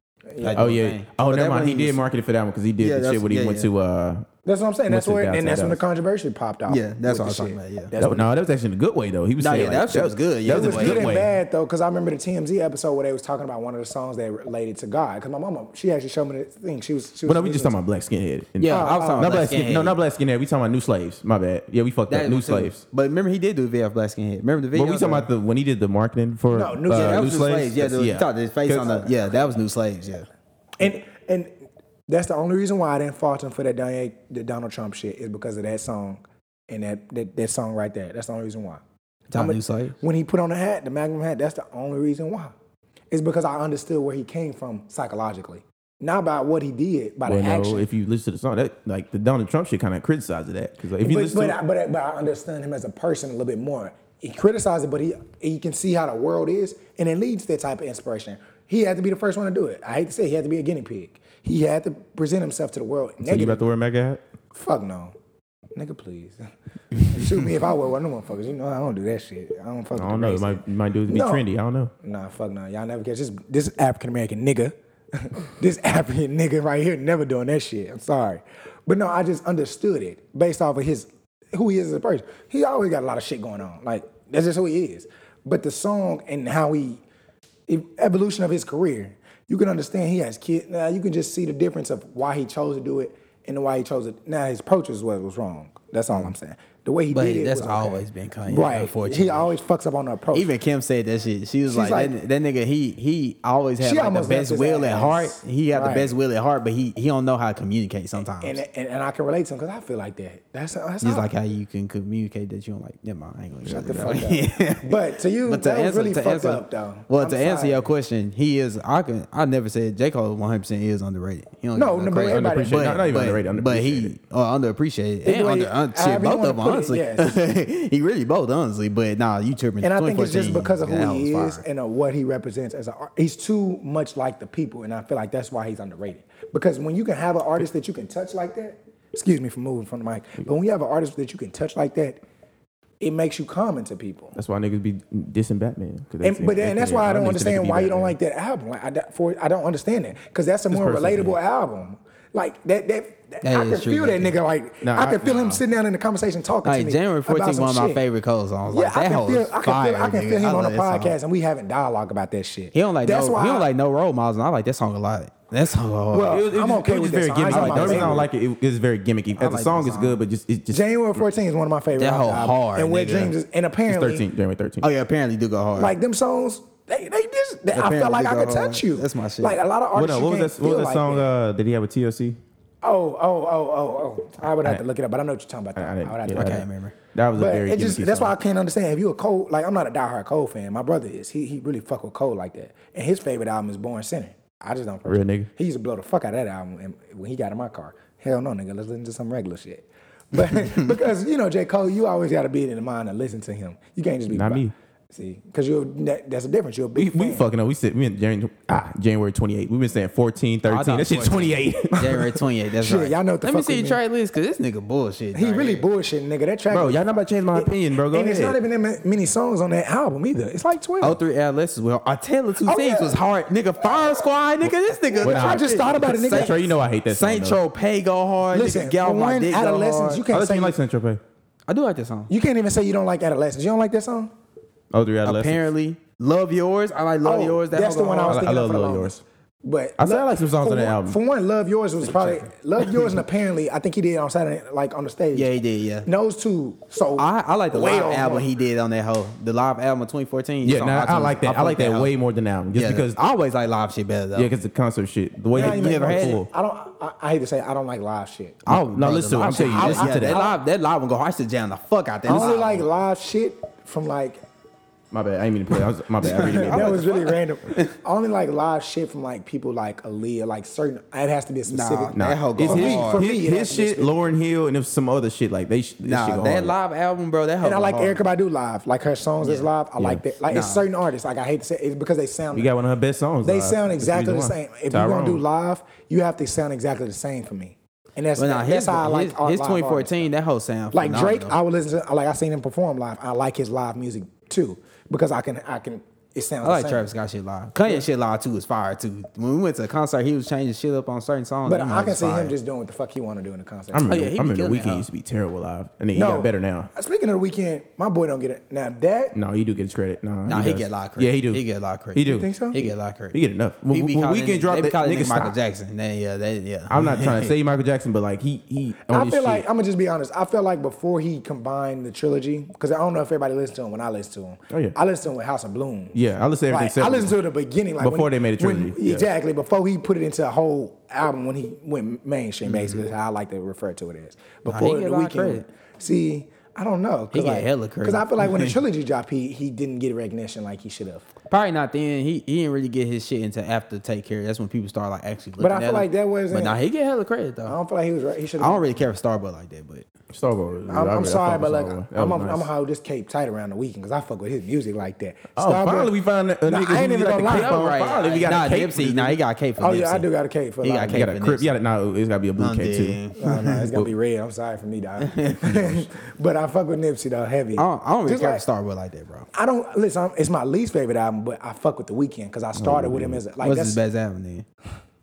[SPEAKER 2] Oh yeah. Oh never mind. He did market it for that one because he did
[SPEAKER 1] Yeah,
[SPEAKER 2] the
[SPEAKER 1] that's-
[SPEAKER 2] shit when he
[SPEAKER 1] yeah,
[SPEAKER 2] went
[SPEAKER 1] yeah.
[SPEAKER 2] to. uh
[SPEAKER 3] That's what I'm saying.
[SPEAKER 2] Went
[SPEAKER 3] That's
[SPEAKER 2] to
[SPEAKER 3] where,
[SPEAKER 2] Dallas
[SPEAKER 3] and that's when the
[SPEAKER 2] Dallas.
[SPEAKER 3] controversy popped out.
[SPEAKER 1] Yeah, that's
[SPEAKER 3] with
[SPEAKER 1] what I was
[SPEAKER 3] the
[SPEAKER 1] talking
[SPEAKER 3] shit.
[SPEAKER 1] about, yeah.
[SPEAKER 3] That's
[SPEAKER 2] that-
[SPEAKER 3] when-
[SPEAKER 2] No, that was actually in a good way though. He was
[SPEAKER 1] No,
[SPEAKER 2] saying
[SPEAKER 1] yeah,
[SPEAKER 2] like,
[SPEAKER 1] that shit was good, yeah.
[SPEAKER 2] That
[SPEAKER 1] It
[SPEAKER 2] was a
[SPEAKER 1] was
[SPEAKER 3] good
[SPEAKER 2] good
[SPEAKER 3] and
[SPEAKER 2] way.
[SPEAKER 3] bad though, because I remember the TMZ episode where they was talking about one of the songs that related to God. Because my mama, she actually showed me the thing. She was, she
[SPEAKER 2] But
[SPEAKER 3] was
[SPEAKER 2] no, we just talking about black skinhead. And-
[SPEAKER 1] Yeah, I was talking
[SPEAKER 3] Oh,
[SPEAKER 2] Not
[SPEAKER 1] about
[SPEAKER 2] black
[SPEAKER 1] Black
[SPEAKER 2] skinhead.
[SPEAKER 1] Skinhead.
[SPEAKER 2] No, not black skinhead. We talking about new slaves. My bad. Yeah, we fucked up. New
[SPEAKER 1] was too.
[SPEAKER 2] slaves.
[SPEAKER 1] But remember, he did do a video for Black Skinhead. Remember the video?
[SPEAKER 2] But we talking
[SPEAKER 1] though?
[SPEAKER 2] about the when he did the marketing for
[SPEAKER 3] No, New
[SPEAKER 2] uh,
[SPEAKER 3] Slaves.
[SPEAKER 1] yeah, that was New Slaves. Yeah,
[SPEAKER 2] New
[SPEAKER 1] the,
[SPEAKER 2] yeah.
[SPEAKER 1] yeah. his face on the yeah, that was New Slaves. Yeah,
[SPEAKER 3] And and that's the only reason why I didn't fault him for that Donald, the Donald Trump shit is because of that song and that, that that song right there. That's the only reason why.
[SPEAKER 1] Tom
[SPEAKER 3] I'ma-
[SPEAKER 1] New Slaves.
[SPEAKER 3] When he put on the hat, the Magnum hat, that's the only reason why. It's because I understood where he came from psychologically, not by what he did, by
[SPEAKER 2] Well,
[SPEAKER 3] the action.
[SPEAKER 2] no, if you listen to the song, that like the Donald Trump shit kind of criticizes that because if you
[SPEAKER 3] but,
[SPEAKER 2] listen,
[SPEAKER 3] but,
[SPEAKER 2] to,
[SPEAKER 3] I, but, I, but I understand him as a person a little bit more. He criticizes it, but he he can see how the world is, and it leads to that type of inspiration. He had to be the first one to do it. I hate to say it, he had to be a guinea pig. He had to present himself to the world.
[SPEAKER 2] so you
[SPEAKER 3] Negative.
[SPEAKER 2] about to wear a MAGA hat?
[SPEAKER 3] Fuck no. Nigga, please. Shoot me if I wear one of them motherfuckers. You know, I don't do that shit. I don't fuck
[SPEAKER 2] I don't
[SPEAKER 3] with the
[SPEAKER 2] know. It
[SPEAKER 3] race.
[SPEAKER 2] might, it might do it to be
[SPEAKER 3] No.
[SPEAKER 2] trendy. I don't know.
[SPEAKER 3] Nah, fuck no. Y'all never catch this this African American nigga. this African nigga right here never doing that shit. I'm sorry. But no, I just understood it based off of his who he is as a person. He always got a lot of shit going on. Like that's just who he is. But the song and how he e- evolution of his career, you can understand he has kids. Now you can just see the difference of why he chose to do it and why he chose it. Now his approach is what was wrong. That's all I'm saying. The way he
[SPEAKER 1] But
[SPEAKER 3] did it
[SPEAKER 1] that's
[SPEAKER 3] was okay.
[SPEAKER 1] always been Kanye,
[SPEAKER 3] Right.
[SPEAKER 1] unfortunately.
[SPEAKER 3] He always fucks up on the approach.
[SPEAKER 1] Oh. Even Kim said that shit. She was like,
[SPEAKER 3] like-
[SPEAKER 1] that, that nigga, he he always had
[SPEAKER 3] She
[SPEAKER 1] like the
[SPEAKER 3] almost left
[SPEAKER 1] best
[SPEAKER 3] his
[SPEAKER 1] will at
[SPEAKER 3] ass.
[SPEAKER 1] heart. He got
[SPEAKER 3] Right.
[SPEAKER 1] the best will at heart, but he he don't know how to communicate sometimes.
[SPEAKER 3] and, and and I can relate to him because I feel like that. That's that's
[SPEAKER 1] Just
[SPEAKER 3] how-
[SPEAKER 1] like how you can communicate that you don't like. Never mind, I ain't gonna
[SPEAKER 3] shut
[SPEAKER 1] go
[SPEAKER 3] the
[SPEAKER 1] there.
[SPEAKER 3] fuck up. But to you,
[SPEAKER 1] But to
[SPEAKER 3] that
[SPEAKER 1] answer,
[SPEAKER 3] was really
[SPEAKER 1] to
[SPEAKER 3] fucked
[SPEAKER 1] answer,
[SPEAKER 3] up though.
[SPEAKER 1] Well,
[SPEAKER 3] I'm
[SPEAKER 1] to answer
[SPEAKER 3] sorry.
[SPEAKER 1] your question, he is. I can. I never said J Cole 100 percent is underrated. He don't
[SPEAKER 3] No,
[SPEAKER 1] get
[SPEAKER 3] no, but
[SPEAKER 1] credit.
[SPEAKER 3] everybody-
[SPEAKER 2] Underappreciated. Not- not even
[SPEAKER 1] but,
[SPEAKER 2] underrated,
[SPEAKER 1] But he or underappreciated and
[SPEAKER 3] way-
[SPEAKER 1] under, un- shit,
[SPEAKER 3] however you
[SPEAKER 1] both
[SPEAKER 3] wanna
[SPEAKER 1] of them
[SPEAKER 3] put it,
[SPEAKER 1] honestly.
[SPEAKER 3] yes.
[SPEAKER 1] he really both honestly. But nah, you tripping.
[SPEAKER 3] and I think it's just
[SPEAKER 1] 2014,
[SPEAKER 3] because of
[SPEAKER 1] that
[SPEAKER 3] who he
[SPEAKER 1] was
[SPEAKER 3] is
[SPEAKER 1] fire.
[SPEAKER 3] and of what he represents as an art. He's too much like the people, and I feel like that's why he's underrated. Because when you can have an artist that you can touch like that, excuse me for moving from the mic, but when you have an artist that you can touch like that, it makes you common to people.
[SPEAKER 2] That's why niggas be dissing Batman. 'cause
[SPEAKER 3] And,
[SPEAKER 2] that's-
[SPEAKER 3] but
[SPEAKER 2] that's-
[SPEAKER 3] then that's
[SPEAKER 2] yeah,
[SPEAKER 3] why I don't
[SPEAKER 2] used to niggas
[SPEAKER 3] understand
[SPEAKER 2] be
[SPEAKER 3] why you
[SPEAKER 2] Batman.
[SPEAKER 3] don't like that album. Like I, don't- for, I don't understand that because that's a more
[SPEAKER 2] person's
[SPEAKER 3] relatable
[SPEAKER 2] opinion.
[SPEAKER 3] album. Like that, that, that-
[SPEAKER 1] That
[SPEAKER 3] I
[SPEAKER 1] is
[SPEAKER 3] can
[SPEAKER 1] true,
[SPEAKER 3] feel that
[SPEAKER 1] yeah.
[SPEAKER 3] nigga. Like
[SPEAKER 2] Nah,
[SPEAKER 3] I
[SPEAKER 2] I-
[SPEAKER 3] can feel him sitting down in the conversation talking to
[SPEAKER 1] Like
[SPEAKER 3] me.
[SPEAKER 1] January
[SPEAKER 3] about
[SPEAKER 1] 14th,
[SPEAKER 3] some
[SPEAKER 1] one of my
[SPEAKER 3] shit.
[SPEAKER 1] favorite Cole songs.
[SPEAKER 3] Yeah,
[SPEAKER 1] Like
[SPEAKER 3] I
[SPEAKER 1] that
[SPEAKER 3] can
[SPEAKER 1] whole
[SPEAKER 3] feel. I can feel. I
[SPEAKER 1] fire,
[SPEAKER 3] can
[SPEAKER 1] nigga.
[SPEAKER 3] feel him on
[SPEAKER 1] love that
[SPEAKER 3] a
[SPEAKER 1] song.
[SPEAKER 3] podcast, and we having dialogue about that shit.
[SPEAKER 1] He don't like
[SPEAKER 3] that's
[SPEAKER 1] no.
[SPEAKER 3] why
[SPEAKER 1] He
[SPEAKER 3] I-
[SPEAKER 1] don't like no role models, and I like that song a lot. That song. a lot.
[SPEAKER 3] Well,
[SPEAKER 2] It was, it
[SPEAKER 3] I'm
[SPEAKER 2] was-
[SPEAKER 3] okay
[SPEAKER 2] it was
[SPEAKER 3] with
[SPEAKER 2] very
[SPEAKER 3] that song. I
[SPEAKER 2] gimmicky.
[SPEAKER 3] like
[SPEAKER 2] Like,
[SPEAKER 3] my
[SPEAKER 2] the only reason I
[SPEAKER 3] favorite.
[SPEAKER 2] don't like it, it is very gimmicky. As
[SPEAKER 1] like
[SPEAKER 2] a
[SPEAKER 1] the
[SPEAKER 2] song is
[SPEAKER 1] song.
[SPEAKER 2] good, but just it just
[SPEAKER 3] January 14th is one of my favorite.
[SPEAKER 1] That whole
[SPEAKER 3] albums.
[SPEAKER 1] hard,
[SPEAKER 3] and Wet
[SPEAKER 1] nigga.
[SPEAKER 3] Dreams is, and
[SPEAKER 2] it's
[SPEAKER 3] apparently
[SPEAKER 2] 13, January 13.
[SPEAKER 1] oh yeah, apparently do go hard.
[SPEAKER 3] like them songs. They, they just, they- I
[SPEAKER 1] Apparently
[SPEAKER 3] felt like I
[SPEAKER 1] go
[SPEAKER 3] could
[SPEAKER 1] hard.
[SPEAKER 3] touch you.
[SPEAKER 1] That's my shit.
[SPEAKER 3] Like a lot of
[SPEAKER 2] What,
[SPEAKER 3] artists,
[SPEAKER 2] uh,
[SPEAKER 3] you
[SPEAKER 2] what
[SPEAKER 3] can't
[SPEAKER 2] was that? What was
[SPEAKER 3] feel
[SPEAKER 2] that
[SPEAKER 3] like
[SPEAKER 2] song? Uh, did he have a TLC?
[SPEAKER 3] Oh, oh, oh, oh, oh! I would have to look it up, but I know what you're talking about.
[SPEAKER 2] I,
[SPEAKER 3] though.
[SPEAKER 2] I didn't.
[SPEAKER 3] Oh, I would have to
[SPEAKER 2] yeah,
[SPEAKER 3] look it
[SPEAKER 2] I
[SPEAKER 3] up.
[SPEAKER 2] didn't.
[SPEAKER 1] remember.
[SPEAKER 2] That was a
[SPEAKER 3] But
[SPEAKER 2] very.
[SPEAKER 3] it just
[SPEAKER 2] gimmicky
[SPEAKER 3] that's
[SPEAKER 2] song.
[SPEAKER 3] why I can't understand. If you a Cole, like I'm not a diehard Cole fan. My brother is. He he really fuck with Cole like that. And his favorite album is Born Sinner. I just don't.
[SPEAKER 2] Real nigga.
[SPEAKER 3] He used to blow the fuck out of that album and when he got in my car. Hell no, nigga. Let's listen to some regular shit. But because you know J Cole, you always got to be in the mind and listen to him. You can't just be
[SPEAKER 2] Not me.
[SPEAKER 3] See, because you're that, that's the difference. You're a
[SPEAKER 2] We,
[SPEAKER 3] big
[SPEAKER 2] we
[SPEAKER 3] fan.
[SPEAKER 2] fucking up. We said we in January, ah, January 28. We've been saying 14,
[SPEAKER 1] I
[SPEAKER 2] 13.
[SPEAKER 1] thought
[SPEAKER 2] That shit
[SPEAKER 1] 14.
[SPEAKER 2] 28.
[SPEAKER 1] January 28th. That's
[SPEAKER 3] Shit,
[SPEAKER 1] right.
[SPEAKER 3] y'all know what the
[SPEAKER 1] Let me
[SPEAKER 3] fuck we
[SPEAKER 1] see your
[SPEAKER 3] mean.
[SPEAKER 1] trade list because this nigga bullshit.
[SPEAKER 3] He
[SPEAKER 1] right
[SPEAKER 3] really
[SPEAKER 1] here.
[SPEAKER 3] bullshit, nigga. That track,
[SPEAKER 2] bro,
[SPEAKER 3] is-
[SPEAKER 2] y'all not about to change my opinion, bro. Go
[SPEAKER 3] and it's
[SPEAKER 2] ahead.
[SPEAKER 3] not even that ma- many songs on that album either. It's like twelve.
[SPEAKER 1] Oh, three adolescents. Well, I tell the two
[SPEAKER 3] Oh,
[SPEAKER 1] things
[SPEAKER 3] yeah.
[SPEAKER 1] was hard, nigga. Fire Squad, nigga. This nigga.
[SPEAKER 2] But
[SPEAKER 3] I just thought about it, nigga.
[SPEAKER 2] Saint Tropez, you know I hate that
[SPEAKER 1] Saint
[SPEAKER 2] song.
[SPEAKER 1] Tropez go hard.
[SPEAKER 3] Listen,
[SPEAKER 1] nigga, get off
[SPEAKER 3] for
[SPEAKER 1] my
[SPEAKER 3] one,
[SPEAKER 1] dick go
[SPEAKER 3] Adolescents,
[SPEAKER 1] hard.
[SPEAKER 3] you
[SPEAKER 2] though.
[SPEAKER 3] can't
[SPEAKER 2] I
[SPEAKER 3] say
[SPEAKER 2] think you Oh, like Saint Tropez.
[SPEAKER 1] I do like this song.
[SPEAKER 3] You can't even say you don't like adolescence. You don't like that song?
[SPEAKER 2] Oh, three adolescents.
[SPEAKER 1] Apparently, love yours. I like love
[SPEAKER 3] Oh,
[SPEAKER 1] yours. That
[SPEAKER 3] that's
[SPEAKER 1] song
[SPEAKER 3] the
[SPEAKER 1] go
[SPEAKER 3] one I
[SPEAKER 2] I
[SPEAKER 1] hard.
[SPEAKER 3] was
[SPEAKER 2] like- I
[SPEAKER 3] thinking
[SPEAKER 2] love
[SPEAKER 3] of for the
[SPEAKER 2] Love
[SPEAKER 3] longest.
[SPEAKER 2] Yours.
[SPEAKER 3] But
[SPEAKER 2] I said I like some songs
[SPEAKER 3] for
[SPEAKER 2] on that
[SPEAKER 3] one-
[SPEAKER 2] album.
[SPEAKER 3] For one, Love Yours was probably Love Yours, and apparently I think he did it on Saturday, like on the stage.
[SPEAKER 1] Yeah, he did, yeah.
[SPEAKER 3] And Those two. So
[SPEAKER 1] I, I like the
[SPEAKER 3] way
[SPEAKER 1] live
[SPEAKER 3] over.
[SPEAKER 1] album he did on that whole the live album of 2014. It's
[SPEAKER 2] Yeah,
[SPEAKER 1] on
[SPEAKER 2] nah, I
[SPEAKER 1] iTunes.
[SPEAKER 2] like that. I
[SPEAKER 1] fuck
[SPEAKER 2] like
[SPEAKER 1] with
[SPEAKER 2] that way
[SPEAKER 1] album.
[SPEAKER 2] more than album, just
[SPEAKER 1] yeah,
[SPEAKER 2] because
[SPEAKER 1] I always like live shit better though.
[SPEAKER 2] yeah, because the concert shit, the way
[SPEAKER 3] Now
[SPEAKER 2] they
[SPEAKER 3] you
[SPEAKER 1] never
[SPEAKER 3] make
[SPEAKER 1] had it?
[SPEAKER 3] me-
[SPEAKER 2] cool.
[SPEAKER 3] I don't. I, I hate to say it, I don't like live shit.
[SPEAKER 1] Oh,
[SPEAKER 2] No,
[SPEAKER 1] brother,
[SPEAKER 2] listen,
[SPEAKER 1] live
[SPEAKER 2] I'm telling you,
[SPEAKER 1] shit. I-
[SPEAKER 2] listen
[SPEAKER 1] yeah,
[SPEAKER 2] to that.
[SPEAKER 1] live, that live one go. hard. I used to jam the fuck out that.
[SPEAKER 3] I only
[SPEAKER 1] album.
[SPEAKER 3] like live shit from like
[SPEAKER 2] My bad, I ain't mean to play. I was, my bad, I really didn't mean
[SPEAKER 3] that
[SPEAKER 2] to
[SPEAKER 3] was really random. I only like live shit from like people like Aaliyah, like certain. It has to be a specific.
[SPEAKER 1] nah.
[SPEAKER 2] Nah,
[SPEAKER 1] That hoe go
[SPEAKER 2] it's his,
[SPEAKER 1] hard.
[SPEAKER 3] For
[SPEAKER 2] his,
[SPEAKER 3] me,
[SPEAKER 2] his
[SPEAKER 3] that's
[SPEAKER 2] shit,
[SPEAKER 3] just-
[SPEAKER 2] Lauren Hill, and if some other shit like they, sh- this shit
[SPEAKER 1] Nah,
[SPEAKER 2] go
[SPEAKER 1] that
[SPEAKER 2] hard.
[SPEAKER 1] live album, bro. That hoe
[SPEAKER 3] And I
[SPEAKER 1] go
[SPEAKER 3] like
[SPEAKER 1] hard.
[SPEAKER 3] Erica Badu live, like her songs is
[SPEAKER 1] Yeah.
[SPEAKER 3] live. I like
[SPEAKER 2] Yeah.
[SPEAKER 3] that. Like it's
[SPEAKER 1] Nah.
[SPEAKER 3] certain artists. Like I hate to say, it, it's because they sound.
[SPEAKER 2] You got one of her best songs.
[SPEAKER 3] They
[SPEAKER 2] live.
[SPEAKER 3] sound
[SPEAKER 2] That's
[SPEAKER 3] exactly the
[SPEAKER 2] reason why.
[SPEAKER 3] same. If you're gonna do
[SPEAKER 2] Tyrone.
[SPEAKER 3] live, you have to sound exactly the same for me. And that's
[SPEAKER 1] But nah,
[SPEAKER 3] that's
[SPEAKER 1] his,
[SPEAKER 3] how I like
[SPEAKER 1] his,
[SPEAKER 3] art
[SPEAKER 1] his
[SPEAKER 3] live
[SPEAKER 1] 2014. That whole sound
[SPEAKER 3] artists. Like Drake,
[SPEAKER 1] phenomenal.
[SPEAKER 3] I would listen to. Like I seen him perform live. I like his live music too because I can. I can. It
[SPEAKER 1] I
[SPEAKER 3] sounds.
[SPEAKER 1] like
[SPEAKER 3] the same.
[SPEAKER 1] Travis Scott shit live. Kanye shit live too is fire too. When we went to a concert, he was changing shit up on certain songs.
[SPEAKER 3] But
[SPEAKER 1] Them
[SPEAKER 3] I
[SPEAKER 1] hoes
[SPEAKER 3] can
[SPEAKER 1] is
[SPEAKER 3] see
[SPEAKER 1] fire.
[SPEAKER 3] him just doing what the fuck he want to do in the concert.
[SPEAKER 2] I remember,
[SPEAKER 1] Oh, yeah, he
[SPEAKER 2] I
[SPEAKER 1] be
[SPEAKER 2] remember the
[SPEAKER 1] killing it,
[SPEAKER 2] weekend
[SPEAKER 1] huh?
[SPEAKER 2] used to be terrible live, and then he got better now.
[SPEAKER 3] Speaking of the weekend, my boy don't get it. Now that
[SPEAKER 2] No, you do get his credit. No,
[SPEAKER 1] Nah, he
[SPEAKER 2] does.
[SPEAKER 1] get a lot of
[SPEAKER 2] Yeah,
[SPEAKER 1] credit.
[SPEAKER 2] he do.
[SPEAKER 1] He get a lot of credit.
[SPEAKER 2] He do.
[SPEAKER 1] You
[SPEAKER 3] think so?
[SPEAKER 1] He get a lot of credit.
[SPEAKER 2] He get enough. When,
[SPEAKER 1] He be
[SPEAKER 2] when
[SPEAKER 1] calling
[SPEAKER 2] Weekend
[SPEAKER 1] him-
[SPEAKER 2] dropped
[SPEAKER 1] they be
[SPEAKER 2] that,
[SPEAKER 1] calling
[SPEAKER 2] nigga
[SPEAKER 1] him Michael
[SPEAKER 2] stop.
[SPEAKER 1] Jackson. They, yeah, they, yeah.
[SPEAKER 2] I'm not trying to say Michael Jackson, but like he he. on
[SPEAKER 3] I
[SPEAKER 2] his
[SPEAKER 3] feel
[SPEAKER 2] shit.
[SPEAKER 3] like I'm gonna just be honest. I feel like before he combined the trilogy, because I don't know if everybody listened to him when I listened to him.
[SPEAKER 2] Oh, yeah.
[SPEAKER 3] I listened to him with House of Bloom.
[SPEAKER 2] Yeah, I listen to everything.
[SPEAKER 3] Like,
[SPEAKER 2] except
[SPEAKER 3] I listened to the beginning, like
[SPEAKER 2] Before
[SPEAKER 3] when-
[SPEAKER 2] they made a
[SPEAKER 3] when-
[SPEAKER 2] trilogy, yeah.
[SPEAKER 3] Exactly, before he put it into a whole album when he went mainstream. Basically, is how I like to refer to it as
[SPEAKER 1] Mm-hmm. he
[SPEAKER 3] before
[SPEAKER 1] get a
[SPEAKER 3] the
[SPEAKER 1] lot of
[SPEAKER 3] weekend.
[SPEAKER 1] credit.
[SPEAKER 3] See, I don't know.
[SPEAKER 1] He get hella credit.
[SPEAKER 3] Because I feel like when the trilogy dropped, he he didn't get recognition like he should have.
[SPEAKER 1] Probably not then. He he didn't really get his shit until after Take Care. That's when people start like actually. Looking
[SPEAKER 3] But I
[SPEAKER 1] at
[SPEAKER 3] feel
[SPEAKER 1] him.
[SPEAKER 3] like that wasn't-
[SPEAKER 1] But now he get hella credit
[SPEAKER 3] I
[SPEAKER 1] though.
[SPEAKER 3] don't feel like he was right. He should.
[SPEAKER 1] I don't really care for Starbucks like that, but
[SPEAKER 2] Starboy.
[SPEAKER 3] I'm, I'm sorry, but like I'm, I'm, I'm gonna hold this cape tight around the weekend because I fuck with his music like that.
[SPEAKER 2] Oh,
[SPEAKER 3] Starboy-
[SPEAKER 2] finally we find a
[SPEAKER 3] Nah,
[SPEAKER 2] nigga
[SPEAKER 3] I ain't
[SPEAKER 2] who
[SPEAKER 3] even
[SPEAKER 2] got
[SPEAKER 3] gonna
[SPEAKER 2] the
[SPEAKER 3] lie.
[SPEAKER 2] cape on.
[SPEAKER 3] Right.
[SPEAKER 1] Alright,
[SPEAKER 2] Finally, we got
[SPEAKER 1] nah,
[SPEAKER 2] a cape for
[SPEAKER 1] Nipsey.
[SPEAKER 2] this
[SPEAKER 1] Nah, he got a cape for
[SPEAKER 3] Oh
[SPEAKER 1] Nipsey.
[SPEAKER 3] yeah, I do got a cape for.
[SPEAKER 1] He
[SPEAKER 3] a lot
[SPEAKER 1] got
[SPEAKER 3] of
[SPEAKER 2] You
[SPEAKER 1] cape
[SPEAKER 2] got a
[SPEAKER 1] for
[SPEAKER 2] crib.
[SPEAKER 1] Nipsey.
[SPEAKER 2] You got it. Nah, it's gotta be a blue
[SPEAKER 1] I'm
[SPEAKER 2] cape too.
[SPEAKER 1] dead.
[SPEAKER 3] No, no, it's gonna be red. I'm sorry for me, dog. but I fuck with Nipsey, though, heavy.
[SPEAKER 1] I don't, I don't really
[SPEAKER 3] Just
[SPEAKER 1] care
[SPEAKER 3] like-
[SPEAKER 1] for Starbucks like that, bro.
[SPEAKER 3] I don't listen. I'm, it's my least favorite album, but I fuck with the weekend because I started with him as a, like
[SPEAKER 1] What's
[SPEAKER 3] that's
[SPEAKER 1] his best album then?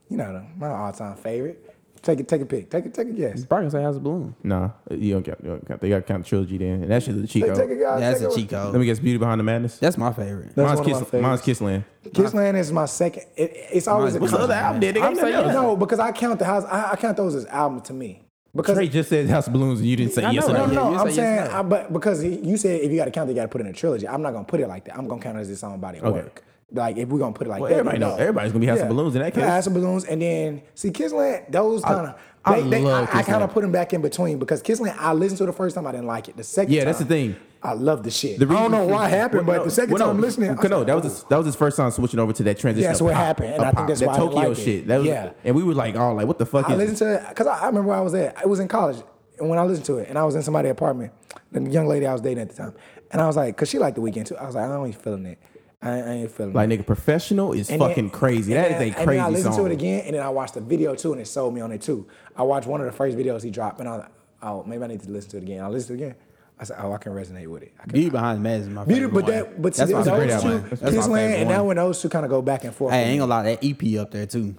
[SPEAKER 3] you know the- my all time favorite. Take it, take a pick, take it, take a guess.
[SPEAKER 1] Probably say House of Bloom.
[SPEAKER 2] Nah, you don't count. You don't count. They got count trilogy then, and that shit's a cheat
[SPEAKER 3] Take, take a
[SPEAKER 2] code.
[SPEAKER 3] guess.
[SPEAKER 1] That's
[SPEAKER 3] take
[SPEAKER 1] a cheat
[SPEAKER 3] one.
[SPEAKER 2] Let
[SPEAKER 1] code.
[SPEAKER 2] me guess. Beauty behind the madness.
[SPEAKER 1] That's my favorite.
[SPEAKER 3] That's
[SPEAKER 2] mine's
[SPEAKER 3] one of my
[SPEAKER 2] Kiss.
[SPEAKER 3] favorites.
[SPEAKER 2] Mine's Kissland.
[SPEAKER 3] Kissland is my second. It, it's always a
[SPEAKER 1] What's the other
[SPEAKER 3] album?
[SPEAKER 2] did?
[SPEAKER 3] I'm saying no because I count the house. I, I count those as album to me because
[SPEAKER 2] Trey just said House of Balloons, and you didn't say
[SPEAKER 1] I
[SPEAKER 2] yes
[SPEAKER 1] know,
[SPEAKER 2] or
[SPEAKER 3] No,
[SPEAKER 1] Yeah,
[SPEAKER 2] no.
[SPEAKER 3] no,
[SPEAKER 1] you
[SPEAKER 3] I'm
[SPEAKER 1] say yes,
[SPEAKER 3] saying,
[SPEAKER 1] no.
[SPEAKER 3] I, but because he- you said if you got to count, it, you got to put it in a trilogy. I'm not gonna put it like that. I'm gonna count it as its own body of
[SPEAKER 2] Okay.
[SPEAKER 3] work. Like if we're gonna put it like
[SPEAKER 2] Well,
[SPEAKER 3] that,
[SPEAKER 2] everybody
[SPEAKER 3] then
[SPEAKER 2] know-
[SPEAKER 3] no.
[SPEAKER 2] everybody's gonna be House of Balloons in that case.
[SPEAKER 3] Yeah, House of Balloons, and then see Kissland. Those kind of.
[SPEAKER 2] I
[SPEAKER 3] I, they, they, I,
[SPEAKER 2] love
[SPEAKER 3] I kind of
[SPEAKER 2] Kissland.
[SPEAKER 3] put them back in between because Kissland, I listened to the first time, I didn't like it. The second,
[SPEAKER 2] Yeah, that's the
[SPEAKER 3] time,
[SPEAKER 2] thing.
[SPEAKER 3] I love the shit.
[SPEAKER 2] The
[SPEAKER 3] I don't
[SPEAKER 2] reason-
[SPEAKER 3] know why it happened,
[SPEAKER 2] Well,
[SPEAKER 3] but
[SPEAKER 2] no,
[SPEAKER 3] the second
[SPEAKER 2] well, no,
[SPEAKER 3] time I'm listening, I
[SPEAKER 2] okay, no,
[SPEAKER 3] said,
[SPEAKER 2] that was his, that was his first time switching over to that transition.
[SPEAKER 3] That's
[SPEAKER 2] of
[SPEAKER 3] what
[SPEAKER 2] pop,
[SPEAKER 3] happened,
[SPEAKER 2] of
[SPEAKER 3] and I think
[SPEAKER 2] pop,
[SPEAKER 3] that's
[SPEAKER 2] that
[SPEAKER 3] why I didn't
[SPEAKER 2] Tokyo
[SPEAKER 3] like it.
[SPEAKER 2] shit. That was,
[SPEAKER 3] Yeah.
[SPEAKER 2] and we were like, oh, like what the fuck
[SPEAKER 3] I
[SPEAKER 2] is?
[SPEAKER 3] listened to it because I, I remember where I was at. It was in college, and when I listened to it, and I was in somebody's apartment, the young lady I was dating at the time, and I was like, because she liked the weekend too. I was like, I don't ain't feeling it. I, I ain't feeling
[SPEAKER 2] Like
[SPEAKER 3] it.
[SPEAKER 2] nigga, professional is
[SPEAKER 3] And
[SPEAKER 2] fucking
[SPEAKER 3] then-
[SPEAKER 2] crazy.
[SPEAKER 3] and
[SPEAKER 2] That is
[SPEAKER 3] then-
[SPEAKER 2] a
[SPEAKER 3] And then I
[SPEAKER 2] crazy
[SPEAKER 3] listened
[SPEAKER 2] song.
[SPEAKER 3] to it again, and then I watched the video too, and it sold me on it too. I watched one of the first videos he dropped, and I was like, oh, maybe I need to listen to it again. I listened to it again. I said, oh, I can resonate with it. I can.
[SPEAKER 1] Beauty Behind the Madness is my
[SPEAKER 3] Beauty,
[SPEAKER 1] favorite.
[SPEAKER 3] but
[SPEAKER 1] one.
[SPEAKER 3] that, but see,
[SPEAKER 1] that's my
[SPEAKER 3] those
[SPEAKER 1] favorite
[SPEAKER 3] two,
[SPEAKER 1] album. That's my favorite
[SPEAKER 3] Kissland, and
[SPEAKER 1] one.
[SPEAKER 3] that one, those two kind of go back and forth.
[SPEAKER 1] Hey,
[SPEAKER 3] for me.
[SPEAKER 1] ain't gonna lie, that EP up there too.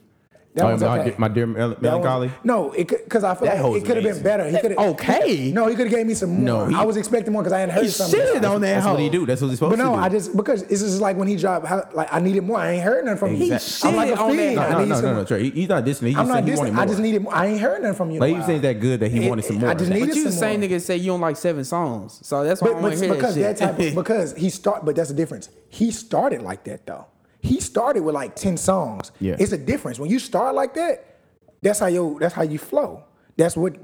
[SPEAKER 3] That
[SPEAKER 2] Oh,
[SPEAKER 3] one's
[SPEAKER 2] my,
[SPEAKER 3] okay.
[SPEAKER 2] dear- my dear Mel-
[SPEAKER 3] That one's-
[SPEAKER 2] melancholy.
[SPEAKER 3] No, it because I feel
[SPEAKER 2] That
[SPEAKER 3] like
[SPEAKER 2] hoe's
[SPEAKER 3] it could have been
[SPEAKER 2] amazing.
[SPEAKER 3] better. He could have
[SPEAKER 1] Okay.
[SPEAKER 3] No, he could have gave me some
[SPEAKER 2] No,
[SPEAKER 3] more.
[SPEAKER 2] he-
[SPEAKER 3] I was expecting more because I hadn't heard
[SPEAKER 1] He
[SPEAKER 3] something.
[SPEAKER 1] shitted on that
[SPEAKER 2] That's
[SPEAKER 1] hoe.
[SPEAKER 2] what he do. That's what he's supposed
[SPEAKER 3] But no,
[SPEAKER 2] to do.
[SPEAKER 3] I just because it's just like when he dropped, how, like I needed more. I ain't heard nothing from him.
[SPEAKER 2] He
[SPEAKER 3] I'm like a
[SPEAKER 1] shitted on that.
[SPEAKER 3] fiend.
[SPEAKER 2] no,
[SPEAKER 3] I
[SPEAKER 2] no,
[SPEAKER 3] need
[SPEAKER 2] no,
[SPEAKER 3] some-
[SPEAKER 2] no, no, Trey. He, he's not dissing. He
[SPEAKER 3] I'm
[SPEAKER 2] just
[SPEAKER 3] not
[SPEAKER 2] said he
[SPEAKER 3] dissing.
[SPEAKER 2] wanted more.
[SPEAKER 3] I just needed. more. I ain't heard nothing from you. in a
[SPEAKER 2] Like you
[SPEAKER 3] while.
[SPEAKER 2] saying that good that he
[SPEAKER 3] It-
[SPEAKER 2] wanted some
[SPEAKER 3] it-
[SPEAKER 2] more.
[SPEAKER 3] I just
[SPEAKER 2] of that.
[SPEAKER 3] need-
[SPEAKER 1] But
[SPEAKER 3] needed
[SPEAKER 1] you the
[SPEAKER 3] some
[SPEAKER 1] same
[SPEAKER 3] more.
[SPEAKER 1] nigga that say you don't like seven songs, so that's why
[SPEAKER 3] But,
[SPEAKER 1] I don't
[SPEAKER 3] but
[SPEAKER 1] hear
[SPEAKER 3] because that,
[SPEAKER 1] that,
[SPEAKER 3] type
[SPEAKER 1] shit.
[SPEAKER 3] of, because he start but that's the difference. He started like that though. He started with like 10 songs.
[SPEAKER 2] Yeah.
[SPEAKER 3] It's a difference. When you start like that, that's how you that's how you flow. That's what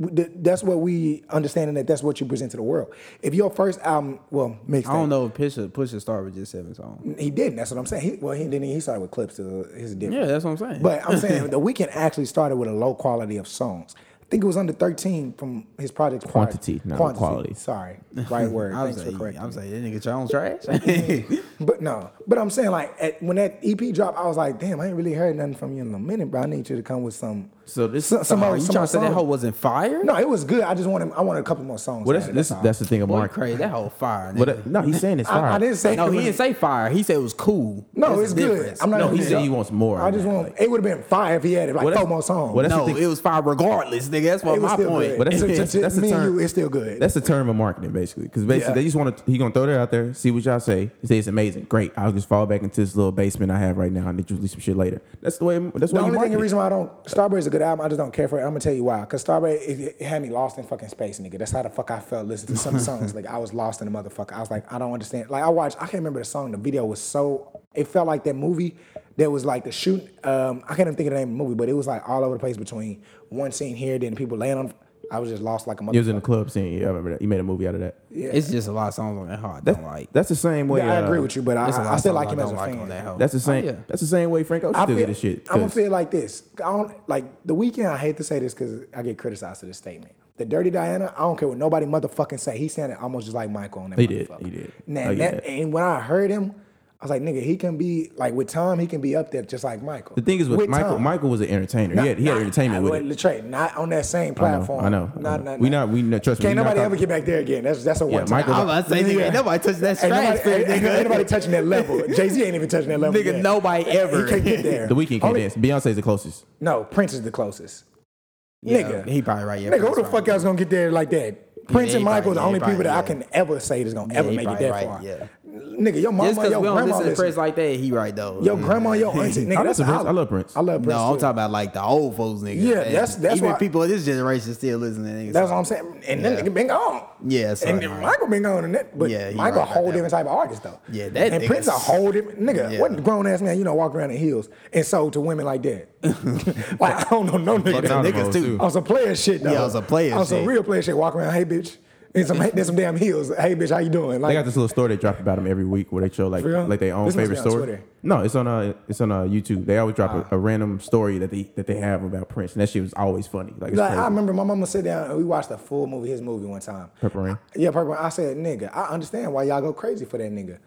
[SPEAKER 3] that's what we understanding that that's what you present to the world. If your first album, well, mixed
[SPEAKER 1] I don't know if Pusha Pusha started with just seven songs.
[SPEAKER 3] he didn't. That's what I'm saying. He, well, he didn't. He started with clips. Uh, his different.
[SPEAKER 1] Yeah, that's what I'm saying.
[SPEAKER 3] But I'm saying the weekend actually started with a low quality of songs. think it was under 13 from his project. prior-
[SPEAKER 2] Quantity, not
[SPEAKER 3] Quantity.
[SPEAKER 2] quality.
[SPEAKER 3] Sorry, right word.
[SPEAKER 1] I was
[SPEAKER 3] Thanks for
[SPEAKER 1] like,
[SPEAKER 3] correcting.
[SPEAKER 1] I
[SPEAKER 3] me.
[SPEAKER 1] was like, that nigga Jones trash.
[SPEAKER 3] But no, but I'm saying like at, when that EP dropped, I was like, damn, I ain't really heard nothing from you in a minute, bro. I need you to come with some.
[SPEAKER 2] So this
[SPEAKER 3] So- some
[SPEAKER 1] Are
[SPEAKER 3] old-
[SPEAKER 1] you
[SPEAKER 3] some
[SPEAKER 1] trying to
[SPEAKER 3] old
[SPEAKER 1] say that
[SPEAKER 3] song.
[SPEAKER 1] hoe wasn't fire?
[SPEAKER 3] No, it was good. I just wanted I wanted a couple more songs.
[SPEAKER 2] Well, that's
[SPEAKER 3] added,
[SPEAKER 2] this,
[SPEAKER 3] all.
[SPEAKER 2] that's the thing
[SPEAKER 1] Boy,
[SPEAKER 2] about
[SPEAKER 1] crazy. That hoe fire.
[SPEAKER 2] But
[SPEAKER 1] nigga.
[SPEAKER 2] uh, no, he's saying it's fire.
[SPEAKER 3] I, I didn't say
[SPEAKER 1] no,
[SPEAKER 3] it
[SPEAKER 1] he
[SPEAKER 3] was-
[SPEAKER 1] didn't say fire. He said it was cool.
[SPEAKER 3] No,
[SPEAKER 1] There's
[SPEAKER 3] it's
[SPEAKER 1] a
[SPEAKER 3] good.
[SPEAKER 1] difference.
[SPEAKER 3] I'm not.
[SPEAKER 2] No,
[SPEAKER 3] gonna
[SPEAKER 2] he
[SPEAKER 3] beat
[SPEAKER 2] said
[SPEAKER 3] it
[SPEAKER 2] he
[SPEAKER 3] up.
[SPEAKER 2] wants more
[SPEAKER 3] I
[SPEAKER 2] than
[SPEAKER 3] just
[SPEAKER 2] that,
[SPEAKER 3] want.
[SPEAKER 2] like-
[SPEAKER 3] It would have been fire if he added like
[SPEAKER 2] Well,
[SPEAKER 3] four
[SPEAKER 2] that's-
[SPEAKER 3] more songs.
[SPEAKER 2] well, that's-
[SPEAKER 1] no,
[SPEAKER 2] the thing.
[SPEAKER 1] it was fire regardless, nigga. That's what
[SPEAKER 3] it was
[SPEAKER 1] my
[SPEAKER 3] still
[SPEAKER 1] point.
[SPEAKER 3] good.
[SPEAKER 2] But that's-
[SPEAKER 3] To-
[SPEAKER 2] that's-
[SPEAKER 3] to
[SPEAKER 2] that's the
[SPEAKER 3] me and
[SPEAKER 2] term.
[SPEAKER 3] you, it's still good.
[SPEAKER 2] That's the term of marketing, basically. Because basically,
[SPEAKER 3] Yeah.
[SPEAKER 2] they just want to. He gonna throw that out there, see what y'all say. He say it's amazing, great. I'll just fall back into this little basement I have right now, and then release some shit later. That's the way. That's
[SPEAKER 3] the
[SPEAKER 2] what you
[SPEAKER 3] only thing,
[SPEAKER 2] market.
[SPEAKER 3] the reason why I don't Strawberry is a good album. I just don't care for it. I'm gonna tell you why. Cause Strawberry, it, it had me lost in fucking space, nigga. That's how the fuck I felt listening to some songs. Like I was lost in the motherfucker. I was like, I don't understand. Like I watched, I can't remember the song. The video was so. It felt like that movie that was like the shoot. Um, I can't even think of the name of the movie, but it was like all over the place between one scene here, then people laying on. I was just lost like a
[SPEAKER 2] It was in
[SPEAKER 3] motherfucker.
[SPEAKER 2] the club scene. Yeah, I remember that. You made a movie out of that.
[SPEAKER 1] It's just a lot of songs on that hoe I
[SPEAKER 2] That-
[SPEAKER 1] don't like.
[SPEAKER 2] that's the same way.
[SPEAKER 3] Yeah, I
[SPEAKER 2] uh,
[SPEAKER 3] agree with you, but I,
[SPEAKER 1] There's a lot
[SPEAKER 3] I
[SPEAKER 1] of
[SPEAKER 3] still
[SPEAKER 1] songs
[SPEAKER 3] like him
[SPEAKER 1] I
[SPEAKER 3] as a
[SPEAKER 1] don't like
[SPEAKER 3] fan.
[SPEAKER 1] on that hoe.
[SPEAKER 2] That's the same.
[SPEAKER 1] Oh, yeah.
[SPEAKER 2] That's the same way Frank Ocean
[SPEAKER 3] I
[SPEAKER 2] still
[SPEAKER 3] feel-
[SPEAKER 2] get his shit.
[SPEAKER 3] I'm gonna
[SPEAKER 2] 'cause
[SPEAKER 3] feel like this. I don't like the weekend. I hate to say this because I get criticized for this statement. The Dirty Diana, I don't care what nobody motherfucking say. He sounded almost just like Michael on that.
[SPEAKER 2] He did,
[SPEAKER 3] motherfucker.
[SPEAKER 2] he did. Oh,
[SPEAKER 3] Now,
[SPEAKER 2] I get
[SPEAKER 3] that-
[SPEAKER 2] that.
[SPEAKER 3] and when I heard him, I was like, nigga, he can be like with Tom, he can be up there just like Michael.
[SPEAKER 2] the thing is with, Michael.
[SPEAKER 3] Tom.
[SPEAKER 2] Michael was an entertainer.
[SPEAKER 3] Not-
[SPEAKER 2] he had, he had
[SPEAKER 3] not-
[SPEAKER 2] entertainment
[SPEAKER 3] I
[SPEAKER 2] with it.
[SPEAKER 3] wouldn't betray- not on that same
[SPEAKER 2] I know,
[SPEAKER 3] platform.
[SPEAKER 2] I know. I
[SPEAKER 3] Not,
[SPEAKER 2] know. we not. We not. Trust me.
[SPEAKER 3] Can't
[SPEAKER 2] we not
[SPEAKER 3] nobody ever
[SPEAKER 2] talking-
[SPEAKER 3] get back there again. That's that's a one.
[SPEAKER 2] Michael-
[SPEAKER 3] time.
[SPEAKER 2] I'm
[SPEAKER 1] about to say, nigga, ain't nobody touching that
[SPEAKER 3] Ain't
[SPEAKER 1] trash
[SPEAKER 3] nobody-
[SPEAKER 1] pit,
[SPEAKER 3] ain't- ain't
[SPEAKER 1] nigga.
[SPEAKER 3] nobody touching that level. Jay Z ain't even touching that level.
[SPEAKER 1] Nigga,
[SPEAKER 3] yet.
[SPEAKER 1] nobody ever.
[SPEAKER 3] He can't get there.
[SPEAKER 2] The weekend can't
[SPEAKER 3] Only-
[SPEAKER 2] dance. Beyonce's the closest.
[SPEAKER 3] No, Prince is the closest.
[SPEAKER 1] Yeah,
[SPEAKER 3] nigga,
[SPEAKER 1] he probably right. Yeah,
[SPEAKER 3] nigga, who
[SPEAKER 1] Prince
[SPEAKER 3] the
[SPEAKER 1] right.
[SPEAKER 3] fuck else gonna get there like that? Prince
[SPEAKER 1] he
[SPEAKER 3] and Michael,
[SPEAKER 1] probably-
[SPEAKER 3] the
[SPEAKER 1] yeah, he
[SPEAKER 3] only people
[SPEAKER 1] probably-
[SPEAKER 3] that I
[SPEAKER 1] yeah.
[SPEAKER 3] can ever say that's gonna
[SPEAKER 1] Yeah,
[SPEAKER 3] ever
[SPEAKER 1] he
[SPEAKER 3] make it
[SPEAKER 1] probably
[SPEAKER 3] that
[SPEAKER 1] right,
[SPEAKER 3] far.
[SPEAKER 1] yeah.
[SPEAKER 3] Nigga, your
[SPEAKER 1] Just
[SPEAKER 3] mama,
[SPEAKER 1] because
[SPEAKER 3] your
[SPEAKER 1] we don't
[SPEAKER 3] grandma,
[SPEAKER 1] listen to
[SPEAKER 3] listen.
[SPEAKER 1] Prince like that, he right though.
[SPEAKER 3] your
[SPEAKER 1] Yeah.
[SPEAKER 3] grandma, your auntie, nigga,
[SPEAKER 2] I
[SPEAKER 3] that's
[SPEAKER 2] listen to Prince.
[SPEAKER 3] how-
[SPEAKER 2] I love Prince.
[SPEAKER 3] I love Prince.
[SPEAKER 1] No, I'm
[SPEAKER 3] too.
[SPEAKER 1] talking about like the old folks, nigga.
[SPEAKER 3] Yeah,
[SPEAKER 1] And
[SPEAKER 3] that's- that's
[SPEAKER 1] even
[SPEAKER 3] why-
[SPEAKER 1] people of this generation still listen to niggas.
[SPEAKER 3] That's what I'm saying. And then nigga been gone.
[SPEAKER 1] Yeah, so-
[SPEAKER 3] and then Michael been gone and that, but
[SPEAKER 1] Yeah, he
[SPEAKER 3] Michael
[SPEAKER 1] right
[SPEAKER 3] a
[SPEAKER 1] about
[SPEAKER 3] whole
[SPEAKER 1] that
[SPEAKER 3] different type of artist though.
[SPEAKER 1] Yeah, that
[SPEAKER 3] and
[SPEAKER 1] nigga's-
[SPEAKER 3] Prince a whole different nigga.
[SPEAKER 1] Yeah.
[SPEAKER 3] What grown ass man you know walk around in heels and sold to women like that? like I don't know no nigga.
[SPEAKER 1] Fuck
[SPEAKER 3] that-
[SPEAKER 1] niggas
[SPEAKER 2] Dynamos,
[SPEAKER 1] too.
[SPEAKER 3] On some player shit, though.
[SPEAKER 1] Yeah, on some player
[SPEAKER 3] On some
[SPEAKER 1] shit.
[SPEAKER 3] real player shit. Walk around, hey, bitch. And some, there's some damn heels. Hey, bitch, how you doing?
[SPEAKER 2] They
[SPEAKER 3] Like,
[SPEAKER 2] got this little story they drop about him every week where they show like
[SPEAKER 3] For real?
[SPEAKER 2] like their own
[SPEAKER 3] This must be
[SPEAKER 2] favorite
[SPEAKER 3] on
[SPEAKER 2] story.
[SPEAKER 3] Twitter. Ah.
[SPEAKER 2] No, it's on uh it's on uh YouTube. They always drop a, a random story that they that they have about Prince, and that shit was always funny. Like, it's
[SPEAKER 3] like I
[SPEAKER 2] crazy.
[SPEAKER 3] remember my mama sit down and we watched a full movie, his movie one time.
[SPEAKER 2] Purple Rain.
[SPEAKER 3] Yeah, Purple Rain. I said, nigga, I understand why y'all go crazy for that nigga.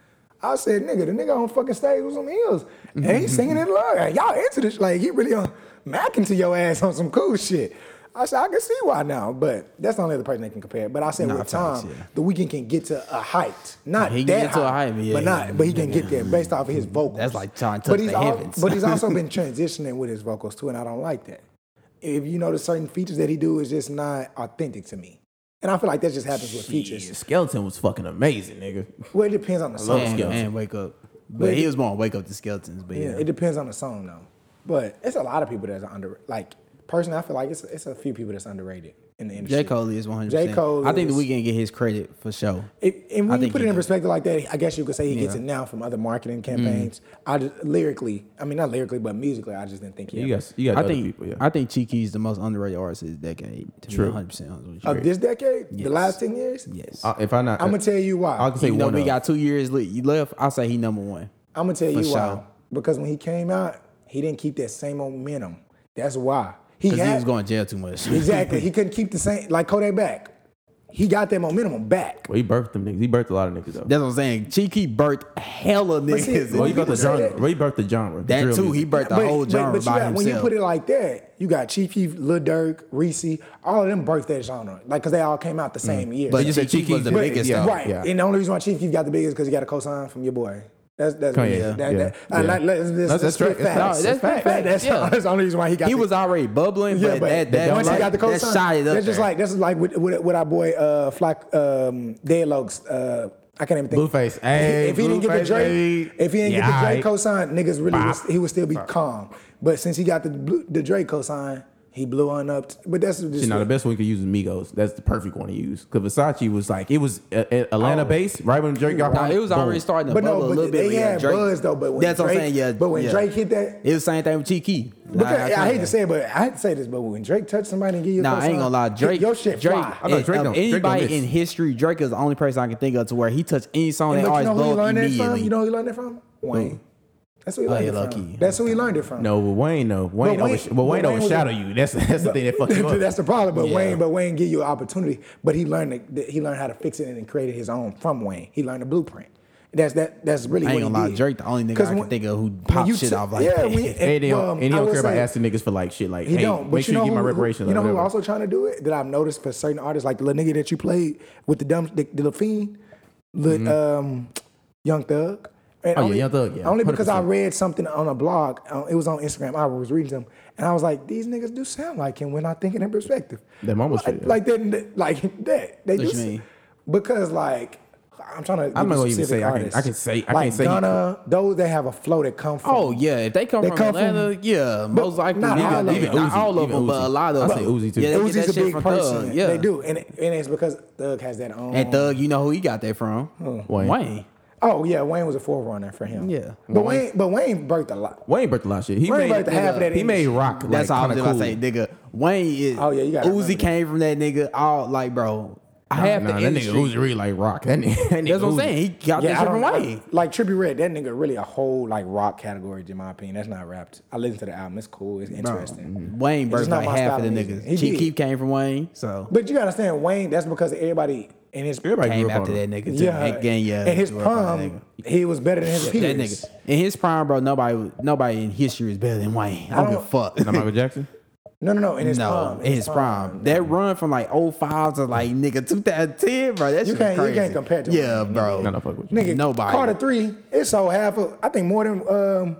[SPEAKER 3] I said, nigga, the nigga on fucking stage with some heels. And he's singing it love. And y'all into this. Like, he really on macking to your ass on some cool shit. I said, I can see why now, but that's the only other person they can compare. But I said, with
[SPEAKER 1] facts,
[SPEAKER 3] time,
[SPEAKER 1] yeah.
[SPEAKER 3] the weekend can get to a height. Not
[SPEAKER 1] He can
[SPEAKER 3] that
[SPEAKER 1] get to a height, yeah,
[SPEAKER 3] but
[SPEAKER 1] yeah.
[SPEAKER 3] not, but he can get there based off of his vocals.
[SPEAKER 1] That's like trying to
[SPEAKER 3] But
[SPEAKER 1] touch
[SPEAKER 3] he's
[SPEAKER 1] the
[SPEAKER 3] al-
[SPEAKER 1] heavens.
[SPEAKER 3] But he's also been transitioning with his vocals too, and I don't like that if you notice certain features that he do is just not authentic to me. And I feel like that just happens with
[SPEAKER 2] Yeah,
[SPEAKER 3] features.
[SPEAKER 2] Skeleton was fucking amazing, nigga.
[SPEAKER 3] Well, it depends on the song.
[SPEAKER 1] and,
[SPEAKER 2] Skeleton.
[SPEAKER 1] and wake up. But he was more on wake up the skeletons. But
[SPEAKER 3] Yeah,
[SPEAKER 1] yeah,
[SPEAKER 3] it depends on the song though. But it's a lot of people that's under like personally. I feel like it's it's a few people that's underrated in the industry.
[SPEAKER 1] J Cole is one hundred.
[SPEAKER 3] J. Cole
[SPEAKER 1] I think
[SPEAKER 3] is-
[SPEAKER 1] the weekend get his credit for sure.
[SPEAKER 3] It, and
[SPEAKER 1] I
[SPEAKER 3] when you
[SPEAKER 1] think
[SPEAKER 3] put
[SPEAKER 1] he does.
[SPEAKER 3] it in
[SPEAKER 1] Mm-hmm.
[SPEAKER 3] perspective like that, I guess you could say he gets it now from other marketing campaigns. I just, lyrically, I mean not lyrically, but musically, I just didn't think he.
[SPEAKER 2] You
[SPEAKER 3] ever-
[SPEAKER 2] got you got
[SPEAKER 1] I
[SPEAKER 2] other
[SPEAKER 1] think
[SPEAKER 2] people. Yeah,
[SPEAKER 1] I think Cheeky is the most underrated artist of this decade. To True, one hundred percent.
[SPEAKER 3] of this decade, the last ten years.
[SPEAKER 1] yes.
[SPEAKER 2] I, Uh, if I not,
[SPEAKER 3] I'm gonna tell you why.
[SPEAKER 2] I'll just say
[SPEAKER 1] Even though
[SPEAKER 2] one.
[SPEAKER 1] we
[SPEAKER 2] of-
[SPEAKER 1] got two years le- left, I say he number one.
[SPEAKER 3] I'm gonna tell you why.
[SPEAKER 1] sure.
[SPEAKER 3] Because when he came out, he didn't keep that same momentum. That's why he
[SPEAKER 1] Because
[SPEAKER 3] had
[SPEAKER 1] he was going to jail too much.
[SPEAKER 3] exactly. he couldn't keep the same like Kodak back. He got that momentum back.
[SPEAKER 2] Well, he birthed them niggas. He birthed a lot of niggas though.
[SPEAKER 1] That's what I'm saying. Cheeky birthed hella
[SPEAKER 3] see,
[SPEAKER 1] niggas.
[SPEAKER 3] when
[SPEAKER 2] well,
[SPEAKER 1] Well,
[SPEAKER 2] he
[SPEAKER 3] you
[SPEAKER 2] birthed the
[SPEAKER 3] say
[SPEAKER 2] genre.
[SPEAKER 3] that-
[SPEAKER 2] Well, he birthed the genre. the
[SPEAKER 1] that
[SPEAKER 2] drill
[SPEAKER 1] too, he
[SPEAKER 2] music.
[SPEAKER 1] birthed the whole genre
[SPEAKER 3] but you
[SPEAKER 1] by
[SPEAKER 3] got,
[SPEAKER 1] himself.
[SPEAKER 3] when you put it like that, you got Chief Keef, Lil Durk, Reese, all of them birthed that genre. Like because they all came out the same year.
[SPEAKER 1] Mm. but
[SPEAKER 2] you
[SPEAKER 1] just
[SPEAKER 2] said
[SPEAKER 1] Cheeky was the
[SPEAKER 2] Cheeky's-
[SPEAKER 1] biggest
[SPEAKER 2] yeah.
[SPEAKER 1] though.
[SPEAKER 3] right. And the only reason why Chief Keef got the biggest because he got a cosign from your boy. That's
[SPEAKER 1] Oh,
[SPEAKER 3] that's
[SPEAKER 2] Kanye,
[SPEAKER 3] that,
[SPEAKER 2] yeah,
[SPEAKER 3] that, that,
[SPEAKER 2] yeah.
[SPEAKER 3] uh, like, let's- let's-
[SPEAKER 2] That's-
[SPEAKER 3] let's
[SPEAKER 2] that's right.
[SPEAKER 3] get facts.
[SPEAKER 1] No, that's
[SPEAKER 3] That's
[SPEAKER 1] fact.
[SPEAKER 3] That's
[SPEAKER 1] Yeah.
[SPEAKER 3] that's the only reason why he got.
[SPEAKER 1] He
[SPEAKER 3] the-
[SPEAKER 1] was already bubbling, but, that, that,
[SPEAKER 3] once
[SPEAKER 1] that,
[SPEAKER 3] he got the cosign,
[SPEAKER 1] that shot it up.
[SPEAKER 3] that's just
[SPEAKER 1] there.
[SPEAKER 3] like this is like with, with, with our boy uh, Flock um, Deadlogs. Uh, I can't even think.
[SPEAKER 2] Blueface.
[SPEAKER 3] If he-
[SPEAKER 2] Hey,
[SPEAKER 3] if he didn't get the
[SPEAKER 2] Blueface,
[SPEAKER 3] Drake,
[SPEAKER 2] baby.
[SPEAKER 3] if he didn't
[SPEAKER 2] Yeah,
[SPEAKER 3] get the Drake
[SPEAKER 2] aight.
[SPEAKER 3] cosign, niggas really was, he would still be calm. But since he got the blue, the Drake cosign, he blew on up. t- but that's just
[SPEAKER 2] Shit, now the best one you could use is Migos. That's the perfect one to use. Cause Versace was like it was uh, uh, Atlanta based, right when Drake got
[SPEAKER 1] Oh. Nah,
[SPEAKER 2] home,
[SPEAKER 1] it was already
[SPEAKER 2] boom.
[SPEAKER 1] starting to
[SPEAKER 3] But no,
[SPEAKER 1] bubble a
[SPEAKER 3] but
[SPEAKER 1] little bit. when
[SPEAKER 3] they had
[SPEAKER 1] Drake-
[SPEAKER 3] buzz though. But when
[SPEAKER 1] that's
[SPEAKER 3] Drake,
[SPEAKER 1] what I'm saying. Yeah,
[SPEAKER 3] but when
[SPEAKER 1] yeah.
[SPEAKER 3] Drake hit that,
[SPEAKER 1] it was the same thing with Cheeky.
[SPEAKER 3] because, I, hate to
[SPEAKER 1] can't-
[SPEAKER 3] say it, but I hate to say this, but when Drake touched somebody and give you, a
[SPEAKER 1] Nah, I ain't
[SPEAKER 3] cosign,
[SPEAKER 1] gonna lie. Drake,
[SPEAKER 3] your shit
[SPEAKER 1] Drake,
[SPEAKER 3] fly.
[SPEAKER 2] I know,
[SPEAKER 1] and
[SPEAKER 2] Drake
[SPEAKER 1] of
[SPEAKER 2] don't- Drake don't
[SPEAKER 1] anybody in
[SPEAKER 2] miss.
[SPEAKER 1] history, Drake is the only person I can think of to where he touched any song
[SPEAKER 3] And
[SPEAKER 1] that
[SPEAKER 3] but
[SPEAKER 1] always
[SPEAKER 3] you know who you
[SPEAKER 1] blew up
[SPEAKER 3] learned that from?
[SPEAKER 1] immediately.
[SPEAKER 3] You know who you learned that from? Wayne. That's who he
[SPEAKER 1] Oh,
[SPEAKER 3] learned
[SPEAKER 1] you're
[SPEAKER 3] it
[SPEAKER 1] lucky.
[SPEAKER 3] from. That's who he learned it from.
[SPEAKER 2] No, but Wayne no. Wayne
[SPEAKER 3] But Wayne-
[SPEAKER 2] oversh-
[SPEAKER 3] but
[SPEAKER 2] but Wayne
[SPEAKER 3] Wayne was-
[SPEAKER 2] overshadow you. That's that's the thing that fucked you up.
[SPEAKER 3] That's the problem. But
[SPEAKER 1] Yeah.
[SPEAKER 3] Wayne, but Wayne give you an opportunity. But he learned it- that he learned how to fix it and created his own from Wayne. He learned the blueprint. That's that. That's really.
[SPEAKER 1] I ain't
[SPEAKER 3] what
[SPEAKER 1] gonna
[SPEAKER 3] he
[SPEAKER 1] lie,
[SPEAKER 3] did.
[SPEAKER 1] Drake the only nigga
[SPEAKER 3] 'Cause
[SPEAKER 1] I can
[SPEAKER 3] when-
[SPEAKER 1] think of who
[SPEAKER 3] when
[SPEAKER 1] popped
[SPEAKER 3] you
[SPEAKER 1] shit
[SPEAKER 3] t-
[SPEAKER 1] off like
[SPEAKER 3] yeah,
[SPEAKER 1] that.
[SPEAKER 3] We,
[SPEAKER 2] and he don't,
[SPEAKER 3] well,
[SPEAKER 2] and he
[SPEAKER 3] I
[SPEAKER 2] don't
[SPEAKER 3] will
[SPEAKER 2] care about
[SPEAKER 3] say-
[SPEAKER 2] asking niggas for like shit. Like,
[SPEAKER 3] He
[SPEAKER 2] hey,
[SPEAKER 3] don't. But
[SPEAKER 2] make sure
[SPEAKER 3] you know
[SPEAKER 2] you get
[SPEAKER 3] who,
[SPEAKER 2] my
[SPEAKER 3] who-
[SPEAKER 2] reparations.
[SPEAKER 3] You
[SPEAKER 2] or
[SPEAKER 3] know who
[SPEAKER 2] whatever.
[SPEAKER 3] also trying to do it that I've noticed for certain artists, like the little nigga that you played with the dumb, the, the little fiend, li- um, Young Thug. And
[SPEAKER 2] Mm-hmm. Oh, yeah, Young Thug, yeah,
[SPEAKER 3] Only because I
[SPEAKER 2] 100%.
[SPEAKER 3] read something on a blog. Uh, it was on Instagram. I was reading them, and I was like, these niggas do sound like him when I think it in perspective.
[SPEAKER 2] Them almost
[SPEAKER 3] like,
[SPEAKER 2] fit, yeah.
[SPEAKER 3] like that, like that.
[SPEAKER 1] What
[SPEAKER 3] They do.
[SPEAKER 1] you
[SPEAKER 3] s-
[SPEAKER 1] mean?
[SPEAKER 3] Because like. I'm trying to.
[SPEAKER 2] I'm not
[SPEAKER 3] give you
[SPEAKER 2] gonna even
[SPEAKER 3] specific
[SPEAKER 2] say I can-
[SPEAKER 3] artists.
[SPEAKER 2] I can say- I
[SPEAKER 3] like
[SPEAKER 2] can't say he-
[SPEAKER 3] Gunna, those that have a flow that come from.
[SPEAKER 1] Oh yeah, if they come
[SPEAKER 3] They
[SPEAKER 1] from
[SPEAKER 3] come from-
[SPEAKER 1] Atlanta, yeah, most likely
[SPEAKER 3] not
[SPEAKER 1] nigga,
[SPEAKER 3] all of them.
[SPEAKER 1] even, not
[SPEAKER 2] Uzi,
[SPEAKER 1] all of
[SPEAKER 2] even
[SPEAKER 1] them, but
[SPEAKER 2] Uzi.
[SPEAKER 1] a lot of
[SPEAKER 2] I
[SPEAKER 1] them.
[SPEAKER 2] say Uzi, too.
[SPEAKER 1] Yeah, they get
[SPEAKER 3] Uzi's
[SPEAKER 1] that
[SPEAKER 3] a
[SPEAKER 1] shit
[SPEAKER 3] big
[SPEAKER 1] from
[SPEAKER 3] person.
[SPEAKER 1] Thug. Yeah,
[SPEAKER 3] They do, and and it's because Thug has that own.
[SPEAKER 1] And Thug, you know who he got that from?
[SPEAKER 2] Wayne.
[SPEAKER 1] Wayne.
[SPEAKER 3] Oh yeah, Wayne was a forerunner for him.
[SPEAKER 1] Yeah.
[SPEAKER 3] but Wayne, but Wayne birthed a lot.
[SPEAKER 2] Wayne birthed a lot of shit. He
[SPEAKER 3] Wayne
[SPEAKER 2] made
[SPEAKER 3] birthed half of that
[SPEAKER 2] He made
[SPEAKER 3] industry.
[SPEAKER 2] rock.
[SPEAKER 1] That's
[SPEAKER 2] like,
[SPEAKER 1] all I was
[SPEAKER 2] kinda
[SPEAKER 1] gonna
[SPEAKER 2] cool.
[SPEAKER 1] say, nigga. Wayne is.
[SPEAKER 3] Oh, yeah, you gotta remember
[SPEAKER 1] Uzi came from that nigga. All like, bro, I have
[SPEAKER 2] Nah,
[SPEAKER 1] the
[SPEAKER 2] that nigga
[SPEAKER 1] industry.
[SPEAKER 2] Uzi really like rock. That nigga, that nigga
[SPEAKER 1] That's what I'm
[SPEAKER 2] Uzi.
[SPEAKER 1] saying. He got
[SPEAKER 3] Yeah,
[SPEAKER 1] that
[SPEAKER 3] I
[SPEAKER 1] shit
[SPEAKER 3] don't
[SPEAKER 1] from Wayne.
[SPEAKER 3] I- like Trippie Red. That nigga really a whole like rock category, in my opinion. That's not rapped. I listened to the album. It's cool. It's interesting.
[SPEAKER 1] Wayne
[SPEAKER 3] It's
[SPEAKER 1] birthed
[SPEAKER 3] just not
[SPEAKER 1] like
[SPEAKER 3] my
[SPEAKER 1] half of
[SPEAKER 3] style
[SPEAKER 1] the
[SPEAKER 3] of music.
[SPEAKER 1] niggas.
[SPEAKER 3] He
[SPEAKER 1] Chief
[SPEAKER 3] did.
[SPEAKER 1] Keef came from Wayne, so
[SPEAKER 3] But you gotta understand, Wayne. That's because everybody in his
[SPEAKER 2] Everybody
[SPEAKER 1] came
[SPEAKER 2] grew up
[SPEAKER 1] after
[SPEAKER 2] on
[SPEAKER 1] that
[SPEAKER 2] him.
[SPEAKER 1] nigga. Too.
[SPEAKER 3] yeah,
[SPEAKER 1] Yeah, again, yeah.
[SPEAKER 3] in his
[SPEAKER 1] grew up on that
[SPEAKER 3] prime, he was better than his
[SPEAKER 1] uh, nigga.
[SPEAKER 3] peers.
[SPEAKER 1] That nigga in his prime, bro. Nobody, nobody in history is better than Wayne. I don't give a fuck.
[SPEAKER 2] Not Michael Jackson.
[SPEAKER 3] No, no, no. In his
[SPEAKER 1] No,
[SPEAKER 3] prime.
[SPEAKER 1] in his prime. That run from like 05 to like nigga 2010, bro. That's
[SPEAKER 3] You can't- you
[SPEAKER 1] crazy.
[SPEAKER 3] can't compare to
[SPEAKER 1] Yeah,
[SPEAKER 3] Wayne,
[SPEAKER 1] bro.
[SPEAKER 2] No, no, fuck with you.
[SPEAKER 3] Nigga,
[SPEAKER 1] Nobody.
[SPEAKER 3] Carter three. It sold half of. I think more than. um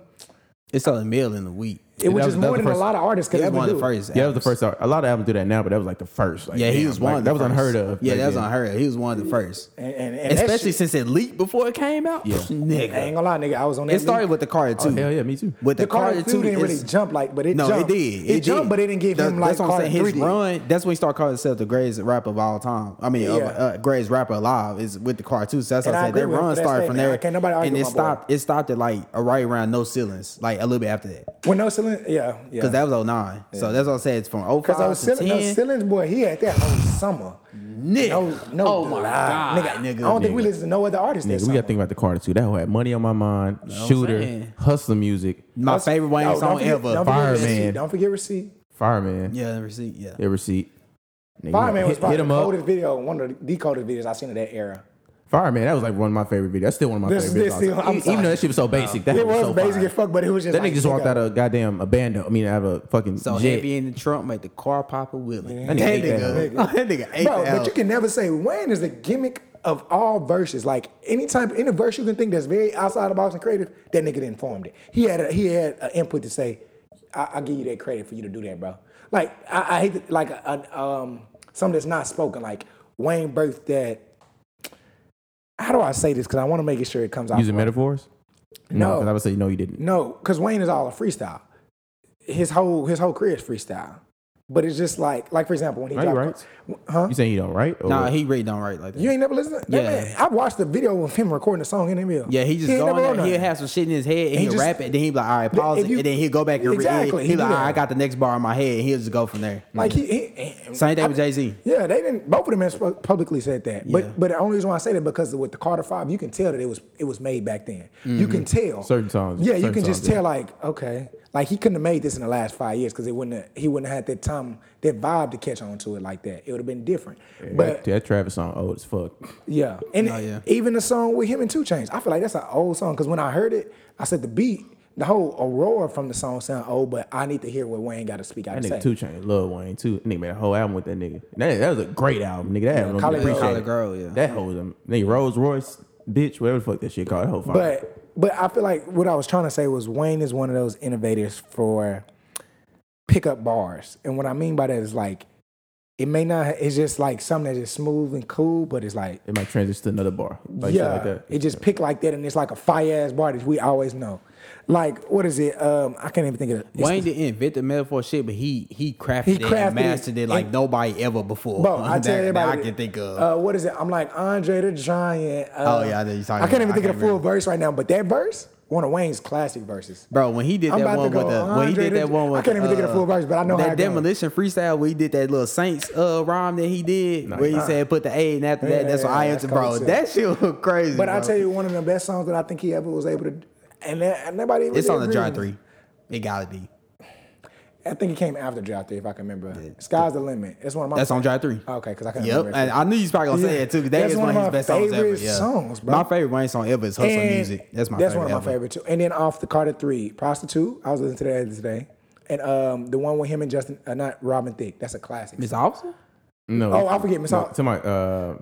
[SPEAKER 1] It's a meal in a week.
[SPEAKER 3] It was
[SPEAKER 2] That
[SPEAKER 3] just
[SPEAKER 2] was- that
[SPEAKER 3] more
[SPEAKER 2] was
[SPEAKER 3] than
[SPEAKER 2] the
[SPEAKER 3] a
[SPEAKER 2] first-
[SPEAKER 3] lot of artists could
[SPEAKER 1] It was
[SPEAKER 3] ever
[SPEAKER 1] one of
[SPEAKER 3] do.
[SPEAKER 1] the first.
[SPEAKER 2] Yeah, that was the
[SPEAKER 1] albums.
[SPEAKER 2] first. A lot of albums do that now, but that was like the first. Like,
[SPEAKER 1] Yeah, he
[SPEAKER 2] damn,
[SPEAKER 1] was one.
[SPEAKER 2] like,
[SPEAKER 1] of the
[SPEAKER 2] that was
[SPEAKER 1] first.
[SPEAKER 2] unheard of.
[SPEAKER 1] Yeah,
[SPEAKER 2] back
[SPEAKER 1] that was
[SPEAKER 2] then.
[SPEAKER 1] unheard of. He was one of the first,
[SPEAKER 3] And, and, and that
[SPEAKER 1] especially
[SPEAKER 3] shit-
[SPEAKER 1] since it leaked before it came out.
[SPEAKER 2] Yeah. Oh,
[SPEAKER 3] I ain't
[SPEAKER 1] nigga.
[SPEAKER 3] gonna lie, nigga. I was on that.
[SPEAKER 1] It started
[SPEAKER 3] leak.
[SPEAKER 1] with the Carter too.
[SPEAKER 2] Hell yeah, me too.
[SPEAKER 1] With the,
[SPEAKER 3] the Carter two didn't really
[SPEAKER 1] it's-
[SPEAKER 3] jump like, but it
[SPEAKER 1] No,
[SPEAKER 3] jumped.
[SPEAKER 1] it did.
[SPEAKER 3] It, jumped,
[SPEAKER 1] did.
[SPEAKER 3] but it didn't give
[SPEAKER 1] That-
[SPEAKER 3] him like
[SPEAKER 1] that's what I'm
[SPEAKER 3] Carter
[SPEAKER 1] saying.
[SPEAKER 3] three.
[SPEAKER 1] His
[SPEAKER 3] did.
[SPEAKER 1] run. That's when he started calling himself the greatest rapper of all time. I mean, uh,
[SPEAKER 3] Yeah.
[SPEAKER 1] uh, greatest rapper alive is with the car too. So that's what
[SPEAKER 3] And
[SPEAKER 1] I
[SPEAKER 3] I
[SPEAKER 1] said.
[SPEAKER 3] agree
[SPEAKER 1] That
[SPEAKER 3] with him
[SPEAKER 1] run
[SPEAKER 3] for that
[SPEAKER 1] started from
[SPEAKER 3] statement.
[SPEAKER 1] there,
[SPEAKER 3] I can't- nobody argue
[SPEAKER 1] and it
[SPEAKER 3] with my boy.
[SPEAKER 1] stopped. It stopped at like a right around no ceilings, like a little bit after that,
[SPEAKER 3] When no ceilings, yeah, yeah.
[SPEAKER 1] because that was 09. So that's what I said. It's from 05
[SPEAKER 3] because
[SPEAKER 1] to 10.
[SPEAKER 3] those ceilings, no ceilings, boy, he had that whole summer.
[SPEAKER 1] Nigga.
[SPEAKER 3] No, no,
[SPEAKER 1] Oh my
[SPEAKER 3] lie.
[SPEAKER 1] God,
[SPEAKER 3] nigga. I
[SPEAKER 1] nigga.
[SPEAKER 3] don't think we
[SPEAKER 2] Nigga.
[SPEAKER 3] listen to no other artist.
[SPEAKER 2] Nigga, we gotta think about the Carter too. That whole had money on my mind,
[SPEAKER 1] I'm
[SPEAKER 2] shooter,
[SPEAKER 1] saying.
[SPEAKER 2] hustler music,
[SPEAKER 1] my favorite Wayne
[SPEAKER 3] no,
[SPEAKER 1] song
[SPEAKER 3] don't forget,
[SPEAKER 1] ever.
[SPEAKER 3] Don't forget
[SPEAKER 2] Fireman.
[SPEAKER 3] receipt. Don't forget receipt.
[SPEAKER 2] fireman.
[SPEAKER 1] Yeah, the receipt. Yeah.
[SPEAKER 2] Every seat. Nigga,
[SPEAKER 3] Fireman
[SPEAKER 2] hit,
[SPEAKER 3] was probably
[SPEAKER 2] hit him
[SPEAKER 3] the
[SPEAKER 2] up.
[SPEAKER 3] coldest video, one of the, the coldest videos I seen of that era.
[SPEAKER 2] Fireman, that was like one of my favorite videos. That's still one of my
[SPEAKER 3] This-
[SPEAKER 2] favorite
[SPEAKER 3] this
[SPEAKER 2] videos.
[SPEAKER 3] still- I'm
[SPEAKER 2] E- Even
[SPEAKER 3] sorry.
[SPEAKER 2] though that shit was so basic, that
[SPEAKER 3] It
[SPEAKER 2] was,
[SPEAKER 3] was
[SPEAKER 2] so
[SPEAKER 3] basic
[SPEAKER 2] fire.
[SPEAKER 3] as fuck, but it was just
[SPEAKER 2] That
[SPEAKER 3] like,
[SPEAKER 2] nigga just walked
[SPEAKER 3] nigga,
[SPEAKER 2] out of goddamn a band. I mean, out of a fucking
[SPEAKER 1] So
[SPEAKER 2] jet.
[SPEAKER 1] heavy in the trunk, make the car pop a wheelie.
[SPEAKER 2] That nigga ate that
[SPEAKER 1] nigga, that nigga ate
[SPEAKER 3] Bro,
[SPEAKER 1] the
[SPEAKER 3] but
[SPEAKER 1] hell.
[SPEAKER 3] you can never say Wayne is the gimmick of all verses. Like any type, any verse you can think that's very outside the box and creative, that nigga done formed it. He had a, he had an input to say, I, "I give you that credit for you to do that, bro." Like I, I hate to, like a, a, um something that's not spoken. Like Wayne birthed that. How do I say this? Because I want to make sure it comes out.
[SPEAKER 2] Using
[SPEAKER 3] right.
[SPEAKER 2] metaphors? No,
[SPEAKER 3] No.
[SPEAKER 2] because I would say no, you didn't.
[SPEAKER 3] No, because Wayne is all a freestyle. His whole his whole career is freestyle. But it's just like like for example when he
[SPEAKER 2] No, you
[SPEAKER 3] dropped,
[SPEAKER 2] right.
[SPEAKER 3] huh?
[SPEAKER 2] You saying you don't, right? Or
[SPEAKER 1] Nah,
[SPEAKER 2] what?
[SPEAKER 1] he really don't write like that.
[SPEAKER 3] You ain't never listened. to that
[SPEAKER 1] Yeah.
[SPEAKER 3] man, I watched the video of him recording a song in the mill.
[SPEAKER 1] Yeah, he just
[SPEAKER 3] ain't
[SPEAKER 1] go
[SPEAKER 3] never
[SPEAKER 1] on
[SPEAKER 3] wrote
[SPEAKER 1] there. He'll
[SPEAKER 3] nothing.
[SPEAKER 1] have some shit in his head and
[SPEAKER 3] He
[SPEAKER 1] he'll
[SPEAKER 3] just-
[SPEAKER 1] rap it. Then he'll be like, all right, pause
[SPEAKER 3] if
[SPEAKER 1] it.
[SPEAKER 3] you-
[SPEAKER 1] and then he'll go back and
[SPEAKER 3] Exactly,
[SPEAKER 1] read
[SPEAKER 3] he
[SPEAKER 1] He'll
[SPEAKER 3] do
[SPEAKER 1] like, all right,
[SPEAKER 3] that.
[SPEAKER 1] I got the next bar in my head. He'll just go from there.
[SPEAKER 3] Like he, he
[SPEAKER 1] Same thing
[SPEAKER 3] I-
[SPEAKER 1] with Jay Z.
[SPEAKER 3] Yeah, they didn't. Both of them has pu- publicly said that. But
[SPEAKER 1] Yeah.
[SPEAKER 3] but the only reason why I say that because with the Carter Five, you can tell that it was it was made back then. You can
[SPEAKER 1] Mm-hmm.
[SPEAKER 3] tell
[SPEAKER 2] Certain songs,
[SPEAKER 3] Yeah, you
[SPEAKER 2] certain
[SPEAKER 3] can just
[SPEAKER 2] songs, yeah.
[SPEAKER 3] tell like okay, like he couldn't have made this in the last five years because it wouldn't have, he wouldn't have had that time that vibe to catch on to it like that. It would have been different.
[SPEAKER 2] That,
[SPEAKER 3] But
[SPEAKER 2] that Travis song old as fuck.
[SPEAKER 3] yeah, and
[SPEAKER 2] Oh,
[SPEAKER 1] No, yeah.
[SPEAKER 3] even the song with him and Two Chains, I feel like that's an old song because when I heard it, I said the beat. The whole aurora from the song sound old, but I need to hear what Wayne got to speak out.
[SPEAKER 2] That
[SPEAKER 3] and
[SPEAKER 2] nigga
[SPEAKER 3] say.
[SPEAKER 2] Two Chain, Lil Wayne too. That nigga made a whole album with that nigga. That, that was a great album, nigga. That album,
[SPEAKER 3] Colin
[SPEAKER 2] appreciate
[SPEAKER 3] Grove.
[SPEAKER 2] it.
[SPEAKER 1] Colin Grove, yeah.
[SPEAKER 2] That whole them, nigga Rolls Royce, bitch, whatever the fuck that shit called. That whole fire.
[SPEAKER 3] But but I feel like what I was trying to say was Wayne is one of those innovators for pickup bars, and what I mean by that is like it may not. It's just like something that is smooth and cool, but it's like
[SPEAKER 2] it might transition to another bar. Like shit
[SPEAKER 3] yeah,
[SPEAKER 2] like that.
[SPEAKER 3] it just picked like that, and it's like a fire ass bar that we always know. Like what is it? Um, I can't even think of it. It's-
[SPEAKER 1] Wayne didn't invent the metaphor shit, but he he crafted,
[SPEAKER 3] He
[SPEAKER 1] it
[SPEAKER 3] crafted it
[SPEAKER 1] and mastered it like
[SPEAKER 3] and-
[SPEAKER 1] nobody ever before.
[SPEAKER 3] Bro, I
[SPEAKER 1] That-
[SPEAKER 3] tell
[SPEAKER 1] that
[SPEAKER 3] everybody
[SPEAKER 1] I can think of.
[SPEAKER 3] Uh, what is it? I'm like Andre the Giant. Uh,
[SPEAKER 1] Oh, yeah, I know you're talking
[SPEAKER 3] I can't
[SPEAKER 1] about.
[SPEAKER 3] even
[SPEAKER 1] I
[SPEAKER 3] think
[SPEAKER 1] can't
[SPEAKER 3] of the full
[SPEAKER 1] remember.
[SPEAKER 3] verse right now, but that verse, one of Wayne's classic verses.
[SPEAKER 1] Bro, when he did
[SPEAKER 3] I'm
[SPEAKER 1] that
[SPEAKER 3] about
[SPEAKER 1] one
[SPEAKER 3] to
[SPEAKER 1] with
[SPEAKER 3] go
[SPEAKER 1] the when he did
[SPEAKER 3] 100
[SPEAKER 1] that one with
[SPEAKER 3] I can't even
[SPEAKER 1] uh,
[SPEAKER 3] think of the full verse, but I know how
[SPEAKER 1] that
[SPEAKER 3] it goes.
[SPEAKER 1] demolition freestyle. We did that little Saints uh rhyme that he did where he said put the A and after that. That's what
[SPEAKER 3] Yeah,
[SPEAKER 1] I
[SPEAKER 3] that's
[SPEAKER 1] answered,
[SPEAKER 3] cold
[SPEAKER 1] bro.
[SPEAKER 3] shit.
[SPEAKER 1] That shit was crazy.
[SPEAKER 3] But I
[SPEAKER 1] bro.
[SPEAKER 3] tell you, one of the best songs that I think he ever was able to And, that, and nobody really
[SPEAKER 1] It's on the
[SPEAKER 3] agrees.
[SPEAKER 1] drive three. It gotta be.
[SPEAKER 3] I think it came after Drive Three, if I can remember. Sky's the limit. It's one of my.
[SPEAKER 1] That's on drive three.
[SPEAKER 3] Okay, because I couldn't
[SPEAKER 1] Yep,
[SPEAKER 3] remember.
[SPEAKER 1] and I knew you was probably gonna say
[SPEAKER 3] Yeah.
[SPEAKER 1] that too. That
[SPEAKER 3] That's
[SPEAKER 1] is
[SPEAKER 3] one
[SPEAKER 1] one, of
[SPEAKER 3] of
[SPEAKER 1] his
[SPEAKER 3] my
[SPEAKER 1] best songs ever.
[SPEAKER 3] favorite
[SPEAKER 1] Yeah.
[SPEAKER 3] songs, bro.
[SPEAKER 1] My favorite Wayne song ever is Hustler
[SPEAKER 3] And
[SPEAKER 1] Music. That's my
[SPEAKER 3] That's
[SPEAKER 1] favorite.
[SPEAKER 3] one of my
[SPEAKER 1] ever.
[SPEAKER 3] favorite too. And then off the Carter Three, Prostitute. I was listening to that today, and um, the one with him and Justin, uh, not Robin Thicke. That's a classic.
[SPEAKER 1] Miss Officer?
[SPEAKER 2] No.
[SPEAKER 3] Oh, I forget, Miss
[SPEAKER 2] No,
[SPEAKER 3] Al-
[SPEAKER 2] Somebody, uh,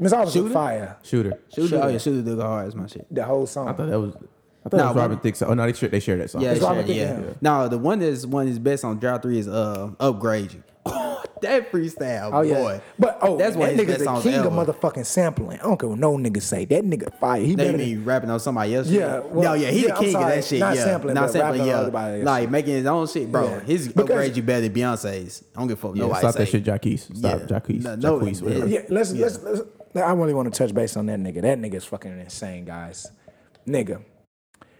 [SPEAKER 3] Miss Oliver's a fire.
[SPEAKER 2] Shooter.
[SPEAKER 1] Shooter. Oh yeah, Shooter do go hard is my shit.
[SPEAKER 3] The whole
[SPEAKER 2] I thought
[SPEAKER 3] song.
[SPEAKER 2] that was. I thought
[SPEAKER 1] Nah,
[SPEAKER 2] that was
[SPEAKER 1] but-
[SPEAKER 2] Robert Thicke. song. Oh no, they share, they share that song.
[SPEAKER 1] Yeah,
[SPEAKER 3] It's
[SPEAKER 1] sure,
[SPEAKER 3] Robert Thicke,
[SPEAKER 1] yeah.
[SPEAKER 3] yeah.
[SPEAKER 1] No, the one that's one is best on drive three is uh upgrade you. that freestyle,
[SPEAKER 3] Oh yeah,
[SPEAKER 1] boy.
[SPEAKER 3] but oh,
[SPEAKER 1] that's
[SPEAKER 3] that's
[SPEAKER 1] one
[SPEAKER 3] that
[SPEAKER 1] of his best
[SPEAKER 3] nigga's the
[SPEAKER 1] songs
[SPEAKER 3] king
[SPEAKER 1] ever.
[SPEAKER 3] of motherfucking sampling. I don't care what no niggas say. That nigga fire. He
[SPEAKER 1] They
[SPEAKER 3] better than
[SPEAKER 1] mean rapping on somebody else. shit.
[SPEAKER 3] Yeah,
[SPEAKER 1] no,
[SPEAKER 3] well,
[SPEAKER 1] yeah, he
[SPEAKER 3] yeah,
[SPEAKER 1] the
[SPEAKER 3] I'm
[SPEAKER 1] king of
[SPEAKER 3] sorry,
[SPEAKER 1] that shit.
[SPEAKER 3] not
[SPEAKER 1] yeah,
[SPEAKER 3] sampling,
[SPEAKER 1] not
[SPEAKER 3] but
[SPEAKER 1] sampling.
[SPEAKER 3] rapping on
[SPEAKER 1] Yeah,
[SPEAKER 3] everybody else.
[SPEAKER 1] like making his own shit, bro.
[SPEAKER 3] Yeah.
[SPEAKER 1] His
[SPEAKER 3] Because-
[SPEAKER 1] upgrade you better than Beyonce's. I don't give a fuck.
[SPEAKER 2] Yeah,
[SPEAKER 1] nobody
[SPEAKER 2] stop
[SPEAKER 1] say.
[SPEAKER 2] that shit, Jaquez. Stop
[SPEAKER 1] Yeah.
[SPEAKER 2] Jaquez.
[SPEAKER 1] No, no,
[SPEAKER 2] Jaquez, whatever.
[SPEAKER 1] yeah.
[SPEAKER 3] Yeah, let's, let's let's. I really want to touch base on that nigga. That nigga's fucking insane, guys. Nigga,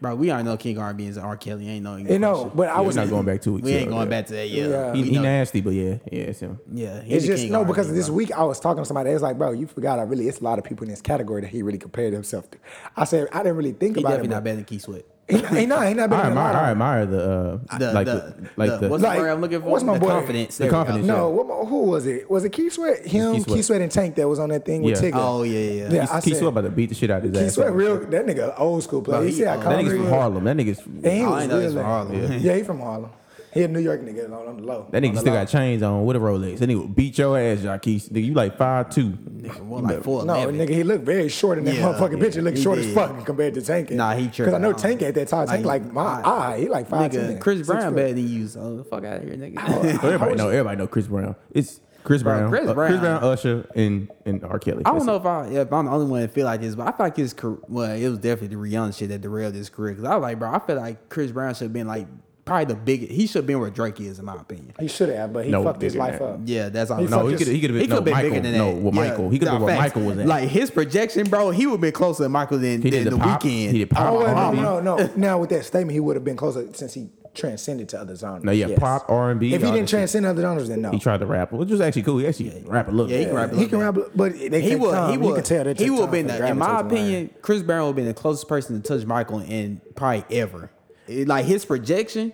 [SPEAKER 1] bro. We already know King R&B is R. Kelly. Ain't no,
[SPEAKER 3] you know, but I
[SPEAKER 2] Yeah,
[SPEAKER 3] was
[SPEAKER 2] we're not going back two weeks.
[SPEAKER 1] we ain't
[SPEAKER 2] yeah,
[SPEAKER 1] going
[SPEAKER 2] yeah.
[SPEAKER 1] back to that. Yeah,
[SPEAKER 3] Yeah.
[SPEAKER 1] We
[SPEAKER 2] He, he
[SPEAKER 1] know-
[SPEAKER 2] nasty, but yeah, yeah, it's him.
[SPEAKER 1] yeah. he's
[SPEAKER 3] It's
[SPEAKER 1] the
[SPEAKER 3] just
[SPEAKER 1] king of
[SPEAKER 3] no
[SPEAKER 1] R&B,
[SPEAKER 3] because
[SPEAKER 1] bro.
[SPEAKER 3] this week I was talking to somebody. It's like, bro, you forgot. I really, it's a lot of people in this category that he really compared himself to. I said I didn't really think
[SPEAKER 1] he
[SPEAKER 3] about it.
[SPEAKER 1] definitely not better than Keith Sweat.
[SPEAKER 3] but- He, he not. He not better
[SPEAKER 2] I
[SPEAKER 3] than a lot
[SPEAKER 2] admire,
[SPEAKER 3] of
[SPEAKER 2] I
[SPEAKER 3] them.
[SPEAKER 2] admire the, uh,
[SPEAKER 1] The,
[SPEAKER 2] like
[SPEAKER 1] the,
[SPEAKER 2] the, like the,
[SPEAKER 1] what's
[SPEAKER 3] Like,
[SPEAKER 1] the word I'm looking for?
[SPEAKER 3] what's my
[SPEAKER 1] the
[SPEAKER 3] boy?
[SPEAKER 1] confidence.
[SPEAKER 2] The
[SPEAKER 1] There we go.
[SPEAKER 2] confidence.
[SPEAKER 3] No, what, my- who was it? Was it Keith Sweat? Him,
[SPEAKER 2] Keith
[SPEAKER 3] Keith
[SPEAKER 2] Sweat.
[SPEAKER 3] Sweat. and Tank that was on that thing with
[SPEAKER 2] Yeah.
[SPEAKER 3] Tigger.
[SPEAKER 1] Oh yeah, yeah.
[SPEAKER 3] Yeah.
[SPEAKER 2] Keith-
[SPEAKER 3] I
[SPEAKER 2] Keith
[SPEAKER 3] said-
[SPEAKER 2] Sweat about to beat the shit out of his
[SPEAKER 3] Keith
[SPEAKER 2] ass.
[SPEAKER 3] Sweat, real that nigga, old school player.
[SPEAKER 1] Bro,
[SPEAKER 3] he,
[SPEAKER 1] he
[SPEAKER 3] said,
[SPEAKER 1] old.
[SPEAKER 3] I
[SPEAKER 1] That
[SPEAKER 2] That
[SPEAKER 3] can't
[SPEAKER 2] nigga's from
[SPEAKER 3] read.
[SPEAKER 2] Harlem. That nigga's
[SPEAKER 3] And he
[SPEAKER 1] I
[SPEAKER 3] was
[SPEAKER 1] ain't know he's
[SPEAKER 3] real
[SPEAKER 1] from
[SPEAKER 3] at-
[SPEAKER 1] Harlem.
[SPEAKER 3] Yeah, he from Harlem. He a New York nigga on the low.
[SPEAKER 2] that
[SPEAKER 3] On
[SPEAKER 2] nigga
[SPEAKER 3] the
[SPEAKER 2] still
[SPEAKER 3] low.
[SPEAKER 2] got chains on with a Rolex. That nigga will beat your ass, Jaquez. Nigga, you like five two.
[SPEAKER 1] Nigga, one like four
[SPEAKER 3] No, nigga, he looked very short in that
[SPEAKER 1] Yeah,
[SPEAKER 3] motherfucking
[SPEAKER 1] yeah,
[SPEAKER 3] picture. He looked
[SPEAKER 1] he
[SPEAKER 3] short as
[SPEAKER 1] did.
[SPEAKER 3] fuck compared to Tank.
[SPEAKER 1] Nah, he tripping.
[SPEAKER 3] Because I know
[SPEAKER 1] I don't-
[SPEAKER 3] Tank at that time, Tank
[SPEAKER 1] Like,
[SPEAKER 3] like my
[SPEAKER 1] I-
[SPEAKER 3] eye. He like five
[SPEAKER 1] Nigga, Chris Brown better than you. So fuck out of here, nigga.
[SPEAKER 2] Everybody know. Everybody know Chris Brown. It's Chris
[SPEAKER 1] Bro,
[SPEAKER 2] Brown,
[SPEAKER 1] Chris
[SPEAKER 2] uh,
[SPEAKER 1] Brown.
[SPEAKER 2] Chris Brown, Usher, and and R. Kelly.
[SPEAKER 1] I don't
[SPEAKER 2] That's
[SPEAKER 1] know
[SPEAKER 2] it.
[SPEAKER 1] if I if I'm the only one that feel like this, but I feel like his career. Well, it was definitely the Rihanna shit that derailed his career. Cause I was like, bro, I feel like Chris Brown should have been like probably the biggest. He should have been where Drake is, in my opinion.
[SPEAKER 3] He should have, but he
[SPEAKER 2] No,
[SPEAKER 3] fucked his
[SPEAKER 2] bigger
[SPEAKER 3] life
[SPEAKER 2] than
[SPEAKER 3] up.
[SPEAKER 1] Yeah, that's all.
[SPEAKER 3] He
[SPEAKER 2] No, he could
[SPEAKER 3] fucked his-
[SPEAKER 2] he could have
[SPEAKER 1] He
[SPEAKER 2] been no
[SPEAKER 1] could have been
[SPEAKER 2] Michael.
[SPEAKER 1] bigger than that.
[SPEAKER 2] No, with
[SPEAKER 1] Yeah.
[SPEAKER 2] Michael. He could have
[SPEAKER 1] Nah,
[SPEAKER 2] been where
[SPEAKER 1] facts.
[SPEAKER 2] Michael was at.
[SPEAKER 1] Like his projection, bro. He would have been closer to Michael than,
[SPEAKER 2] He
[SPEAKER 1] than
[SPEAKER 2] did
[SPEAKER 1] the,
[SPEAKER 2] the pop-
[SPEAKER 1] weekend.
[SPEAKER 2] he did pop
[SPEAKER 3] Oh, wait, no,
[SPEAKER 2] R&B.
[SPEAKER 3] no, no. Now with that statement, he would have been closer since he transcended to other genres.
[SPEAKER 2] no, yeah,
[SPEAKER 3] Yes.
[SPEAKER 2] pop R and B.
[SPEAKER 3] If he didn't transcend other genres, then no.
[SPEAKER 2] he tried to rap, which was actually cool. He actually rap a little.
[SPEAKER 1] Yeah, he
[SPEAKER 2] bit.
[SPEAKER 1] can rap a
[SPEAKER 3] He
[SPEAKER 1] little
[SPEAKER 3] can
[SPEAKER 1] bit.
[SPEAKER 3] rap, but it- they
[SPEAKER 1] he
[SPEAKER 3] take
[SPEAKER 1] would,
[SPEAKER 3] time.
[SPEAKER 1] he
[SPEAKER 3] You
[SPEAKER 1] would,
[SPEAKER 3] can tell they
[SPEAKER 1] he
[SPEAKER 3] take
[SPEAKER 1] would
[SPEAKER 3] time
[SPEAKER 1] been
[SPEAKER 3] for
[SPEAKER 1] the, in
[SPEAKER 3] gravitate
[SPEAKER 1] my
[SPEAKER 3] to learn.
[SPEAKER 1] opinion, Chris Brown would been the closest person to touch Michael in probably ever. It- like his projection,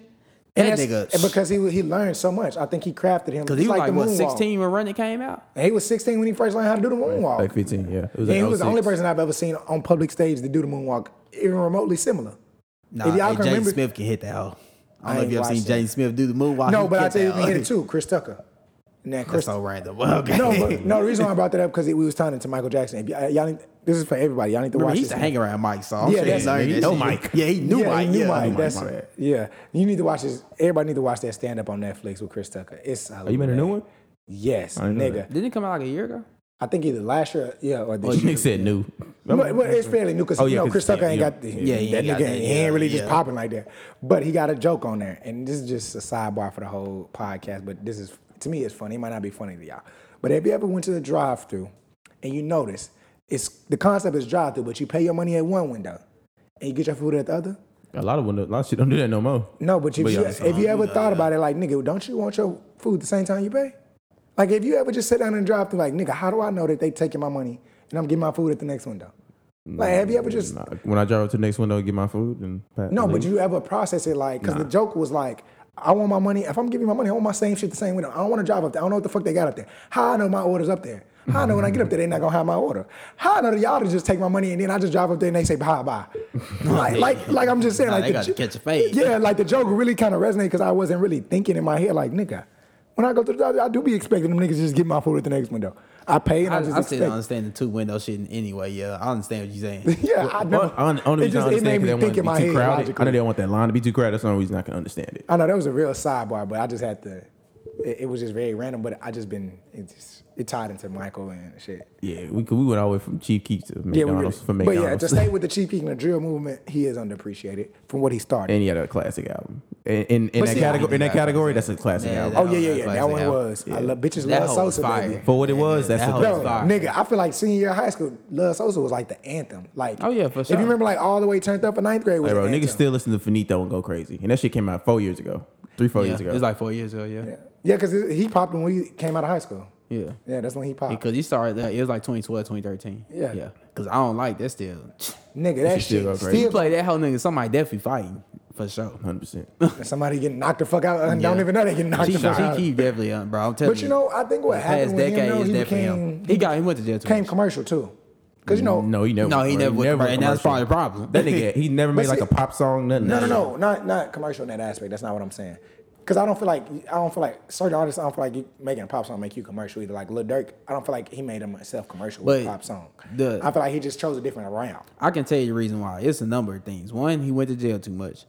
[SPEAKER 3] And
[SPEAKER 1] that
[SPEAKER 3] that's-
[SPEAKER 1] nigga,
[SPEAKER 3] and because he he learned so much. I think he crafted him.
[SPEAKER 1] because he
[SPEAKER 3] It's
[SPEAKER 1] was like,
[SPEAKER 3] the
[SPEAKER 1] what
[SPEAKER 3] moonwalk.
[SPEAKER 1] sixteen when Running came out.
[SPEAKER 3] And he was sixteen when he first learned how to do the moonwalk.
[SPEAKER 2] like fifteen. Yeah, it was
[SPEAKER 3] Yeah,
[SPEAKER 2] like
[SPEAKER 3] he was the
[SPEAKER 2] 06.
[SPEAKER 3] only person I've ever seen on public stage to do the moonwalk, even remotely similar.
[SPEAKER 1] Nah,
[SPEAKER 3] If y'all
[SPEAKER 1] hey,
[SPEAKER 3] can
[SPEAKER 1] Jaden
[SPEAKER 3] remember-
[SPEAKER 1] Smith can hit that hoe. I
[SPEAKER 3] I
[SPEAKER 1] don't know if
[SPEAKER 3] ain't
[SPEAKER 1] you ever seen
[SPEAKER 3] watched that.
[SPEAKER 1] Jaden Smith do the moonwalk.
[SPEAKER 3] no,
[SPEAKER 1] Oh, He
[SPEAKER 3] but I tell you,
[SPEAKER 1] that
[SPEAKER 3] we hit
[SPEAKER 1] hoe.
[SPEAKER 3] it too. Chris Tucker. Now,
[SPEAKER 1] That's
[SPEAKER 3] Chris.
[SPEAKER 1] so random. Well, okay.
[SPEAKER 3] no,
[SPEAKER 1] Remember,
[SPEAKER 3] but, no. The reason why I brought that up because we was turning to Michael Jackson. If uh, y'all, y'all need, this is for everybody. Y'all need to watch
[SPEAKER 1] he used
[SPEAKER 3] this.
[SPEAKER 1] to hang around Mike, so I'm
[SPEAKER 3] Yeah,
[SPEAKER 1] sure he
[SPEAKER 3] that's-
[SPEAKER 1] learned
[SPEAKER 2] he
[SPEAKER 1] that
[SPEAKER 2] know
[SPEAKER 1] shit.
[SPEAKER 2] Mike.
[SPEAKER 1] Yeah, he knew
[SPEAKER 3] yeah,
[SPEAKER 1] Mike.
[SPEAKER 3] he knew
[SPEAKER 1] yeah,
[SPEAKER 3] Mike.
[SPEAKER 1] I knew
[SPEAKER 3] That's
[SPEAKER 1] Mike.
[SPEAKER 3] it. yeah. You need to watch this. Everybody need to watch that stand up on Netflix with Chris Tucker. It's
[SPEAKER 2] Oh, you made a new one?
[SPEAKER 3] Yes,
[SPEAKER 2] didn't know
[SPEAKER 3] nigga.
[SPEAKER 1] Didn't it come out like a year ago?
[SPEAKER 3] I think either last year, yeah, or
[SPEAKER 1] Oh,
[SPEAKER 3] this year.
[SPEAKER 2] He said new.
[SPEAKER 3] But, but it's fairly new because
[SPEAKER 2] Oh,
[SPEAKER 3] you
[SPEAKER 2] yeah,
[SPEAKER 3] know
[SPEAKER 2] 'cause
[SPEAKER 3] Chris Tucker
[SPEAKER 2] yeah,
[SPEAKER 3] ain't
[SPEAKER 2] yeah.
[SPEAKER 3] got the,
[SPEAKER 1] Yeah, he
[SPEAKER 3] that
[SPEAKER 1] ain't
[SPEAKER 3] nigga
[SPEAKER 1] got that,
[SPEAKER 3] he ain't really just
[SPEAKER 1] yeah.
[SPEAKER 3] popping like that. But he got a joke on there, and this is just a sidebar for the whole podcast. But this is to me it's funny. It might not be funny to y'all, but if you ever went to the drive-through and you notice it's the concept is drive-through, but you pay your money at one window and you get your food at the other.
[SPEAKER 2] A lot of windows. A lot of shit don't do that no more.
[SPEAKER 3] No, but if,
[SPEAKER 2] But
[SPEAKER 3] you,
[SPEAKER 2] yeah,
[SPEAKER 3] if you ever thought about it, like nigga, don't you want your food the same time you pay? Like if you ever just sit down and drive through, like nigga, how do I know that they taking my money and I'm getting my food at the next window? Like have you ever just
[SPEAKER 2] Nah, When I drive up to the next window and get my food and pass-
[SPEAKER 3] No, but
[SPEAKER 2] leave.
[SPEAKER 3] you ever process it like because the joke was like, I want my money. If I'm giving my money, I want my same shit the same window. I don't want to drive up there. I don't know what the fuck they got up there. How I know my order's up there? How I know when I get up there they not gonna have my order? How I know that y'all to just take my money and then I just drive up there and they say bye bye? like, like, like I'm just saying,
[SPEAKER 1] Nah,
[SPEAKER 3] like
[SPEAKER 1] they gotta
[SPEAKER 3] jo-
[SPEAKER 1] catch a fade.
[SPEAKER 3] Yeah, like the joke really kind of resonated because I wasn't really thinking in my head like nigga. When I go to the drive, I do be expecting them niggas to just get my food at the next window. I pay and I,
[SPEAKER 1] I,
[SPEAKER 3] just
[SPEAKER 1] I still
[SPEAKER 3] expect.
[SPEAKER 1] don't understand the two window shit in any way. Yeah, I understand what you're saying.
[SPEAKER 3] yeah, I
[SPEAKER 2] Well,
[SPEAKER 3] never.
[SPEAKER 2] on- only
[SPEAKER 3] it
[SPEAKER 2] reason
[SPEAKER 3] just
[SPEAKER 2] I
[SPEAKER 3] it made
[SPEAKER 2] understand
[SPEAKER 3] me
[SPEAKER 2] because
[SPEAKER 3] think
[SPEAKER 2] they
[SPEAKER 3] in my
[SPEAKER 2] want it to be
[SPEAKER 3] head
[SPEAKER 2] too crowded. I
[SPEAKER 3] logically.
[SPEAKER 2] know they don't want that line to be too crowded. That's the only reason I can understand it.
[SPEAKER 3] I know that was a real sidebar, but I just had to. It, it was just very random, but I just been it just it tied into Michael and shit.
[SPEAKER 2] Yeah, we could, we went all the way from Chief Keef to McDonald's
[SPEAKER 3] Yeah, we really-
[SPEAKER 2] from
[SPEAKER 3] but yeah,
[SPEAKER 2] McDonald's.
[SPEAKER 3] to stay with the Chief Keef and the drill movement, he is underappreciated from what he started.
[SPEAKER 2] and he had a classic album. In, in, in
[SPEAKER 3] But
[SPEAKER 2] that
[SPEAKER 3] see,
[SPEAKER 2] category, in that category, that's a classic
[SPEAKER 1] Yeah,
[SPEAKER 2] album.
[SPEAKER 1] that-
[SPEAKER 3] oh yeah, yeah,
[SPEAKER 1] was
[SPEAKER 3] yeah,
[SPEAKER 1] a
[SPEAKER 3] that one
[SPEAKER 1] classic album.
[SPEAKER 3] was. I love bitches
[SPEAKER 1] That
[SPEAKER 3] love
[SPEAKER 1] hoe was
[SPEAKER 3] Sosa,
[SPEAKER 1] fire.
[SPEAKER 3] baby.
[SPEAKER 2] For what it was, that's
[SPEAKER 1] that
[SPEAKER 2] the
[SPEAKER 1] hoe
[SPEAKER 2] best.
[SPEAKER 1] was
[SPEAKER 3] Bro,
[SPEAKER 1] fire.
[SPEAKER 3] nigga, I feel like senior year of high school, Love Sosa was like the anthem. Like,
[SPEAKER 1] Oh, yeah, for
[SPEAKER 3] If
[SPEAKER 1] sure.
[SPEAKER 3] you remember, like all the way turned up in ninth grade was
[SPEAKER 2] Hey, bro,
[SPEAKER 3] the anthem.
[SPEAKER 2] niggas still listen to Finito and go crazy, and that shit came out four years ago, three four
[SPEAKER 1] Yeah,
[SPEAKER 2] years ago.
[SPEAKER 1] It was like four years ago. Yeah, yeah.
[SPEAKER 3] yeah, because he popped when we came out of high school.
[SPEAKER 1] yeah.
[SPEAKER 3] Yeah, that's when he popped.
[SPEAKER 1] Because he started that. It was like 2012, 2013.
[SPEAKER 3] Yeah.
[SPEAKER 1] yeah. Because I don't like that still.
[SPEAKER 3] Nigga, that
[SPEAKER 2] should still
[SPEAKER 3] shit
[SPEAKER 2] go
[SPEAKER 3] still,
[SPEAKER 2] crazy.
[SPEAKER 1] You play that whole nigga, somebody definitely fighting for sure.
[SPEAKER 2] Hundred percent.
[SPEAKER 3] somebody getting knocked the fuck out and don't
[SPEAKER 1] Yeah.
[SPEAKER 3] even know they getting knocked
[SPEAKER 1] She,
[SPEAKER 3] the
[SPEAKER 1] she
[SPEAKER 3] fuck out.
[SPEAKER 1] keep definitely on, bro. I'm telling
[SPEAKER 3] But you know, I think what
[SPEAKER 1] the past
[SPEAKER 3] happened with him
[SPEAKER 1] decade
[SPEAKER 3] though,
[SPEAKER 1] is
[SPEAKER 3] he
[SPEAKER 1] definitely
[SPEAKER 3] became
[SPEAKER 1] him. He got he went to jail. Too
[SPEAKER 3] came
[SPEAKER 1] much.
[SPEAKER 3] commercial too, because you know
[SPEAKER 2] No, he never.
[SPEAKER 1] No,
[SPEAKER 2] was,
[SPEAKER 1] he
[SPEAKER 2] bro.
[SPEAKER 1] never, was, bro, and that's
[SPEAKER 2] commercial.
[SPEAKER 1] probably the problem.
[SPEAKER 2] That nigga, he never made
[SPEAKER 3] But
[SPEAKER 2] like
[SPEAKER 3] see-
[SPEAKER 2] a pop song, nothing.
[SPEAKER 3] No, no, no, not not commercial in that aspect. That's not what I'm saying. Cause I don't feel like I don't feel like certain artists. I don't feel like you, making a pop song make you commercial either. Like Lil Durk, I don't feel like he made himself commercial with a
[SPEAKER 1] But
[SPEAKER 3] pop song.
[SPEAKER 1] the-
[SPEAKER 3] I feel like he just chose a different route.
[SPEAKER 1] I can tell you the reason why. It's a number of things. One, he went to jail too much.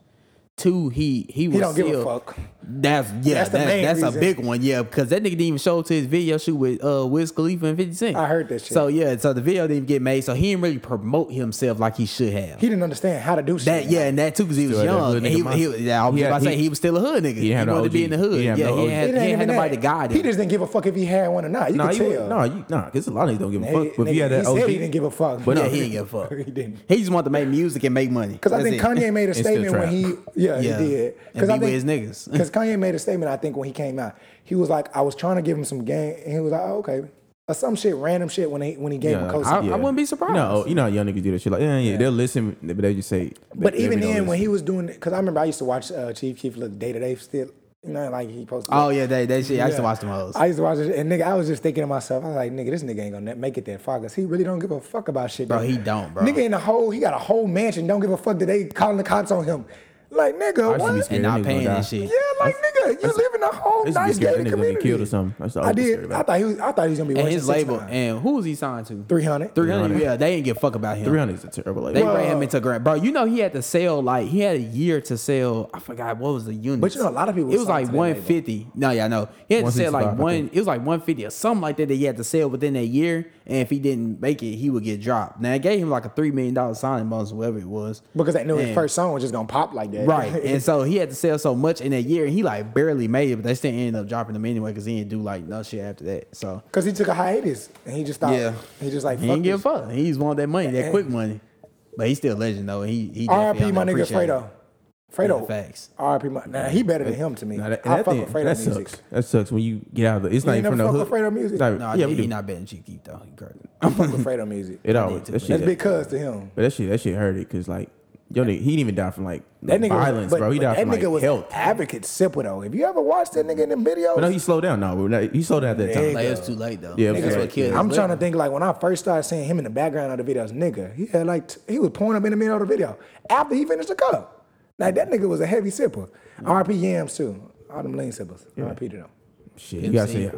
[SPEAKER 1] Two, he he was
[SPEAKER 3] He don't give
[SPEAKER 1] still,
[SPEAKER 3] a fuck.
[SPEAKER 1] That's yeah, that's
[SPEAKER 3] That's the main
[SPEAKER 1] that's,
[SPEAKER 3] reason.
[SPEAKER 1] a big one. Yeah, because that nigga didn't even show up to his video shoot with uh Wiz Khalifa and Fifty Cent.
[SPEAKER 3] I heard that shit.
[SPEAKER 1] So yeah, so the video didn't even get made. So he didn't really promote himself like he should have.
[SPEAKER 3] He didn't understand how to do
[SPEAKER 1] that
[SPEAKER 3] shit.
[SPEAKER 1] yeah, and that too because he was
[SPEAKER 2] Still had that
[SPEAKER 1] young.
[SPEAKER 2] hood
[SPEAKER 1] And
[SPEAKER 2] nigga
[SPEAKER 1] he,
[SPEAKER 2] mindset.
[SPEAKER 1] he yeah, I was
[SPEAKER 2] He
[SPEAKER 1] just
[SPEAKER 2] had-
[SPEAKER 1] about to say
[SPEAKER 2] he-
[SPEAKER 1] he was still a hood nigga. He,
[SPEAKER 2] didn't have no
[SPEAKER 1] wanted to be
[SPEAKER 2] OG.
[SPEAKER 1] in the hood.
[SPEAKER 2] He
[SPEAKER 1] yeah,
[SPEAKER 2] didn't have no
[SPEAKER 1] he had,
[SPEAKER 2] OG.
[SPEAKER 3] He
[SPEAKER 1] he
[SPEAKER 3] didn't
[SPEAKER 1] had
[SPEAKER 3] even
[SPEAKER 1] nobody to
[SPEAKER 3] have-
[SPEAKER 1] guide
[SPEAKER 3] He
[SPEAKER 1] him.
[SPEAKER 3] just didn't give a fuck if he had one or not. You
[SPEAKER 2] Nah,
[SPEAKER 3] could
[SPEAKER 2] you,
[SPEAKER 3] tell.
[SPEAKER 2] nah, you, nah, because a lot of niggas don't give a
[SPEAKER 3] Nigga,
[SPEAKER 2] fuck. But if he had
[SPEAKER 3] nigga,
[SPEAKER 2] that
[SPEAKER 3] he
[SPEAKER 2] OG,
[SPEAKER 3] said he didn't give a fuck.
[SPEAKER 2] But
[SPEAKER 1] Yeah, he didn't give a fuck.
[SPEAKER 3] he didn't.
[SPEAKER 1] He just wanted to make music and make money.
[SPEAKER 3] Because I
[SPEAKER 1] That's
[SPEAKER 3] think
[SPEAKER 1] it.
[SPEAKER 3] Kanye made a
[SPEAKER 2] And still
[SPEAKER 3] statement when
[SPEAKER 2] trap.
[SPEAKER 3] he, yeah,
[SPEAKER 1] Yeah.
[SPEAKER 3] he did.
[SPEAKER 1] And be with his niggas.
[SPEAKER 3] Because Kanye made a statement, I think, when he came out. He was like, I was trying to give him some game, and he was like, oh, okay. Or some shit, random shit when he, when he gave him
[SPEAKER 2] yeah,
[SPEAKER 3] cosign.
[SPEAKER 1] I- wouldn't be surprised.
[SPEAKER 2] You know, you know how young niggas do that shit. Like, yeah, yeah, they'll listen, but they just say.
[SPEAKER 3] But
[SPEAKER 2] they
[SPEAKER 3] even
[SPEAKER 2] really don't
[SPEAKER 3] then, when
[SPEAKER 2] listen.
[SPEAKER 3] he was doing it, because I remember I used to watch uh, Chief Keef look day to day still. You know, like he posted.
[SPEAKER 1] Oh yeah, that that shit. I used to
[SPEAKER 3] Yeah.
[SPEAKER 1] watch them hoes.
[SPEAKER 3] I used to watch it, and nigga, I was just thinking to myself, I was like, nigga, this nigga ain't gonna make it that far because he really don't give a fuck about shit.
[SPEAKER 1] Bro,
[SPEAKER 3] though.
[SPEAKER 1] he don't, bro.
[SPEAKER 3] Nigga in a whole, he got a whole mansion, don't give a fuck that they calling the cops on him. Like, nigga,
[SPEAKER 2] used to
[SPEAKER 1] and
[SPEAKER 2] be scared.
[SPEAKER 3] what?
[SPEAKER 2] Yeah,
[SPEAKER 1] not
[SPEAKER 2] that nigga
[SPEAKER 1] paying
[SPEAKER 2] gonna
[SPEAKER 1] and
[SPEAKER 2] die.
[SPEAKER 1] shit.
[SPEAKER 3] Yeah, like, nigga, you live in a whole
[SPEAKER 2] I used to be
[SPEAKER 3] nice
[SPEAKER 2] scared that nigga
[SPEAKER 3] gated
[SPEAKER 2] gonna get
[SPEAKER 3] community.
[SPEAKER 2] killed or something. I used to
[SPEAKER 3] I
[SPEAKER 2] always be scared
[SPEAKER 3] did.
[SPEAKER 2] about
[SPEAKER 3] I thought he was. I thought he was gonna be.
[SPEAKER 1] And
[SPEAKER 3] worse
[SPEAKER 1] his
[SPEAKER 3] than six
[SPEAKER 1] label
[SPEAKER 3] nine.
[SPEAKER 1] and who was he signed to?
[SPEAKER 3] Three hundred.
[SPEAKER 1] Three hundred.
[SPEAKER 2] 300.
[SPEAKER 1] Yeah, they didn't give a fuck about him.
[SPEAKER 2] 300 is a terrible label.
[SPEAKER 1] They ran him into grand, bro. You know he had to sell like he had a year to sell. I forgot what was the unit.
[SPEAKER 3] But you know, a lot of people
[SPEAKER 1] It was
[SPEAKER 3] signed
[SPEAKER 1] like
[SPEAKER 3] to that label.
[SPEAKER 1] one fifty. No, yeah, I know. He had to sell
[SPEAKER 2] 165, I
[SPEAKER 1] like one.
[SPEAKER 2] think.
[SPEAKER 1] It was like one fifty or something like that that he had to sell within that year. And if he didn't make it, he would get dropped. Now it gave him like a three million dollar signing bonus, whatever it was.
[SPEAKER 3] Because they knew his
[SPEAKER 1] And-
[SPEAKER 3] first song was just gonna pop like that.
[SPEAKER 1] Right. and so he had to sell so much in that year, and he like barely made it, but they still ended up dropping him anyway because he didn't do like no shit after that. So
[SPEAKER 3] Because he took a hiatus and he just thought.
[SPEAKER 1] Yeah.
[SPEAKER 3] He just like.
[SPEAKER 1] he
[SPEAKER 3] fuck
[SPEAKER 1] didn't give
[SPEAKER 3] this.
[SPEAKER 1] a fuck. He just wanted that money,
[SPEAKER 3] Eh.
[SPEAKER 1] that quick money. But he's still a legend though. He he
[SPEAKER 3] R.I.P.
[SPEAKER 1] definitely
[SPEAKER 3] My nigga
[SPEAKER 1] underappreciated.
[SPEAKER 3] Fredo. Fredo.
[SPEAKER 1] facts.
[SPEAKER 3] R.I.P. My. Nah, he better than him to me.
[SPEAKER 2] Nah, that, and
[SPEAKER 3] I
[SPEAKER 2] that
[SPEAKER 3] fuck
[SPEAKER 2] thing-
[SPEAKER 3] with Fredo
[SPEAKER 2] that
[SPEAKER 3] music.
[SPEAKER 2] sucks. That sucks when you get out of the. It's not
[SPEAKER 3] ain't
[SPEAKER 2] even from the
[SPEAKER 3] never
[SPEAKER 2] hood.
[SPEAKER 3] fuck with Fredo music?
[SPEAKER 2] It's not-
[SPEAKER 1] No,
[SPEAKER 2] yeah,
[SPEAKER 1] he,
[SPEAKER 2] we
[SPEAKER 1] he
[SPEAKER 2] do.
[SPEAKER 1] not better than Chief Keef though. He crazy.
[SPEAKER 3] I fuck with Fredo music.
[SPEAKER 2] It
[SPEAKER 1] I
[SPEAKER 2] always
[SPEAKER 1] need to,
[SPEAKER 2] that
[SPEAKER 1] but-
[SPEAKER 2] shit.
[SPEAKER 3] That's
[SPEAKER 2] that-
[SPEAKER 3] because to him.
[SPEAKER 2] But that shit, that shit hurt it because like, yo, nigga, he didn't even die from like
[SPEAKER 3] That nigga
[SPEAKER 2] violence,
[SPEAKER 3] was, but-
[SPEAKER 2] bro. He
[SPEAKER 3] but
[SPEAKER 2] died
[SPEAKER 3] that
[SPEAKER 2] from
[SPEAKER 3] nigga
[SPEAKER 2] like
[SPEAKER 3] was
[SPEAKER 2] health.
[SPEAKER 3] advocate simple though. If you ever watched that nigga in the videos,
[SPEAKER 2] But no, he slowed down. No, we're not- he slowed down at that time.
[SPEAKER 3] Nigga.
[SPEAKER 1] Like, it was too late though.
[SPEAKER 2] Yeah, it was
[SPEAKER 1] That's
[SPEAKER 2] too
[SPEAKER 1] what
[SPEAKER 2] late.
[SPEAKER 1] killed his
[SPEAKER 3] I'm trying to
[SPEAKER 1] legend.
[SPEAKER 3] think like when I first started seeing him in the background of the videos, nigga, he had like t- he was pouring up in the middle of the video after he finished the cup. Like that nigga was a heavy sipper.
[SPEAKER 1] Mm.
[SPEAKER 3] RP Yams too. All them lean sippers. RP to them.
[SPEAKER 2] Shit, you gotta
[SPEAKER 1] MC.
[SPEAKER 2] say,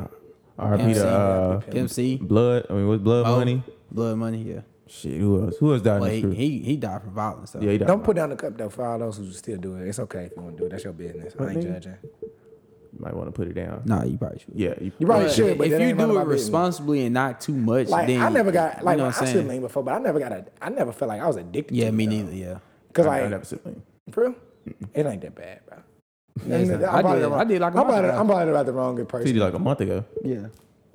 [SPEAKER 2] R.P.
[SPEAKER 1] MC.
[SPEAKER 2] to uh,
[SPEAKER 1] MC.
[SPEAKER 2] Blood. I mean, what's Blood
[SPEAKER 1] Oh,
[SPEAKER 2] Money?
[SPEAKER 1] Blood money, yeah.
[SPEAKER 2] Shit, who else? Who else died?
[SPEAKER 1] Well,
[SPEAKER 2] in
[SPEAKER 1] he,
[SPEAKER 2] this crew?
[SPEAKER 1] he he died from violence though.
[SPEAKER 2] yeah, he died.
[SPEAKER 3] Don't put down the cup though for all those who still do it. It's okay if you want to do it. That's your business. I ain't
[SPEAKER 2] nigga?
[SPEAKER 3] judging.
[SPEAKER 2] you might want to put it down.
[SPEAKER 1] Nah, you probably should.
[SPEAKER 2] Yeah, you,
[SPEAKER 3] You probably
[SPEAKER 1] But
[SPEAKER 3] should, but
[SPEAKER 1] if
[SPEAKER 3] that
[SPEAKER 1] you
[SPEAKER 3] ain't none of
[SPEAKER 1] do
[SPEAKER 3] my
[SPEAKER 1] it
[SPEAKER 3] business.
[SPEAKER 1] responsibly and not too much,
[SPEAKER 3] Like
[SPEAKER 1] then
[SPEAKER 3] I never got like
[SPEAKER 1] you know
[SPEAKER 3] I
[SPEAKER 1] what I'm
[SPEAKER 3] still
[SPEAKER 1] saying?
[SPEAKER 3] lean before, but I never got a I never felt like I was addicted.
[SPEAKER 1] Yeah,
[SPEAKER 3] to
[SPEAKER 1] me
[SPEAKER 3] it, though.
[SPEAKER 1] neither. Yeah.
[SPEAKER 3] Cause
[SPEAKER 2] I, I
[SPEAKER 3] like
[SPEAKER 2] never said anything.
[SPEAKER 3] for real, it ain't that bad, bro.
[SPEAKER 1] it's
[SPEAKER 3] I'm
[SPEAKER 1] not. I
[SPEAKER 3] probably
[SPEAKER 1] did-
[SPEAKER 3] the wrong-
[SPEAKER 1] I did like a
[SPEAKER 3] I'm
[SPEAKER 1] month
[SPEAKER 3] probably,
[SPEAKER 1] ago.
[SPEAKER 3] I'm probably about the wrong person.
[SPEAKER 2] See, like a month ago.
[SPEAKER 1] Yeah.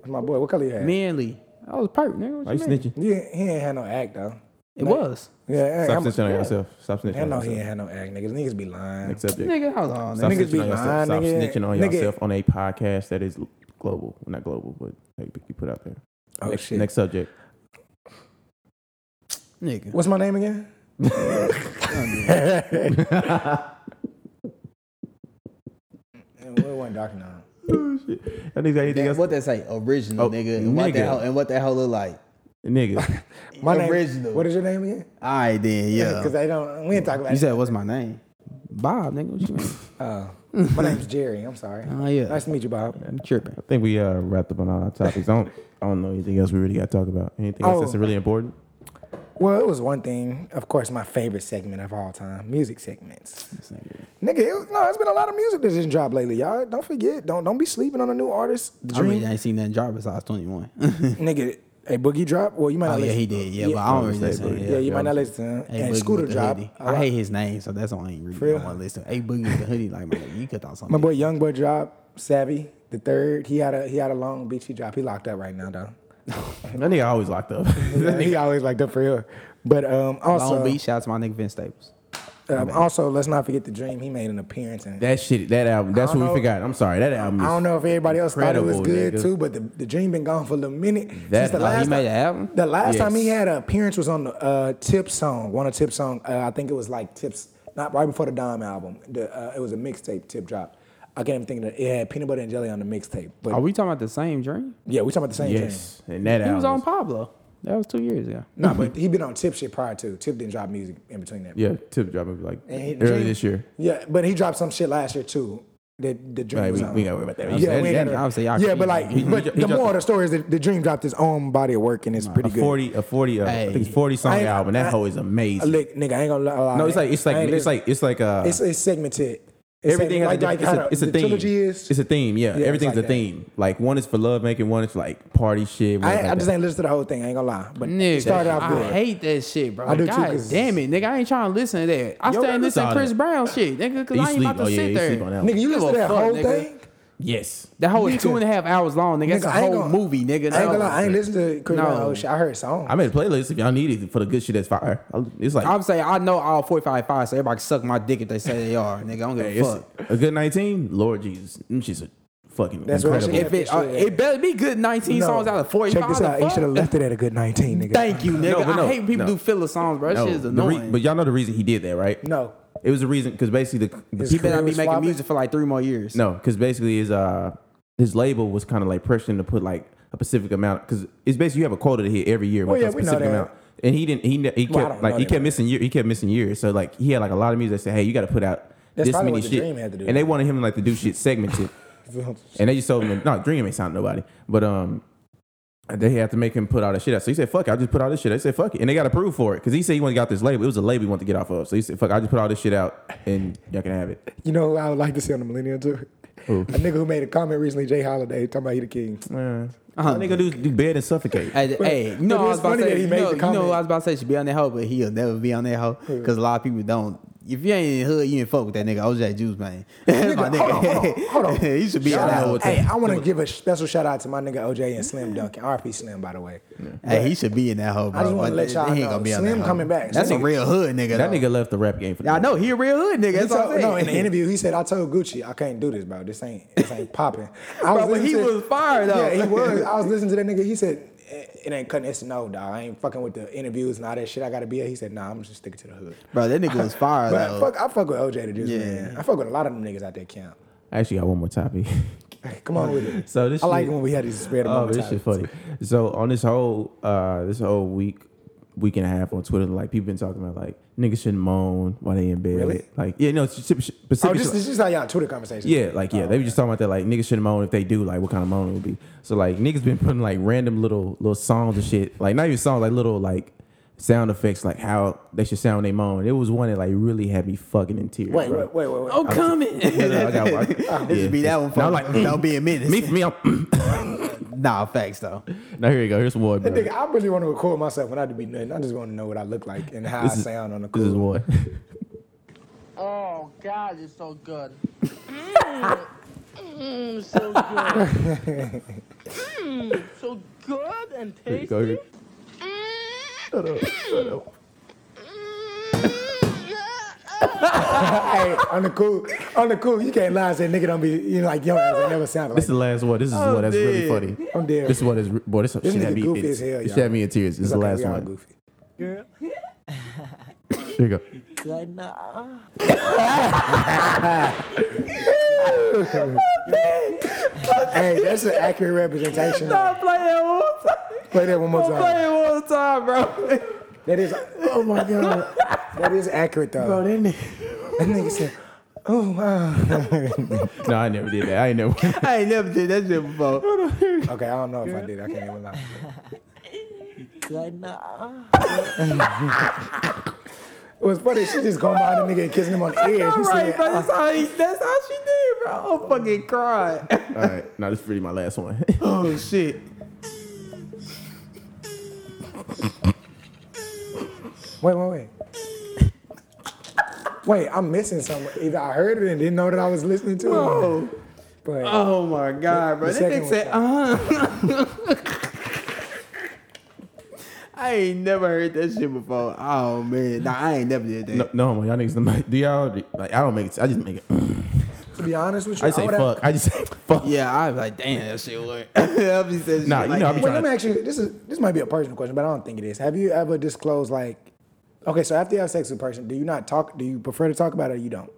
[SPEAKER 3] My boy, what color you had?
[SPEAKER 1] Manly. I was perp, nigga.
[SPEAKER 2] Why
[SPEAKER 1] What
[SPEAKER 2] you
[SPEAKER 1] you mean?
[SPEAKER 2] snitching?
[SPEAKER 3] He, ain't- he ain't had no act though.
[SPEAKER 1] It was.
[SPEAKER 3] Yeah,
[SPEAKER 2] Stop
[SPEAKER 3] I'm-
[SPEAKER 2] snitching on yourself. Stop snitching
[SPEAKER 3] I
[SPEAKER 2] on
[SPEAKER 3] know
[SPEAKER 2] yourself.
[SPEAKER 3] he ain't had no act, niggas. Niggas be lying.
[SPEAKER 2] Next subject.
[SPEAKER 1] Nigga, hold on.
[SPEAKER 2] Stop
[SPEAKER 1] Nigga.
[SPEAKER 3] Niggas be
[SPEAKER 2] snitching on yourself.
[SPEAKER 3] lying,
[SPEAKER 2] Stop
[SPEAKER 3] nigga.
[SPEAKER 2] snitching on
[SPEAKER 3] Nigga.
[SPEAKER 2] yourself on a podcast that is global. Well, not global, but like, you put out there.
[SPEAKER 3] Oh
[SPEAKER 2] next,
[SPEAKER 3] shit.
[SPEAKER 2] Next subject.
[SPEAKER 1] Nigga.
[SPEAKER 3] What's my name again? it wasn't Dr. Nine.
[SPEAKER 2] That nigga got anything else?
[SPEAKER 1] What they say? Original,
[SPEAKER 2] Oh,
[SPEAKER 1] nigga. And what that
[SPEAKER 2] nigga.
[SPEAKER 1] hoe and what that hoe look like?
[SPEAKER 2] Nigga.
[SPEAKER 3] My
[SPEAKER 1] Original.
[SPEAKER 3] Name, what is your name again?
[SPEAKER 1] All right, then, yeah.
[SPEAKER 3] Because they don't. We ain't talking about.
[SPEAKER 1] You
[SPEAKER 3] it.
[SPEAKER 1] said, what's my name? Bob, nigga. What you mean?
[SPEAKER 3] Oh, my name's Jerry. I'm sorry.
[SPEAKER 1] Oh, yeah.
[SPEAKER 3] Nice to meet you, Bob.
[SPEAKER 1] I'm tripping.
[SPEAKER 2] I think we uh, wrapped up on all our topics. I don't, I don't know anything else we really got to talk about. Anything
[SPEAKER 3] Oh.
[SPEAKER 2] else that's really important?
[SPEAKER 3] Well, it was one thing. Of course, my favorite segment of all time, music segments. Nigga, it was, no, it's been a lot of music that's just dropped lately, y'all. Don't forget, don't don't be sleeping on a new artist. The
[SPEAKER 1] I
[SPEAKER 3] dream,
[SPEAKER 1] really ain't seen nothing drop besides 21. oh,
[SPEAKER 3] nigga. A boogie drop. Well, you might not.
[SPEAKER 1] yeah,
[SPEAKER 3] listen.
[SPEAKER 1] he did. Yeah, but I don't really listen.
[SPEAKER 2] Yeah,
[SPEAKER 3] Yeah,
[SPEAKER 1] Yeah.
[SPEAKER 3] you
[SPEAKER 2] yeah,
[SPEAKER 3] might
[SPEAKER 2] I'm
[SPEAKER 3] not listen.
[SPEAKER 1] Hey,
[SPEAKER 3] and
[SPEAKER 1] Boogie
[SPEAKER 3] Scooter
[SPEAKER 1] with the
[SPEAKER 3] drop.
[SPEAKER 1] hoodie.
[SPEAKER 3] a
[SPEAKER 1] I
[SPEAKER 3] lot.
[SPEAKER 1] hate his name, so that's why I ain't
[SPEAKER 3] For
[SPEAKER 1] really
[SPEAKER 3] real?
[SPEAKER 1] want to listen. Hey, Boogie with the hoodie, like my nigga, you cut out
[SPEAKER 3] My
[SPEAKER 1] something.
[SPEAKER 3] boy Young Boy drop Savvy the third. He had a he had a Long Beach he drop. He locked up right now though.
[SPEAKER 2] That nigga always locked up.
[SPEAKER 3] he always locked up for real. But um also
[SPEAKER 1] Long Beach, shout out to my nigga Vince Staples.
[SPEAKER 3] Um, also, let's not forget the dream. He made an appearance in.
[SPEAKER 2] That shit, that album, that's what
[SPEAKER 3] I don't
[SPEAKER 2] we
[SPEAKER 3] know.
[SPEAKER 2] forgot. I'm sorry, that album.
[SPEAKER 3] I
[SPEAKER 2] Is,
[SPEAKER 3] don't know if everybody else thought it was
[SPEAKER 2] Incredible,
[SPEAKER 3] good
[SPEAKER 2] nigga.
[SPEAKER 3] too, but the, the dream been gone for a little minute.
[SPEAKER 2] That-
[SPEAKER 3] Since the
[SPEAKER 2] oh, he
[SPEAKER 1] He
[SPEAKER 3] last
[SPEAKER 1] made
[SPEAKER 3] time,
[SPEAKER 1] an album.
[SPEAKER 3] the last time he
[SPEAKER 2] Yes.
[SPEAKER 3] had an appearance was on the uh, Tip song, one of Tip's song. Uh, I think it was like Tip's, not right before the Dime album. The, uh, it was a mixtape Tip drop. I can't even think of it. It had peanut butter and jelly on the mixtape. But
[SPEAKER 1] Are we talking about the same dream?
[SPEAKER 3] yeah, we talking about the same
[SPEAKER 2] Yes, and that
[SPEAKER 1] He
[SPEAKER 2] album.
[SPEAKER 1] was on
[SPEAKER 2] is-
[SPEAKER 1] Pablo. That was two years ago.
[SPEAKER 3] thing. No, but he been on Tip shit prior to. Tip didn't drop music in between that.
[SPEAKER 2] yeah, Tip Drop maybe like
[SPEAKER 3] And he-
[SPEAKER 2] early
[SPEAKER 3] Dream-
[SPEAKER 2] this year.
[SPEAKER 3] Yeah, but he dropped some shit last year too. The the dream.
[SPEAKER 2] Right,
[SPEAKER 3] was
[SPEAKER 2] we,
[SPEAKER 3] on.
[SPEAKER 2] we gotta worry about that.
[SPEAKER 3] Yeah, we ain't
[SPEAKER 2] that,
[SPEAKER 3] gotta-
[SPEAKER 1] I would say y'all
[SPEAKER 3] yeah,
[SPEAKER 1] keep-
[SPEAKER 3] but like,
[SPEAKER 2] he- he
[SPEAKER 3] but
[SPEAKER 2] dropped- he
[SPEAKER 3] the
[SPEAKER 2] dropped
[SPEAKER 3] moral of
[SPEAKER 2] the-
[SPEAKER 3] the story is that the dream dropped his own body of work and it's pretty
[SPEAKER 2] a
[SPEAKER 3] good.
[SPEAKER 2] forty, a forty, uh, I think it's
[SPEAKER 1] Hey.
[SPEAKER 2] forty song
[SPEAKER 3] I ain't-
[SPEAKER 2] album. That
[SPEAKER 3] I-
[SPEAKER 2] hoe is
[SPEAKER 3] Uh,
[SPEAKER 2] amazing.
[SPEAKER 3] Look, nigga, I ain't gonna lie.
[SPEAKER 2] No, it's like it's
[SPEAKER 3] I
[SPEAKER 2] like
[SPEAKER 3] ain't
[SPEAKER 2] it's
[SPEAKER 3] listen-
[SPEAKER 2] like it's like uh,
[SPEAKER 3] it's it's segmented. It's
[SPEAKER 2] everything has a
[SPEAKER 3] segmented.
[SPEAKER 2] different- it's
[SPEAKER 3] how
[SPEAKER 2] a, it's a
[SPEAKER 3] the
[SPEAKER 2] theme.
[SPEAKER 3] trilogy is.
[SPEAKER 2] It's a theme. Yeah,
[SPEAKER 3] it's
[SPEAKER 2] everything's
[SPEAKER 3] like
[SPEAKER 2] a
[SPEAKER 3] that.
[SPEAKER 2] theme. Like one is for love making, one is for like party shit. one
[SPEAKER 3] I,
[SPEAKER 2] is like
[SPEAKER 3] I just
[SPEAKER 2] that.
[SPEAKER 3] ain't listen to the whole thing. I ain't gonna lie, but
[SPEAKER 1] Nigga,
[SPEAKER 3] it started out good.
[SPEAKER 1] I hate that shit, bro.
[SPEAKER 3] I do too,
[SPEAKER 1] God
[SPEAKER 3] 'cause-
[SPEAKER 1] damn it, nigga. I ain't trying to listen to that. I
[SPEAKER 2] Yo,
[SPEAKER 1] stay and
[SPEAKER 2] that's
[SPEAKER 1] listen
[SPEAKER 2] all
[SPEAKER 1] to Chris
[SPEAKER 2] that.
[SPEAKER 1] Brown shit, nigga, because
[SPEAKER 2] You
[SPEAKER 1] I ain't
[SPEAKER 2] sleep.
[SPEAKER 1] about to
[SPEAKER 2] Oh yeah,
[SPEAKER 1] sit
[SPEAKER 2] you
[SPEAKER 1] there.
[SPEAKER 2] sleep on that. one.
[SPEAKER 3] nigga, you
[SPEAKER 1] Give
[SPEAKER 3] listen
[SPEAKER 1] a
[SPEAKER 3] to that
[SPEAKER 1] fuck,
[SPEAKER 3] whole
[SPEAKER 1] nigga.
[SPEAKER 3] thing.
[SPEAKER 2] Yes,
[SPEAKER 1] That whole is two and a half hours long, nigga. That's
[SPEAKER 3] Nigga,
[SPEAKER 1] a
[SPEAKER 3] I ain't
[SPEAKER 1] whole
[SPEAKER 3] gonna-
[SPEAKER 1] movie, nigga.
[SPEAKER 3] I ain't gonna
[SPEAKER 1] No.
[SPEAKER 3] lie. I ain't listened to Chris
[SPEAKER 1] No.
[SPEAKER 3] Brown whole shit. I heard songs.
[SPEAKER 2] I made a playlist if y'all need it for the good shit that's fire. I- It's like
[SPEAKER 1] I'm saying I know all 45 five, so everybody can suck my dick if they say they are, nigga. I don't give
[SPEAKER 2] Hey,
[SPEAKER 1] a
[SPEAKER 2] it's
[SPEAKER 1] fuck.
[SPEAKER 2] a good 19. Lord Jesus, them shit's a fucking
[SPEAKER 3] That's what I
[SPEAKER 2] incredible.
[SPEAKER 3] should-
[SPEAKER 1] If it, uh,
[SPEAKER 3] Yeah.
[SPEAKER 1] it better be good 19
[SPEAKER 3] No.
[SPEAKER 1] songs out of 45.
[SPEAKER 3] Check this out.
[SPEAKER 1] the
[SPEAKER 3] He should have
[SPEAKER 1] fuck?
[SPEAKER 3] left it at a good nineteen, nigga.
[SPEAKER 1] Thank you,
[SPEAKER 2] No,
[SPEAKER 1] nigga.
[SPEAKER 2] but no,
[SPEAKER 1] I hate when people
[SPEAKER 2] no.
[SPEAKER 1] do filler songs, bro. That
[SPEAKER 2] No,
[SPEAKER 1] shit is
[SPEAKER 2] the re-
[SPEAKER 1] annoying.
[SPEAKER 2] but y'all know the reason he did that, right?
[SPEAKER 3] No,
[SPEAKER 2] It was the reason because basically the, the
[SPEAKER 3] His
[SPEAKER 1] he
[SPEAKER 2] people,
[SPEAKER 1] better not
[SPEAKER 3] career
[SPEAKER 1] be
[SPEAKER 3] was
[SPEAKER 1] making
[SPEAKER 3] flopping.
[SPEAKER 1] music for like three more years.
[SPEAKER 2] no, because basically his uh his label was kind of like pressuring him to put like a specific amount because it's basically you have a quota to hit every year
[SPEAKER 3] Well,
[SPEAKER 2] with
[SPEAKER 3] yeah,
[SPEAKER 2] a
[SPEAKER 3] we know
[SPEAKER 2] specific
[SPEAKER 3] that.
[SPEAKER 2] amount. And he didn't. He ne- he kept
[SPEAKER 3] Well, I don't
[SPEAKER 2] like
[SPEAKER 3] know
[SPEAKER 2] he
[SPEAKER 3] that.
[SPEAKER 2] kept missing year. He kept missing years. So like he had like a lot of music. that said, hey, you got to put out
[SPEAKER 3] That's
[SPEAKER 2] this
[SPEAKER 3] probably
[SPEAKER 2] many
[SPEAKER 3] what the
[SPEAKER 2] shit.
[SPEAKER 3] Dream had to do.
[SPEAKER 2] And they wanted him like to do shit segmented. And they just told him, no, Dream ain't signed nobody. But um, they had to make him put all that shit out. So he said, fuck, it, I'll just put all this shit out. They said, fuck it. And they got approved for it because he said he wanted to get out this label. It was a label he wanted to get off of. So he said, fuck, I'll just put all this shit out and y'all can have it.
[SPEAKER 3] you know who I would like to see on the Millennial Tour? A nigga who made a comment recently, Jay Holiday, talking about he the king.
[SPEAKER 2] Uh,
[SPEAKER 3] Uh-huh.
[SPEAKER 2] all they gonna do is do bed and suffocate.
[SPEAKER 1] Hey, hey, you know what
[SPEAKER 3] but
[SPEAKER 1] I was
[SPEAKER 3] it's
[SPEAKER 1] about to
[SPEAKER 3] funny that
[SPEAKER 1] say.
[SPEAKER 3] he
[SPEAKER 1] You
[SPEAKER 3] made
[SPEAKER 1] know,
[SPEAKER 3] the
[SPEAKER 1] you know what
[SPEAKER 3] comment.
[SPEAKER 1] I was about to say. Should be on that hoe, but he'll never be on that hoe because a lot of people don't. If you ain't in the hood, you ain't fuck with that nigga OJ Juice man. That's my
[SPEAKER 3] Nigga, hold on, hold
[SPEAKER 1] nigga.
[SPEAKER 3] on, hold on.
[SPEAKER 1] he should be on
[SPEAKER 3] Shout
[SPEAKER 1] that
[SPEAKER 3] out.
[SPEAKER 1] hoe.
[SPEAKER 3] Hey, I want to give a special shout out to my nigga OJ and Slim Duncan. RP Slim, by the way.
[SPEAKER 1] Hey, he should be in that hoe, bro.
[SPEAKER 3] I just wanna
[SPEAKER 1] but
[SPEAKER 3] let y'all
[SPEAKER 1] he ain't
[SPEAKER 3] know,
[SPEAKER 1] gonna be on
[SPEAKER 3] Slim
[SPEAKER 1] that hoe.
[SPEAKER 3] coming back.
[SPEAKER 1] That's a
[SPEAKER 3] Slim-
[SPEAKER 1] real hood nigga.
[SPEAKER 2] That
[SPEAKER 1] though.
[SPEAKER 2] nigga left the rap game for
[SPEAKER 1] I
[SPEAKER 2] that.
[SPEAKER 1] know he a real hood nigga.
[SPEAKER 3] He
[SPEAKER 1] That's what
[SPEAKER 3] told,
[SPEAKER 1] I'm
[SPEAKER 3] no, in the
[SPEAKER 1] saying.
[SPEAKER 3] interview, he said, "I told Gucci I can't do this, bro. This ain't this ain't popping." I
[SPEAKER 1] Bro, but he
[SPEAKER 3] listening to-
[SPEAKER 1] was fired though.
[SPEAKER 3] Yeah, he was. I was listening to that nigga. He said, "It ain't cutting this, no, dog. I ain't fucking with the interviews and all that shit. I gotta be." Here. He said, "Nah, I'm just sticking to the hood."
[SPEAKER 1] Bro, that nigga was
[SPEAKER 3] But
[SPEAKER 1] fired
[SPEAKER 3] I
[SPEAKER 1] though.
[SPEAKER 3] fuck, I fuck with OJ to this
[SPEAKER 1] Yeah.
[SPEAKER 3] man. I fuck with a lot of them niggas out there camp.
[SPEAKER 2] I actually got one more topic.
[SPEAKER 3] Come on with it.
[SPEAKER 2] So this
[SPEAKER 3] I like
[SPEAKER 2] shit-
[SPEAKER 3] when we had these spare
[SPEAKER 2] oh, this shit funny. So on this whole uh this whole week, week and a half on Twitter, like people been talking about like niggas shouldn't moan while they in bed.
[SPEAKER 3] Really?
[SPEAKER 2] Like yeah, no, it's specific,
[SPEAKER 3] Oh,
[SPEAKER 2] specific
[SPEAKER 3] this, this is how y'all Twitter conversations.
[SPEAKER 2] Yeah, like
[SPEAKER 1] Oh,
[SPEAKER 2] yeah, they were just talking about that. Like niggas shouldn't moan if they do. Like what kind of moan it would be. So like niggas been putting like random little little songs and shit. Like not even songs, like little like sound effects, like how they should sound when they moan. It was one that like really had me fucking in tears.
[SPEAKER 3] Wait,
[SPEAKER 2] bro.
[SPEAKER 3] wait, wait, wait, wait.
[SPEAKER 1] Oh, coming.
[SPEAKER 2] No, no, I got one.
[SPEAKER 1] It should be that one.
[SPEAKER 2] Now,
[SPEAKER 1] for
[SPEAKER 2] like, mm,
[SPEAKER 1] don't be a menace.
[SPEAKER 2] me for me. I'm,
[SPEAKER 1] Nah, facts though.
[SPEAKER 2] now here you go. Here's one.
[SPEAKER 3] Nigga,
[SPEAKER 2] Bro.
[SPEAKER 3] I really want to record myself when I do be nothing. I just want to know what I look like and how I
[SPEAKER 2] is-
[SPEAKER 3] sound on the
[SPEAKER 2] This is
[SPEAKER 3] cool.
[SPEAKER 2] one.
[SPEAKER 6] Oh God, it's so good. Mm, mm, so good. Mm, so good and
[SPEAKER 2] Here you
[SPEAKER 6] tasty.
[SPEAKER 2] go. Here.
[SPEAKER 6] Mm, mm, yeah, uh.
[SPEAKER 3] hey, on the cool, on the cool, you can't lie and say nigga don't be you know, like your ass ain't never sounded
[SPEAKER 2] This
[SPEAKER 3] like.
[SPEAKER 2] is the last one. This is one that's really funny.
[SPEAKER 3] I'm dead.
[SPEAKER 2] This one is re- boy. This, shit
[SPEAKER 3] nigga
[SPEAKER 2] had me.
[SPEAKER 3] goofy
[SPEAKER 2] in-
[SPEAKER 3] as hell,
[SPEAKER 2] this shit
[SPEAKER 3] y'all.
[SPEAKER 2] had me in tears. This is the
[SPEAKER 3] It's okay,
[SPEAKER 2] last
[SPEAKER 3] we all
[SPEAKER 2] one.
[SPEAKER 3] Goofy.
[SPEAKER 2] Here you go.
[SPEAKER 3] Hey, that's an accurate representation.
[SPEAKER 1] Stop playing one time.
[SPEAKER 3] Play that one more time.
[SPEAKER 1] Play one time, bro.
[SPEAKER 3] That is, oh my god, that is accurate though.
[SPEAKER 1] Bro, that nigga.
[SPEAKER 3] that nigga said, oh wow.
[SPEAKER 2] No, I never did that. I ain't never.
[SPEAKER 1] I ain't never did that shit before.
[SPEAKER 3] Okay, I don't know if I did. I can't even lie. It was funny. She just going behind the nigga and kissing him on the ear.
[SPEAKER 1] All
[SPEAKER 3] She
[SPEAKER 1] right,
[SPEAKER 3] said,
[SPEAKER 1] bro. That's how, he, that's how she did, bro. I'm fucking crying.
[SPEAKER 2] All right. Now this is pretty my last one.
[SPEAKER 1] Oh shit.
[SPEAKER 3] Wait, wait, wait. Wait, I'm missing something. Either I heard it and didn't know that I was listening to it.
[SPEAKER 1] Oh,
[SPEAKER 3] But
[SPEAKER 1] oh my god, bro.
[SPEAKER 3] The
[SPEAKER 1] That
[SPEAKER 3] second
[SPEAKER 1] nigga said, uh huh. uh-huh. I ain't never heard that shit before. Oh man, nah, I ain't never did that.
[SPEAKER 2] No, no, y'all niggas don't make. Do y'all like? I don't make. I just make it.
[SPEAKER 3] To be honest with you,
[SPEAKER 2] I say
[SPEAKER 3] would have-
[SPEAKER 2] fuck. I just say fuck.
[SPEAKER 1] Yeah, I was like, damn, that shit work. I'll be saying shit
[SPEAKER 2] Nah, you
[SPEAKER 1] like
[SPEAKER 2] know, I be
[SPEAKER 1] that.
[SPEAKER 3] Wait, let me ask you. This is this might be a personal question, but I don't think it is. Have you ever disclosed like, okay, so after you have sex with a person, do you not talk? Do you prefer to talk about it or you don't?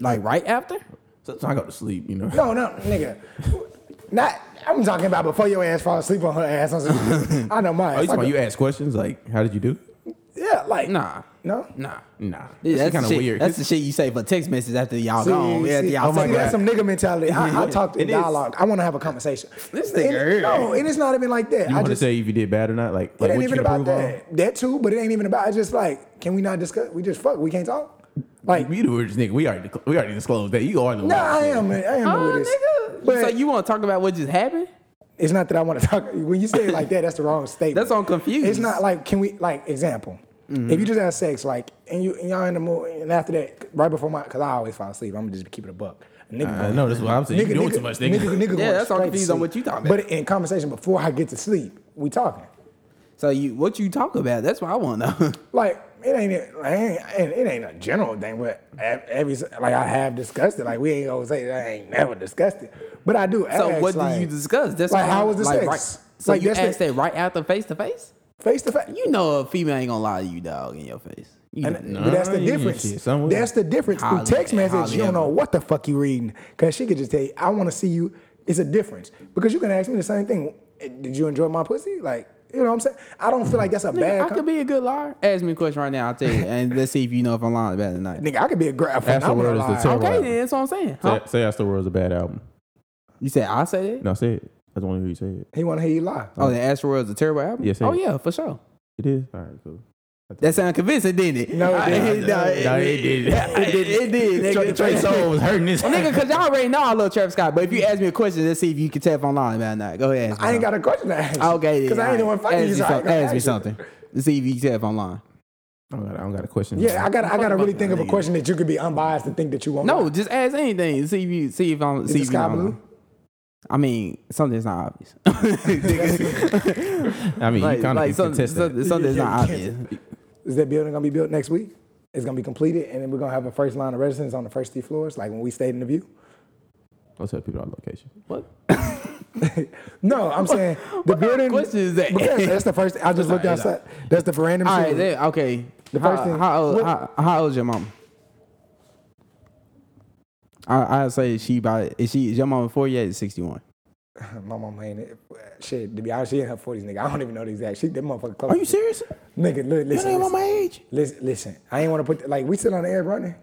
[SPEAKER 1] like right after.
[SPEAKER 2] So, so I go to sleep. You know.
[SPEAKER 3] No, no, nigga. Not. I'm talking about before your ass fall asleep on her ass. On some, I know my
[SPEAKER 2] Oh,
[SPEAKER 3] ass.
[SPEAKER 2] you, talking
[SPEAKER 3] Like,
[SPEAKER 2] about you ask questions like, "How did you do?"
[SPEAKER 3] yeah, like
[SPEAKER 1] Nah,
[SPEAKER 3] no.
[SPEAKER 1] nah.
[SPEAKER 2] Nah,
[SPEAKER 1] Yeah, that's
[SPEAKER 2] kind
[SPEAKER 1] the
[SPEAKER 2] of
[SPEAKER 1] shit-
[SPEAKER 2] weird.
[SPEAKER 1] That's the shit you say for text message after y'all
[SPEAKER 3] See,
[SPEAKER 1] gone. Yeah,
[SPEAKER 3] see,
[SPEAKER 1] after y'all
[SPEAKER 3] see,
[SPEAKER 1] fuck
[SPEAKER 3] that's
[SPEAKER 1] around.
[SPEAKER 3] some nigga mentality. I, I talk in
[SPEAKER 2] It is.
[SPEAKER 3] dialogue. I want to have a conversation.
[SPEAKER 1] This
[SPEAKER 3] And-
[SPEAKER 1] nigga here.
[SPEAKER 3] No, and it's not even like that.
[SPEAKER 2] you
[SPEAKER 3] I
[SPEAKER 2] want to
[SPEAKER 3] just
[SPEAKER 2] say if you did bad or not? Like, like
[SPEAKER 3] it
[SPEAKER 2] what
[SPEAKER 3] ain't
[SPEAKER 2] you
[SPEAKER 3] even
[SPEAKER 2] can
[SPEAKER 3] about
[SPEAKER 2] improve
[SPEAKER 3] that.
[SPEAKER 2] on?
[SPEAKER 3] That too, but it ain't even about. It's just like, can we not discuss? We just fuck. We can't talk. Like,
[SPEAKER 2] You the weirdest nigga. We already we already disclosed that. You are the
[SPEAKER 3] no,
[SPEAKER 2] weirdest
[SPEAKER 3] I
[SPEAKER 2] nigga.
[SPEAKER 3] am. I am
[SPEAKER 1] Oh,
[SPEAKER 3] with this.
[SPEAKER 1] nigga.
[SPEAKER 3] But
[SPEAKER 1] so you want to talk about what just happened?
[SPEAKER 3] it's not that I want to talk. When you say it like that, that's the wrong statement.
[SPEAKER 1] That's on confused.
[SPEAKER 3] It's not like can we like example. If you just have sex, like and you and y'all in the mood, and after that, right before my, cause I always fall asleep. I'm gonna just keep it a buck. A Nigga,
[SPEAKER 2] I
[SPEAKER 3] going-
[SPEAKER 2] know that's what I'm saying. you doing too much, nigga.
[SPEAKER 3] nigga, nigga
[SPEAKER 1] Yeah,
[SPEAKER 3] going
[SPEAKER 1] that's all
[SPEAKER 3] straight to
[SPEAKER 1] confused on
[SPEAKER 3] sleep.
[SPEAKER 1] what you talking about.
[SPEAKER 3] But in conversation before I get to sleep, we talking.
[SPEAKER 1] So you, what you talk about? That's what I want to know.
[SPEAKER 3] Like it ain't it ain't it ain't a general thing, but ev- every like I have discussed it. Like we ain't gonna say I ain't never discussed it, but I do.
[SPEAKER 1] So
[SPEAKER 3] ask,
[SPEAKER 1] what
[SPEAKER 3] like,
[SPEAKER 1] do you discuss? That's
[SPEAKER 3] like
[SPEAKER 1] what
[SPEAKER 3] how
[SPEAKER 1] I-
[SPEAKER 3] was the
[SPEAKER 1] like,
[SPEAKER 3] sex?
[SPEAKER 1] right- so
[SPEAKER 3] Like,
[SPEAKER 1] you
[SPEAKER 3] that's the-
[SPEAKER 1] asked that right after face to face?
[SPEAKER 3] face to face?
[SPEAKER 1] You know a female ain't gonna lie to you, dog, in your face. You
[SPEAKER 3] And,
[SPEAKER 1] know.
[SPEAKER 3] but that's the
[SPEAKER 2] Nah, you ain't
[SPEAKER 3] difference.
[SPEAKER 2] shit, son. What-
[SPEAKER 3] That's the difference. Through
[SPEAKER 1] Hardly-
[SPEAKER 3] text message,
[SPEAKER 1] hardly
[SPEAKER 3] you don't know
[SPEAKER 1] ever.
[SPEAKER 3] what the fuck you reading. Cause she could just tell you, I want to see you. It's a difference. Because you can ask me the same thing. Did you enjoy my pussy? Like, you know what I'm saying? I don't feel like that's a bad
[SPEAKER 1] I
[SPEAKER 3] com-
[SPEAKER 1] could be a good liar. Ask me a question right now. I'll tell you, and let's see if you know if I'm lying about it or not.
[SPEAKER 3] nigga, I could be a great
[SPEAKER 2] word
[SPEAKER 3] phenomenal
[SPEAKER 2] is the
[SPEAKER 3] liar.
[SPEAKER 2] term.
[SPEAKER 1] Okay,
[SPEAKER 2] Right.
[SPEAKER 1] then that's what I'm saying.
[SPEAKER 2] Say,
[SPEAKER 1] Huh?
[SPEAKER 2] say I Still World's a bad album.
[SPEAKER 1] You said I said it.
[SPEAKER 2] No, say it. I just want to hear you say it.
[SPEAKER 3] He want to hear you lie.
[SPEAKER 1] Oh, the Asteroids is a terrible album.
[SPEAKER 2] Yeah, say
[SPEAKER 1] oh
[SPEAKER 2] it.
[SPEAKER 1] yeah, for sure.
[SPEAKER 2] It is. All right, cool. I think-
[SPEAKER 1] That sounded convincing, didn't it?
[SPEAKER 3] No, it
[SPEAKER 1] I-
[SPEAKER 3] didn't.
[SPEAKER 1] no, it,
[SPEAKER 2] No, it
[SPEAKER 1] did.
[SPEAKER 2] didn't.
[SPEAKER 1] It did. It did.
[SPEAKER 2] Trey,
[SPEAKER 1] nigga.
[SPEAKER 2] Trey Soul was hurting this.
[SPEAKER 1] Nigga, cause y'all already know I love Travis Scott, but if you ask me a question, let's see if you can tell if I'm lying about it or not. Go ahead. ask me
[SPEAKER 3] I
[SPEAKER 1] something.
[SPEAKER 3] ain't got a question to ask.
[SPEAKER 1] Oh, Okay, then.
[SPEAKER 3] Because I ain't the
[SPEAKER 1] all
[SPEAKER 3] one
[SPEAKER 1] right.
[SPEAKER 3] fucking
[SPEAKER 1] ask
[SPEAKER 3] you.
[SPEAKER 1] me
[SPEAKER 3] so I ain't
[SPEAKER 1] something.
[SPEAKER 3] gonna
[SPEAKER 1] Ask me
[SPEAKER 3] you.
[SPEAKER 1] something. Let's see if you can tell if I'm lying.
[SPEAKER 2] I don't got, I don't got a question.
[SPEAKER 3] Yeah, I got. I got to really think of a question that you could be unbiased to think that you won't.
[SPEAKER 1] No, just ask anything. See if you see if I'm see
[SPEAKER 3] the
[SPEAKER 1] if you
[SPEAKER 3] sky
[SPEAKER 1] know.
[SPEAKER 3] blue?
[SPEAKER 1] I mean, something's not obvious.
[SPEAKER 2] I mean,
[SPEAKER 1] like,
[SPEAKER 2] you kind of
[SPEAKER 1] like
[SPEAKER 2] contested.
[SPEAKER 1] something, something, something's not obvious.
[SPEAKER 3] Is that building gonna be built next week? It's gonna be completed, and then we're gonna have a first line of residence on the first three floors, like when we stayed in the view.
[SPEAKER 2] Let's tell people our location.
[SPEAKER 1] What?
[SPEAKER 3] No, I'm saying the building.
[SPEAKER 1] question is that?
[SPEAKER 3] Because that's the first. I just looked outside. That's the random.
[SPEAKER 1] All right,
[SPEAKER 3] shit.
[SPEAKER 1] then, okay.
[SPEAKER 3] The
[SPEAKER 1] how,
[SPEAKER 3] first thing-
[SPEAKER 1] how old
[SPEAKER 3] what-
[SPEAKER 1] how, how old is your mom? I I say she about is she is your mama forty eight or sixty one?
[SPEAKER 3] My mom ain't it. Shit, to be honest, she in her forties, nigga. I don't even know the exact. She that motherfucker close.
[SPEAKER 2] Are you serious?
[SPEAKER 3] Nigga, look,
[SPEAKER 2] That
[SPEAKER 3] listen.
[SPEAKER 2] ain't
[SPEAKER 3] listen,
[SPEAKER 2] on my age.
[SPEAKER 3] listen, listen. I ain't want to put like we still on the air running.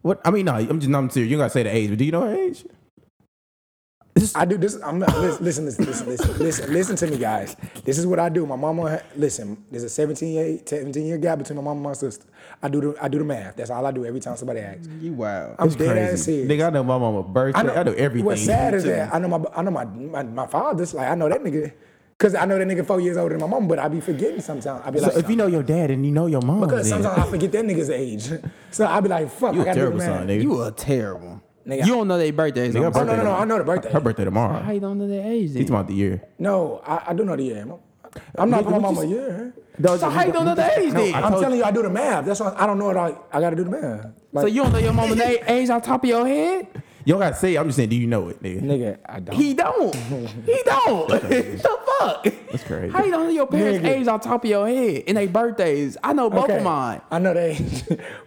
[SPEAKER 2] What? I mean, no, I'm just I'm serious. You gotta say the age, but do you know her age?
[SPEAKER 3] I do this. I'm not, listen, listen, listen, listen, listen, listen, listen to me, guys. This is what I do. My mama, listen. There's a 17 year, 17 year gap between my mom and my sister. I do the, I do the math. That's all I do every time somebody asks.
[SPEAKER 1] You wow.
[SPEAKER 3] I'm dead ass serious.
[SPEAKER 2] Nigga, I know my mama birthday. I know, everything.
[SPEAKER 3] What's sad is that I know my, I know my, my, my father's like I know that nigga, cause I know that nigga four years older than my mom, but I be forgetting sometimes. I be
[SPEAKER 2] So
[SPEAKER 3] like,
[SPEAKER 2] if you know your dad and you know your mom,
[SPEAKER 3] because
[SPEAKER 2] then-
[SPEAKER 3] sometimes I forget that nigga's age. So I be like, fuck,
[SPEAKER 2] you
[SPEAKER 3] I
[SPEAKER 2] a
[SPEAKER 3] gotta do
[SPEAKER 2] terrible
[SPEAKER 3] the math.
[SPEAKER 2] son, nigga.
[SPEAKER 1] You are terrible.
[SPEAKER 3] Nigga,
[SPEAKER 1] you don't know their birthdays.
[SPEAKER 2] Nigga,
[SPEAKER 1] I'm
[SPEAKER 2] her
[SPEAKER 3] Oh no,
[SPEAKER 1] sorry.
[SPEAKER 3] no, no, I know the
[SPEAKER 2] her
[SPEAKER 3] birthday.
[SPEAKER 2] birthday tomorrow.
[SPEAKER 1] How you don't know their age?
[SPEAKER 2] He's
[SPEAKER 1] Then?
[SPEAKER 2] talking about the year.
[SPEAKER 3] No, I, I do know the year. I'm- I'm not
[SPEAKER 2] Nigga,
[SPEAKER 3] my
[SPEAKER 2] what
[SPEAKER 3] mama.
[SPEAKER 2] you-
[SPEAKER 3] Yeah.
[SPEAKER 1] So how you don't know their age?
[SPEAKER 2] No,
[SPEAKER 1] then?
[SPEAKER 2] I
[SPEAKER 3] I'm
[SPEAKER 2] told-
[SPEAKER 3] telling you, I do the math. That's why I don't know it. I, I got to do the math. Like,
[SPEAKER 1] so you don't know your mama name, age on top of your head?
[SPEAKER 2] You don't gotta say. it. I'm just saying, do you know it, nigga?
[SPEAKER 3] nigga, I don't.
[SPEAKER 1] He don't. He don't. the fuck? That's
[SPEAKER 2] crazy.
[SPEAKER 1] How you don't know your parents'
[SPEAKER 3] Nigga.
[SPEAKER 1] age on top of your head and their birthdays? I know both of mine.
[SPEAKER 3] I know they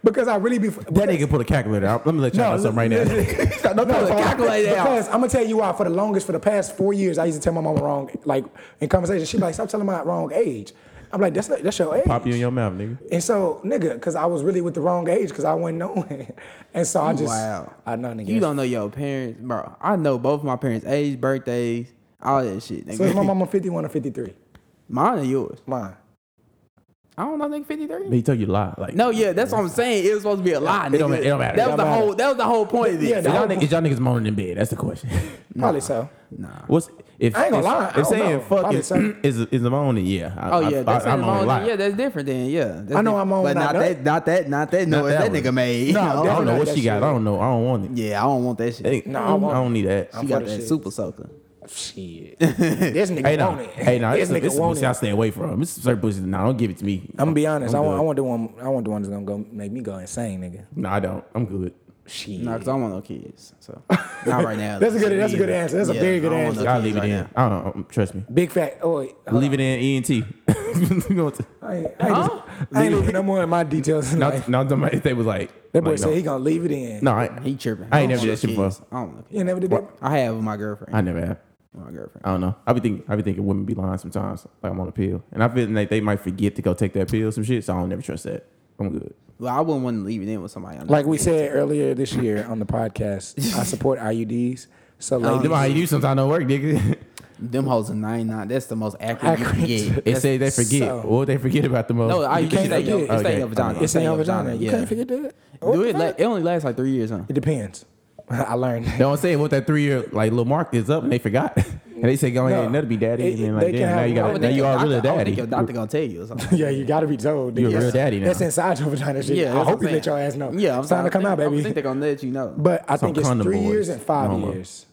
[SPEAKER 3] because I really be
[SPEAKER 2] That nigga pull a calculator. out. Let me let y'all know something right now.
[SPEAKER 3] no,
[SPEAKER 1] pull a
[SPEAKER 3] for-
[SPEAKER 1] calculator out.
[SPEAKER 3] because I'm gonna tell you why. For the longest, for the past four years, I used to tell my mama wrong. Like in conversation, she like stop telling my wrong age. I'm like that's not, that's your age.
[SPEAKER 2] Pop you in your mouth, nigga.
[SPEAKER 3] And so nigga, because I was really with the wrong age because I wasn't knowing. And so I just
[SPEAKER 1] Oh, Wow.
[SPEAKER 3] I know nigga.
[SPEAKER 1] You don't know your parents, bro. I know both my parents' age, birthdays, all that shit. Nigga.
[SPEAKER 3] So is my mama 51 or 53?
[SPEAKER 1] Mine and yours.
[SPEAKER 3] Mine.
[SPEAKER 1] I don't know, nigga. Fifty three.
[SPEAKER 2] They tell you a lie. Like,
[SPEAKER 1] No, yeah, that's what I'm saying. It was supposed to be a lie, nigga.
[SPEAKER 2] It don't ma- it don't matter.
[SPEAKER 1] That
[SPEAKER 2] It
[SPEAKER 1] was
[SPEAKER 3] don't
[SPEAKER 1] the
[SPEAKER 3] matter.
[SPEAKER 1] whole. That was the whole point of this.
[SPEAKER 3] Yeah,
[SPEAKER 2] Is y'all, niggas, is y'all niggas moaning in bed? That's the question.
[SPEAKER 3] Probably so.
[SPEAKER 2] What's if
[SPEAKER 3] I ain't gonna
[SPEAKER 2] if,
[SPEAKER 3] lie, I
[SPEAKER 2] If
[SPEAKER 3] don't know.
[SPEAKER 2] saying fuck
[SPEAKER 3] Probably
[SPEAKER 2] is,
[SPEAKER 3] so.
[SPEAKER 2] is is the moaning? Yeah. I,
[SPEAKER 1] Oh yeah, that's
[SPEAKER 2] I, I, I'm on a
[SPEAKER 1] on.
[SPEAKER 2] lie.
[SPEAKER 1] Yeah, that's different. Then yeah, that's
[SPEAKER 3] I know
[SPEAKER 1] different.
[SPEAKER 3] I'm on
[SPEAKER 1] but
[SPEAKER 3] not
[SPEAKER 1] not
[SPEAKER 3] know.
[SPEAKER 1] that, not that, not that noise
[SPEAKER 2] that
[SPEAKER 1] that,
[SPEAKER 2] one.
[SPEAKER 1] nigga made.
[SPEAKER 3] No,
[SPEAKER 1] I don't-
[SPEAKER 2] I don't
[SPEAKER 3] definitely
[SPEAKER 2] know
[SPEAKER 3] not
[SPEAKER 2] what
[SPEAKER 3] that
[SPEAKER 2] she got.
[SPEAKER 3] shit.
[SPEAKER 2] I don't know. I don't want it.
[SPEAKER 1] yeah, I don't want that shit.
[SPEAKER 2] Hey,
[SPEAKER 3] No, I
[SPEAKER 2] I, don't,
[SPEAKER 3] want
[SPEAKER 2] I don't need that.
[SPEAKER 1] She
[SPEAKER 3] I'm for
[SPEAKER 1] got
[SPEAKER 3] the
[SPEAKER 1] that
[SPEAKER 3] shits.
[SPEAKER 1] super soaker.
[SPEAKER 3] Shit. this nigga
[SPEAKER 2] Hey, no.
[SPEAKER 3] want it.
[SPEAKER 2] Hey, no.
[SPEAKER 3] this
[SPEAKER 2] This,
[SPEAKER 3] nigga
[SPEAKER 2] this
[SPEAKER 3] want
[SPEAKER 2] pussy I
[SPEAKER 3] it.
[SPEAKER 2] stay away from. This certain pussy. No, nah, don't give it to me.
[SPEAKER 3] I'm gonna be honest. I want,
[SPEAKER 2] good.
[SPEAKER 3] I want the one. I want the one that's gonna go make me go insane, nigga.
[SPEAKER 2] No, I don't. I'm good.
[SPEAKER 3] Shit.
[SPEAKER 1] No, because I don't want no kids. So not right now.
[SPEAKER 3] That's a good- that's a good
[SPEAKER 1] Yeah.
[SPEAKER 3] answer. That's a very good
[SPEAKER 1] I don't want
[SPEAKER 3] answer.
[SPEAKER 1] no
[SPEAKER 2] I'll
[SPEAKER 1] kids
[SPEAKER 2] leave it
[SPEAKER 1] right
[SPEAKER 2] in.
[SPEAKER 1] now.
[SPEAKER 2] I don't. know. Trust me.
[SPEAKER 3] Big fat. Oh, wait. Hold
[SPEAKER 2] Leave it in. E and T.
[SPEAKER 3] on. I ain't, I ain't, just- I ain't leaving no more in my details.
[SPEAKER 2] No,
[SPEAKER 3] like,
[SPEAKER 2] no. I'm- If they was like,
[SPEAKER 3] that boy
[SPEAKER 2] like,
[SPEAKER 3] said
[SPEAKER 2] no.
[SPEAKER 3] he gonna leave it in.
[SPEAKER 2] No, I,
[SPEAKER 1] He tripping.
[SPEAKER 2] I ain't
[SPEAKER 1] don't want
[SPEAKER 2] never did
[SPEAKER 1] no
[SPEAKER 2] that shit
[SPEAKER 1] kids. I don't want no kids.
[SPEAKER 3] you never did that.
[SPEAKER 1] I have with my girlfriend.
[SPEAKER 2] I never have.
[SPEAKER 1] my girlfriend.
[SPEAKER 2] I don't know. I be thinking, I be thinking women be lying sometimes. Like I'm on a pill, and I feel like they might forget to go take that pill, some shit. So I don't never trust that. I'm good.
[SPEAKER 1] Well, I wouldn't want to leave it in with somebody. I'm not-
[SPEAKER 3] Like we said earlier this year on the podcast, I support IUDs. So
[SPEAKER 2] Them
[SPEAKER 3] ladies,
[SPEAKER 2] IUDs sometimes don't work, nigga.
[SPEAKER 1] them hoes are 99. That's the most accurate you can
[SPEAKER 3] Accurate.
[SPEAKER 1] get.
[SPEAKER 2] It say they forget.
[SPEAKER 3] so-
[SPEAKER 2] What they forget about the most?
[SPEAKER 1] No, I
[SPEAKER 3] You
[SPEAKER 1] you
[SPEAKER 3] can't
[SPEAKER 1] can't stay
[SPEAKER 3] forget.
[SPEAKER 1] your, it's
[SPEAKER 2] Okay.
[SPEAKER 1] stay your vagina.
[SPEAKER 3] it's in
[SPEAKER 1] stay
[SPEAKER 3] your vagina. You can't forget that. What
[SPEAKER 1] Do
[SPEAKER 3] the
[SPEAKER 1] it. la-
[SPEAKER 3] fuck?
[SPEAKER 1] it only lasts like three years, huh?
[SPEAKER 3] It depends. I learned.
[SPEAKER 2] They don't say what that three year like little mark is up, and they forgot. and they say go ahead and
[SPEAKER 3] No.
[SPEAKER 2] that'll be daddy,
[SPEAKER 3] It-
[SPEAKER 2] and then
[SPEAKER 3] they
[SPEAKER 2] like
[SPEAKER 3] can
[SPEAKER 2] damn, now
[SPEAKER 3] have
[SPEAKER 2] you
[SPEAKER 3] one.
[SPEAKER 2] got
[SPEAKER 1] would
[SPEAKER 2] now
[SPEAKER 1] think
[SPEAKER 2] you
[SPEAKER 1] your
[SPEAKER 2] are really a
[SPEAKER 1] doctor- I would think
[SPEAKER 2] daddy.
[SPEAKER 1] Your doctor gonna tell you or something.
[SPEAKER 3] Yeah, you gotta be told.
[SPEAKER 2] You're a
[SPEAKER 3] nigga.
[SPEAKER 2] real daddy now.
[SPEAKER 3] That's inside your vagina shit.
[SPEAKER 1] Yeah,
[SPEAKER 3] I
[SPEAKER 1] that's
[SPEAKER 3] hope
[SPEAKER 1] what
[SPEAKER 3] you
[SPEAKER 1] I'm
[SPEAKER 3] let your
[SPEAKER 1] saying.
[SPEAKER 3] ass know.
[SPEAKER 1] Yeah, I'm
[SPEAKER 3] it's time to
[SPEAKER 1] saying-
[SPEAKER 3] come out,
[SPEAKER 1] I
[SPEAKER 3] baby.
[SPEAKER 1] think they're gonna let you know.
[SPEAKER 3] but I
[SPEAKER 2] Some
[SPEAKER 3] think it's
[SPEAKER 2] condom
[SPEAKER 3] three
[SPEAKER 2] boys.
[SPEAKER 3] years and
[SPEAKER 2] I
[SPEAKER 3] five
[SPEAKER 2] don't know.
[SPEAKER 3] years.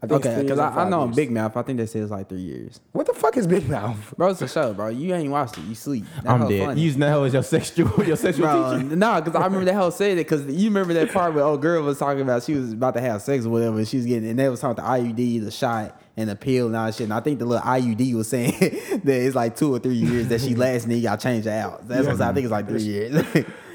[SPEAKER 3] I think it's
[SPEAKER 1] Okay,
[SPEAKER 3] three
[SPEAKER 1] because
[SPEAKER 3] years
[SPEAKER 1] I,
[SPEAKER 3] and
[SPEAKER 1] I
[SPEAKER 3] five
[SPEAKER 1] know in
[SPEAKER 3] years.
[SPEAKER 1] Big Mouth, I think they say it's like three years.
[SPEAKER 3] What the fuck is Big Mouth?
[SPEAKER 1] Bro, it's a show, bro. You ain't watched it. You sleep. That
[SPEAKER 2] I'm
[SPEAKER 1] hoe
[SPEAKER 2] dead.
[SPEAKER 1] funny.
[SPEAKER 2] Using that hoe as your sexual, your sexual
[SPEAKER 1] Bro,
[SPEAKER 2] teacher.
[SPEAKER 1] nah, because I remember that hoe said it. Because you remember that part where old girl was talking about she was about to have sex or whatever. She was getting, and they was talking about the IUD, the shot, and the pill and all that shit. And I think the little IUD was saying that it's like two or three years that she lasts, and then y'all change it out. That's what I'm saying. I think it's like three years.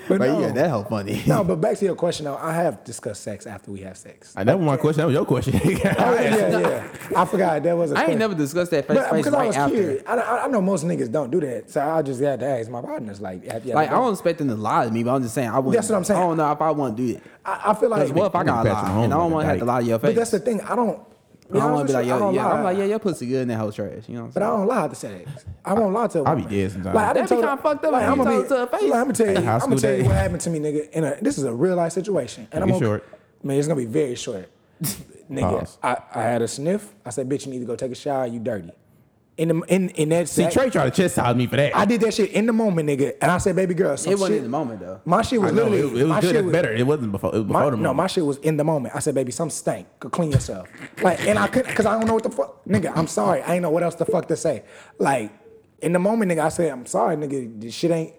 [SPEAKER 1] but
[SPEAKER 3] no.
[SPEAKER 1] yeah, that hoe funny.
[SPEAKER 3] No, but back to your question though. I have discussed sex after we have sex.
[SPEAKER 2] And that was my question. That was your question.
[SPEAKER 3] Oh, yeah, yeah. I forgot that was. A
[SPEAKER 1] I ain't
[SPEAKER 3] question.
[SPEAKER 1] never discussed that face
[SPEAKER 3] But uh,
[SPEAKER 1] to face
[SPEAKER 3] because I
[SPEAKER 1] right
[SPEAKER 3] was
[SPEAKER 1] after.
[SPEAKER 3] curious, I, I- I know most niggas don't do that, so I just had to ask my partners. Like, have you
[SPEAKER 1] Like I
[SPEAKER 3] ever done
[SPEAKER 1] don't expect them to lie to me, but I'm just saying I wouldn't.
[SPEAKER 3] That's what I'm saying.
[SPEAKER 1] I don't know if I want to do that.
[SPEAKER 3] it? I, I feel like,
[SPEAKER 1] Because what if I
[SPEAKER 2] I'm
[SPEAKER 1] gotta
[SPEAKER 2] gonna pass it
[SPEAKER 1] lie
[SPEAKER 2] on
[SPEAKER 1] and I don't
[SPEAKER 2] like
[SPEAKER 1] want to
[SPEAKER 2] that.
[SPEAKER 1] have to lie to your face?
[SPEAKER 3] but that's the thing. I don't.
[SPEAKER 1] I don't want to be like,
[SPEAKER 3] I
[SPEAKER 1] yo,
[SPEAKER 3] don't
[SPEAKER 1] yeah.
[SPEAKER 3] lie.
[SPEAKER 1] I'm like, yeah, your pussy good in that whole trash. You know what I'm
[SPEAKER 3] But I
[SPEAKER 1] saying?
[SPEAKER 3] don't lie to sex. I won't lie to. a
[SPEAKER 2] I be
[SPEAKER 3] woman.
[SPEAKER 2] dead sometimes.
[SPEAKER 3] I done
[SPEAKER 1] That be
[SPEAKER 3] told-
[SPEAKER 1] kinda fucked up if you
[SPEAKER 3] I'ma
[SPEAKER 1] told
[SPEAKER 3] be-
[SPEAKER 1] it to her face.
[SPEAKER 3] Like, I'm gonna tell you.
[SPEAKER 2] Hey, high
[SPEAKER 3] I'm gonna
[SPEAKER 2] school
[SPEAKER 3] tell you
[SPEAKER 2] days.
[SPEAKER 3] what happened to me, nigga. In a, this is a real life situation, and I'm
[SPEAKER 2] Be
[SPEAKER 3] gonna-
[SPEAKER 2] short.
[SPEAKER 3] Man, it's gonna be very short. nigga,
[SPEAKER 2] Pause.
[SPEAKER 3] I, I had a sniff. I said, bitch, you need to go take a shower. You dirty. In the in in that.
[SPEAKER 2] See,
[SPEAKER 3] that-
[SPEAKER 2] Trey tried to chastise me for that.
[SPEAKER 3] I did that shit in the moment, nigga. And I said, baby girl, some
[SPEAKER 1] It wasn't
[SPEAKER 3] shit-
[SPEAKER 1] in the moment though.
[SPEAKER 3] My shit
[SPEAKER 2] I
[SPEAKER 3] was
[SPEAKER 2] know, it,
[SPEAKER 3] literally.
[SPEAKER 2] it was
[SPEAKER 3] my
[SPEAKER 2] good.
[SPEAKER 3] shit
[SPEAKER 2] It's better. It wasn't before. It was before
[SPEAKER 3] My,
[SPEAKER 2] the
[SPEAKER 3] no,
[SPEAKER 2] moment.
[SPEAKER 3] my shit was in the moment. I said, baby, some stank. Go clean yourself. Like, and I couldn't, cause I don't know what the fuck, nigga. I'm sorry. I ain't know what else the fuck to say. Like, in the moment, nigga, I said, I'm sorry, nigga. This shit ain't.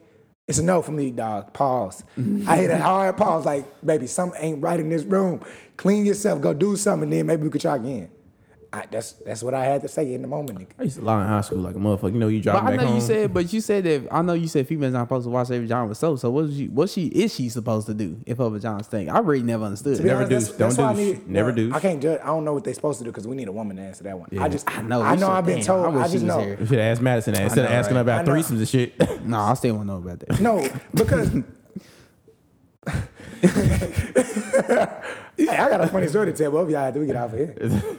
[SPEAKER 3] It's a no for me, dog. Pause. I hit a hard pause. Like, baby, something ain't right in this room. Clean yourself. Go do something. Then maybe we could try again. I, that's that's what I had to say in the moment, nigga.
[SPEAKER 2] I used to lie in high school like a motherfucker. You know, you
[SPEAKER 1] But
[SPEAKER 2] driving
[SPEAKER 1] I
[SPEAKER 2] back
[SPEAKER 1] know
[SPEAKER 2] home.
[SPEAKER 1] you said, but you said that I know you said females not supposed to wash their vagina with soap. So what she, what she is she supposed to do if her vagina stink? I really never understood.
[SPEAKER 3] To be
[SPEAKER 2] Never
[SPEAKER 3] honest,
[SPEAKER 2] douche.
[SPEAKER 3] that's-
[SPEAKER 2] Don't
[SPEAKER 3] that's why I
[SPEAKER 2] douche. Never
[SPEAKER 3] no,
[SPEAKER 2] douche.
[SPEAKER 3] I can't judge. I don't know what they're supposed to do because we need a woman to answer that one. I just, I know.
[SPEAKER 1] know. We
[SPEAKER 3] I know.
[SPEAKER 1] should-
[SPEAKER 3] I've been
[SPEAKER 1] damn, I
[SPEAKER 3] told. I,
[SPEAKER 1] wish she
[SPEAKER 3] just
[SPEAKER 1] was
[SPEAKER 3] know.
[SPEAKER 1] here.
[SPEAKER 2] You should ask Madison that instead of
[SPEAKER 1] know,
[SPEAKER 2] asking
[SPEAKER 1] right?
[SPEAKER 2] about
[SPEAKER 3] I know.
[SPEAKER 2] threesomes and shit.
[SPEAKER 1] No, I still want to know about that.
[SPEAKER 3] No, because. hey, I got a funny story to tell both of y'all after we get out of here.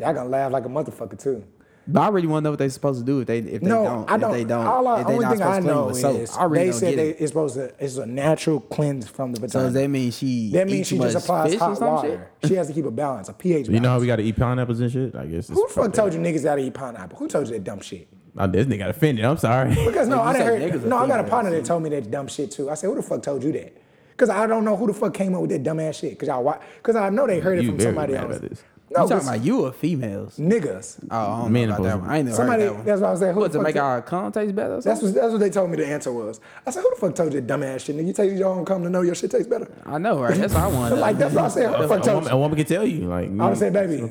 [SPEAKER 3] Y'all gonna laugh like a motherfucker too.
[SPEAKER 1] But I really want to know what they supposed to do if they if they
[SPEAKER 3] no,
[SPEAKER 1] don't.
[SPEAKER 3] I don't.
[SPEAKER 1] If they don't.
[SPEAKER 3] all I,
[SPEAKER 1] if they
[SPEAKER 3] only
[SPEAKER 1] not
[SPEAKER 3] thing I
[SPEAKER 1] supposed to clean
[SPEAKER 3] know
[SPEAKER 1] with
[SPEAKER 3] is
[SPEAKER 1] soap. I really
[SPEAKER 3] they
[SPEAKER 1] don't
[SPEAKER 3] said
[SPEAKER 1] get
[SPEAKER 3] they,
[SPEAKER 1] it.
[SPEAKER 3] it's supposed to. It's a natural cleanse from the
[SPEAKER 1] So
[SPEAKER 3] vagina.
[SPEAKER 1] does that mean she?
[SPEAKER 3] That
[SPEAKER 1] eat
[SPEAKER 3] means she
[SPEAKER 1] too
[SPEAKER 3] just
[SPEAKER 1] much
[SPEAKER 3] applies
[SPEAKER 1] fish or
[SPEAKER 3] hot
[SPEAKER 1] some
[SPEAKER 3] water.
[SPEAKER 1] shit?
[SPEAKER 3] She has to keep a balance, a pH.
[SPEAKER 2] You know how
[SPEAKER 3] balance.
[SPEAKER 2] we got to eat pineapples and shit. I guess.
[SPEAKER 3] who the fuck told you niggas gotta eat pineapple? Who told you that dumb shit?
[SPEAKER 2] Oh, this nigga got offended. I'm sorry.
[SPEAKER 3] Because no, I
[SPEAKER 1] you
[SPEAKER 3] didn't
[SPEAKER 1] say
[SPEAKER 3] heard.
[SPEAKER 1] niggas
[SPEAKER 3] No,
[SPEAKER 1] are
[SPEAKER 3] I got a
[SPEAKER 1] females,
[SPEAKER 3] partner that told me that dumb shit too. I said, "Who the fuck told you that?" Because I don't know who the fuck came up with that dumb ass shit. Because y'all, because I know they heard it
[SPEAKER 2] You
[SPEAKER 3] from
[SPEAKER 2] very
[SPEAKER 3] somebody
[SPEAKER 2] mad
[SPEAKER 3] else.
[SPEAKER 2] about this.
[SPEAKER 3] No,
[SPEAKER 1] you talking
[SPEAKER 3] 'cause
[SPEAKER 1] about you or females?
[SPEAKER 3] niggas.
[SPEAKER 1] Oh, I don't know
[SPEAKER 2] Men
[SPEAKER 1] about
[SPEAKER 2] supposed
[SPEAKER 1] that
[SPEAKER 2] to-
[SPEAKER 1] one. I ain't never
[SPEAKER 3] Somebody.
[SPEAKER 1] heard that one.
[SPEAKER 3] That's what I was saying. Who
[SPEAKER 1] What to
[SPEAKER 3] the fuck
[SPEAKER 1] make
[SPEAKER 3] told-
[SPEAKER 1] our cum taste better? Or
[SPEAKER 3] That's
[SPEAKER 1] something?
[SPEAKER 3] what, that's what they told me the answer was. I said, "Who the fuck told you that dumb ass shit? Nigga, you take your own cum to know your shit tastes better."
[SPEAKER 1] I know, right? That's what I want.
[SPEAKER 3] like that's what I said. Who the
[SPEAKER 2] A
[SPEAKER 3] fuck told
[SPEAKER 2] woman,
[SPEAKER 3] you?
[SPEAKER 2] a woman can tell you. Like, you
[SPEAKER 3] I would have said, "Baby."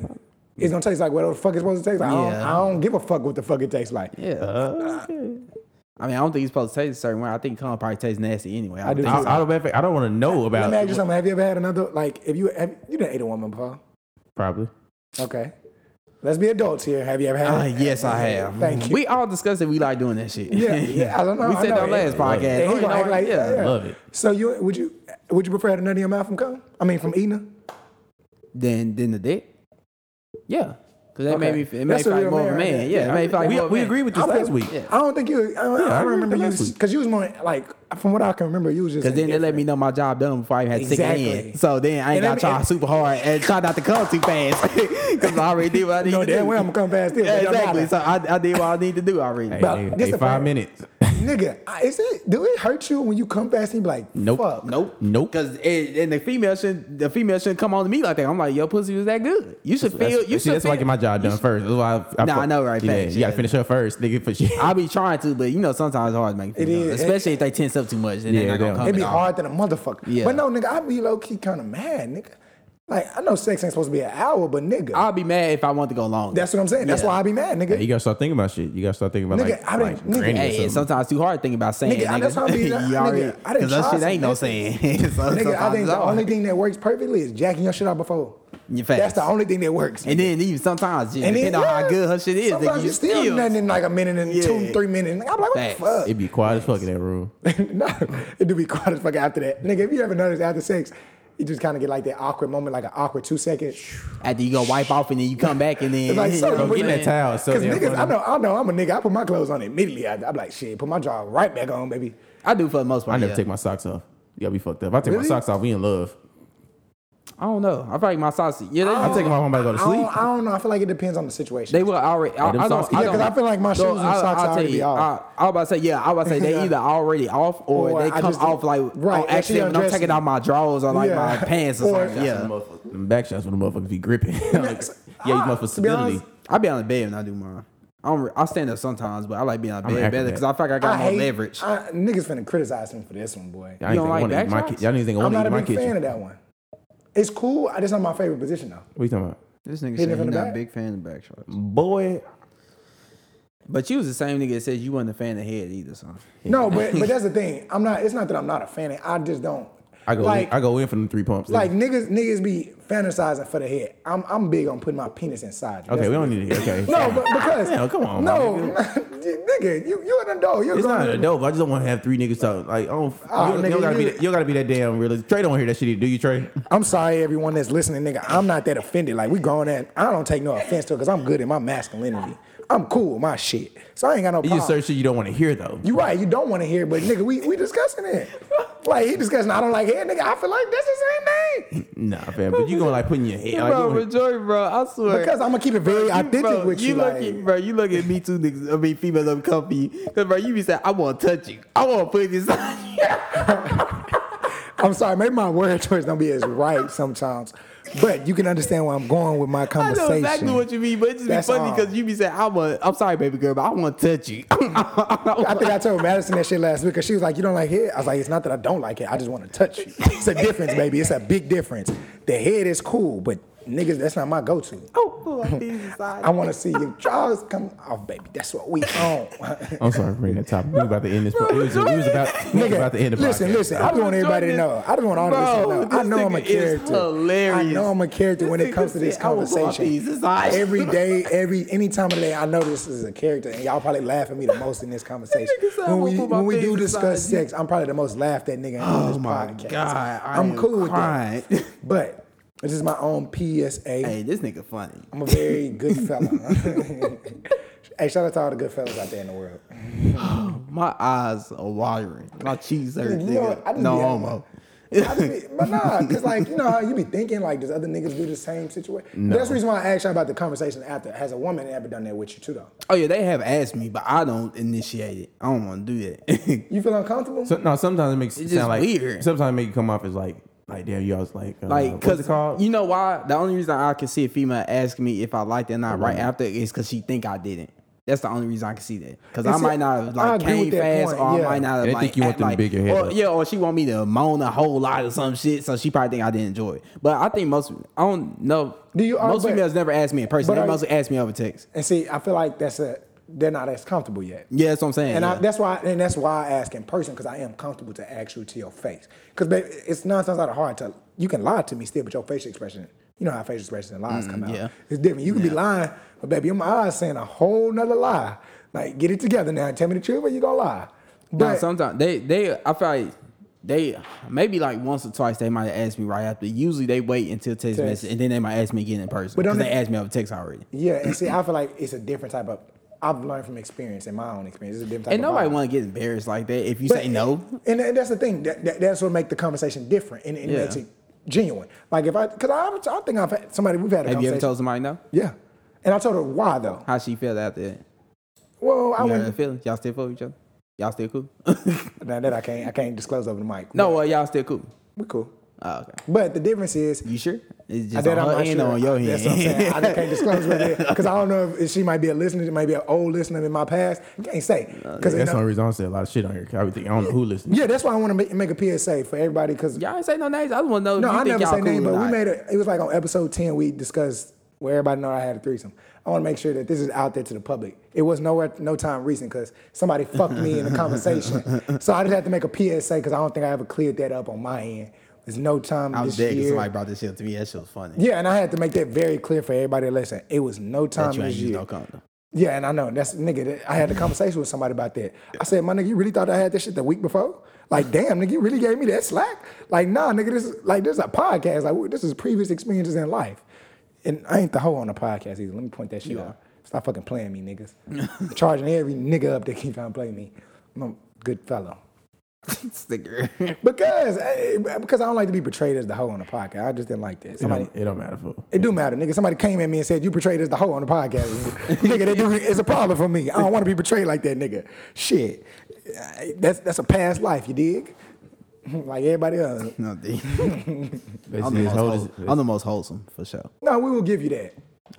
[SPEAKER 3] It's gonna taste like whatever the fuck it's supposed to taste like. I, don't,
[SPEAKER 1] Yeah.
[SPEAKER 3] I don't give a fuck what the fuck it tastes like.
[SPEAKER 1] Yeah. I mean, I don't think it's supposed to taste a certain way. I think cum probably tastes nasty anyway. I,
[SPEAKER 3] do
[SPEAKER 1] do.
[SPEAKER 2] I, I don't, I don't want to know
[SPEAKER 3] Let
[SPEAKER 2] about
[SPEAKER 3] me ask you
[SPEAKER 2] it.
[SPEAKER 3] something. Have you ever had another like? If you have, you didn't ate a woman, Paul.
[SPEAKER 2] Probably.
[SPEAKER 3] Okay. Let's be adults here. Have you ever had?
[SPEAKER 2] Ah,
[SPEAKER 1] Uh, yes, I have.
[SPEAKER 3] Thank you.
[SPEAKER 1] We all discussed that we like doing that shit.
[SPEAKER 3] yeah, yeah, I don't know.
[SPEAKER 1] we
[SPEAKER 3] I
[SPEAKER 1] said
[SPEAKER 3] know.
[SPEAKER 1] that last
[SPEAKER 3] Yeah,
[SPEAKER 1] podcast.
[SPEAKER 3] he
[SPEAKER 1] Oh, you
[SPEAKER 3] gonna
[SPEAKER 1] know,
[SPEAKER 3] act like-
[SPEAKER 1] yeah.
[SPEAKER 3] yeah.
[SPEAKER 2] Love it.
[SPEAKER 3] So you would you would you prefer to nut in your mouth from cum? I mean, from eating? her?
[SPEAKER 1] Then, then the dick. Yeah, because that made me.
[SPEAKER 3] Okay.
[SPEAKER 1] It made me
[SPEAKER 3] That's a
[SPEAKER 1] feel like
[SPEAKER 3] real
[SPEAKER 1] more of a
[SPEAKER 3] man right
[SPEAKER 1] man.
[SPEAKER 3] there.
[SPEAKER 1] Yeah, it made me feel like
[SPEAKER 2] We,
[SPEAKER 1] more of a
[SPEAKER 2] we
[SPEAKER 1] man.
[SPEAKER 2] agreed with this
[SPEAKER 3] I feel-
[SPEAKER 2] last week.
[SPEAKER 1] Yeah.
[SPEAKER 3] I don't think you. I don't, I
[SPEAKER 2] I
[SPEAKER 3] don't remember
[SPEAKER 2] remember
[SPEAKER 3] you
[SPEAKER 2] last week.
[SPEAKER 3] because you was more like from what I can remember, you was just
[SPEAKER 1] Cause then they let me know my job done before I even had to exactly.
[SPEAKER 3] Exactly.
[SPEAKER 1] in. So then I ain't got
[SPEAKER 3] And
[SPEAKER 1] to
[SPEAKER 3] let me-
[SPEAKER 1] try super hard and try not to come too fast. Cause I already did what I
[SPEAKER 3] You
[SPEAKER 1] needed
[SPEAKER 3] know
[SPEAKER 1] to do.
[SPEAKER 3] damn well I'm gonna come past this.
[SPEAKER 1] Yeah,
[SPEAKER 3] but it don't
[SPEAKER 1] exactly.
[SPEAKER 3] matter.
[SPEAKER 1] So I, I did what I need to do already.
[SPEAKER 2] Hey,
[SPEAKER 3] But
[SPEAKER 2] nigga,
[SPEAKER 3] this
[SPEAKER 2] hey,
[SPEAKER 3] the
[SPEAKER 2] five
[SPEAKER 3] part-
[SPEAKER 2] minutes.
[SPEAKER 3] nigga, I- is it? Do it hurt you when you come fast and you be like,
[SPEAKER 2] Nope.
[SPEAKER 3] fuck?
[SPEAKER 1] Nope.
[SPEAKER 2] Nope.
[SPEAKER 1] Because and the female shouldn't the female shouldn't come on to me like that. I'm like, your pussy was that good. You should
[SPEAKER 2] That's-
[SPEAKER 1] feel. You
[SPEAKER 2] see,
[SPEAKER 1] should
[SPEAKER 2] that's why I
[SPEAKER 1] feel-
[SPEAKER 2] get my job
[SPEAKER 1] you
[SPEAKER 2] done
[SPEAKER 1] should-
[SPEAKER 2] first. That's why I, I,
[SPEAKER 1] Nah, I know, right?
[SPEAKER 2] Yeah,
[SPEAKER 1] Facts,
[SPEAKER 2] you gotta
[SPEAKER 1] yeah.
[SPEAKER 2] finish up first, nigga. For shit.
[SPEAKER 1] I be trying to, but you know, sometimes it's hard to make it.
[SPEAKER 3] It
[SPEAKER 1] feel,
[SPEAKER 3] is.
[SPEAKER 1] especially if they tense up too much. And yeah,
[SPEAKER 2] Yeah,
[SPEAKER 1] they
[SPEAKER 2] damn.
[SPEAKER 1] gonna come
[SPEAKER 3] It'd be
[SPEAKER 1] at all.
[SPEAKER 3] hard than a motherfucker.
[SPEAKER 1] Yeah.
[SPEAKER 3] But no, nigga, I'd be low key kind of mad, nigga. Like, I know sex ain't supposed to be an hour, but nigga,
[SPEAKER 1] I'll be mad if I want to go long.
[SPEAKER 3] that's what I'm saying. That's
[SPEAKER 1] Yeah.
[SPEAKER 3] why I be mad, nigga.
[SPEAKER 2] you gotta start thinking about shit. You gotta start thinking about
[SPEAKER 3] Nigga, I
[SPEAKER 2] like, like
[SPEAKER 3] didn't- nigga,
[SPEAKER 2] granny or
[SPEAKER 1] Hey, it's
[SPEAKER 2] something.
[SPEAKER 1] sometimes too hard to think about saying.
[SPEAKER 3] Nigga, I-
[SPEAKER 1] Nigga,
[SPEAKER 3] that's how I be-
[SPEAKER 1] You
[SPEAKER 3] nigga,
[SPEAKER 1] already-
[SPEAKER 3] I done
[SPEAKER 1] 'cause that
[SPEAKER 3] tried
[SPEAKER 1] shit ain't no
[SPEAKER 3] some
[SPEAKER 1] saying.
[SPEAKER 3] Nigga, I think the only thing that works perfectly is jacking your shit out before.
[SPEAKER 1] You
[SPEAKER 3] That's
[SPEAKER 1] fast.
[SPEAKER 3] the only thing that works.
[SPEAKER 1] And then even sometimes, just
[SPEAKER 3] And
[SPEAKER 1] depending on how
[SPEAKER 3] yeah,
[SPEAKER 1] good her shit is,
[SPEAKER 3] sometimes
[SPEAKER 1] nigga, you
[SPEAKER 3] it's still,
[SPEAKER 1] still.
[SPEAKER 3] nothing in like a minute and two,
[SPEAKER 1] Yeah.
[SPEAKER 3] three minutes. Like, I'm like, what
[SPEAKER 1] Facts.
[SPEAKER 3] the
[SPEAKER 2] It'd be quiet as fuck in that room.
[SPEAKER 3] fuck? no, it do be quiet as fuck after that, nigga. If you ever notice after sex, you just kind of get like that awkward moment, like an awkward two seconds.
[SPEAKER 1] After you go wipe off and then you come back and then.
[SPEAKER 3] It's like, so
[SPEAKER 1] you know
[SPEAKER 3] you
[SPEAKER 1] what I'm
[SPEAKER 2] Bro, get that
[SPEAKER 1] saying?
[SPEAKER 2] towel. So
[SPEAKER 3] Because
[SPEAKER 2] damn
[SPEAKER 3] niggas, I
[SPEAKER 2] funny.
[SPEAKER 3] know, I know, I'm a nigga. I put my clothes on immediately. I, I'm like, shit, put my jaw right back on, baby.
[SPEAKER 1] I do for the most part.
[SPEAKER 2] I never
[SPEAKER 1] yeah.
[SPEAKER 2] take my socks off. You gotta be fucked up. If I take
[SPEAKER 3] Really?
[SPEAKER 2] my socks off, we in love.
[SPEAKER 1] I don't know. I feel like my socks. Yeah, they,
[SPEAKER 2] I take them off when I go
[SPEAKER 3] I
[SPEAKER 2] to
[SPEAKER 3] don't,
[SPEAKER 2] sleep.
[SPEAKER 3] I don't know. I feel like it depends on the situation.
[SPEAKER 1] They will already. I,
[SPEAKER 2] Hey, them
[SPEAKER 1] I
[SPEAKER 2] socks
[SPEAKER 1] don't,
[SPEAKER 2] keep-
[SPEAKER 1] I
[SPEAKER 2] Yeah, 'cause
[SPEAKER 1] don't,
[SPEAKER 3] I feel like my shoes and socks
[SPEAKER 1] I'll
[SPEAKER 3] already
[SPEAKER 1] tell
[SPEAKER 3] be
[SPEAKER 1] you,
[SPEAKER 3] off.
[SPEAKER 1] I, I was about to say, yeah, I was about to say they either already off or,
[SPEAKER 3] Or
[SPEAKER 1] they
[SPEAKER 3] I
[SPEAKER 1] come
[SPEAKER 3] just-
[SPEAKER 1] off like
[SPEAKER 3] right,
[SPEAKER 1] on
[SPEAKER 3] and she
[SPEAKER 1] accident when I'm
[SPEAKER 3] undressed
[SPEAKER 1] taking
[SPEAKER 3] me.
[SPEAKER 1] out my drawers or like
[SPEAKER 3] Yeah.
[SPEAKER 1] my pants or,
[SPEAKER 3] Or-
[SPEAKER 1] something. Yeah.
[SPEAKER 2] Motherfucker- Them back shots when the motherfuckers be gripping. Like, yeah, you motherfuckers
[SPEAKER 3] to be honest,
[SPEAKER 2] stability.
[SPEAKER 1] I be on the bed when I do mine. I don't, re- I stand up sometimes, but I like being on the
[SPEAKER 2] I'm
[SPEAKER 1] bed
[SPEAKER 2] active
[SPEAKER 1] better
[SPEAKER 2] at-
[SPEAKER 1] because I feel like I got
[SPEAKER 3] I
[SPEAKER 1] more
[SPEAKER 3] hate
[SPEAKER 1] leverage.
[SPEAKER 3] I, niggas finna criticize me for this one, boy.
[SPEAKER 1] You
[SPEAKER 2] Y'all
[SPEAKER 1] don't
[SPEAKER 2] ain't think I
[SPEAKER 1] like
[SPEAKER 2] wanna
[SPEAKER 1] back
[SPEAKER 2] eat my
[SPEAKER 1] shots?
[SPEAKER 2] ki- Y'all didn't even
[SPEAKER 3] I'm
[SPEAKER 2] want to
[SPEAKER 3] not
[SPEAKER 2] eat
[SPEAKER 3] a
[SPEAKER 2] my
[SPEAKER 3] big fan
[SPEAKER 2] kitchen.
[SPEAKER 3] of that one. It's cool. It's not my favorite position though.
[SPEAKER 2] What you talking about?
[SPEAKER 1] This nigga
[SPEAKER 3] Hit
[SPEAKER 1] said
[SPEAKER 3] it from
[SPEAKER 1] he's
[SPEAKER 3] the
[SPEAKER 1] not a
[SPEAKER 3] back.
[SPEAKER 1] big fan of back shots.
[SPEAKER 2] Boy,
[SPEAKER 1] But you was the same nigga that said you wasn't a fan of head either, son.
[SPEAKER 3] No, but but that's the thing. I'm not. It's not that I'm not a fan. of- I just don't.
[SPEAKER 2] I go
[SPEAKER 3] like
[SPEAKER 2] in, I go in for them three pumps.
[SPEAKER 3] like niggas niggas be fantasizing for the head. I'm I'm big on putting my penis inside. you.
[SPEAKER 2] okay,
[SPEAKER 3] That's-
[SPEAKER 2] we don't need it. Okay,
[SPEAKER 3] No, but because
[SPEAKER 2] Damn, come on,
[SPEAKER 3] no,
[SPEAKER 2] man.
[SPEAKER 3] nigga, you you an adult. You're
[SPEAKER 2] It's
[SPEAKER 3] grown.
[SPEAKER 2] not a dope. I just don't want to have three niggas talking. Like, I don't.
[SPEAKER 3] Ah,
[SPEAKER 2] you, don't- you don't
[SPEAKER 3] nigga,
[SPEAKER 2] gotta be
[SPEAKER 3] you- Uh-uh.
[SPEAKER 2] that, you don't gotta be that damn realist. Trey don't hear that shit. Do you, Trey?
[SPEAKER 3] I'm sorry, everyone that's listening, nigga. I'm not that offended. Like we grown at. I don't take no offense to it because I'm good in my masculinity. I'm cool with my shit, so I ain't got no
[SPEAKER 2] You just
[SPEAKER 3] problem.
[SPEAKER 2] search shit you don't want to hear though.
[SPEAKER 3] You right. You don't want to hear, it, but nigga, we we discussing it. Like he discussing. I don't like head, nigga. I feel like that's the same thing.
[SPEAKER 2] Nah, fam. But you gonna like put in your head. Like, you
[SPEAKER 1] Bro,
[SPEAKER 2] wanna-
[SPEAKER 1] but Joey, bro, I swear.
[SPEAKER 3] Because I'ma keep it very
[SPEAKER 1] Bro, you-
[SPEAKER 3] authentic
[SPEAKER 1] bro,
[SPEAKER 3] with you,
[SPEAKER 1] look
[SPEAKER 3] like-
[SPEAKER 1] at, bro, you look at me too, niggas. I mean, females up comfy. Cause bro, you be saying, I want to touch you. I want to put this on you.
[SPEAKER 3] I'm sorry. Maybe my word choice don't be as right sometimes, but you can understand where I'm going with my
[SPEAKER 1] I know
[SPEAKER 3] conversation.
[SPEAKER 1] exactly what you mean, but it's just
[SPEAKER 3] That's
[SPEAKER 1] be funny
[SPEAKER 3] all.
[SPEAKER 1] because you be saying, I want. I'm sorry, baby girl, but I want to touch you.
[SPEAKER 3] I think I told Madison that shit last week because she was like, "You don't like hair." I was like, "It's not that I don't like it. I just want to touch you. It's a difference, baby. It's a big difference. The head is cool, but niggas, that's not my go-to.
[SPEAKER 1] oh, pull my penis inside.
[SPEAKER 3] I want to see your jaws come off, baby. That's what we on,
[SPEAKER 2] I'm sorry for bringing that topic. We about to end this. po- We was, we was about, we was about to end the
[SPEAKER 3] listen,
[SPEAKER 2] podcast.
[SPEAKER 3] listen. I just want everybody
[SPEAKER 1] Jordan,
[SPEAKER 3] to know. I just want all
[SPEAKER 1] bro,
[SPEAKER 3] of us to know. I
[SPEAKER 1] this
[SPEAKER 3] know I'm a
[SPEAKER 1] nigga is
[SPEAKER 3] character. I
[SPEAKER 1] hilarious.
[SPEAKER 3] know I'm a character when
[SPEAKER 1] This
[SPEAKER 3] it comes to
[SPEAKER 1] nigga
[SPEAKER 3] this
[SPEAKER 1] said, "I will go off these
[SPEAKER 3] conversation.
[SPEAKER 1] inside."
[SPEAKER 3] Every day, every any time of the day, I know this is a character, and y'all probably laugh at me the most in this conversation.
[SPEAKER 1] nigga said, "I
[SPEAKER 3] When
[SPEAKER 1] will
[SPEAKER 3] we
[SPEAKER 1] put my
[SPEAKER 3] when we do
[SPEAKER 1] penis inside
[SPEAKER 3] discuss
[SPEAKER 1] you."
[SPEAKER 3] sex, I'm probably the most laughed at nigga in oh this
[SPEAKER 1] my
[SPEAKER 3] podcast.
[SPEAKER 1] God, I
[SPEAKER 3] I'm
[SPEAKER 1] am
[SPEAKER 3] cool with
[SPEAKER 1] crying.
[SPEAKER 3] that. But this is my own PSA.
[SPEAKER 1] Hey, this nigga funny.
[SPEAKER 3] I'm a very good fella. hey, shout out to all the good fellas out there in the world.
[SPEAKER 1] My eyes are watering. My cheeks are
[SPEAKER 3] You know what? I
[SPEAKER 1] nigga.
[SPEAKER 3] just
[SPEAKER 1] No
[SPEAKER 3] be having-
[SPEAKER 1] homo.
[SPEAKER 3] I just be- but nah, cause like you know how you be thinking like does other niggas do the same situation? That's the reason why I asked you all about the conversation after. Has a woman ever done that with you too though?
[SPEAKER 1] Oh yeah, they have asked me, but I don't initiate it. I don't want to do that.
[SPEAKER 3] You feel uncomfortable?
[SPEAKER 2] So, no, sometimes it makes it
[SPEAKER 1] It's
[SPEAKER 2] sound
[SPEAKER 1] just
[SPEAKER 2] like
[SPEAKER 1] weird.
[SPEAKER 2] Sometimes it make you come off as like, like damn, you alls like, uh,
[SPEAKER 1] Like,
[SPEAKER 2] what's it
[SPEAKER 1] cause
[SPEAKER 2] called?
[SPEAKER 1] you know why? The only reason I can see a female ask me if I liked it or not right after is because she think I didn't. That's the only reason I can see that. Cause
[SPEAKER 3] And
[SPEAKER 1] I
[SPEAKER 3] see,
[SPEAKER 1] might not have
[SPEAKER 3] I
[SPEAKER 1] like
[SPEAKER 3] agree with
[SPEAKER 1] came
[SPEAKER 3] that
[SPEAKER 1] fast,
[SPEAKER 3] point,
[SPEAKER 1] or
[SPEAKER 3] yeah.
[SPEAKER 1] I might not have
[SPEAKER 2] And they
[SPEAKER 1] like
[SPEAKER 2] think you want
[SPEAKER 1] act
[SPEAKER 2] them
[SPEAKER 1] like,
[SPEAKER 2] big your head
[SPEAKER 1] or,
[SPEAKER 2] up.
[SPEAKER 1] yeah, or she want me to moan a whole lot or some shit. So she probably think I didn't enjoy it. But I think most I don't know.
[SPEAKER 3] Do you- uh,
[SPEAKER 1] most
[SPEAKER 3] but-
[SPEAKER 1] females never ask me in person.
[SPEAKER 3] but
[SPEAKER 1] They
[SPEAKER 3] are you-
[SPEAKER 1] mostly ask me over text.
[SPEAKER 3] and see, I feel like that's a they're not as comfortable yet.
[SPEAKER 1] Yeah, that's what I'm saying.
[SPEAKER 3] And I,
[SPEAKER 1] yeah.
[SPEAKER 3] that's why, and that's why I ask in person because I am comfortable to ask you to your face. Because it's nine times out of hard to you can lie to me still, but your facial expression, you know how facial expressions and lies come out.
[SPEAKER 1] Mm, yeah.
[SPEAKER 3] It's different. You can be lying, but baby, your eyes saying a whole nother lie. Like, get it together now. Tell me the truth, or you gonna lie.
[SPEAKER 1] No,
[SPEAKER 3] But
[SPEAKER 1] sometimes they they I feel like they maybe like once or twice they might ask me right after. Usually they wait until text,
[SPEAKER 3] Text.
[SPEAKER 1] message and then they might ask me again in person.
[SPEAKER 3] But don't
[SPEAKER 1] Because they
[SPEAKER 3] they-
[SPEAKER 1] asked me over text already.
[SPEAKER 3] yeah, and see, I feel like it's a different type of. I've learned from experience and my own experience. It's a different type.
[SPEAKER 1] And
[SPEAKER 3] of
[SPEAKER 1] nobody
[SPEAKER 3] vibe.
[SPEAKER 1] want to get embarrassed like that. If you
[SPEAKER 3] But-
[SPEAKER 1] say no,
[SPEAKER 3] And, and that's the thing. That, that, that's what makes the conversation different and it
[SPEAKER 1] Yeah.
[SPEAKER 3] makes it genuine. Like if I, because I, I think I've had somebody we've had
[SPEAKER 1] have
[SPEAKER 3] a
[SPEAKER 1] you
[SPEAKER 3] conversation.
[SPEAKER 1] ever told somebody no?
[SPEAKER 3] yeah, and I told her why though.
[SPEAKER 1] How she felt after that?
[SPEAKER 3] Well, I
[SPEAKER 1] You know that
[SPEAKER 3] went.
[SPEAKER 1] feeling? Y'all still feel each other? Y'all still cool?
[SPEAKER 3] Now that I can't, I can't disclose over the mic.
[SPEAKER 1] no, well, y'all still cool.
[SPEAKER 3] we cool.
[SPEAKER 1] Oh, okay.
[SPEAKER 3] But the difference is,
[SPEAKER 1] You sure? It's
[SPEAKER 3] I
[SPEAKER 1] just
[SPEAKER 3] did
[SPEAKER 1] on
[SPEAKER 3] I'm
[SPEAKER 1] her
[SPEAKER 3] not
[SPEAKER 1] end
[SPEAKER 3] sure.
[SPEAKER 1] or on your
[SPEAKER 3] That's what I'm saying.
[SPEAKER 1] end.
[SPEAKER 3] I just can't disclose what it is because I don't know if if she might be a listener. It might be an old listener in my past. Can't say because
[SPEAKER 2] That's the only reason I don't say a lot of shit on here. 'cause I be thinking, I don't know who listened.
[SPEAKER 3] yeah, that's why I want to make, make a PSA for everybody because
[SPEAKER 1] y'all ain't say no names. I just want to know.
[SPEAKER 3] no,
[SPEAKER 1] if you
[SPEAKER 3] I
[SPEAKER 1] think
[SPEAKER 3] never
[SPEAKER 1] y'all
[SPEAKER 3] say
[SPEAKER 1] cool
[SPEAKER 3] name,
[SPEAKER 1] or
[SPEAKER 3] but we
[SPEAKER 1] not.
[SPEAKER 3] made a. It was like on episode ten we discussed where everybody know I had a threesome. I want to make sure that this is out there to the public. It was nowhere, no time recent because somebody fucked me in a conversation. So I just had to make a PSA because I don't think I ever cleared that up on my end. There's no time
[SPEAKER 1] I was
[SPEAKER 3] this
[SPEAKER 1] dead because
[SPEAKER 3] year.
[SPEAKER 1] somebody brought this shit up to me. That shit was funny.
[SPEAKER 3] Yeah, and I had to make that very clear for everybody to listen. It was no time
[SPEAKER 1] that you ain't
[SPEAKER 3] this
[SPEAKER 1] used
[SPEAKER 3] year.
[SPEAKER 1] no condom.
[SPEAKER 3] Yeah, and I know that's nigga. That, I had a conversation with somebody about that. I said, "My nigga, you really thought I had this shit the week before? Like, damn, nigga, you really gave me that slack? Like, nah, nigga, this is like this is a podcast. Like, this is previous experiences in life, and I ain't the hoe on the podcast either. Let me point that shit out. Stop fucking playing me, niggas. I'm charging every nigga up that keep trying to play me. I'm a good fellow.
[SPEAKER 1] Sticker.
[SPEAKER 3] Because eh, because I don't like to be portrayed as the hoe on the podcast. I just didn't like that.
[SPEAKER 2] It
[SPEAKER 3] Somebody
[SPEAKER 2] don't, it don't matter for.
[SPEAKER 3] it do matter, nigga. Somebody came at me and said you portrayed as the hoe on the podcast. nigga, that do, it's a problem for me. I don't want to be portrayed like that, nigga. Shit, I- that's that's a past life. You dig? like everybody else.
[SPEAKER 1] no, D. I'm, the
[SPEAKER 2] Basically,
[SPEAKER 1] most
[SPEAKER 2] it's
[SPEAKER 1] wholesome.
[SPEAKER 2] whole-
[SPEAKER 1] I'm the most wholesome for sure.
[SPEAKER 3] No, we will give you that.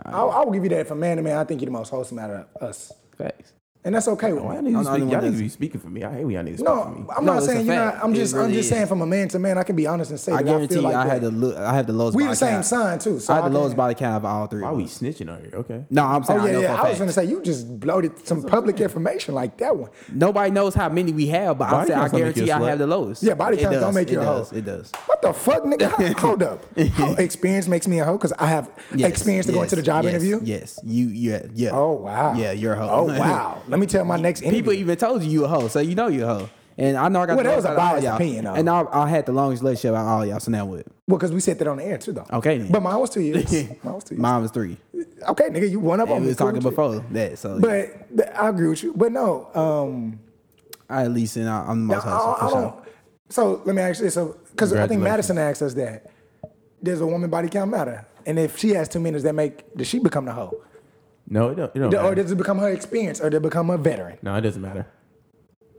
[SPEAKER 3] I, I will give you that from man to man. I think you're the most wholesome out of us,
[SPEAKER 2] Facts.
[SPEAKER 3] and that's okay with
[SPEAKER 2] Why y'all
[SPEAKER 3] me.
[SPEAKER 2] niggas
[SPEAKER 1] I'm the only
[SPEAKER 2] speak-
[SPEAKER 1] one
[SPEAKER 2] y'all niggas
[SPEAKER 1] that's-
[SPEAKER 2] be speaking for me? I hate when y'all niggas speak for me.
[SPEAKER 3] No, I'm
[SPEAKER 1] No,
[SPEAKER 3] not
[SPEAKER 1] it's a
[SPEAKER 3] saying you're
[SPEAKER 1] fact.
[SPEAKER 3] not. I'm
[SPEAKER 1] It
[SPEAKER 3] just I'm
[SPEAKER 1] really is.
[SPEAKER 3] just saying from a man to man. I can be honest and say
[SPEAKER 1] I
[SPEAKER 3] that I
[SPEAKER 1] guarantee
[SPEAKER 3] feel
[SPEAKER 1] you,
[SPEAKER 3] like
[SPEAKER 1] I had
[SPEAKER 3] that.
[SPEAKER 1] the look. I had the lowest.
[SPEAKER 3] we
[SPEAKER 1] body
[SPEAKER 3] the same
[SPEAKER 1] count.
[SPEAKER 3] sign too. So
[SPEAKER 1] I had the lowest
[SPEAKER 3] can-
[SPEAKER 1] body count of all three.
[SPEAKER 2] Why
[SPEAKER 1] of
[SPEAKER 2] we
[SPEAKER 1] us.
[SPEAKER 2] snitching on here? Okay.
[SPEAKER 1] No, I'm saying
[SPEAKER 3] Oh
[SPEAKER 1] I
[SPEAKER 3] yeah,
[SPEAKER 1] know
[SPEAKER 3] yeah.
[SPEAKER 1] for a
[SPEAKER 3] I was
[SPEAKER 1] fact.
[SPEAKER 3] gonna say you just bloated some public information like that one.
[SPEAKER 1] Nobody knows how many we have, but I
[SPEAKER 2] Body
[SPEAKER 1] said I
[SPEAKER 2] counts don't make you
[SPEAKER 1] guarantee
[SPEAKER 2] a
[SPEAKER 1] I
[SPEAKER 2] slut.
[SPEAKER 1] have the lowest.
[SPEAKER 3] Yeah, body
[SPEAKER 1] It
[SPEAKER 3] counts don't
[SPEAKER 1] does,
[SPEAKER 3] make you
[SPEAKER 1] it
[SPEAKER 3] a hoe.
[SPEAKER 1] does, It does.
[SPEAKER 3] What the fuck, nigga? Ho- Hold up. Ho- experience makes me a hoe because I have
[SPEAKER 1] Yes,
[SPEAKER 3] experience to go
[SPEAKER 1] yes,
[SPEAKER 3] into the job
[SPEAKER 1] yes,
[SPEAKER 3] interview.
[SPEAKER 1] Yes, you. Yeah, yeah.
[SPEAKER 3] Oh wow.
[SPEAKER 1] Yeah, you're a hoe.
[SPEAKER 3] Oh wow. Let me tell my next interview.
[SPEAKER 1] People even told you you a hoe, so you know you a hoe. And I know I got.
[SPEAKER 3] Well,
[SPEAKER 1] the
[SPEAKER 3] that
[SPEAKER 1] lowest
[SPEAKER 3] was a
[SPEAKER 1] out of all
[SPEAKER 3] biased
[SPEAKER 1] y'all.
[SPEAKER 3] opinion, though.
[SPEAKER 1] And I, I had the longest relationship out of all y'all. So now what?
[SPEAKER 3] well, because we said that on the air too, though.
[SPEAKER 1] Okay, then.
[SPEAKER 3] But mine was two years. mine was two years.
[SPEAKER 1] Mine was three.
[SPEAKER 3] okay, nigga, you one up on
[SPEAKER 1] we
[SPEAKER 3] me.
[SPEAKER 1] was
[SPEAKER 3] Cool
[SPEAKER 1] talking
[SPEAKER 3] with you.
[SPEAKER 1] before that, so yeah.
[SPEAKER 3] But th- I agree with you. But no, um,
[SPEAKER 1] I at least and I, I'm the most
[SPEAKER 3] I-
[SPEAKER 1] wholesome
[SPEAKER 3] I- I
[SPEAKER 1] for
[SPEAKER 3] don't-
[SPEAKER 1] sure.
[SPEAKER 3] So let me ask you this. So, because I think
[SPEAKER 2] Congratulations.
[SPEAKER 3] Madison asked us that. Does a woman body count matter? And if she has two men, does that make does she become the hoe,
[SPEAKER 2] No, it don't. It don't
[SPEAKER 3] or
[SPEAKER 2] matter.
[SPEAKER 3] does it become her experience, or does it become a veteran?
[SPEAKER 2] No, it doesn't matter.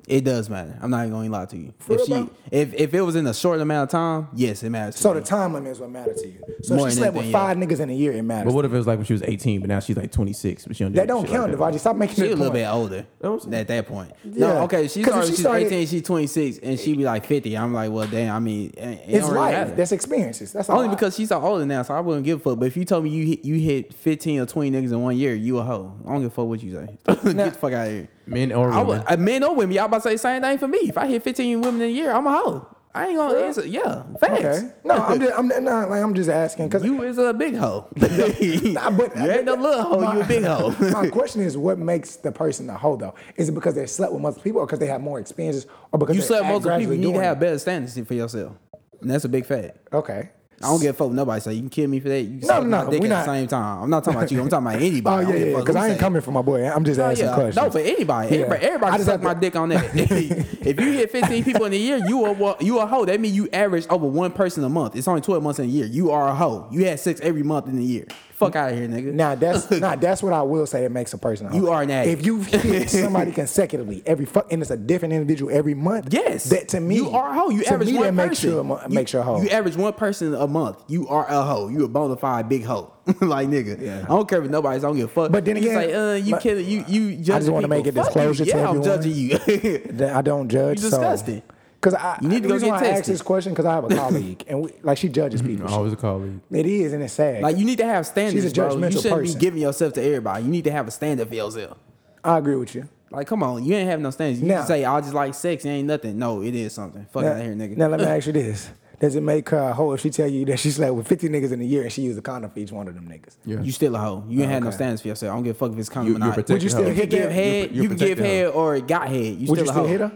[SPEAKER 1] It does matter. I'm not even going to lie to you.
[SPEAKER 3] real,
[SPEAKER 1] if she,
[SPEAKER 3] bro?
[SPEAKER 1] if if it was in a short amount of time, yes, it matters. to
[SPEAKER 3] So
[SPEAKER 1] me.
[SPEAKER 3] the time limit is what matters to you. So
[SPEAKER 1] More
[SPEAKER 3] if she
[SPEAKER 1] than
[SPEAKER 3] slept with
[SPEAKER 1] anything,
[SPEAKER 3] five niggas in a year, it
[SPEAKER 2] But
[SPEAKER 3] matters.
[SPEAKER 2] what if it was like when she was 18, but now she's like 26, but she don't do
[SPEAKER 3] that don't
[SPEAKER 2] shit like
[SPEAKER 3] count,
[SPEAKER 2] that?
[SPEAKER 3] Devaji. Stop making
[SPEAKER 1] She
[SPEAKER 3] that
[SPEAKER 1] a little
[SPEAKER 3] point.
[SPEAKER 1] bit older
[SPEAKER 2] Know what I'm
[SPEAKER 1] at that point.
[SPEAKER 3] Yeah.
[SPEAKER 1] No, okay, she's
[SPEAKER 3] 'Cause if
[SPEAKER 1] already,
[SPEAKER 3] she
[SPEAKER 1] she's
[SPEAKER 3] started-
[SPEAKER 1] 18, she's 26, and she be like 50. I'm like, well, damn. I mean, it, it
[SPEAKER 3] It's
[SPEAKER 1] don't really
[SPEAKER 3] life.
[SPEAKER 1] matter.
[SPEAKER 3] That's experiences. That's all.
[SPEAKER 1] Only
[SPEAKER 3] I-
[SPEAKER 1] because she's all older now, so I wouldn't give a fuck. But if you told me you hit, you hit 15 or 20 niggas in one year, you a hoe. I don't give a fuck what you say. Get the fuck out of here.
[SPEAKER 2] Men or
[SPEAKER 1] I
[SPEAKER 2] women.
[SPEAKER 1] would, uh, men or women, y'all about to say the same thing for me. If I hit 15 women in a year, I'm a hoe. I ain't gonna answer. Yeah, facts.
[SPEAKER 3] okay. No, I'm just, I'm not, like I'm just asking because
[SPEAKER 1] You is a big hoe. you
[SPEAKER 3] Nah, but-
[SPEAKER 1] ain't no little hoe. You a big hoe.
[SPEAKER 3] my question is, what makes the person a hoe though? Is it because they slept with multiple people, or because they have more experiences, or because
[SPEAKER 1] you
[SPEAKER 3] they
[SPEAKER 1] slept
[SPEAKER 3] act
[SPEAKER 1] multiple people.
[SPEAKER 3] gradually
[SPEAKER 1] You need to
[SPEAKER 3] doing
[SPEAKER 1] have
[SPEAKER 3] it?
[SPEAKER 1] better standards for yourself, and that's a big fact.
[SPEAKER 3] Okay.
[SPEAKER 1] I don't give a fuck what nobody say. You can kill me for that. You can
[SPEAKER 3] No,
[SPEAKER 1] suck
[SPEAKER 3] no,
[SPEAKER 1] my
[SPEAKER 3] no,
[SPEAKER 1] dick
[SPEAKER 3] we
[SPEAKER 1] at
[SPEAKER 3] not-
[SPEAKER 1] the same time. I'm not talking about you. I'm talking about
[SPEAKER 3] Oh
[SPEAKER 1] anybody.
[SPEAKER 3] yeah, yeah. Because I ain't
[SPEAKER 1] coming.
[SPEAKER 3] coming for my boy. I'm just
[SPEAKER 1] Oh,
[SPEAKER 3] asking
[SPEAKER 1] yeah.
[SPEAKER 3] questions.
[SPEAKER 1] No, for anybody.
[SPEAKER 3] Yeah.
[SPEAKER 1] Everybody,
[SPEAKER 3] I
[SPEAKER 1] everybody
[SPEAKER 3] just
[SPEAKER 1] suck
[SPEAKER 3] have
[SPEAKER 1] my
[SPEAKER 3] to-
[SPEAKER 1] dick on that. if you hit 15 people in a year, you are you a hoe. That means you average over one person a month. It's only 12 months in a year. You are a hoe. You had sex every month in a year. Fuck out of here, nigga.
[SPEAKER 3] Now that's nah, that's what I will say that makes a person. a hoe.
[SPEAKER 1] You are an addict.
[SPEAKER 3] If you hit somebody consecutively every fuck, and it's a different individual every month.
[SPEAKER 1] Yes.
[SPEAKER 3] that to me
[SPEAKER 1] you are a hoe. You
[SPEAKER 3] to
[SPEAKER 1] average
[SPEAKER 3] me,
[SPEAKER 1] one person.
[SPEAKER 3] that makes you a, mo-
[SPEAKER 1] you,
[SPEAKER 3] makes you a hoe.
[SPEAKER 1] You average one person a month. You are a hoe. You a bona fide big hoe. like nigga. I don't care if nobody's. I don't give a fuck.
[SPEAKER 3] But then
[SPEAKER 1] You
[SPEAKER 3] again,
[SPEAKER 1] say, uh, you
[SPEAKER 3] but-
[SPEAKER 1] killing you. You judging
[SPEAKER 3] wanna make
[SPEAKER 1] people.
[SPEAKER 3] a
[SPEAKER 1] Fuck you.
[SPEAKER 3] disclosure to
[SPEAKER 1] Yeah, I'm
[SPEAKER 3] everyone.
[SPEAKER 1] judging you.
[SPEAKER 3] That I don't judge.
[SPEAKER 1] You disgusting.
[SPEAKER 3] Because I
[SPEAKER 1] You need to
[SPEAKER 3] the
[SPEAKER 1] go
[SPEAKER 3] reason
[SPEAKER 1] get
[SPEAKER 3] why I ask
[SPEAKER 1] tested. Mm-hmm. Oh.
[SPEAKER 3] this question because I have a colleague and we, like she judges people.
[SPEAKER 2] I was a colleague.
[SPEAKER 3] It is and it's sad.
[SPEAKER 1] Like you need to have standards,
[SPEAKER 3] She's a
[SPEAKER 1] bro. You
[SPEAKER 3] judgmental
[SPEAKER 1] shouldn't
[SPEAKER 3] person.
[SPEAKER 1] be giving yourself to everybody. You need to have a standard for yourself.
[SPEAKER 3] I agree with you.
[SPEAKER 1] Like, come on, you ain't have no standards. You
[SPEAKER 3] Now-
[SPEAKER 1] just say I just like sex, it ain't nothing. No, it is something. Fuck
[SPEAKER 3] Now,
[SPEAKER 1] out here, nigga.
[SPEAKER 3] now let me ask you this: Does it make her a hoe if she tell you that she slept with fifty niggas in a year and she used a condom for each one of them niggas?
[SPEAKER 2] Yeah.
[SPEAKER 1] You still a hoe. You ain't had no standards for yourself. I don't give a fuck if it's coming
[SPEAKER 2] You-
[SPEAKER 1] or
[SPEAKER 2] you're
[SPEAKER 1] not.
[SPEAKER 2] protected
[SPEAKER 3] Would you still
[SPEAKER 2] hoe.
[SPEAKER 1] You
[SPEAKER 3] hit
[SPEAKER 1] can give
[SPEAKER 3] that?
[SPEAKER 1] head,
[SPEAKER 2] you're
[SPEAKER 1] you can give
[SPEAKER 2] protected
[SPEAKER 1] head or got head. You still
[SPEAKER 3] Would you
[SPEAKER 1] a
[SPEAKER 3] still
[SPEAKER 1] hoe.
[SPEAKER 3] hit her?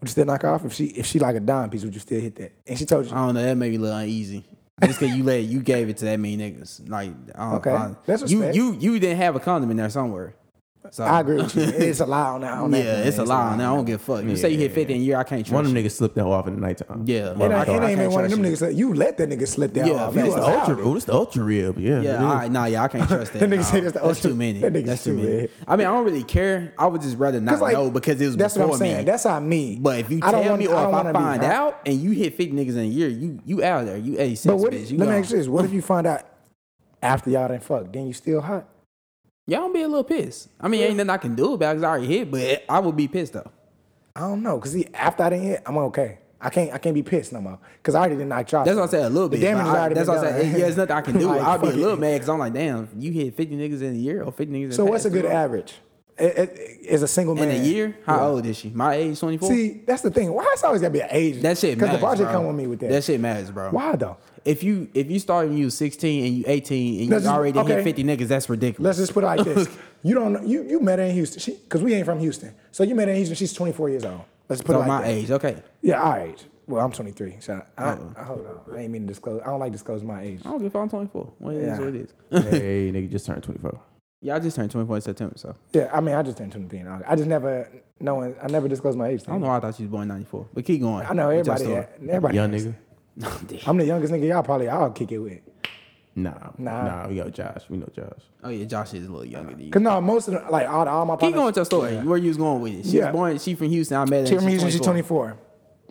[SPEAKER 3] Would you still knock her off if she if she like a dime piece? Would you still hit that? And she told you,
[SPEAKER 1] I don't know. That made me a little uneasy. Just cause you let you gave it to that many niggas. Like, I don't,
[SPEAKER 3] Okay.
[SPEAKER 1] I-
[SPEAKER 3] That's
[SPEAKER 1] you
[SPEAKER 3] respect.
[SPEAKER 1] you you didn't have a condom in there somewhere. So
[SPEAKER 3] I agree with you. It's a lie on that. On that
[SPEAKER 1] yeah,
[SPEAKER 3] thing.
[SPEAKER 1] it's a lie. Now I don't give a fuck. You say you hit fifty in a year, I can't trust
[SPEAKER 2] One of
[SPEAKER 1] you.
[SPEAKER 2] them niggas slipped that off in the nighttime.
[SPEAKER 1] Yeah.
[SPEAKER 2] Well,
[SPEAKER 3] It
[SPEAKER 1] I
[SPEAKER 3] ain't,
[SPEAKER 1] can't-
[SPEAKER 3] it
[SPEAKER 1] I
[SPEAKER 3] ain't
[SPEAKER 1] can't
[SPEAKER 3] even one of them
[SPEAKER 1] trust
[SPEAKER 3] niggas. that- You let that nigga slip that
[SPEAKER 1] Yeah,
[SPEAKER 3] off.
[SPEAKER 1] man,
[SPEAKER 3] You
[SPEAKER 2] it's
[SPEAKER 1] was
[SPEAKER 2] the
[SPEAKER 3] was
[SPEAKER 1] out.
[SPEAKER 2] ultra. Oh, it's the ultra rib. Yeah.
[SPEAKER 1] Yeah,
[SPEAKER 2] it is.
[SPEAKER 1] all right, nah, yeah, I can't trust that.
[SPEAKER 3] That nigga
[SPEAKER 1] nah.
[SPEAKER 3] say that's the ultra-
[SPEAKER 1] too many.
[SPEAKER 3] that nigga's
[SPEAKER 1] that's too
[SPEAKER 3] too
[SPEAKER 1] many.
[SPEAKER 3] bad.
[SPEAKER 1] I mean, I don't really care. I would just rather not know because it was
[SPEAKER 3] that's
[SPEAKER 1] before
[SPEAKER 3] what I'm saying.
[SPEAKER 1] me.
[SPEAKER 3] That's how me.
[SPEAKER 1] but if you
[SPEAKER 3] I
[SPEAKER 1] tell
[SPEAKER 3] don't wanna-
[SPEAKER 1] me or if
[SPEAKER 3] I don't
[SPEAKER 1] I
[SPEAKER 3] wanna be
[SPEAKER 1] find
[SPEAKER 3] hurt.
[SPEAKER 1] out and you hit fifty niggas in a year, you you out there. You a
[SPEAKER 3] But
[SPEAKER 1] six
[SPEAKER 3] what?
[SPEAKER 1] bitch.
[SPEAKER 3] if-
[SPEAKER 1] You
[SPEAKER 3] Let me
[SPEAKER 1] gone.
[SPEAKER 3] ask you this: What if you find out after y'all done fucked, then you still hot?
[SPEAKER 1] Y'all don't be a little pissed. I mean, ain't nothing I can do about it 'cause I already hit, but I would be pissed though.
[SPEAKER 3] I don't know, cause see, after I didn't hit, I'm okay. I can't, I can't be pissed no more, cause I already didn't knock y'all.
[SPEAKER 1] That's what I said. A little
[SPEAKER 3] The
[SPEAKER 1] bit.
[SPEAKER 3] damage
[SPEAKER 1] but
[SPEAKER 3] is
[SPEAKER 1] I-
[SPEAKER 3] already
[SPEAKER 1] That's
[SPEAKER 3] been
[SPEAKER 1] what I said.
[SPEAKER 3] done.
[SPEAKER 1] Yeah, there's nothing I can do.
[SPEAKER 3] Like,
[SPEAKER 1] I'll be a
[SPEAKER 3] fuck
[SPEAKER 1] little
[SPEAKER 3] it.
[SPEAKER 1] mad because I'm like, damn, you hit fifty niggas in a year or fifty niggas. In
[SPEAKER 3] So what's a
[SPEAKER 1] past
[SPEAKER 3] good
[SPEAKER 1] year?
[SPEAKER 3] average? I- I- Is a single
[SPEAKER 1] in
[SPEAKER 3] man
[SPEAKER 1] a year? How
[SPEAKER 3] Yeah.
[SPEAKER 1] old is she? My age, twenty four.
[SPEAKER 3] See, that's the thing. Why it's always gotta be an age?
[SPEAKER 1] That shit
[SPEAKER 3] Cause
[SPEAKER 1] matters.
[SPEAKER 3] the project
[SPEAKER 1] bro.
[SPEAKER 3] come with me with that.
[SPEAKER 1] That shit matters, bro.
[SPEAKER 3] Why though?
[SPEAKER 1] If you if you start when you was 16 and you 18 and
[SPEAKER 3] Let's
[SPEAKER 1] you
[SPEAKER 3] just-
[SPEAKER 1] already hit
[SPEAKER 3] okay.
[SPEAKER 1] 50 niggas, that's ridiculous.
[SPEAKER 3] Let's just put it like this. you don't know, you you met her in Houston. She cause we ain't from Houston. So you met her in Houston, she's 24 years old. Let's put
[SPEAKER 1] so
[SPEAKER 3] it like
[SPEAKER 1] my
[SPEAKER 3] that.
[SPEAKER 1] age, Uh-uh. okay.
[SPEAKER 3] Yeah, all right. Well, I'm 23. So I, I, hold on. I ain't mean to disclose. I don't like disclose my age.
[SPEAKER 1] I don't give a fuck. I'm 24. Well, it is
[SPEAKER 3] Yeah.
[SPEAKER 1] what it is.
[SPEAKER 2] hey, nigga, just turned 24.
[SPEAKER 1] yeah, I just turned 24 in September, so
[SPEAKER 3] Yeah, I mean, I just turned 23. and all that. I just never no one. I never disclose my age.
[SPEAKER 1] I don't know. why I thought you was born in 94, but keep going.
[SPEAKER 3] I know
[SPEAKER 1] with your
[SPEAKER 3] everybody.
[SPEAKER 1] story.
[SPEAKER 3] Everybody.
[SPEAKER 2] Young nigga.
[SPEAKER 3] I'm the youngest nigga. Y'all probably. I'll kick it with.
[SPEAKER 2] Nah,
[SPEAKER 3] Nah.
[SPEAKER 2] nah, we got Josh. We know Josh.
[SPEAKER 1] Oh yeah, Josh is a little younger than you.
[SPEAKER 3] Cause no, most of the, like all, all my.
[SPEAKER 1] Keep going
[SPEAKER 3] partners-
[SPEAKER 1] with your story. Where you was going with it? She
[SPEAKER 3] Yeah.
[SPEAKER 1] was born. She from Houston. I met her.
[SPEAKER 3] She from
[SPEAKER 1] she's
[SPEAKER 3] Houston. She's 24.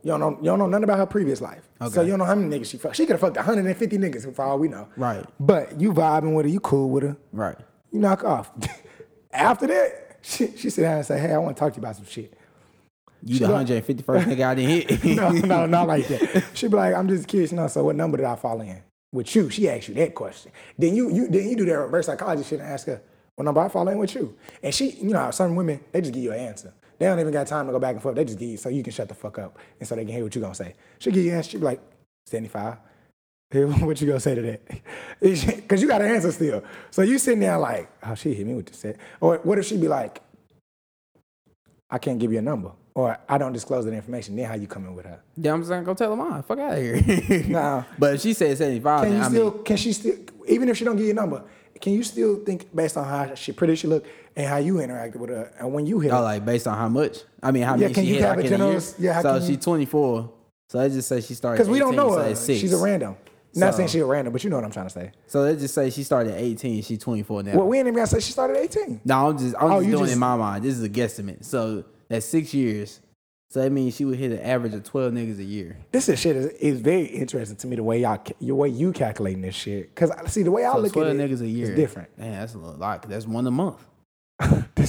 [SPEAKER 3] You don't know. You don't know nothing about her previous life. So
[SPEAKER 1] Okay.
[SPEAKER 3] you don't know how many niggas she fucked. She could have fucked 150 niggas for all we know.
[SPEAKER 1] Right.
[SPEAKER 3] But you vibing with her. You cool with her.
[SPEAKER 1] Right.
[SPEAKER 3] You knock off. After that, she she sit down and say, "Hey, I want to talk to you about some shit."
[SPEAKER 1] You the 151st nigga I didn't hit.
[SPEAKER 3] no, no, not like that. She be like, I'm just curious. No, so what number did I fall in? With you, she asked you that question. Then you, you, then you do that reverse psychology shit and ask her, what number I fall in with you? And she, you know, how some women they just give you an answer. They don't even got time to go back and forth. They just give you so you can shut the fuck up and so they can hear what you gonna say. She give you an answer. She be like, 75. Hey, what you gonna say to that? Because you got an answer still. So you sitting there like, oh, she hit me with the set. Or what if she be like, I can't give you a number, or I don't disclose that information. Then how you coming with her?
[SPEAKER 1] Damn, I'm just gonna go tell her mine. Fuck out of here.
[SPEAKER 3] Nah.
[SPEAKER 1] But if she said 75,
[SPEAKER 3] Can
[SPEAKER 1] then
[SPEAKER 3] you
[SPEAKER 1] I
[SPEAKER 3] still?
[SPEAKER 1] mean,
[SPEAKER 3] Can she still? Even if she don't give you a number, can you still think based on how she pretty she look and how you interacted with her and when you hit
[SPEAKER 1] oh,
[SPEAKER 3] her?
[SPEAKER 1] like based on how much? I mean, how
[SPEAKER 3] Yeah,
[SPEAKER 1] many
[SPEAKER 3] can
[SPEAKER 1] she
[SPEAKER 3] you
[SPEAKER 1] hit? I
[SPEAKER 3] have a
[SPEAKER 1] can hear.
[SPEAKER 3] general- yeah, how
[SPEAKER 1] so
[SPEAKER 3] can
[SPEAKER 1] she
[SPEAKER 3] you-
[SPEAKER 1] 24. So let's just say she started.
[SPEAKER 3] Because we don't
[SPEAKER 1] 18,
[SPEAKER 3] know
[SPEAKER 1] so
[SPEAKER 3] her.
[SPEAKER 1] it's six.
[SPEAKER 3] She's a random. Not
[SPEAKER 1] So-
[SPEAKER 3] saying she's a random, but you know what I'm trying to say.
[SPEAKER 1] So let's just say she started at 18. She's 24 now.
[SPEAKER 3] Well, we ain't even gonna say she started 18.
[SPEAKER 1] no, I'm just I'm
[SPEAKER 3] Oh,
[SPEAKER 1] just
[SPEAKER 3] you
[SPEAKER 1] doing it
[SPEAKER 3] just-
[SPEAKER 1] in my mind. This is a guesstimate. So that's six years. So that means she would hit an average of 12 niggas a year.
[SPEAKER 3] This is shit is, is very interesting to me the way y'all ca- the way you calculating this shit. Because see the way I
[SPEAKER 1] So
[SPEAKER 3] look at
[SPEAKER 1] 12
[SPEAKER 3] it,
[SPEAKER 1] niggas a year.
[SPEAKER 3] it's different.
[SPEAKER 1] Man, that's a little lot. 'cause That's one a month.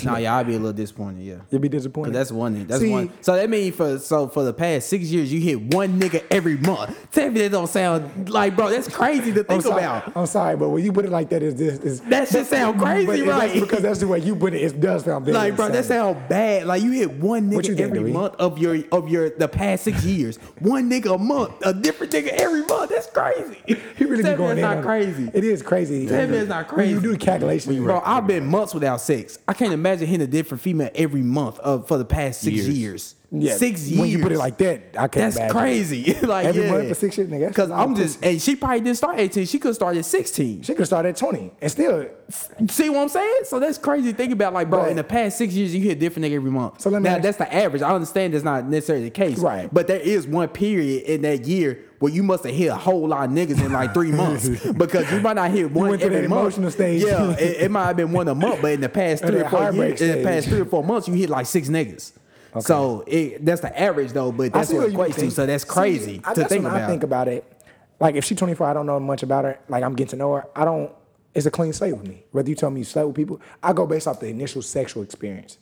[SPEAKER 1] nah, yeah, I'd be a little disappointed. Yeah.
[SPEAKER 3] You'd be
[SPEAKER 1] 'Cause
[SPEAKER 3] disappointed.
[SPEAKER 1] That's one. That's
[SPEAKER 3] See-
[SPEAKER 1] one. So that means for so for the past six years, you hit one nigga every month. Tell me that don't sound like, bro. That's crazy to
[SPEAKER 3] I'm
[SPEAKER 1] think
[SPEAKER 3] sorry,
[SPEAKER 1] about.
[SPEAKER 3] I'm sorry, but when you put it like that, is this is
[SPEAKER 1] That shit sound crazy,
[SPEAKER 3] but that's
[SPEAKER 1] right?
[SPEAKER 3] because that's the way you put it. It does sound bad.
[SPEAKER 1] Like, bro, that sound bad. Like you hit one
[SPEAKER 3] What
[SPEAKER 1] nigga
[SPEAKER 3] you think,
[SPEAKER 1] every
[SPEAKER 3] Dewey?
[SPEAKER 1] month of your of your the past six years. One nigga a month, a different nigga every month. That's crazy.
[SPEAKER 3] He really
[SPEAKER 1] Tell
[SPEAKER 3] be
[SPEAKER 1] me
[SPEAKER 3] going in
[SPEAKER 1] That's not
[SPEAKER 3] on it.
[SPEAKER 1] crazy.
[SPEAKER 3] It is crazy.
[SPEAKER 1] Tell me it's not
[SPEAKER 3] When you
[SPEAKER 1] crazy.
[SPEAKER 3] do the calculation,
[SPEAKER 1] Bro, I've been months without sex. I can't imagine hitting a different female every month of for the past six years.
[SPEAKER 2] Years.
[SPEAKER 1] Six years.
[SPEAKER 3] When you put it like that, I can't
[SPEAKER 1] That's
[SPEAKER 3] imagine.
[SPEAKER 1] crazy. like
[SPEAKER 3] Every
[SPEAKER 1] yeah.
[SPEAKER 3] month for six years, nigga, that's
[SPEAKER 1] Because
[SPEAKER 3] a lot
[SPEAKER 1] I'm
[SPEAKER 3] of
[SPEAKER 1] just, and she probably didn't start 18. She could start at 16.
[SPEAKER 3] She could start at 20 and still.
[SPEAKER 1] See what I'm saying? So that's crazy. to Think about like, bro,
[SPEAKER 3] But-
[SPEAKER 1] in the past six years, you hit a different nigga every month.
[SPEAKER 3] So let me
[SPEAKER 1] now
[SPEAKER 3] ask-
[SPEAKER 1] that's the average. I understand that's not necessarily the case,
[SPEAKER 3] Right.
[SPEAKER 1] But there is one period in that year where you must have hit a whole lot of niggas in like three months because you might not hit one
[SPEAKER 3] went through
[SPEAKER 1] every
[SPEAKER 3] that
[SPEAKER 1] month.
[SPEAKER 3] emotional stage.
[SPEAKER 1] Yeah, it, it might have been one a month, but in the past
[SPEAKER 3] Or
[SPEAKER 1] three or
[SPEAKER 3] that
[SPEAKER 1] four years,
[SPEAKER 3] heartbreak
[SPEAKER 1] in the past
[SPEAKER 3] stage.
[SPEAKER 1] three or four months, you hit like six niggas. So it, that's the average though, but that's
[SPEAKER 3] I see
[SPEAKER 1] what it
[SPEAKER 3] you
[SPEAKER 1] equates to.
[SPEAKER 3] think.
[SPEAKER 1] So that's
[SPEAKER 3] See,
[SPEAKER 1] crazy
[SPEAKER 3] I-
[SPEAKER 1] to
[SPEAKER 3] that's
[SPEAKER 1] think
[SPEAKER 3] when
[SPEAKER 1] about.
[SPEAKER 3] I think about it. Like if she's 24, I don't know much about her. Like I'm getting to know her. I don't. It's a clean slate with me. Whether you tell me you slept with people, I go based off the initial sexual experience.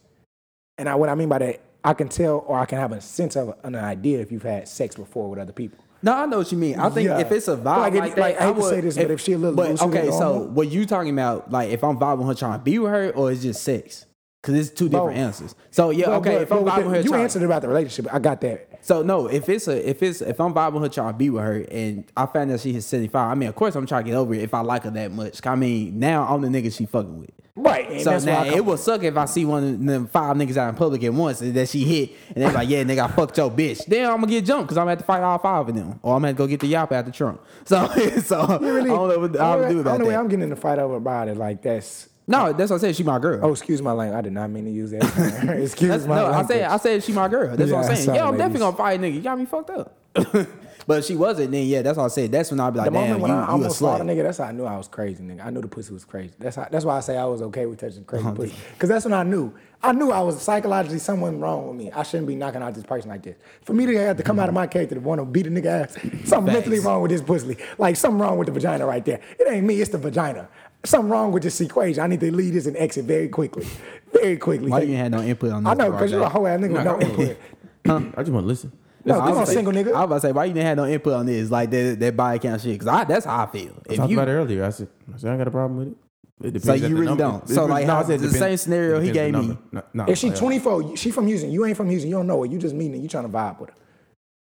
[SPEAKER 3] And I, what I mean by that, I can tell or I can have a sense of an idea if you've had sex before with other people.
[SPEAKER 1] No, I know what you mean. I think
[SPEAKER 3] Yeah.
[SPEAKER 1] if it's a vibe like,
[SPEAKER 3] Like, if-
[SPEAKER 1] that,
[SPEAKER 3] like, I hate to
[SPEAKER 1] would-
[SPEAKER 3] say this, but if she a little
[SPEAKER 1] but,
[SPEAKER 3] looser than
[SPEAKER 1] okay, so
[SPEAKER 3] normal-
[SPEAKER 1] what you talking about? Like if I'm vibing with her trying to be with her, or it's just sex? Because it's two different
[SPEAKER 3] Both.
[SPEAKER 1] answers. So yeah,
[SPEAKER 3] Well,
[SPEAKER 1] okay,
[SPEAKER 3] but-
[SPEAKER 1] if I'm
[SPEAKER 3] but
[SPEAKER 1] vibing with
[SPEAKER 3] with the-
[SPEAKER 1] her,
[SPEAKER 3] you
[SPEAKER 1] trying,
[SPEAKER 3] answered about the relationship. I got that.
[SPEAKER 1] So no, if it's a if it's if I'm vibing with her trying to be with her and I find out she hit 75, I mean of course I'm trying to get over it if I like her that much. I mean now I'm the nigga she fucking with.
[SPEAKER 3] Right. And
[SPEAKER 1] So
[SPEAKER 3] that's where I
[SPEAKER 1] now
[SPEAKER 3] come
[SPEAKER 1] it will suck if I see one of them five niggas out in public at once and that she hit and they like, yeah, nigga, I fucked your bitch. Then I'm gonna get jumped because I'm gonna have to fight all five of them, or I'm gonna have to go get the yap out the trunk. So, so I don't know what I would do
[SPEAKER 3] only
[SPEAKER 1] about
[SPEAKER 3] way
[SPEAKER 1] that.
[SPEAKER 3] I'm getting in a fight over about it like that's
[SPEAKER 1] No, that's what I said. She my girl.
[SPEAKER 3] Oh, excuse my language. I did not mean to use that. term. excuse
[SPEAKER 1] That's,
[SPEAKER 3] my
[SPEAKER 1] no, I
[SPEAKER 3] language.
[SPEAKER 1] said I said she my girl. That's what
[SPEAKER 3] Yeah,
[SPEAKER 1] I'm saying.
[SPEAKER 3] sorry,
[SPEAKER 1] yeah, I'm
[SPEAKER 3] ladies.
[SPEAKER 1] definitely gonna fight a nigga. You got me fucked up. but if she wasn't. Then yeah, that's what I said. That's when I'd be like,
[SPEAKER 3] the
[SPEAKER 1] damn,
[SPEAKER 3] moment
[SPEAKER 1] you,
[SPEAKER 3] when
[SPEAKER 1] you
[SPEAKER 3] I
[SPEAKER 1] a
[SPEAKER 3] almost fought a
[SPEAKER 1] slut.
[SPEAKER 3] nigga, that's how I knew I was crazy, nigga. I knew the pussy was crazy. That's how, that's why I say I was okay with touching crazy
[SPEAKER 1] Uh-huh.
[SPEAKER 3] pussy, because that's when I knew. I knew I was psychologically someone wrong with me. I shouldn't be knocking out this person like this. For me to have to come out of my character to want to beat a nigga ass, something mentally wrong with this pussy. Like something wrong with the vagina right there. It ain't me. It's the vagina. Something wrong with this equation. I need to leave this and exit very quickly, very quickly.
[SPEAKER 1] Why you ain't had no input on this?
[SPEAKER 3] I know
[SPEAKER 1] part,
[SPEAKER 3] because you're a
[SPEAKER 1] Jay?
[SPEAKER 3] whole ass nigga with no input.
[SPEAKER 2] I just want to listen.
[SPEAKER 3] No,
[SPEAKER 1] I
[SPEAKER 3] come
[SPEAKER 1] was
[SPEAKER 3] on,
[SPEAKER 1] say-
[SPEAKER 3] single nigga.
[SPEAKER 1] I was about to say, why you didn't have no input on this? Like that, that body count shit. Cause I, that's how I feel.
[SPEAKER 2] I
[SPEAKER 1] If
[SPEAKER 2] talked
[SPEAKER 1] you,
[SPEAKER 2] about it earlier. I said, I said I ain't got a problem with it. It depends.
[SPEAKER 1] So
[SPEAKER 2] at
[SPEAKER 1] you
[SPEAKER 2] the
[SPEAKER 1] really
[SPEAKER 2] number.
[SPEAKER 1] don't.
[SPEAKER 2] It
[SPEAKER 1] So,
[SPEAKER 2] depends-
[SPEAKER 1] like, how-
[SPEAKER 2] I said it
[SPEAKER 1] the same scenario
[SPEAKER 2] it
[SPEAKER 1] he
[SPEAKER 2] depends
[SPEAKER 1] gave
[SPEAKER 2] the
[SPEAKER 1] me.
[SPEAKER 2] number. No, no,
[SPEAKER 3] If she
[SPEAKER 2] like,
[SPEAKER 3] 24, she from Houston. You ain't from Houston. You don't know her. You just meeting her. You trying to vibe with her.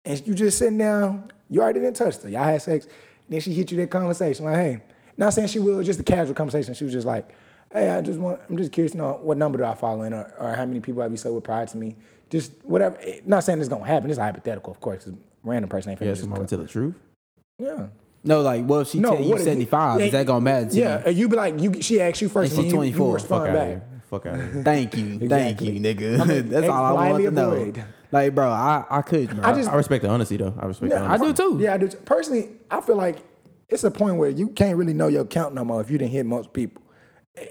[SPEAKER 3] And you just sitting down. You already didn't touch her. Y'all had sex. Then she hit you that conversation like, hey, not saying she will, just a casual conversation. She was just like, hey, I just want, I'm just curious to know what number do I follow in or, or how many people have you slept with prior to me. Just whatever. Eh, Not saying it's going to happen. It's hypothetical, of course. 'cause Random person ain't finna
[SPEAKER 2] Yeah,
[SPEAKER 3] just
[SPEAKER 2] somebody
[SPEAKER 3] come-
[SPEAKER 2] tell the truth.
[SPEAKER 3] Yeah.
[SPEAKER 1] no, like, well, if she tell you
[SPEAKER 3] what if-
[SPEAKER 1] 75, is
[SPEAKER 3] yeah,
[SPEAKER 1] that gonna matter to
[SPEAKER 3] yeah,
[SPEAKER 1] you?
[SPEAKER 3] and you be like, you, she asked you first,
[SPEAKER 1] And
[SPEAKER 3] and
[SPEAKER 1] she
[SPEAKER 3] you, you
[SPEAKER 1] 24.
[SPEAKER 2] Fuck
[SPEAKER 3] respond
[SPEAKER 2] out
[SPEAKER 3] back.
[SPEAKER 2] of here. Fuck out of here.
[SPEAKER 1] Thank you, thank you, nigga.
[SPEAKER 3] I mean,
[SPEAKER 1] that's
[SPEAKER 3] ex-
[SPEAKER 1] all I want
[SPEAKER 3] blindly
[SPEAKER 1] to know.
[SPEAKER 3] avoid.
[SPEAKER 1] Like, bro, I, I could, bro.
[SPEAKER 3] I just
[SPEAKER 2] I respect the honesty though. I respect. the
[SPEAKER 3] Yeah,
[SPEAKER 1] I
[SPEAKER 2] honesty.
[SPEAKER 1] do too.
[SPEAKER 3] Yeah, I do. too. Personally, I feel like it's a point where you can't really know your count no more if you didn't hit most people,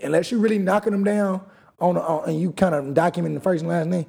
[SPEAKER 3] unless you're really knocking them down on, on and you kind of documenting the first and last name.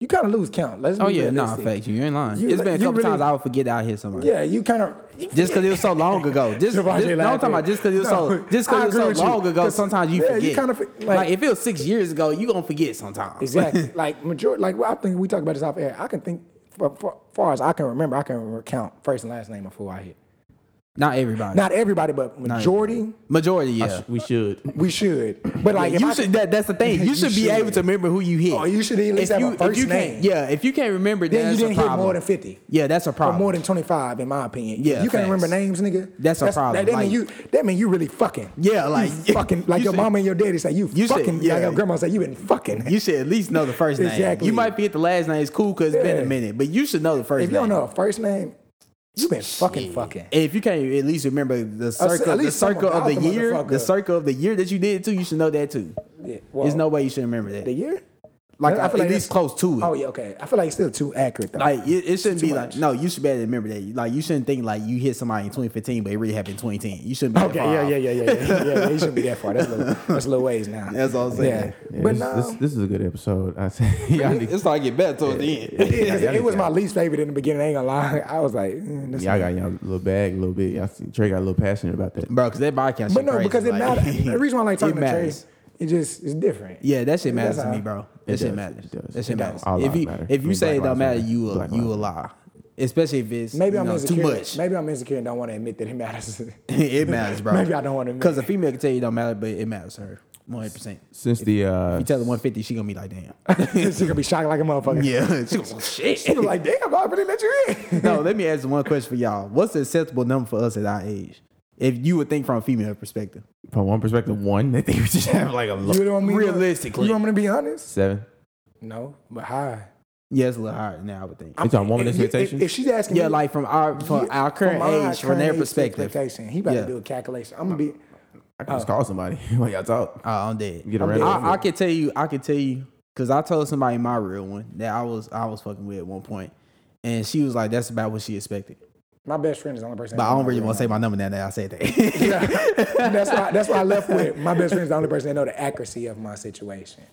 [SPEAKER 3] You kind of lose count. Let's
[SPEAKER 1] Oh
[SPEAKER 3] be
[SPEAKER 1] yeah, nah,
[SPEAKER 3] realistic.
[SPEAKER 1] fact you. You ain't lying.
[SPEAKER 3] You-
[SPEAKER 1] it's been a
[SPEAKER 3] you
[SPEAKER 1] couple
[SPEAKER 3] really-
[SPEAKER 1] times I would forget out here somewhere.
[SPEAKER 3] Yeah, you kind of
[SPEAKER 1] Just because it was so long ago. Just, just no,
[SPEAKER 3] Javante
[SPEAKER 1] I'm talking
[SPEAKER 3] laughing.
[SPEAKER 1] about just because it was so
[SPEAKER 3] No,
[SPEAKER 1] just
[SPEAKER 3] I
[SPEAKER 1] because it
[SPEAKER 3] agree
[SPEAKER 1] was
[SPEAKER 3] with
[SPEAKER 1] so
[SPEAKER 3] you.
[SPEAKER 1] long ago.
[SPEAKER 3] 'Cause-
[SPEAKER 1] Sometimes you
[SPEAKER 3] yeah, you
[SPEAKER 1] forget.
[SPEAKER 3] kinda for-
[SPEAKER 1] like,
[SPEAKER 3] like-
[SPEAKER 1] if it was six years ago, you gonna forget sometimes.
[SPEAKER 3] Exactly. like majority, like well, I think we talked about this off air. I can think, for, for, far as I can remember, I can recount first and last name of who I hit.
[SPEAKER 1] Not everybody.
[SPEAKER 3] Not everybody, but majority.
[SPEAKER 1] majority. Yeah.
[SPEAKER 2] We should.
[SPEAKER 3] We should, but like if
[SPEAKER 1] you
[SPEAKER 3] I
[SPEAKER 1] should. That, that's the thing. You,
[SPEAKER 3] You
[SPEAKER 1] should be
[SPEAKER 3] should.
[SPEAKER 1] able to remember who you hit.
[SPEAKER 3] Oh, you should at
[SPEAKER 1] if
[SPEAKER 3] least have a
[SPEAKER 1] you, if
[SPEAKER 3] first
[SPEAKER 1] you
[SPEAKER 3] name.
[SPEAKER 1] Can't, yeah. If you can't remember,
[SPEAKER 3] then
[SPEAKER 1] that's
[SPEAKER 3] you didn't
[SPEAKER 1] a
[SPEAKER 3] hit
[SPEAKER 1] problem.
[SPEAKER 3] more than fifty.
[SPEAKER 1] Yeah, that's a
[SPEAKER 3] Or
[SPEAKER 1] problem.
[SPEAKER 3] more than 25, in my opinion.
[SPEAKER 1] Yeah,
[SPEAKER 3] you can't remember
[SPEAKER 1] facts.
[SPEAKER 3] names, nigga.
[SPEAKER 1] That's a problem.
[SPEAKER 3] That, that
[SPEAKER 1] Like-
[SPEAKER 3] mean you. That mean you really fucking.
[SPEAKER 1] Yeah,
[SPEAKER 3] You
[SPEAKER 1] like-
[SPEAKER 3] fucking. Like
[SPEAKER 1] you
[SPEAKER 3] your
[SPEAKER 1] should-
[SPEAKER 3] mama and your daddy say you,
[SPEAKER 1] you should-
[SPEAKER 3] fucking.
[SPEAKER 1] yeah.
[SPEAKER 3] Like your grandma say you been fucking.
[SPEAKER 1] you should at least know the first name.
[SPEAKER 3] Exactly.
[SPEAKER 1] You might be at the last name. It's cool because it's been
[SPEAKER 3] Yeah.
[SPEAKER 1] a minute, but you should know the first
[SPEAKER 3] if you
[SPEAKER 1] name.
[SPEAKER 3] don't know a first name, you been fucking fucking.
[SPEAKER 1] And if you can't at least remember the circle,
[SPEAKER 3] at
[SPEAKER 1] the
[SPEAKER 3] least
[SPEAKER 1] circle
[SPEAKER 3] something
[SPEAKER 1] of the
[SPEAKER 3] about the
[SPEAKER 1] year, the
[SPEAKER 3] motherfucker.
[SPEAKER 1] circle of the year that you did too, you should know that too.
[SPEAKER 3] Yeah, well,
[SPEAKER 1] There's no way you should remember that.
[SPEAKER 3] the year.
[SPEAKER 1] Like uh,
[SPEAKER 3] I
[SPEAKER 1] at
[SPEAKER 3] feel like
[SPEAKER 1] least
[SPEAKER 3] that's-
[SPEAKER 1] close to it.
[SPEAKER 3] Oh yeah, okay. I feel like it's still too accurate though.
[SPEAKER 1] Like it, it shouldn't
[SPEAKER 3] Too
[SPEAKER 1] be like
[SPEAKER 3] much.
[SPEAKER 1] no, you should be able to remember that. Like you shouldn't think like you hit somebody in 2015, but it really happened in 2010. You shouldn't. Be
[SPEAKER 3] Okay, yeah, yeah, yeah, yeah, yeah, yeah, yeah. You shouldn't be that far. That's a little, that's a little ways now.
[SPEAKER 1] That's all I'm saying.
[SPEAKER 3] Yeah,
[SPEAKER 2] Yeah,
[SPEAKER 3] but
[SPEAKER 2] this,
[SPEAKER 3] no,
[SPEAKER 2] this, this is a good episode. I said. Y'all need-
[SPEAKER 1] It's like get better towards the end.
[SPEAKER 3] it, it was my least favorite in the beginning. I ain't gonna lie. I was like, mm, this
[SPEAKER 2] Y'all got y'all little bag a little bit. Y'all see Trey got a little passionate about that.
[SPEAKER 1] Bro, because that podcast shit
[SPEAKER 3] But no,
[SPEAKER 1] crazy,
[SPEAKER 3] because it
[SPEAKER 1] like-
[SPEAKER 3] matters. The reason why I like talking
[SPEAKER 1] It
[SPEAKER 3] to Trey,
[SPEAKER 1] matters.
[SPEAKER 3] it just it's different.
[SPEAKER 1] Yeah, that shit matters
[SPEAKER 3] That's
[SPEAKER 1] to me,
[SPEAKER 3] how-
[SPEAKER 1] bro. That
[SPEAKER 2] It
[SPEAKER 1] shit
[SPEAKER 2] does,
[SPEAKER 1] matters.
[SPEAKER 2] it does.
[SPEAKER 1] That shit
[SPEAKER 2] It does.
[SPEAKER 1] matters.
[SPEAKER 2] All
[SPEAKER 1] If
[SPEAKER 2] lives
[SPEAKER 1] you
[SPEAKER 2] matter.
[SPEAKER 1] if
[SPEAKER 2] I
[SPEAKER 1] you
[SPEAKER 2] mean,
[SPEAKER 1] say it
[SPEAKER 2] black
[SPEAKER 1] don't
[SPEAKER 2] lives
[SPEAKER 1] matter,
[SPEAKER 2] matter.
[SPEAKER 1] you will
[SPEAKER 2] Black
[SPEAKER 1] you
[SPEAKER 2] lives
[SPEAKER 1] will lie. Especially if it's
[SPEAKER 3] Maybe
[SPEAKER 1] you
[SPEAKER 3] I'm
[SPEAKER 1] know, too
[SPEAKER 3] insecure.
[SPEAKER 1] much.
[SPEAKER 3] Maybe I'm insecure and don't want to admit that it matters.
[SPEAKER 1] it matters, bro.
[SPEAKER 3] Maybe I don't want to admit
[SPEAKER 1] Because a
[SPEAKER 3] it.
[SPEAKER 1] female can tell you it don't matter, but it matters to her. One hundred percent.
[SPEAKER 2] Since the uh,
[SPEAKER 1] You tell her one fifty, she gonna be like, damn.
[SPEAKER 3] She's gonna be shocked like a motherfucker.
[SPEAKER 1] yeah. She gonna be like, shit.
[SPEAKER 3] She's like, damn, I really let you in.
[SPEAKER 1] no, let me ask one question for y'all. What's the acceptable number for us at our age? If you would think from a female perspective.
[SPEAKER 2] from one perspective, one, they think we should have like a
[SPEAKER 3] You
[SPEAKER 2] low
[SPEAKER 3] really want me to-
[SPEAKER 1] Realistically.
[SPEAKER 3] you want me to be honest?
[SPEAKER 2] seven.
[SPEAKER 3] No, but hi.
[SPEAKER 1] Yeah, it's a little higher now, I would think.
[SPEAKER 2] You talking woman
[SPEAKER 3] If you-
[SPEAKER 2] expectations?
[SPEAKER 3] If, if she's asking,
[SPEAKER 1] Yeah,
[SPEAKER 3] me,
[SPEAKER 1] like from our from our current
[SPEAKER 3] my
[SPEAKER 1] age, from
[SPEAKER 3] current
[SPEAKER 1] their
[SPEAKER 3] age
[SPEAKER 1] perspective. Oh,
[SPEAKER 3] expectation, he about
[SPEAKER 1] Yeah.
[SPEAKER 3] to do a calculation. I'm gonna be.
[SPEAKER 2] I
[SPEAKER 3] Oh.
[SPEAKER 2] can just call somebody while y'all talk.
[SPEAKER 1] Oh, I'm dead.
[SPEAKER 2] Get around.
[SPEAKER 1] I, I could tell you, I could tell you, because I told somebody my real one that I was I was fucking with at one point, and she was like, "That's about what she expected."
[SPEAKER 3] My best friend is the only person.
[SPEAKER 1] But I don't really
[SPEAKER 3] to.
[SPEAKER 1] want to say my number now that I said that.
[SPEAKER 3] Yeah. that's why that's why I left with my best friend's the only person that know the accuracy of my situation.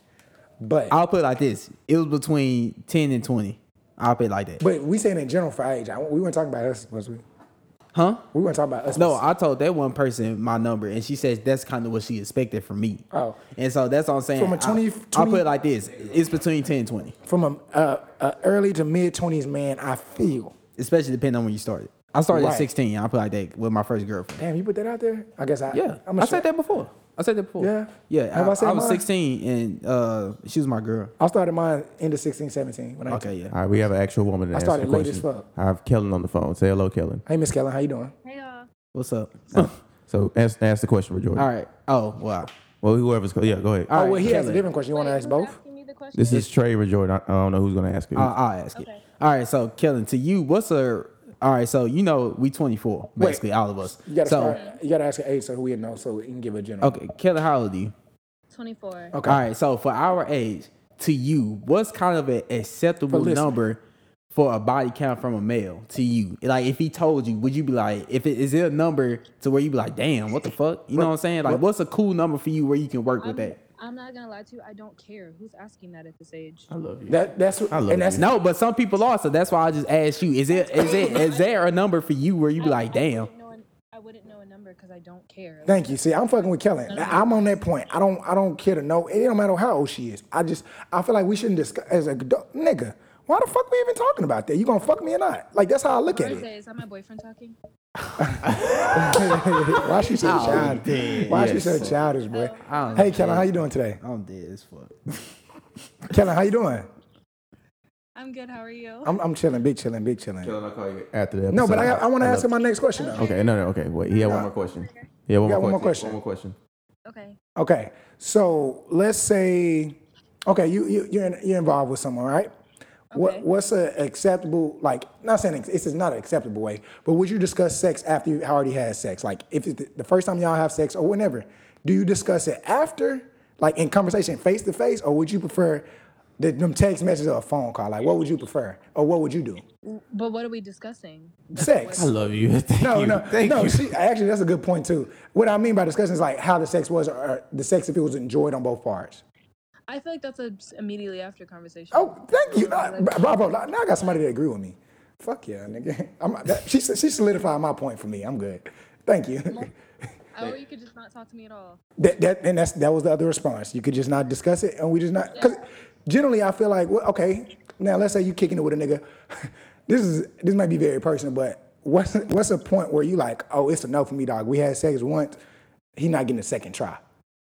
[SPEAKER 3] But
[SPEAKER 1] I'll put it like this: it was between ten and twenty. I'll put it like that.
[SPEAKER 3] but we saying in general for our age. I, we weren't talking about us, was we?
[SPEAKER 1] huh?
[SPEAKER 3] We weren't talking about us.
[SPEAKER 1] No, I told that one person my number, and she says that's kind of what she expected from me.
[SPEAKER 3] Oh.
[SPEAKER 1] and so that's what I'm saying.
[SPEAKER 3] From a 20
[SPEAKER 1] I, I'll
[SPEAKER 3] 20
[SPEAKER 1] put it like this: it's between ten and twenty,
[SPEAKER 3] from a, a, a early to mid twenties man. I feel
[SPEAKER 1] especially depending on when you started. I started at
[SPEAKER 3] Right.
[SPEAKER 1] sixteen. I put it like that with my first girlfriend.
[SPEAKER 3] damn. You put that out there. I guess I
[SPEAKER 1] Yeah, i
[SPEAKER 3] I'm a
[SPEAKER 1] said that before. I said that before.
[SPEAKER 3] Yeah?
[SPEAKER 1] yeah.
[SPEAKER 3] Have
[SPEAKER 1] I,
[SPEAKER 3] I said
[SPEAKER 1] I was
[SPEAKER 3] mine?
[SPEAKER 1] 16 and uh, she was my girl.
[SPEAKER 3] I started mine end of 16, 17. When I
[SPEAKER 1] Okay, yeah.
[SPEAKER 2] All right, we have an actual woman. To answer
[SPEAKER 3] started
[SPEAKER 2] the
[SPEAKER 3] late as
[SPEAKER 2] question.
[SPEAKER 3] fuck.
[SPEAKER 2] I have Kellen on the phone. Say hello, Kellen.
[SPEAKER 3] Hey Miss Kellen, how you doing?
[SPEAKER 1] What's up?
[SPEAKER 2] So ask, ask the question for Jordan.
[SPEAKER 1] All right. Oh wow.
[SPEAKER 2] Well, whoever's yeah, go ahead.
[SPEAKER 1] All
[SPEAKER 3] oh well,
[SPEAKER 1] right,
[SPEAKER 3] he has a
[SPEAKER 1] Kellen.
[SPEAKER 3] different question. You want to ask both?
[SPEAKER 2] This is Trey or Jordan. I, I don't know who's gonna ask it.
[SPEAKER 1] I'll, I'll ask it. All right. So Kellen, to you, what's a? All right. So you know we 24 basically all of us.
[SPEAKER 3] You gotta
[SPEAKER 1] so
[SPEAKER 3] start, you gotta ask an age so we know so we can give a general.
[SPEAKER 1] okay, Kellen, how old are you?
[SPEAKER 7] 24.
[SPEAKER 3] Okay.
[SPEAKER 1] All right, so for our age, to you, what's kind of an acceptable
[SPEAKER 3] For listening.
[SPEAKER 1] number for a body count from a male to you? Like, if he told you, would you be like, if it is it a number to where you be like, damn, what the fuck? You know what I'm saying? Like, what's a cool number for you where you can work
[SPEAKER 7] I'm,
[SPEAKER 1] with that?
[SPEAKER 7] I'm not gonna lie to you. I don't care. Who's asking that at this age?
[SPEAKER 2] I love you.
[SPEAKER 3] That that's what,
[SPEAKER 2] I love
[SPEAKER 3] and that's
[SPEAKER 1] No, but some people are, so that's why I just asked you. Is it is it is there a number for you where you be
[SPEAKER 7] I-
[SPEAKER 1] like,
[SPEAKER 7] I
[SPEAKER 1] damn?
[SPEAKER 7] wouldn't know an- I wouldn't know a number because I don't care.
[SPEAKER 3] Thank you. See, I'm fucking with Kelly. Now, I'm on that point. I don't. I don't care to know. It don't matter how old she is. I just. I feel like we shouldn't discuss as a adult- nigga. Why the fuck we even talking about that? You gonna fuck me or not? Like that's how I look at
[SPEAKER 7] Rose,
[SPEAKER 3] it.
[SPEAKER 7] is that my boyfriend talking?
[SPEAKER 3] Why she so childish? Why she so childish, boy?
[SPEAKER 1] I'm
[SPEAKER 3] Hey, Kelly,
[SPEAKER 1] dead.
[SPEAKER 3] how you doing today?
[SPEAKER 1] I'm dead as fuck.
[SPEAKER 3] Kelly, how you doing?
[SPEAKER 7] I'm good. How are you?
[SPEAKER 3] I'm, I'm chilling. Big chilling. Big chilling.
[SPEAKER 2] After that.
[SPEAKER 3] No, but I, I want to ask him my next question though.
[SPEAKER 2] Okay, no, no, okay. Wait, he had one more question. Yeah, one,
[SPEAKER 3] You
[SPEAKER 2] more,
[SPEAKER 3] got one
[SPEAKER 2] question.
[SPEAKER 3] more
[SPEAKER 2] One more question.
[SPEAKER 7] okay.
[SPEAKER 3] Okay, so let's say, okay, you you you're, in, you're involved with someone, right? What
[SPEAKER 7] Okay.
[SPEAKER 3] what's an acceptable like? Not saying it's, it's not an acceptable way, but would you discuss sex after you already had sex? Like if it's the, the first time y'all have sex or whenever, do you discuss it after, like in conversation, face to face, or would you prefer the, them text messages or a phone call? Like what would you prefer, or what would you do?
[SPEAKER 7] But what are we discussing?
[SPEAKER 3] Sex.
[SPEAKER 2] love you. Thank
[SPEAKER 3] No, no, no. See, actually, that's a good point too. What I mean by discussion is like how the sex was, or, or the sex if it was enjoyed on both parts.
[SPEAKER 7] I feel like that's a s- immediately after conversation.
[SPEAKER 3] Oh, thank you. Uh, bravo. Now I got somebody that agree with me. Fuck yeah, nigga. I'm, that, she, she solidified my point for me. I'm good. Thank you.
[SPEAKER 7] Or you could just not talk to me at all.
[SPEAKER 3] that, that, and that's, that was the other response. You could just not discuss it, and we just not. Because generally, I feel like, well, okay, now let's say you kicking it with a nigga. this is this might be very personal, but what's what's a point where you like, oh, it's a no for me, dog. We had sex once. He not getting a second try.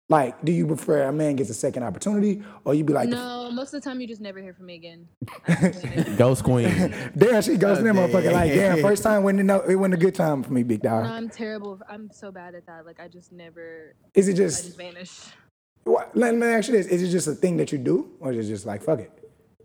[SPEAKER 3] Like, do you prefer a man gets a second opportunity, or you be like,
[SPEAKER 7] No, most of the time you just never hear from me again.
[SPEAKER 2] Ghost Queen.
[SPEAKER 3] Damn, she goes in
[SPEAKER 1] Oh,
[SPEAKER 3] there, motherfucker. Like, damn, first time wasn't no, it wasn't a good time for me, big dog.
[SPEAKER 7] No, I'm terrible. I'm so bad at that. Like I just never,
[SPEAKER 3] Is it
[SPEAKER 7] I just
[SPEAKER 3] just?
[SPEAKER 7] vanish.
[SPEAKER 3] What, let me ask you this: Is it just a thing that you do, or is it just like fuck it?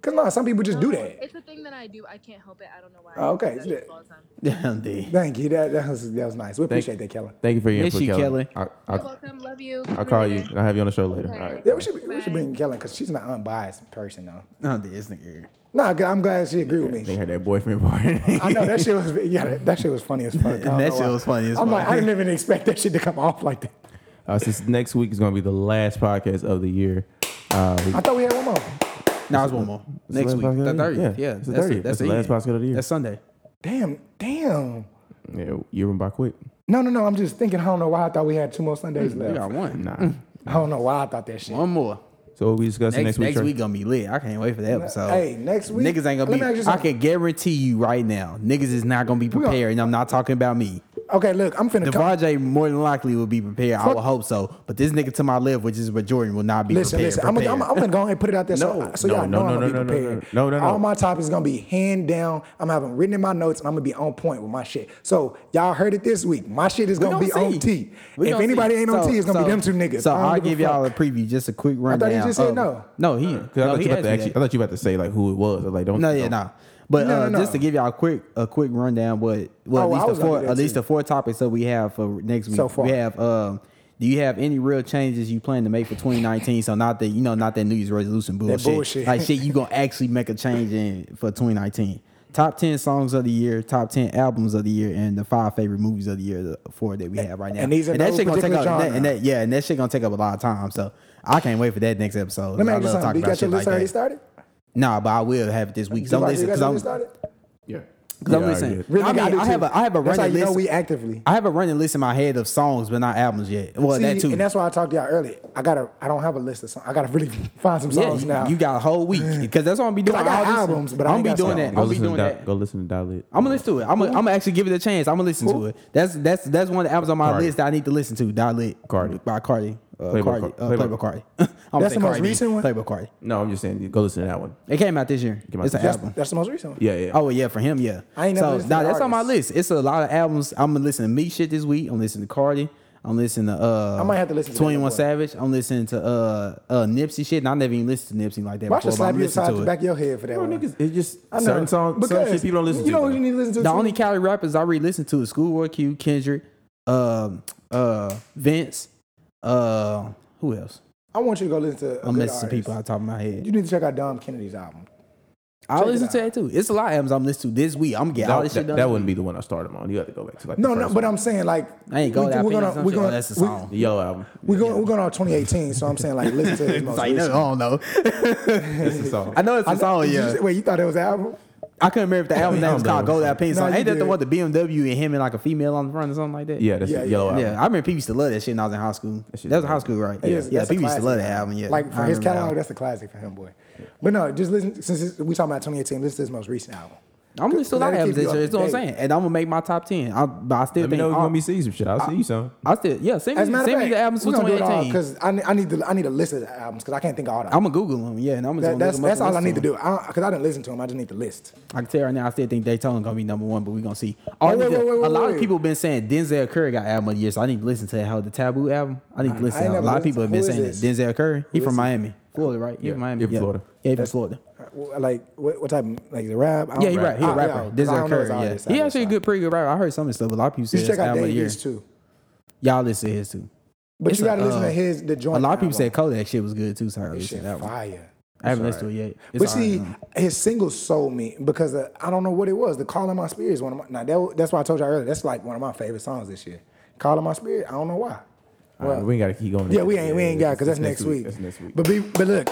[SPEAKER 3] Cause no, some people just do that.
[SPEAKER 7] It's a thing that I do. I can't help it. I don't know why. I
[SPEAKER 3] Oh,
[SPEAKER 7] do
[SPEAKER 3] okay.
[SPEAKER 7] that shit all the time.
[SPEAKER 1] Damn, dead.
[SPEAKER 3] Thank you. That, that was that was nice. We appreciate that, Keller.
[SPEAKER 2] Thank you for your
[SPEAKER 1] Miss
[SPEAKER 2] input,
[SPEAKER 1] you,
[SPEAKER 2] Kelly.
[SPEAKER 1] Kelly.
[SPEAKER 2] I,
[SPEAKER 7] You're
[SPEAKER 2] I,
[SPEAKER 7] welcome. Love you.
[SPEAKER 2] I'll
[SPEAKER 7] Come
[SPEAKER 2] call
[SPEAKER 7] later.
[SPEAKER 2] you. I'll have you on the show later.
[SPEAKER 7] Okay.
[SPEAKER 2] All right.
[SPEAKER 3] Yeah, we should we should bring Keller because she's an unbiased person though.
[SPEAKER 1] I'm dead. This nigga.
[SPEAKER 3] Nah, g- I'm glad she agreed
[SPEAKER 2] They
[SPEAKER 3] with me.
[SPEAKER 2] had that boyfriend part.
[SPEAKER 3] I know that shit was yeah that, that shit was funny as fuck. I don't
[SPEAKER 1] That
[SPEAKER 3] know
[SPEAKER 1] shit
[SPEAKER 3] why.
[SPEAKER 1] was funny as
[SPEAKER 3] I'm like
[SPEAKER 1] fuck.
[SPEAKER 3] I didn't even expect that shit to come off like that.
[SPEAKER 2] uh, since next week is going to be the last podcast of the year. Uh, we-
[SPEAKER 3] I thought we had one more.
[SPEAKER 1] No, it's one more.
[SPEAKER 2] the
[SPEAKER 1] Next
[SPEAKER 2] last
[SPEAKER 1] week.
[SPEAKER 2] podcast of
[SPEAKER 1] The
[SPEAKER 2] the year?
[SPEAKER 1] 30th. Yeah.
[SPEAKER 2] Yeah, it's the
[SPEAKER 1] that's
[SPEAKER 2] 30th.
[SPEAKER 1] it.
[SPEAKER 2] That's
[SPEAKER 1] That's
[SPEAKER 2] the
[SPEAKER 1] it.
[SPEAKER 2] last podcast of the year.
[SPEAKER 1] That's Sunday.
[SPEAKER 3] Damn, damn.
[SPEAKER 2] yeah, you run by quick.
[SPEAKER 3] No, no, no. I'm just thinking. I don't know why I thought we had two more Sundays
[SPEAKER 1] Mm, We
[SPEAKER 3] left.
[SPEAKER 1] got one.
[SPEAKER 2] Nah.
[SPEAKER 3] I don't know why I thought that shit.
[SPEAKER 1] One more.
[SPEAKER 2] So what we discussing
[SPEAKER 1] Next,
[SPEAKER 2] next,
[SPEAKER 1] next week,
[SPEAKER 2] week?
[SPEAKER 1] gonna be lit. I can't wait for the episode.
[SPEAKER 3] Hey, next week-
[SPEAKER 1] niggas ain't
[SPEAKER 3] let me ask
[SPEAKER 1] gonna
[SPEAKER 3] you
[SPEAKER 1] be. I
[SPEAKER 3] something.
[SPEAKER 1] can guarantee you right now, niggas is not gonna be
[SPEAKER 3] gonna-
[SPEAKER 1] prepared, and I'm not talking about me.
[SPEAKER 3] Okay, look, I'm finna come.
[SPEAKER 1] Devontae more than likely will be prepared. I
[SPEAKER 3] Fuck-
[SPEAKER 1] would hope so. But this nigga to my left, which is where Jordan, will not be
[SPEAKER 3] Listen,
[SPEAKER 1] prepared.
[SPEAKER 3] listen. I'm, gonna-
[SPEAKER 1] prepared.
[SPEAKER 3] I'm, gonna- I'm gonna go ahead and put it out there.
[SPEAKER 2] No,
[SPEAKER 3] so, so
[SPEAKER 2] no, no,
[SPEAKER 3] y'all know
[SPEAKER 2] no,
[SPEAKER 3] I'm
[SPEAKER 2] no,
[SPEAKER 3] gonna be
[SPEAKER 2] no, no, no,
[SPEAKER 3] prepared.
[SPEAKER 2] no, no, no.
[SPEAKER 3] All my topics gonna be hand down. I'm having written in my notes, and I'm gonna be on point with my shit. So y'all heard it this week. My shit is
[SPEAKER 1] We
[SPEAKER 3] gonna be
[SPEAKER 1] gonna
[SPEAKER 3] on
[SPEAKER 1] see.
[SPEAKER 3] T.
[SPEAKER 1] We
[SPEAKER 3] if
[SPEAKER 1] gonna
[SPEAKER 3] anybody
[SPEAKER 1] see.
[SPEAKER 3] ain't on
[SPEAKER 1] So-
[SPEAKER 3] T, it's gonna
[SPEAKER 1] so-
[SPEAKER 3] be them two niggas.
[SPEAKER 1] So
[SPEAKER 3] I don't
[SPEAKER 1] I'll
[SPEAKER 3] give a
[SPEAKER 1] give y'all a
[SPEAKER 3] fuck.
[SPEAKER 1] preview, just a quick rundown.
[SPEAKER 3] you just said
[SPEAKER 1] of-
[SPEAKER 3] no.
[SPEAKER 1] No, he.
[SPEAKER 2] Cause I
[SPEAKER 1] no,
[SPEAKER 2] thought
[SPEAKER 1] Oh, he
[SPEAKER 2] you
[SPEAKER 1] asked
[SPEAKER 2] about to
[SPEAKER 1] me
[SPEAKER 2] actually,
[SPEAKER 1] that.
[SPEAKER 2] I thought you about to say like who it was. I was like, don't.
[SPEAKER 1] No, yeah,
[SPEAKER 2] don't-
[SPEAKER 1] nah. But
[SPEAKER 3] No,
[SPEAKER 1] uh,
[SPEAKER 3] no,
[SPEAKER 1] just
[SPEAKER 3] no.
[SPEAKER 1] to give y'all a quick a quick rundown, what well
[SPEAKER 3] Oh, I
[SPEAKER 1] at least
[SPEAKER 3] was
[SPEAKER 1] the
[SPEAKER 3] gonna
[SPEAKER 1] four
[SPEAKER 3] do
[SPEAKER 1] at
[SPEAKER 3] that
[SPEAKER 1] least
[SPEAKER 3] too.
[SPEAKER 1] the four topics that we have for next week.
[SPEAKER 3] So far.
[SPEAKER 1] we have um, do you have any real changes you plan to make for 2019? so not that you know not that New Year's resolution bullshit.
[SPEAKER 3] bullshit.
[SPEAKER 1] Like shit, you gonna actually make a change in for 2019. Top 10 songs of the year, top 10 albums of the year, and the five favorite movies of the year, the four that we have right now.
[SPEAKER 3] and these are
[SPEAKER 1] that
[SPEAKER 3] no
[SPEAKER 1] shit gonna take up
[SPEAKER 3] particular
[SPEAKER 1] that- and
[SPEAKER 3] genre.
[SPEAKER 1] that, yeah, and that shit gonna take up a lot of time. So I can't wait for that next episode.
[SPEAKER 3] Let me
[SPEAKER 1] I
[SPEAKER 3] ask you
[SPEAKER 1] love talking
[SPEAKER 3] something. Do you
[SPEAKER 1] about
[SPEAKER 3] got
[SPEAKER 1] shit
[SPEAKER 3] your list
[SPEAKER 1] like
[SPEAKER 3] already
[SPEAKER 1] that.
[SPEAKER 3] started?
[SPEAKER 1] Nah, but I will have it this week.
[SPEAKER 3] You
[SPEAKER 1] So I'm
[SPEAKER 3] got- you
[SPEAKER 1] listening
[SPEAKER 3] got
[SPEAKER 1] because
[SPEAKER 3] your
[SPEAKER 1] I'm,
[SPEAKER 3] list started?
[SPEAKER 2] Yeah.
[SPEAKER 1] cause I'm
[SPEAKER 2] Yeah, I
[SPEAKER 1] listening.
[SPEAKER 2] get it.
[SPEAKER 3] Really,
[SPEAKER 1] I, mean,
[SPEAKER 3] I do
[SPEAKER 1] I have
[SPEAKER 3] too.
[SPEAKER 1] a I have a
[SPEAKER 3] That's how
[SPEAKER 1] running
[SPEAKER 3] you know
[SPEAKER 1] list.
[SPEAKER 3] we actively-
[SPEAKER 1] I have a running list in my head of songs, but not albums yet. Well,
[SPEAKER 3] See,
[SPEAKER 1] that too.
[SPEAKER 3] and that's why I talked to y'all earlier. I gotta. I don't have a list of songs. I gotta really find some
[SPEAKER 1] yeah,
[SPEAKER 3] songs
[SPEAKER 1] you,
[SPEAKER 3] now.
[SPEAKER 1] you got a whole week because that's what I'm gonna be doing.
[SPEAKER 3] I got
[SPEAKER 1] all this-
[SPEAKER 3] albums, but I
[SPEAKER 1] I'm
[SPEAKER 3] ain't
[SPEAKER 1] gonna be
[SPEAKER 3] got
[SPEAKER 1] doing
[SPEAKER 3] songs.
[SPEAKER 1] that. I'm
[SPEAKER 2] Go
[SPEAKER 1] gonna be
[SPEAKER 2] listen, to
[SPEAKER 1] doing
[SPEAKER 2] Dial-
[SPEAKER 1] that.
[SPEAKER 2] go listen to Dial It.
[SPEAKER 1] I'm gonna listen to it. I'm gonna, I'm gonna actually give it a chance. I'm gonna listen to it. That's that's that's one of the albums on my
[SPEAKER 2] Cardi.
[SPEAKER 1] list that I need to listen to. Dilate
[SPEAKER 2] Cardi.
[SPEAKER 1] by Cardi. Uh,
[SPEAKER 2] Playboy
[SPEAKER 1] Cardi.
[SPEAKER 2] Car-
[SPEAKER 1] uh,
[SPEAKER 2] Playboy-
[SPEAKER 1] Playboy Cardi. I'm gonna
[SPEAKER 3] That's
[SPEAKER 1] say
[SPEAKER 3] the most
[SPEAKER 1] Cardi B.
[SPEAKER 3] recent one?
[SPEAKER 1] Playboy Cardi.
[SPEAKER 2] No, I'm just saying, go listen to that one.
[SPEAKER 1] It came out this year.
[SPEAKER 2] Came out
[SPEAKER 1] It's an
[SPEAKER 2] this year.
[SPEAKER 3] that's,
[SPEAKER 1] album.
[SPEAKER 3] that's the most recent one.
[SPEAKER 2] Yeah, yeah.
[SPEAKER 1] Oh yeah, for him, yeah.
[SPEAKER 3] I ain't never
[SPEAKER 1] so
[SPEAKER 3] listened
[SPEAKER 1] nah,
[SPEAKER 3] to
[SPEAKER 1] that's on my
[SPEAKER 3] artists.
[SPEAKER 1] list. It's a lot of albums. I'm gonna listen to me shit this week. I'm listening to Cardi. I'm listening to uh
[SPEAKER 3] I might have to listen to that
[SPEAKER 1] 21
[SPEAKER 3] boy.
[SPEAKER 1] Savage. I'm listening to uh uh Nipsey shit. And I never even listened to Nipsey like that
[SPEAKER 3] Why should
[SPEAKER 1] before. But
[SPEAKER 3] slap
[SPEAKER 1] I'm
[SPEAKER 3] you
[SPEAKER 1] listening
[SPEAKER 3] inside the
[SPEAKER 1] to
[SPEAKER 3] back
[SPEAKER 1] it.
[SPEAKER 3] of your head for that
[SPEAKER 2] Bro,
[SPEAKER 3] one?
[SPEAKER 2] niggas, it's just
[SPEAKER 3] I know.
[SPEAKER 2] certain songs, certain shit people don't listen
[SPEAKER 3] you
[SPEAKER 2] to.
[SPEAKER 3] know what
[SPEAKER 2] though.
[SPEAKER 3] you need to listen to?
[SPEAKER 1] The
[SPEAKER 3] too?
[SPEAKER 1] only Cali rappers I really listen to is Schoolboy Q, Kendrick, um uh Vince, uh who else?
[SPEAKER 3] I want you to go listen to. a
[SPEAKER 1] I'm
[SPEAKER 3] good
[SPEAKER 1] missing some people out
[SPEAKER 3] artist.
[SPEAKER 1] the top of my head.
[SPEAKER 3] You need to check out Dom Kennedy's album.
[SPEAKER 1] I
[SPEAKER 3] check it
[SPEAKER 1] listen to that
[SPEAKER 3] out.
[SPEAKER 1] too. It's a lot of albums I'm listening to this week. I'm getting all
[SPEAKER 2] that,
[SPEAKER 1] this shit
[SPEAKER 2] that-
[SPEAKER 1] done.
[SPEAKER 2] that wouldn't be the one I started on. You have to go back to like the
[SPEAKER 3] No, no,
[SPEAKER 2] first
[SPEAKER 3] but
[SPEAKER 2] one.
[SPEAKER 3] I'm saying like
[SPEAKER 1] I ain't go
[SPEAKER 3] we-
[SPEAKER 1] there. I
[SPEAKER 3] We're
[SPEAKER 1] think
[SPEAKER 3] gonna
[SPEAKER 1] it's some
[SPEAKER 3] we're
[SPEAKER 1] shit. Oh,
[SPEAKER 3] gonna
[SPEAKER 1] that's a
[SPEAKER 3] we-
[SPEAKER 1] song.
[SPEAKER 2] the yellow album.
[SPEAKER 3] We're going we're going on 2018, so I'm saying like listen to his most
[SPEAKER 1] It's like, no, I
[SPEAKER 3] recent.
[SPEAKER 1] don't know.
[SPEAKER 2] It's a song.
[SPEAKER 1] I know it's
[SPEAKER 3] I
[SPEAKER 1] a song,
[SPEAKER 3] did you
[SPEAKER 1] yeah.
[SPEAKER 3] say- wait, you thought it was an album?
[SPEAKER 1] I couldn't remember if the album name was
[SPEAKER 2] Nah,
[SPEAKER 1] called Go That Pink
[SPEAKER 3] nah,
[SPEAKER 1] Song.
[SPEAKER 3] you
[SPEAKER 1] Ain't that the
[SPEAKER 3] did.
[SPEAKER 1] one, the BMW and him and like a female on the front or something like that?
[SPEAKER 2] yeah, that's
[SPEAKER 3] Yeah,
[SPEAKER 2] the yellow
[SPEAKER 3] yeah.
[SPEAKER 2] album.
[SPEAKER 1] Yeah, I remember people used to love that shit when I was in high school. That,
[SPEAKER 2] shit
[SPEAKER 1] was high school, right?
[SPEAKER 3] It
[SPEAKER 1] Yeah,
[SPEAKER 3] is-
[SPEAKER 1] yeah.
[SPEAKER 3] that's a
[SPEAKER 1] People used to
[SPEAKER 3] classic.
[SPEAKER 1] love that album. Yeah,
[SPEAKER 3] Like for
[SPEAKER 1] I
[SPEAKER 3] his
[SPEAKER 1] remember that
[SPEAKER 3] catalog,
[SPEAKER 1] album.
[SPEAKER 3] that's a classic for him, boy. But no, just listen. Since we talking about 2018, listen to his most recent album.
[SPEAKER 1] I'm just still
[SPEAKER 3] That'll
[SPEAKER 1] like albums
[SPEAKER 3] keep
[SPEAKER 1] this
[SPEAKER 3] you
[SPEAKER 1] year. That's
[SPEAKER 3] up to
[SPEAKER 1] what I'm
[SPEAKER 3] date.
[SPEAKER 1] saying, and I'm gonna make my top ten. I, but I still
[SPEAKER 2] Let me
[SPEAKER 1] think
[SPEAKER 2] know if you
[SPEAKER 1] I'll-
[SPEAKER 2] want me to see you some shit. I'll see you some.
[SPEAKER 1] I still yeah. Send me,
[SPEAKER 3] As a matter
[SPEAKER 1] send
[SPEAKER 3] of
[SPEAKER 1] me the
[SPEAKER 3] fact,
[SPEAKER 1] albums for
[SPEAKER 3] we're gonna do it all
[SPEAKER 1] 2018.
[SPEAKER 3] because I, ne- I need to I need to list his albums because I can't think of all of them.
[SPEAKER 1] I'm gonna Google them. Yeah, and I'm just
[SPEAKER 3] That-
[SPEAKER 1] gonna
[SPEAKER 3] that's
[SPEAKER 1] look 'em up
[SPEAKER 3] that's
[SPEAKER 1] and
[SPEAKER 3] all I
[SPEAKER 1] listen
[SPEAKER 3] need to
[SPEAKER 1] them.
[SPEAKER 3] do. Because I, didn't listen to him, I just need the list.
[SPEAKER 1] I can tell right now. I still think Daytona gonna be number one, but we are gonna see. Oh,
[SPEAKER 3] wait, wait, wait,
[SPEAKER 1] a
[SPEAKER 3] wait,
[SPEAKER 1] lot of
[SPEAKER 3] wait.
[SPEAKER 1] people been saying Denzel Curry got album of the year, so I need to listen to how the Taboo album. I need to listen.
[SPEAKER 3] I
[SPEAKER 1] to
[SPEAKER 3] ain't
[SPEAKER 1] how- a
[SPEAKER 3] never
[SPEAKER 1] lot of people have
[SPEAKER 3] listened
[SPEAKER 1] been
[SPEAKER 3] to-
[SPEAKER 1] saying
[SPEAKER 3] who
[SPEAKER 1] that
[SPEAKER 3] is
[SPEAKER 1] Denzel Curry. He
[SPEAKER 3] Who
[SPEAKER 1] from
[SPEAKER 3] is
[SPEAKER 1] Miami, Florida, right? Yeah,
[SPEAKER 2] Yeah,
[SPEAKER 1] from Miami.
[SPEAKER 2] he from
[SPEAKER 1] yeah.
[SPEAKER 2] Florida.
[SPEAKER 1] Yeah, he from Florida.
[SPEAKER 3] Uh, well, Like what, what type? Of, like the rap? I don't
[SPEAKER 1] Yeah, he right. He a
[SPEAKER 3] I-
[SPEAKER 1] rapper.
[SPEAKER 3] yeah, 'cause I
[SPEAKER 1] Denzel
[SPEAKER 3] don't know
[SPEAKER 1] Curry.
[SPEAKER 3] his
[SPEAKER 1] Yeah,
[SPEAKER 3] artist,
[SPEAKER 1] he
[SPEAKER 3] so I
[SPEAKER 1] actually a
[SPEAKER 3] just-
[SPEAKER 1] good, pretty good rapper. I heard some of his stuff, but a lot of people
[SPEAKER 3] You
[SPEAKER 1] said
[SPEAKER 3] should
[SPEAKER 1] it's
[SPEAKER 3] check out
[SPEAKER 1] album of the year.
[SPEAKER 3] Davies too.
[SPEAKER 1] Y'all listen to his too.
[SPEAKER 3] But
[SPEAKER 1] It's
[SPEAKER 3] you
[SPEAKER 1] a,
[SPEAKER 3] gotta listen
[SPEAKER 1] uh,
[SPEAKER 3] to his the
[SPEAKER 1] A
[SPEAKER 3] joint.
[SPEAKER 1] lot of people
[SPEAKER 3] album.
[SPEAKER 1] said Kodak shit was good too. So I heard
[SPEAKER 3] shit
[SPEAKER 1] listen to that one.
[SPEAKER 3] fire.
[SPEAKER 1] I haven't listened to it yet. It's
[SPEAKER 3] but
[SPEAKER 1] all right,
[SPEAKER 3] see,
[SPEAKER 1] though.
[SPEAKER 3] his singles sold me because uh, I don't know what it was. The Call of My Spirit is one of my. Now that, that's why I told you all earlier. That's like one of my favorite songs this year. Call of My Spirit. I don't know why.
[SPEAKER 2] All right, we ain't got to keep going.
[SPEAKER 3] Yeah, we ain't we ain't got because that's
[SPEAKER 2] It's
[SPEAKER 3] next week.
[SPEAKER 2] That's next week.
[SPEAKER 3] But be, but look,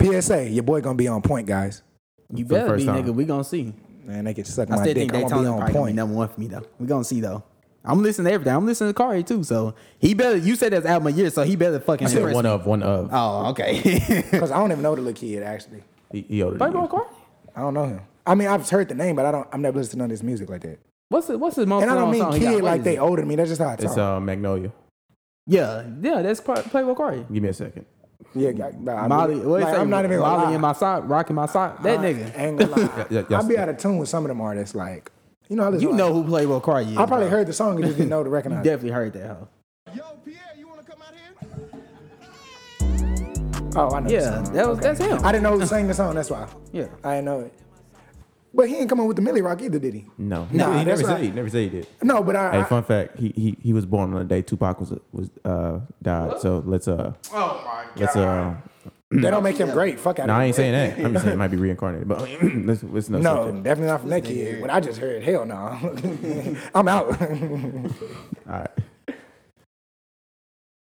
[SPEAKER 3] PSA, your boy gonna be on point, guys.
[SPEAKER 1] You
[SPEAKER 2] for the
[SPEAKER 1] better
[SPEAKER 2] first
[SPEAKER 1] be,
[SPEAKER 2] time.
[SPEAKER 1] nigga. We gonna see.
[SPEAKER 3] Man, they can suck
[SPEAKER 1] I
[SPEAKER 3] my
[SPEAKER 1] still
[SPEAKER 3] dick.
[SPEAKER 1] think
[SPEAKER 3] I'm gonna be
[SPEAKER 1] Daytona
[SPEAKER 3] on
[SPEAKER 1] probably gonna be
[SPEAKER 3] point.
[SPEAKER 1] number one for me though. We gonna see though. I'm listening to everything. I'm listening to Kari too. So he better. You said that's album of year, so he better fucking
[SPEAKER 2] I said
[SPEAKER 1] impress
[SPEAKER 2] one
[SPEAKER 1] me.
[SPEAKER 2] of, one of.
[SPEAKER 1] Oh, okay.
[SPEAKER 3] Because I don't even know the little kid actually.
[SPEAKER 2] He, he older than you.
[SPEAKER 3] I don't know him. I mean, I've heard the name, but I don't. I've never listened to none of his music like that.
[SPEAKER 1] what's his, what's his most?
[SPEAKER 3] And I don't
[SPEAKER 1] well-known
[SPEAKER 3] mean
[SPEAKER 1] song he got?
[SPEAKER 3] kid
[SPEAKER 1] What
[SPEAKER 3] like
[SPEAKER 1] is
[SPEAKER 3] they
[SPEAKER 1] it?
[SPEAKER 3] older than me. That's just how I
[SPEAKER 2] It's
[SPEAKER 3] talk.
[SPEAKER 2] uh, Magnolia.
[SPEAKER 1] Yeah, yeah. That's Par- Playboy Kari.
[SPEAKER 2] Give me a second.
[SPEAKER 3] yeah, I- I- I-
[SPEAKER 1] Molly, what
[SPEAKER 3] like, I'm not even gonna
[SPEAKER 1] Molly
[SPEAKER 3] lie.
[SPEAKER 1] in my sock, rocking my sock. That nigga.
[SPEAKER 3] I ain't gonna lie.
[SPEAKER 2] Yeah, yeah,
[SPEAKER 3] I be
[SPEAKER 2] yeah.
[SPEAKER 3] out of tune with some of them artists. Like, you know, I listen
[SPEAKER 1] You
[SPEAKER 3] to,
[SPEAKER 1] know
[SPEAKER 3] like,
[SPEAKER 1] who Playboy Kari is.
[SPEAKER 3] I probably
[SPEAKER 1] bro.
[SPEAKER 3] heard the song and just didn't know to
[SPEAKER 1] You
[SPEAKER 3] recognize. it.
[SPEAKER 1] definitely heard that. Huh?
[SPEAKER 3] Oh, I know. the
[SPEAKER 1] Yeah,
[SPEAKER 3] song.
[SPEAKER 1] that was that's him.
[SPEAKER 3] I didn't know who sang the song. That's why.
[SPEAKER 1] Yeah.
[SPEAKER 3] I didn't know it. But he ain't coming with the Millie Rock either, did he?
[SPEAKER 2] No, he,
[SPEAKER 3] Nah,
[SPEAKER 2] he never
[SPEAKER 3] that's what
[SPEAKER 2] said.
[SPEAKER 3] I-
[SPEAKER 2] He never said he did.
[SPEAKER 3] No, but I.
[SPEAKER 2] Hey,
[SPEAKER 3] I-
[SPEAKER 2] fun fact: he, he he was born on the day Tupac was was uh died. So let's uh let's uh.
[SPEAKER 3] that don't make him great. Fuck out.
[SPEAKER 2] No,
[SPEAKER 3] of
[SPEAKER 2] I
[SPEAKER 3] here.
[SPEAKER 2] ain't saying that. I'm just saying it might be reincarnated, but let's let's not.
[SPEAKER 3] No,
[SPEAKER 2] subject.
[SPEAKER 3] definitely not from that kid. What I just heard, hell no. I'm out.
[SPEAKER 2] All right.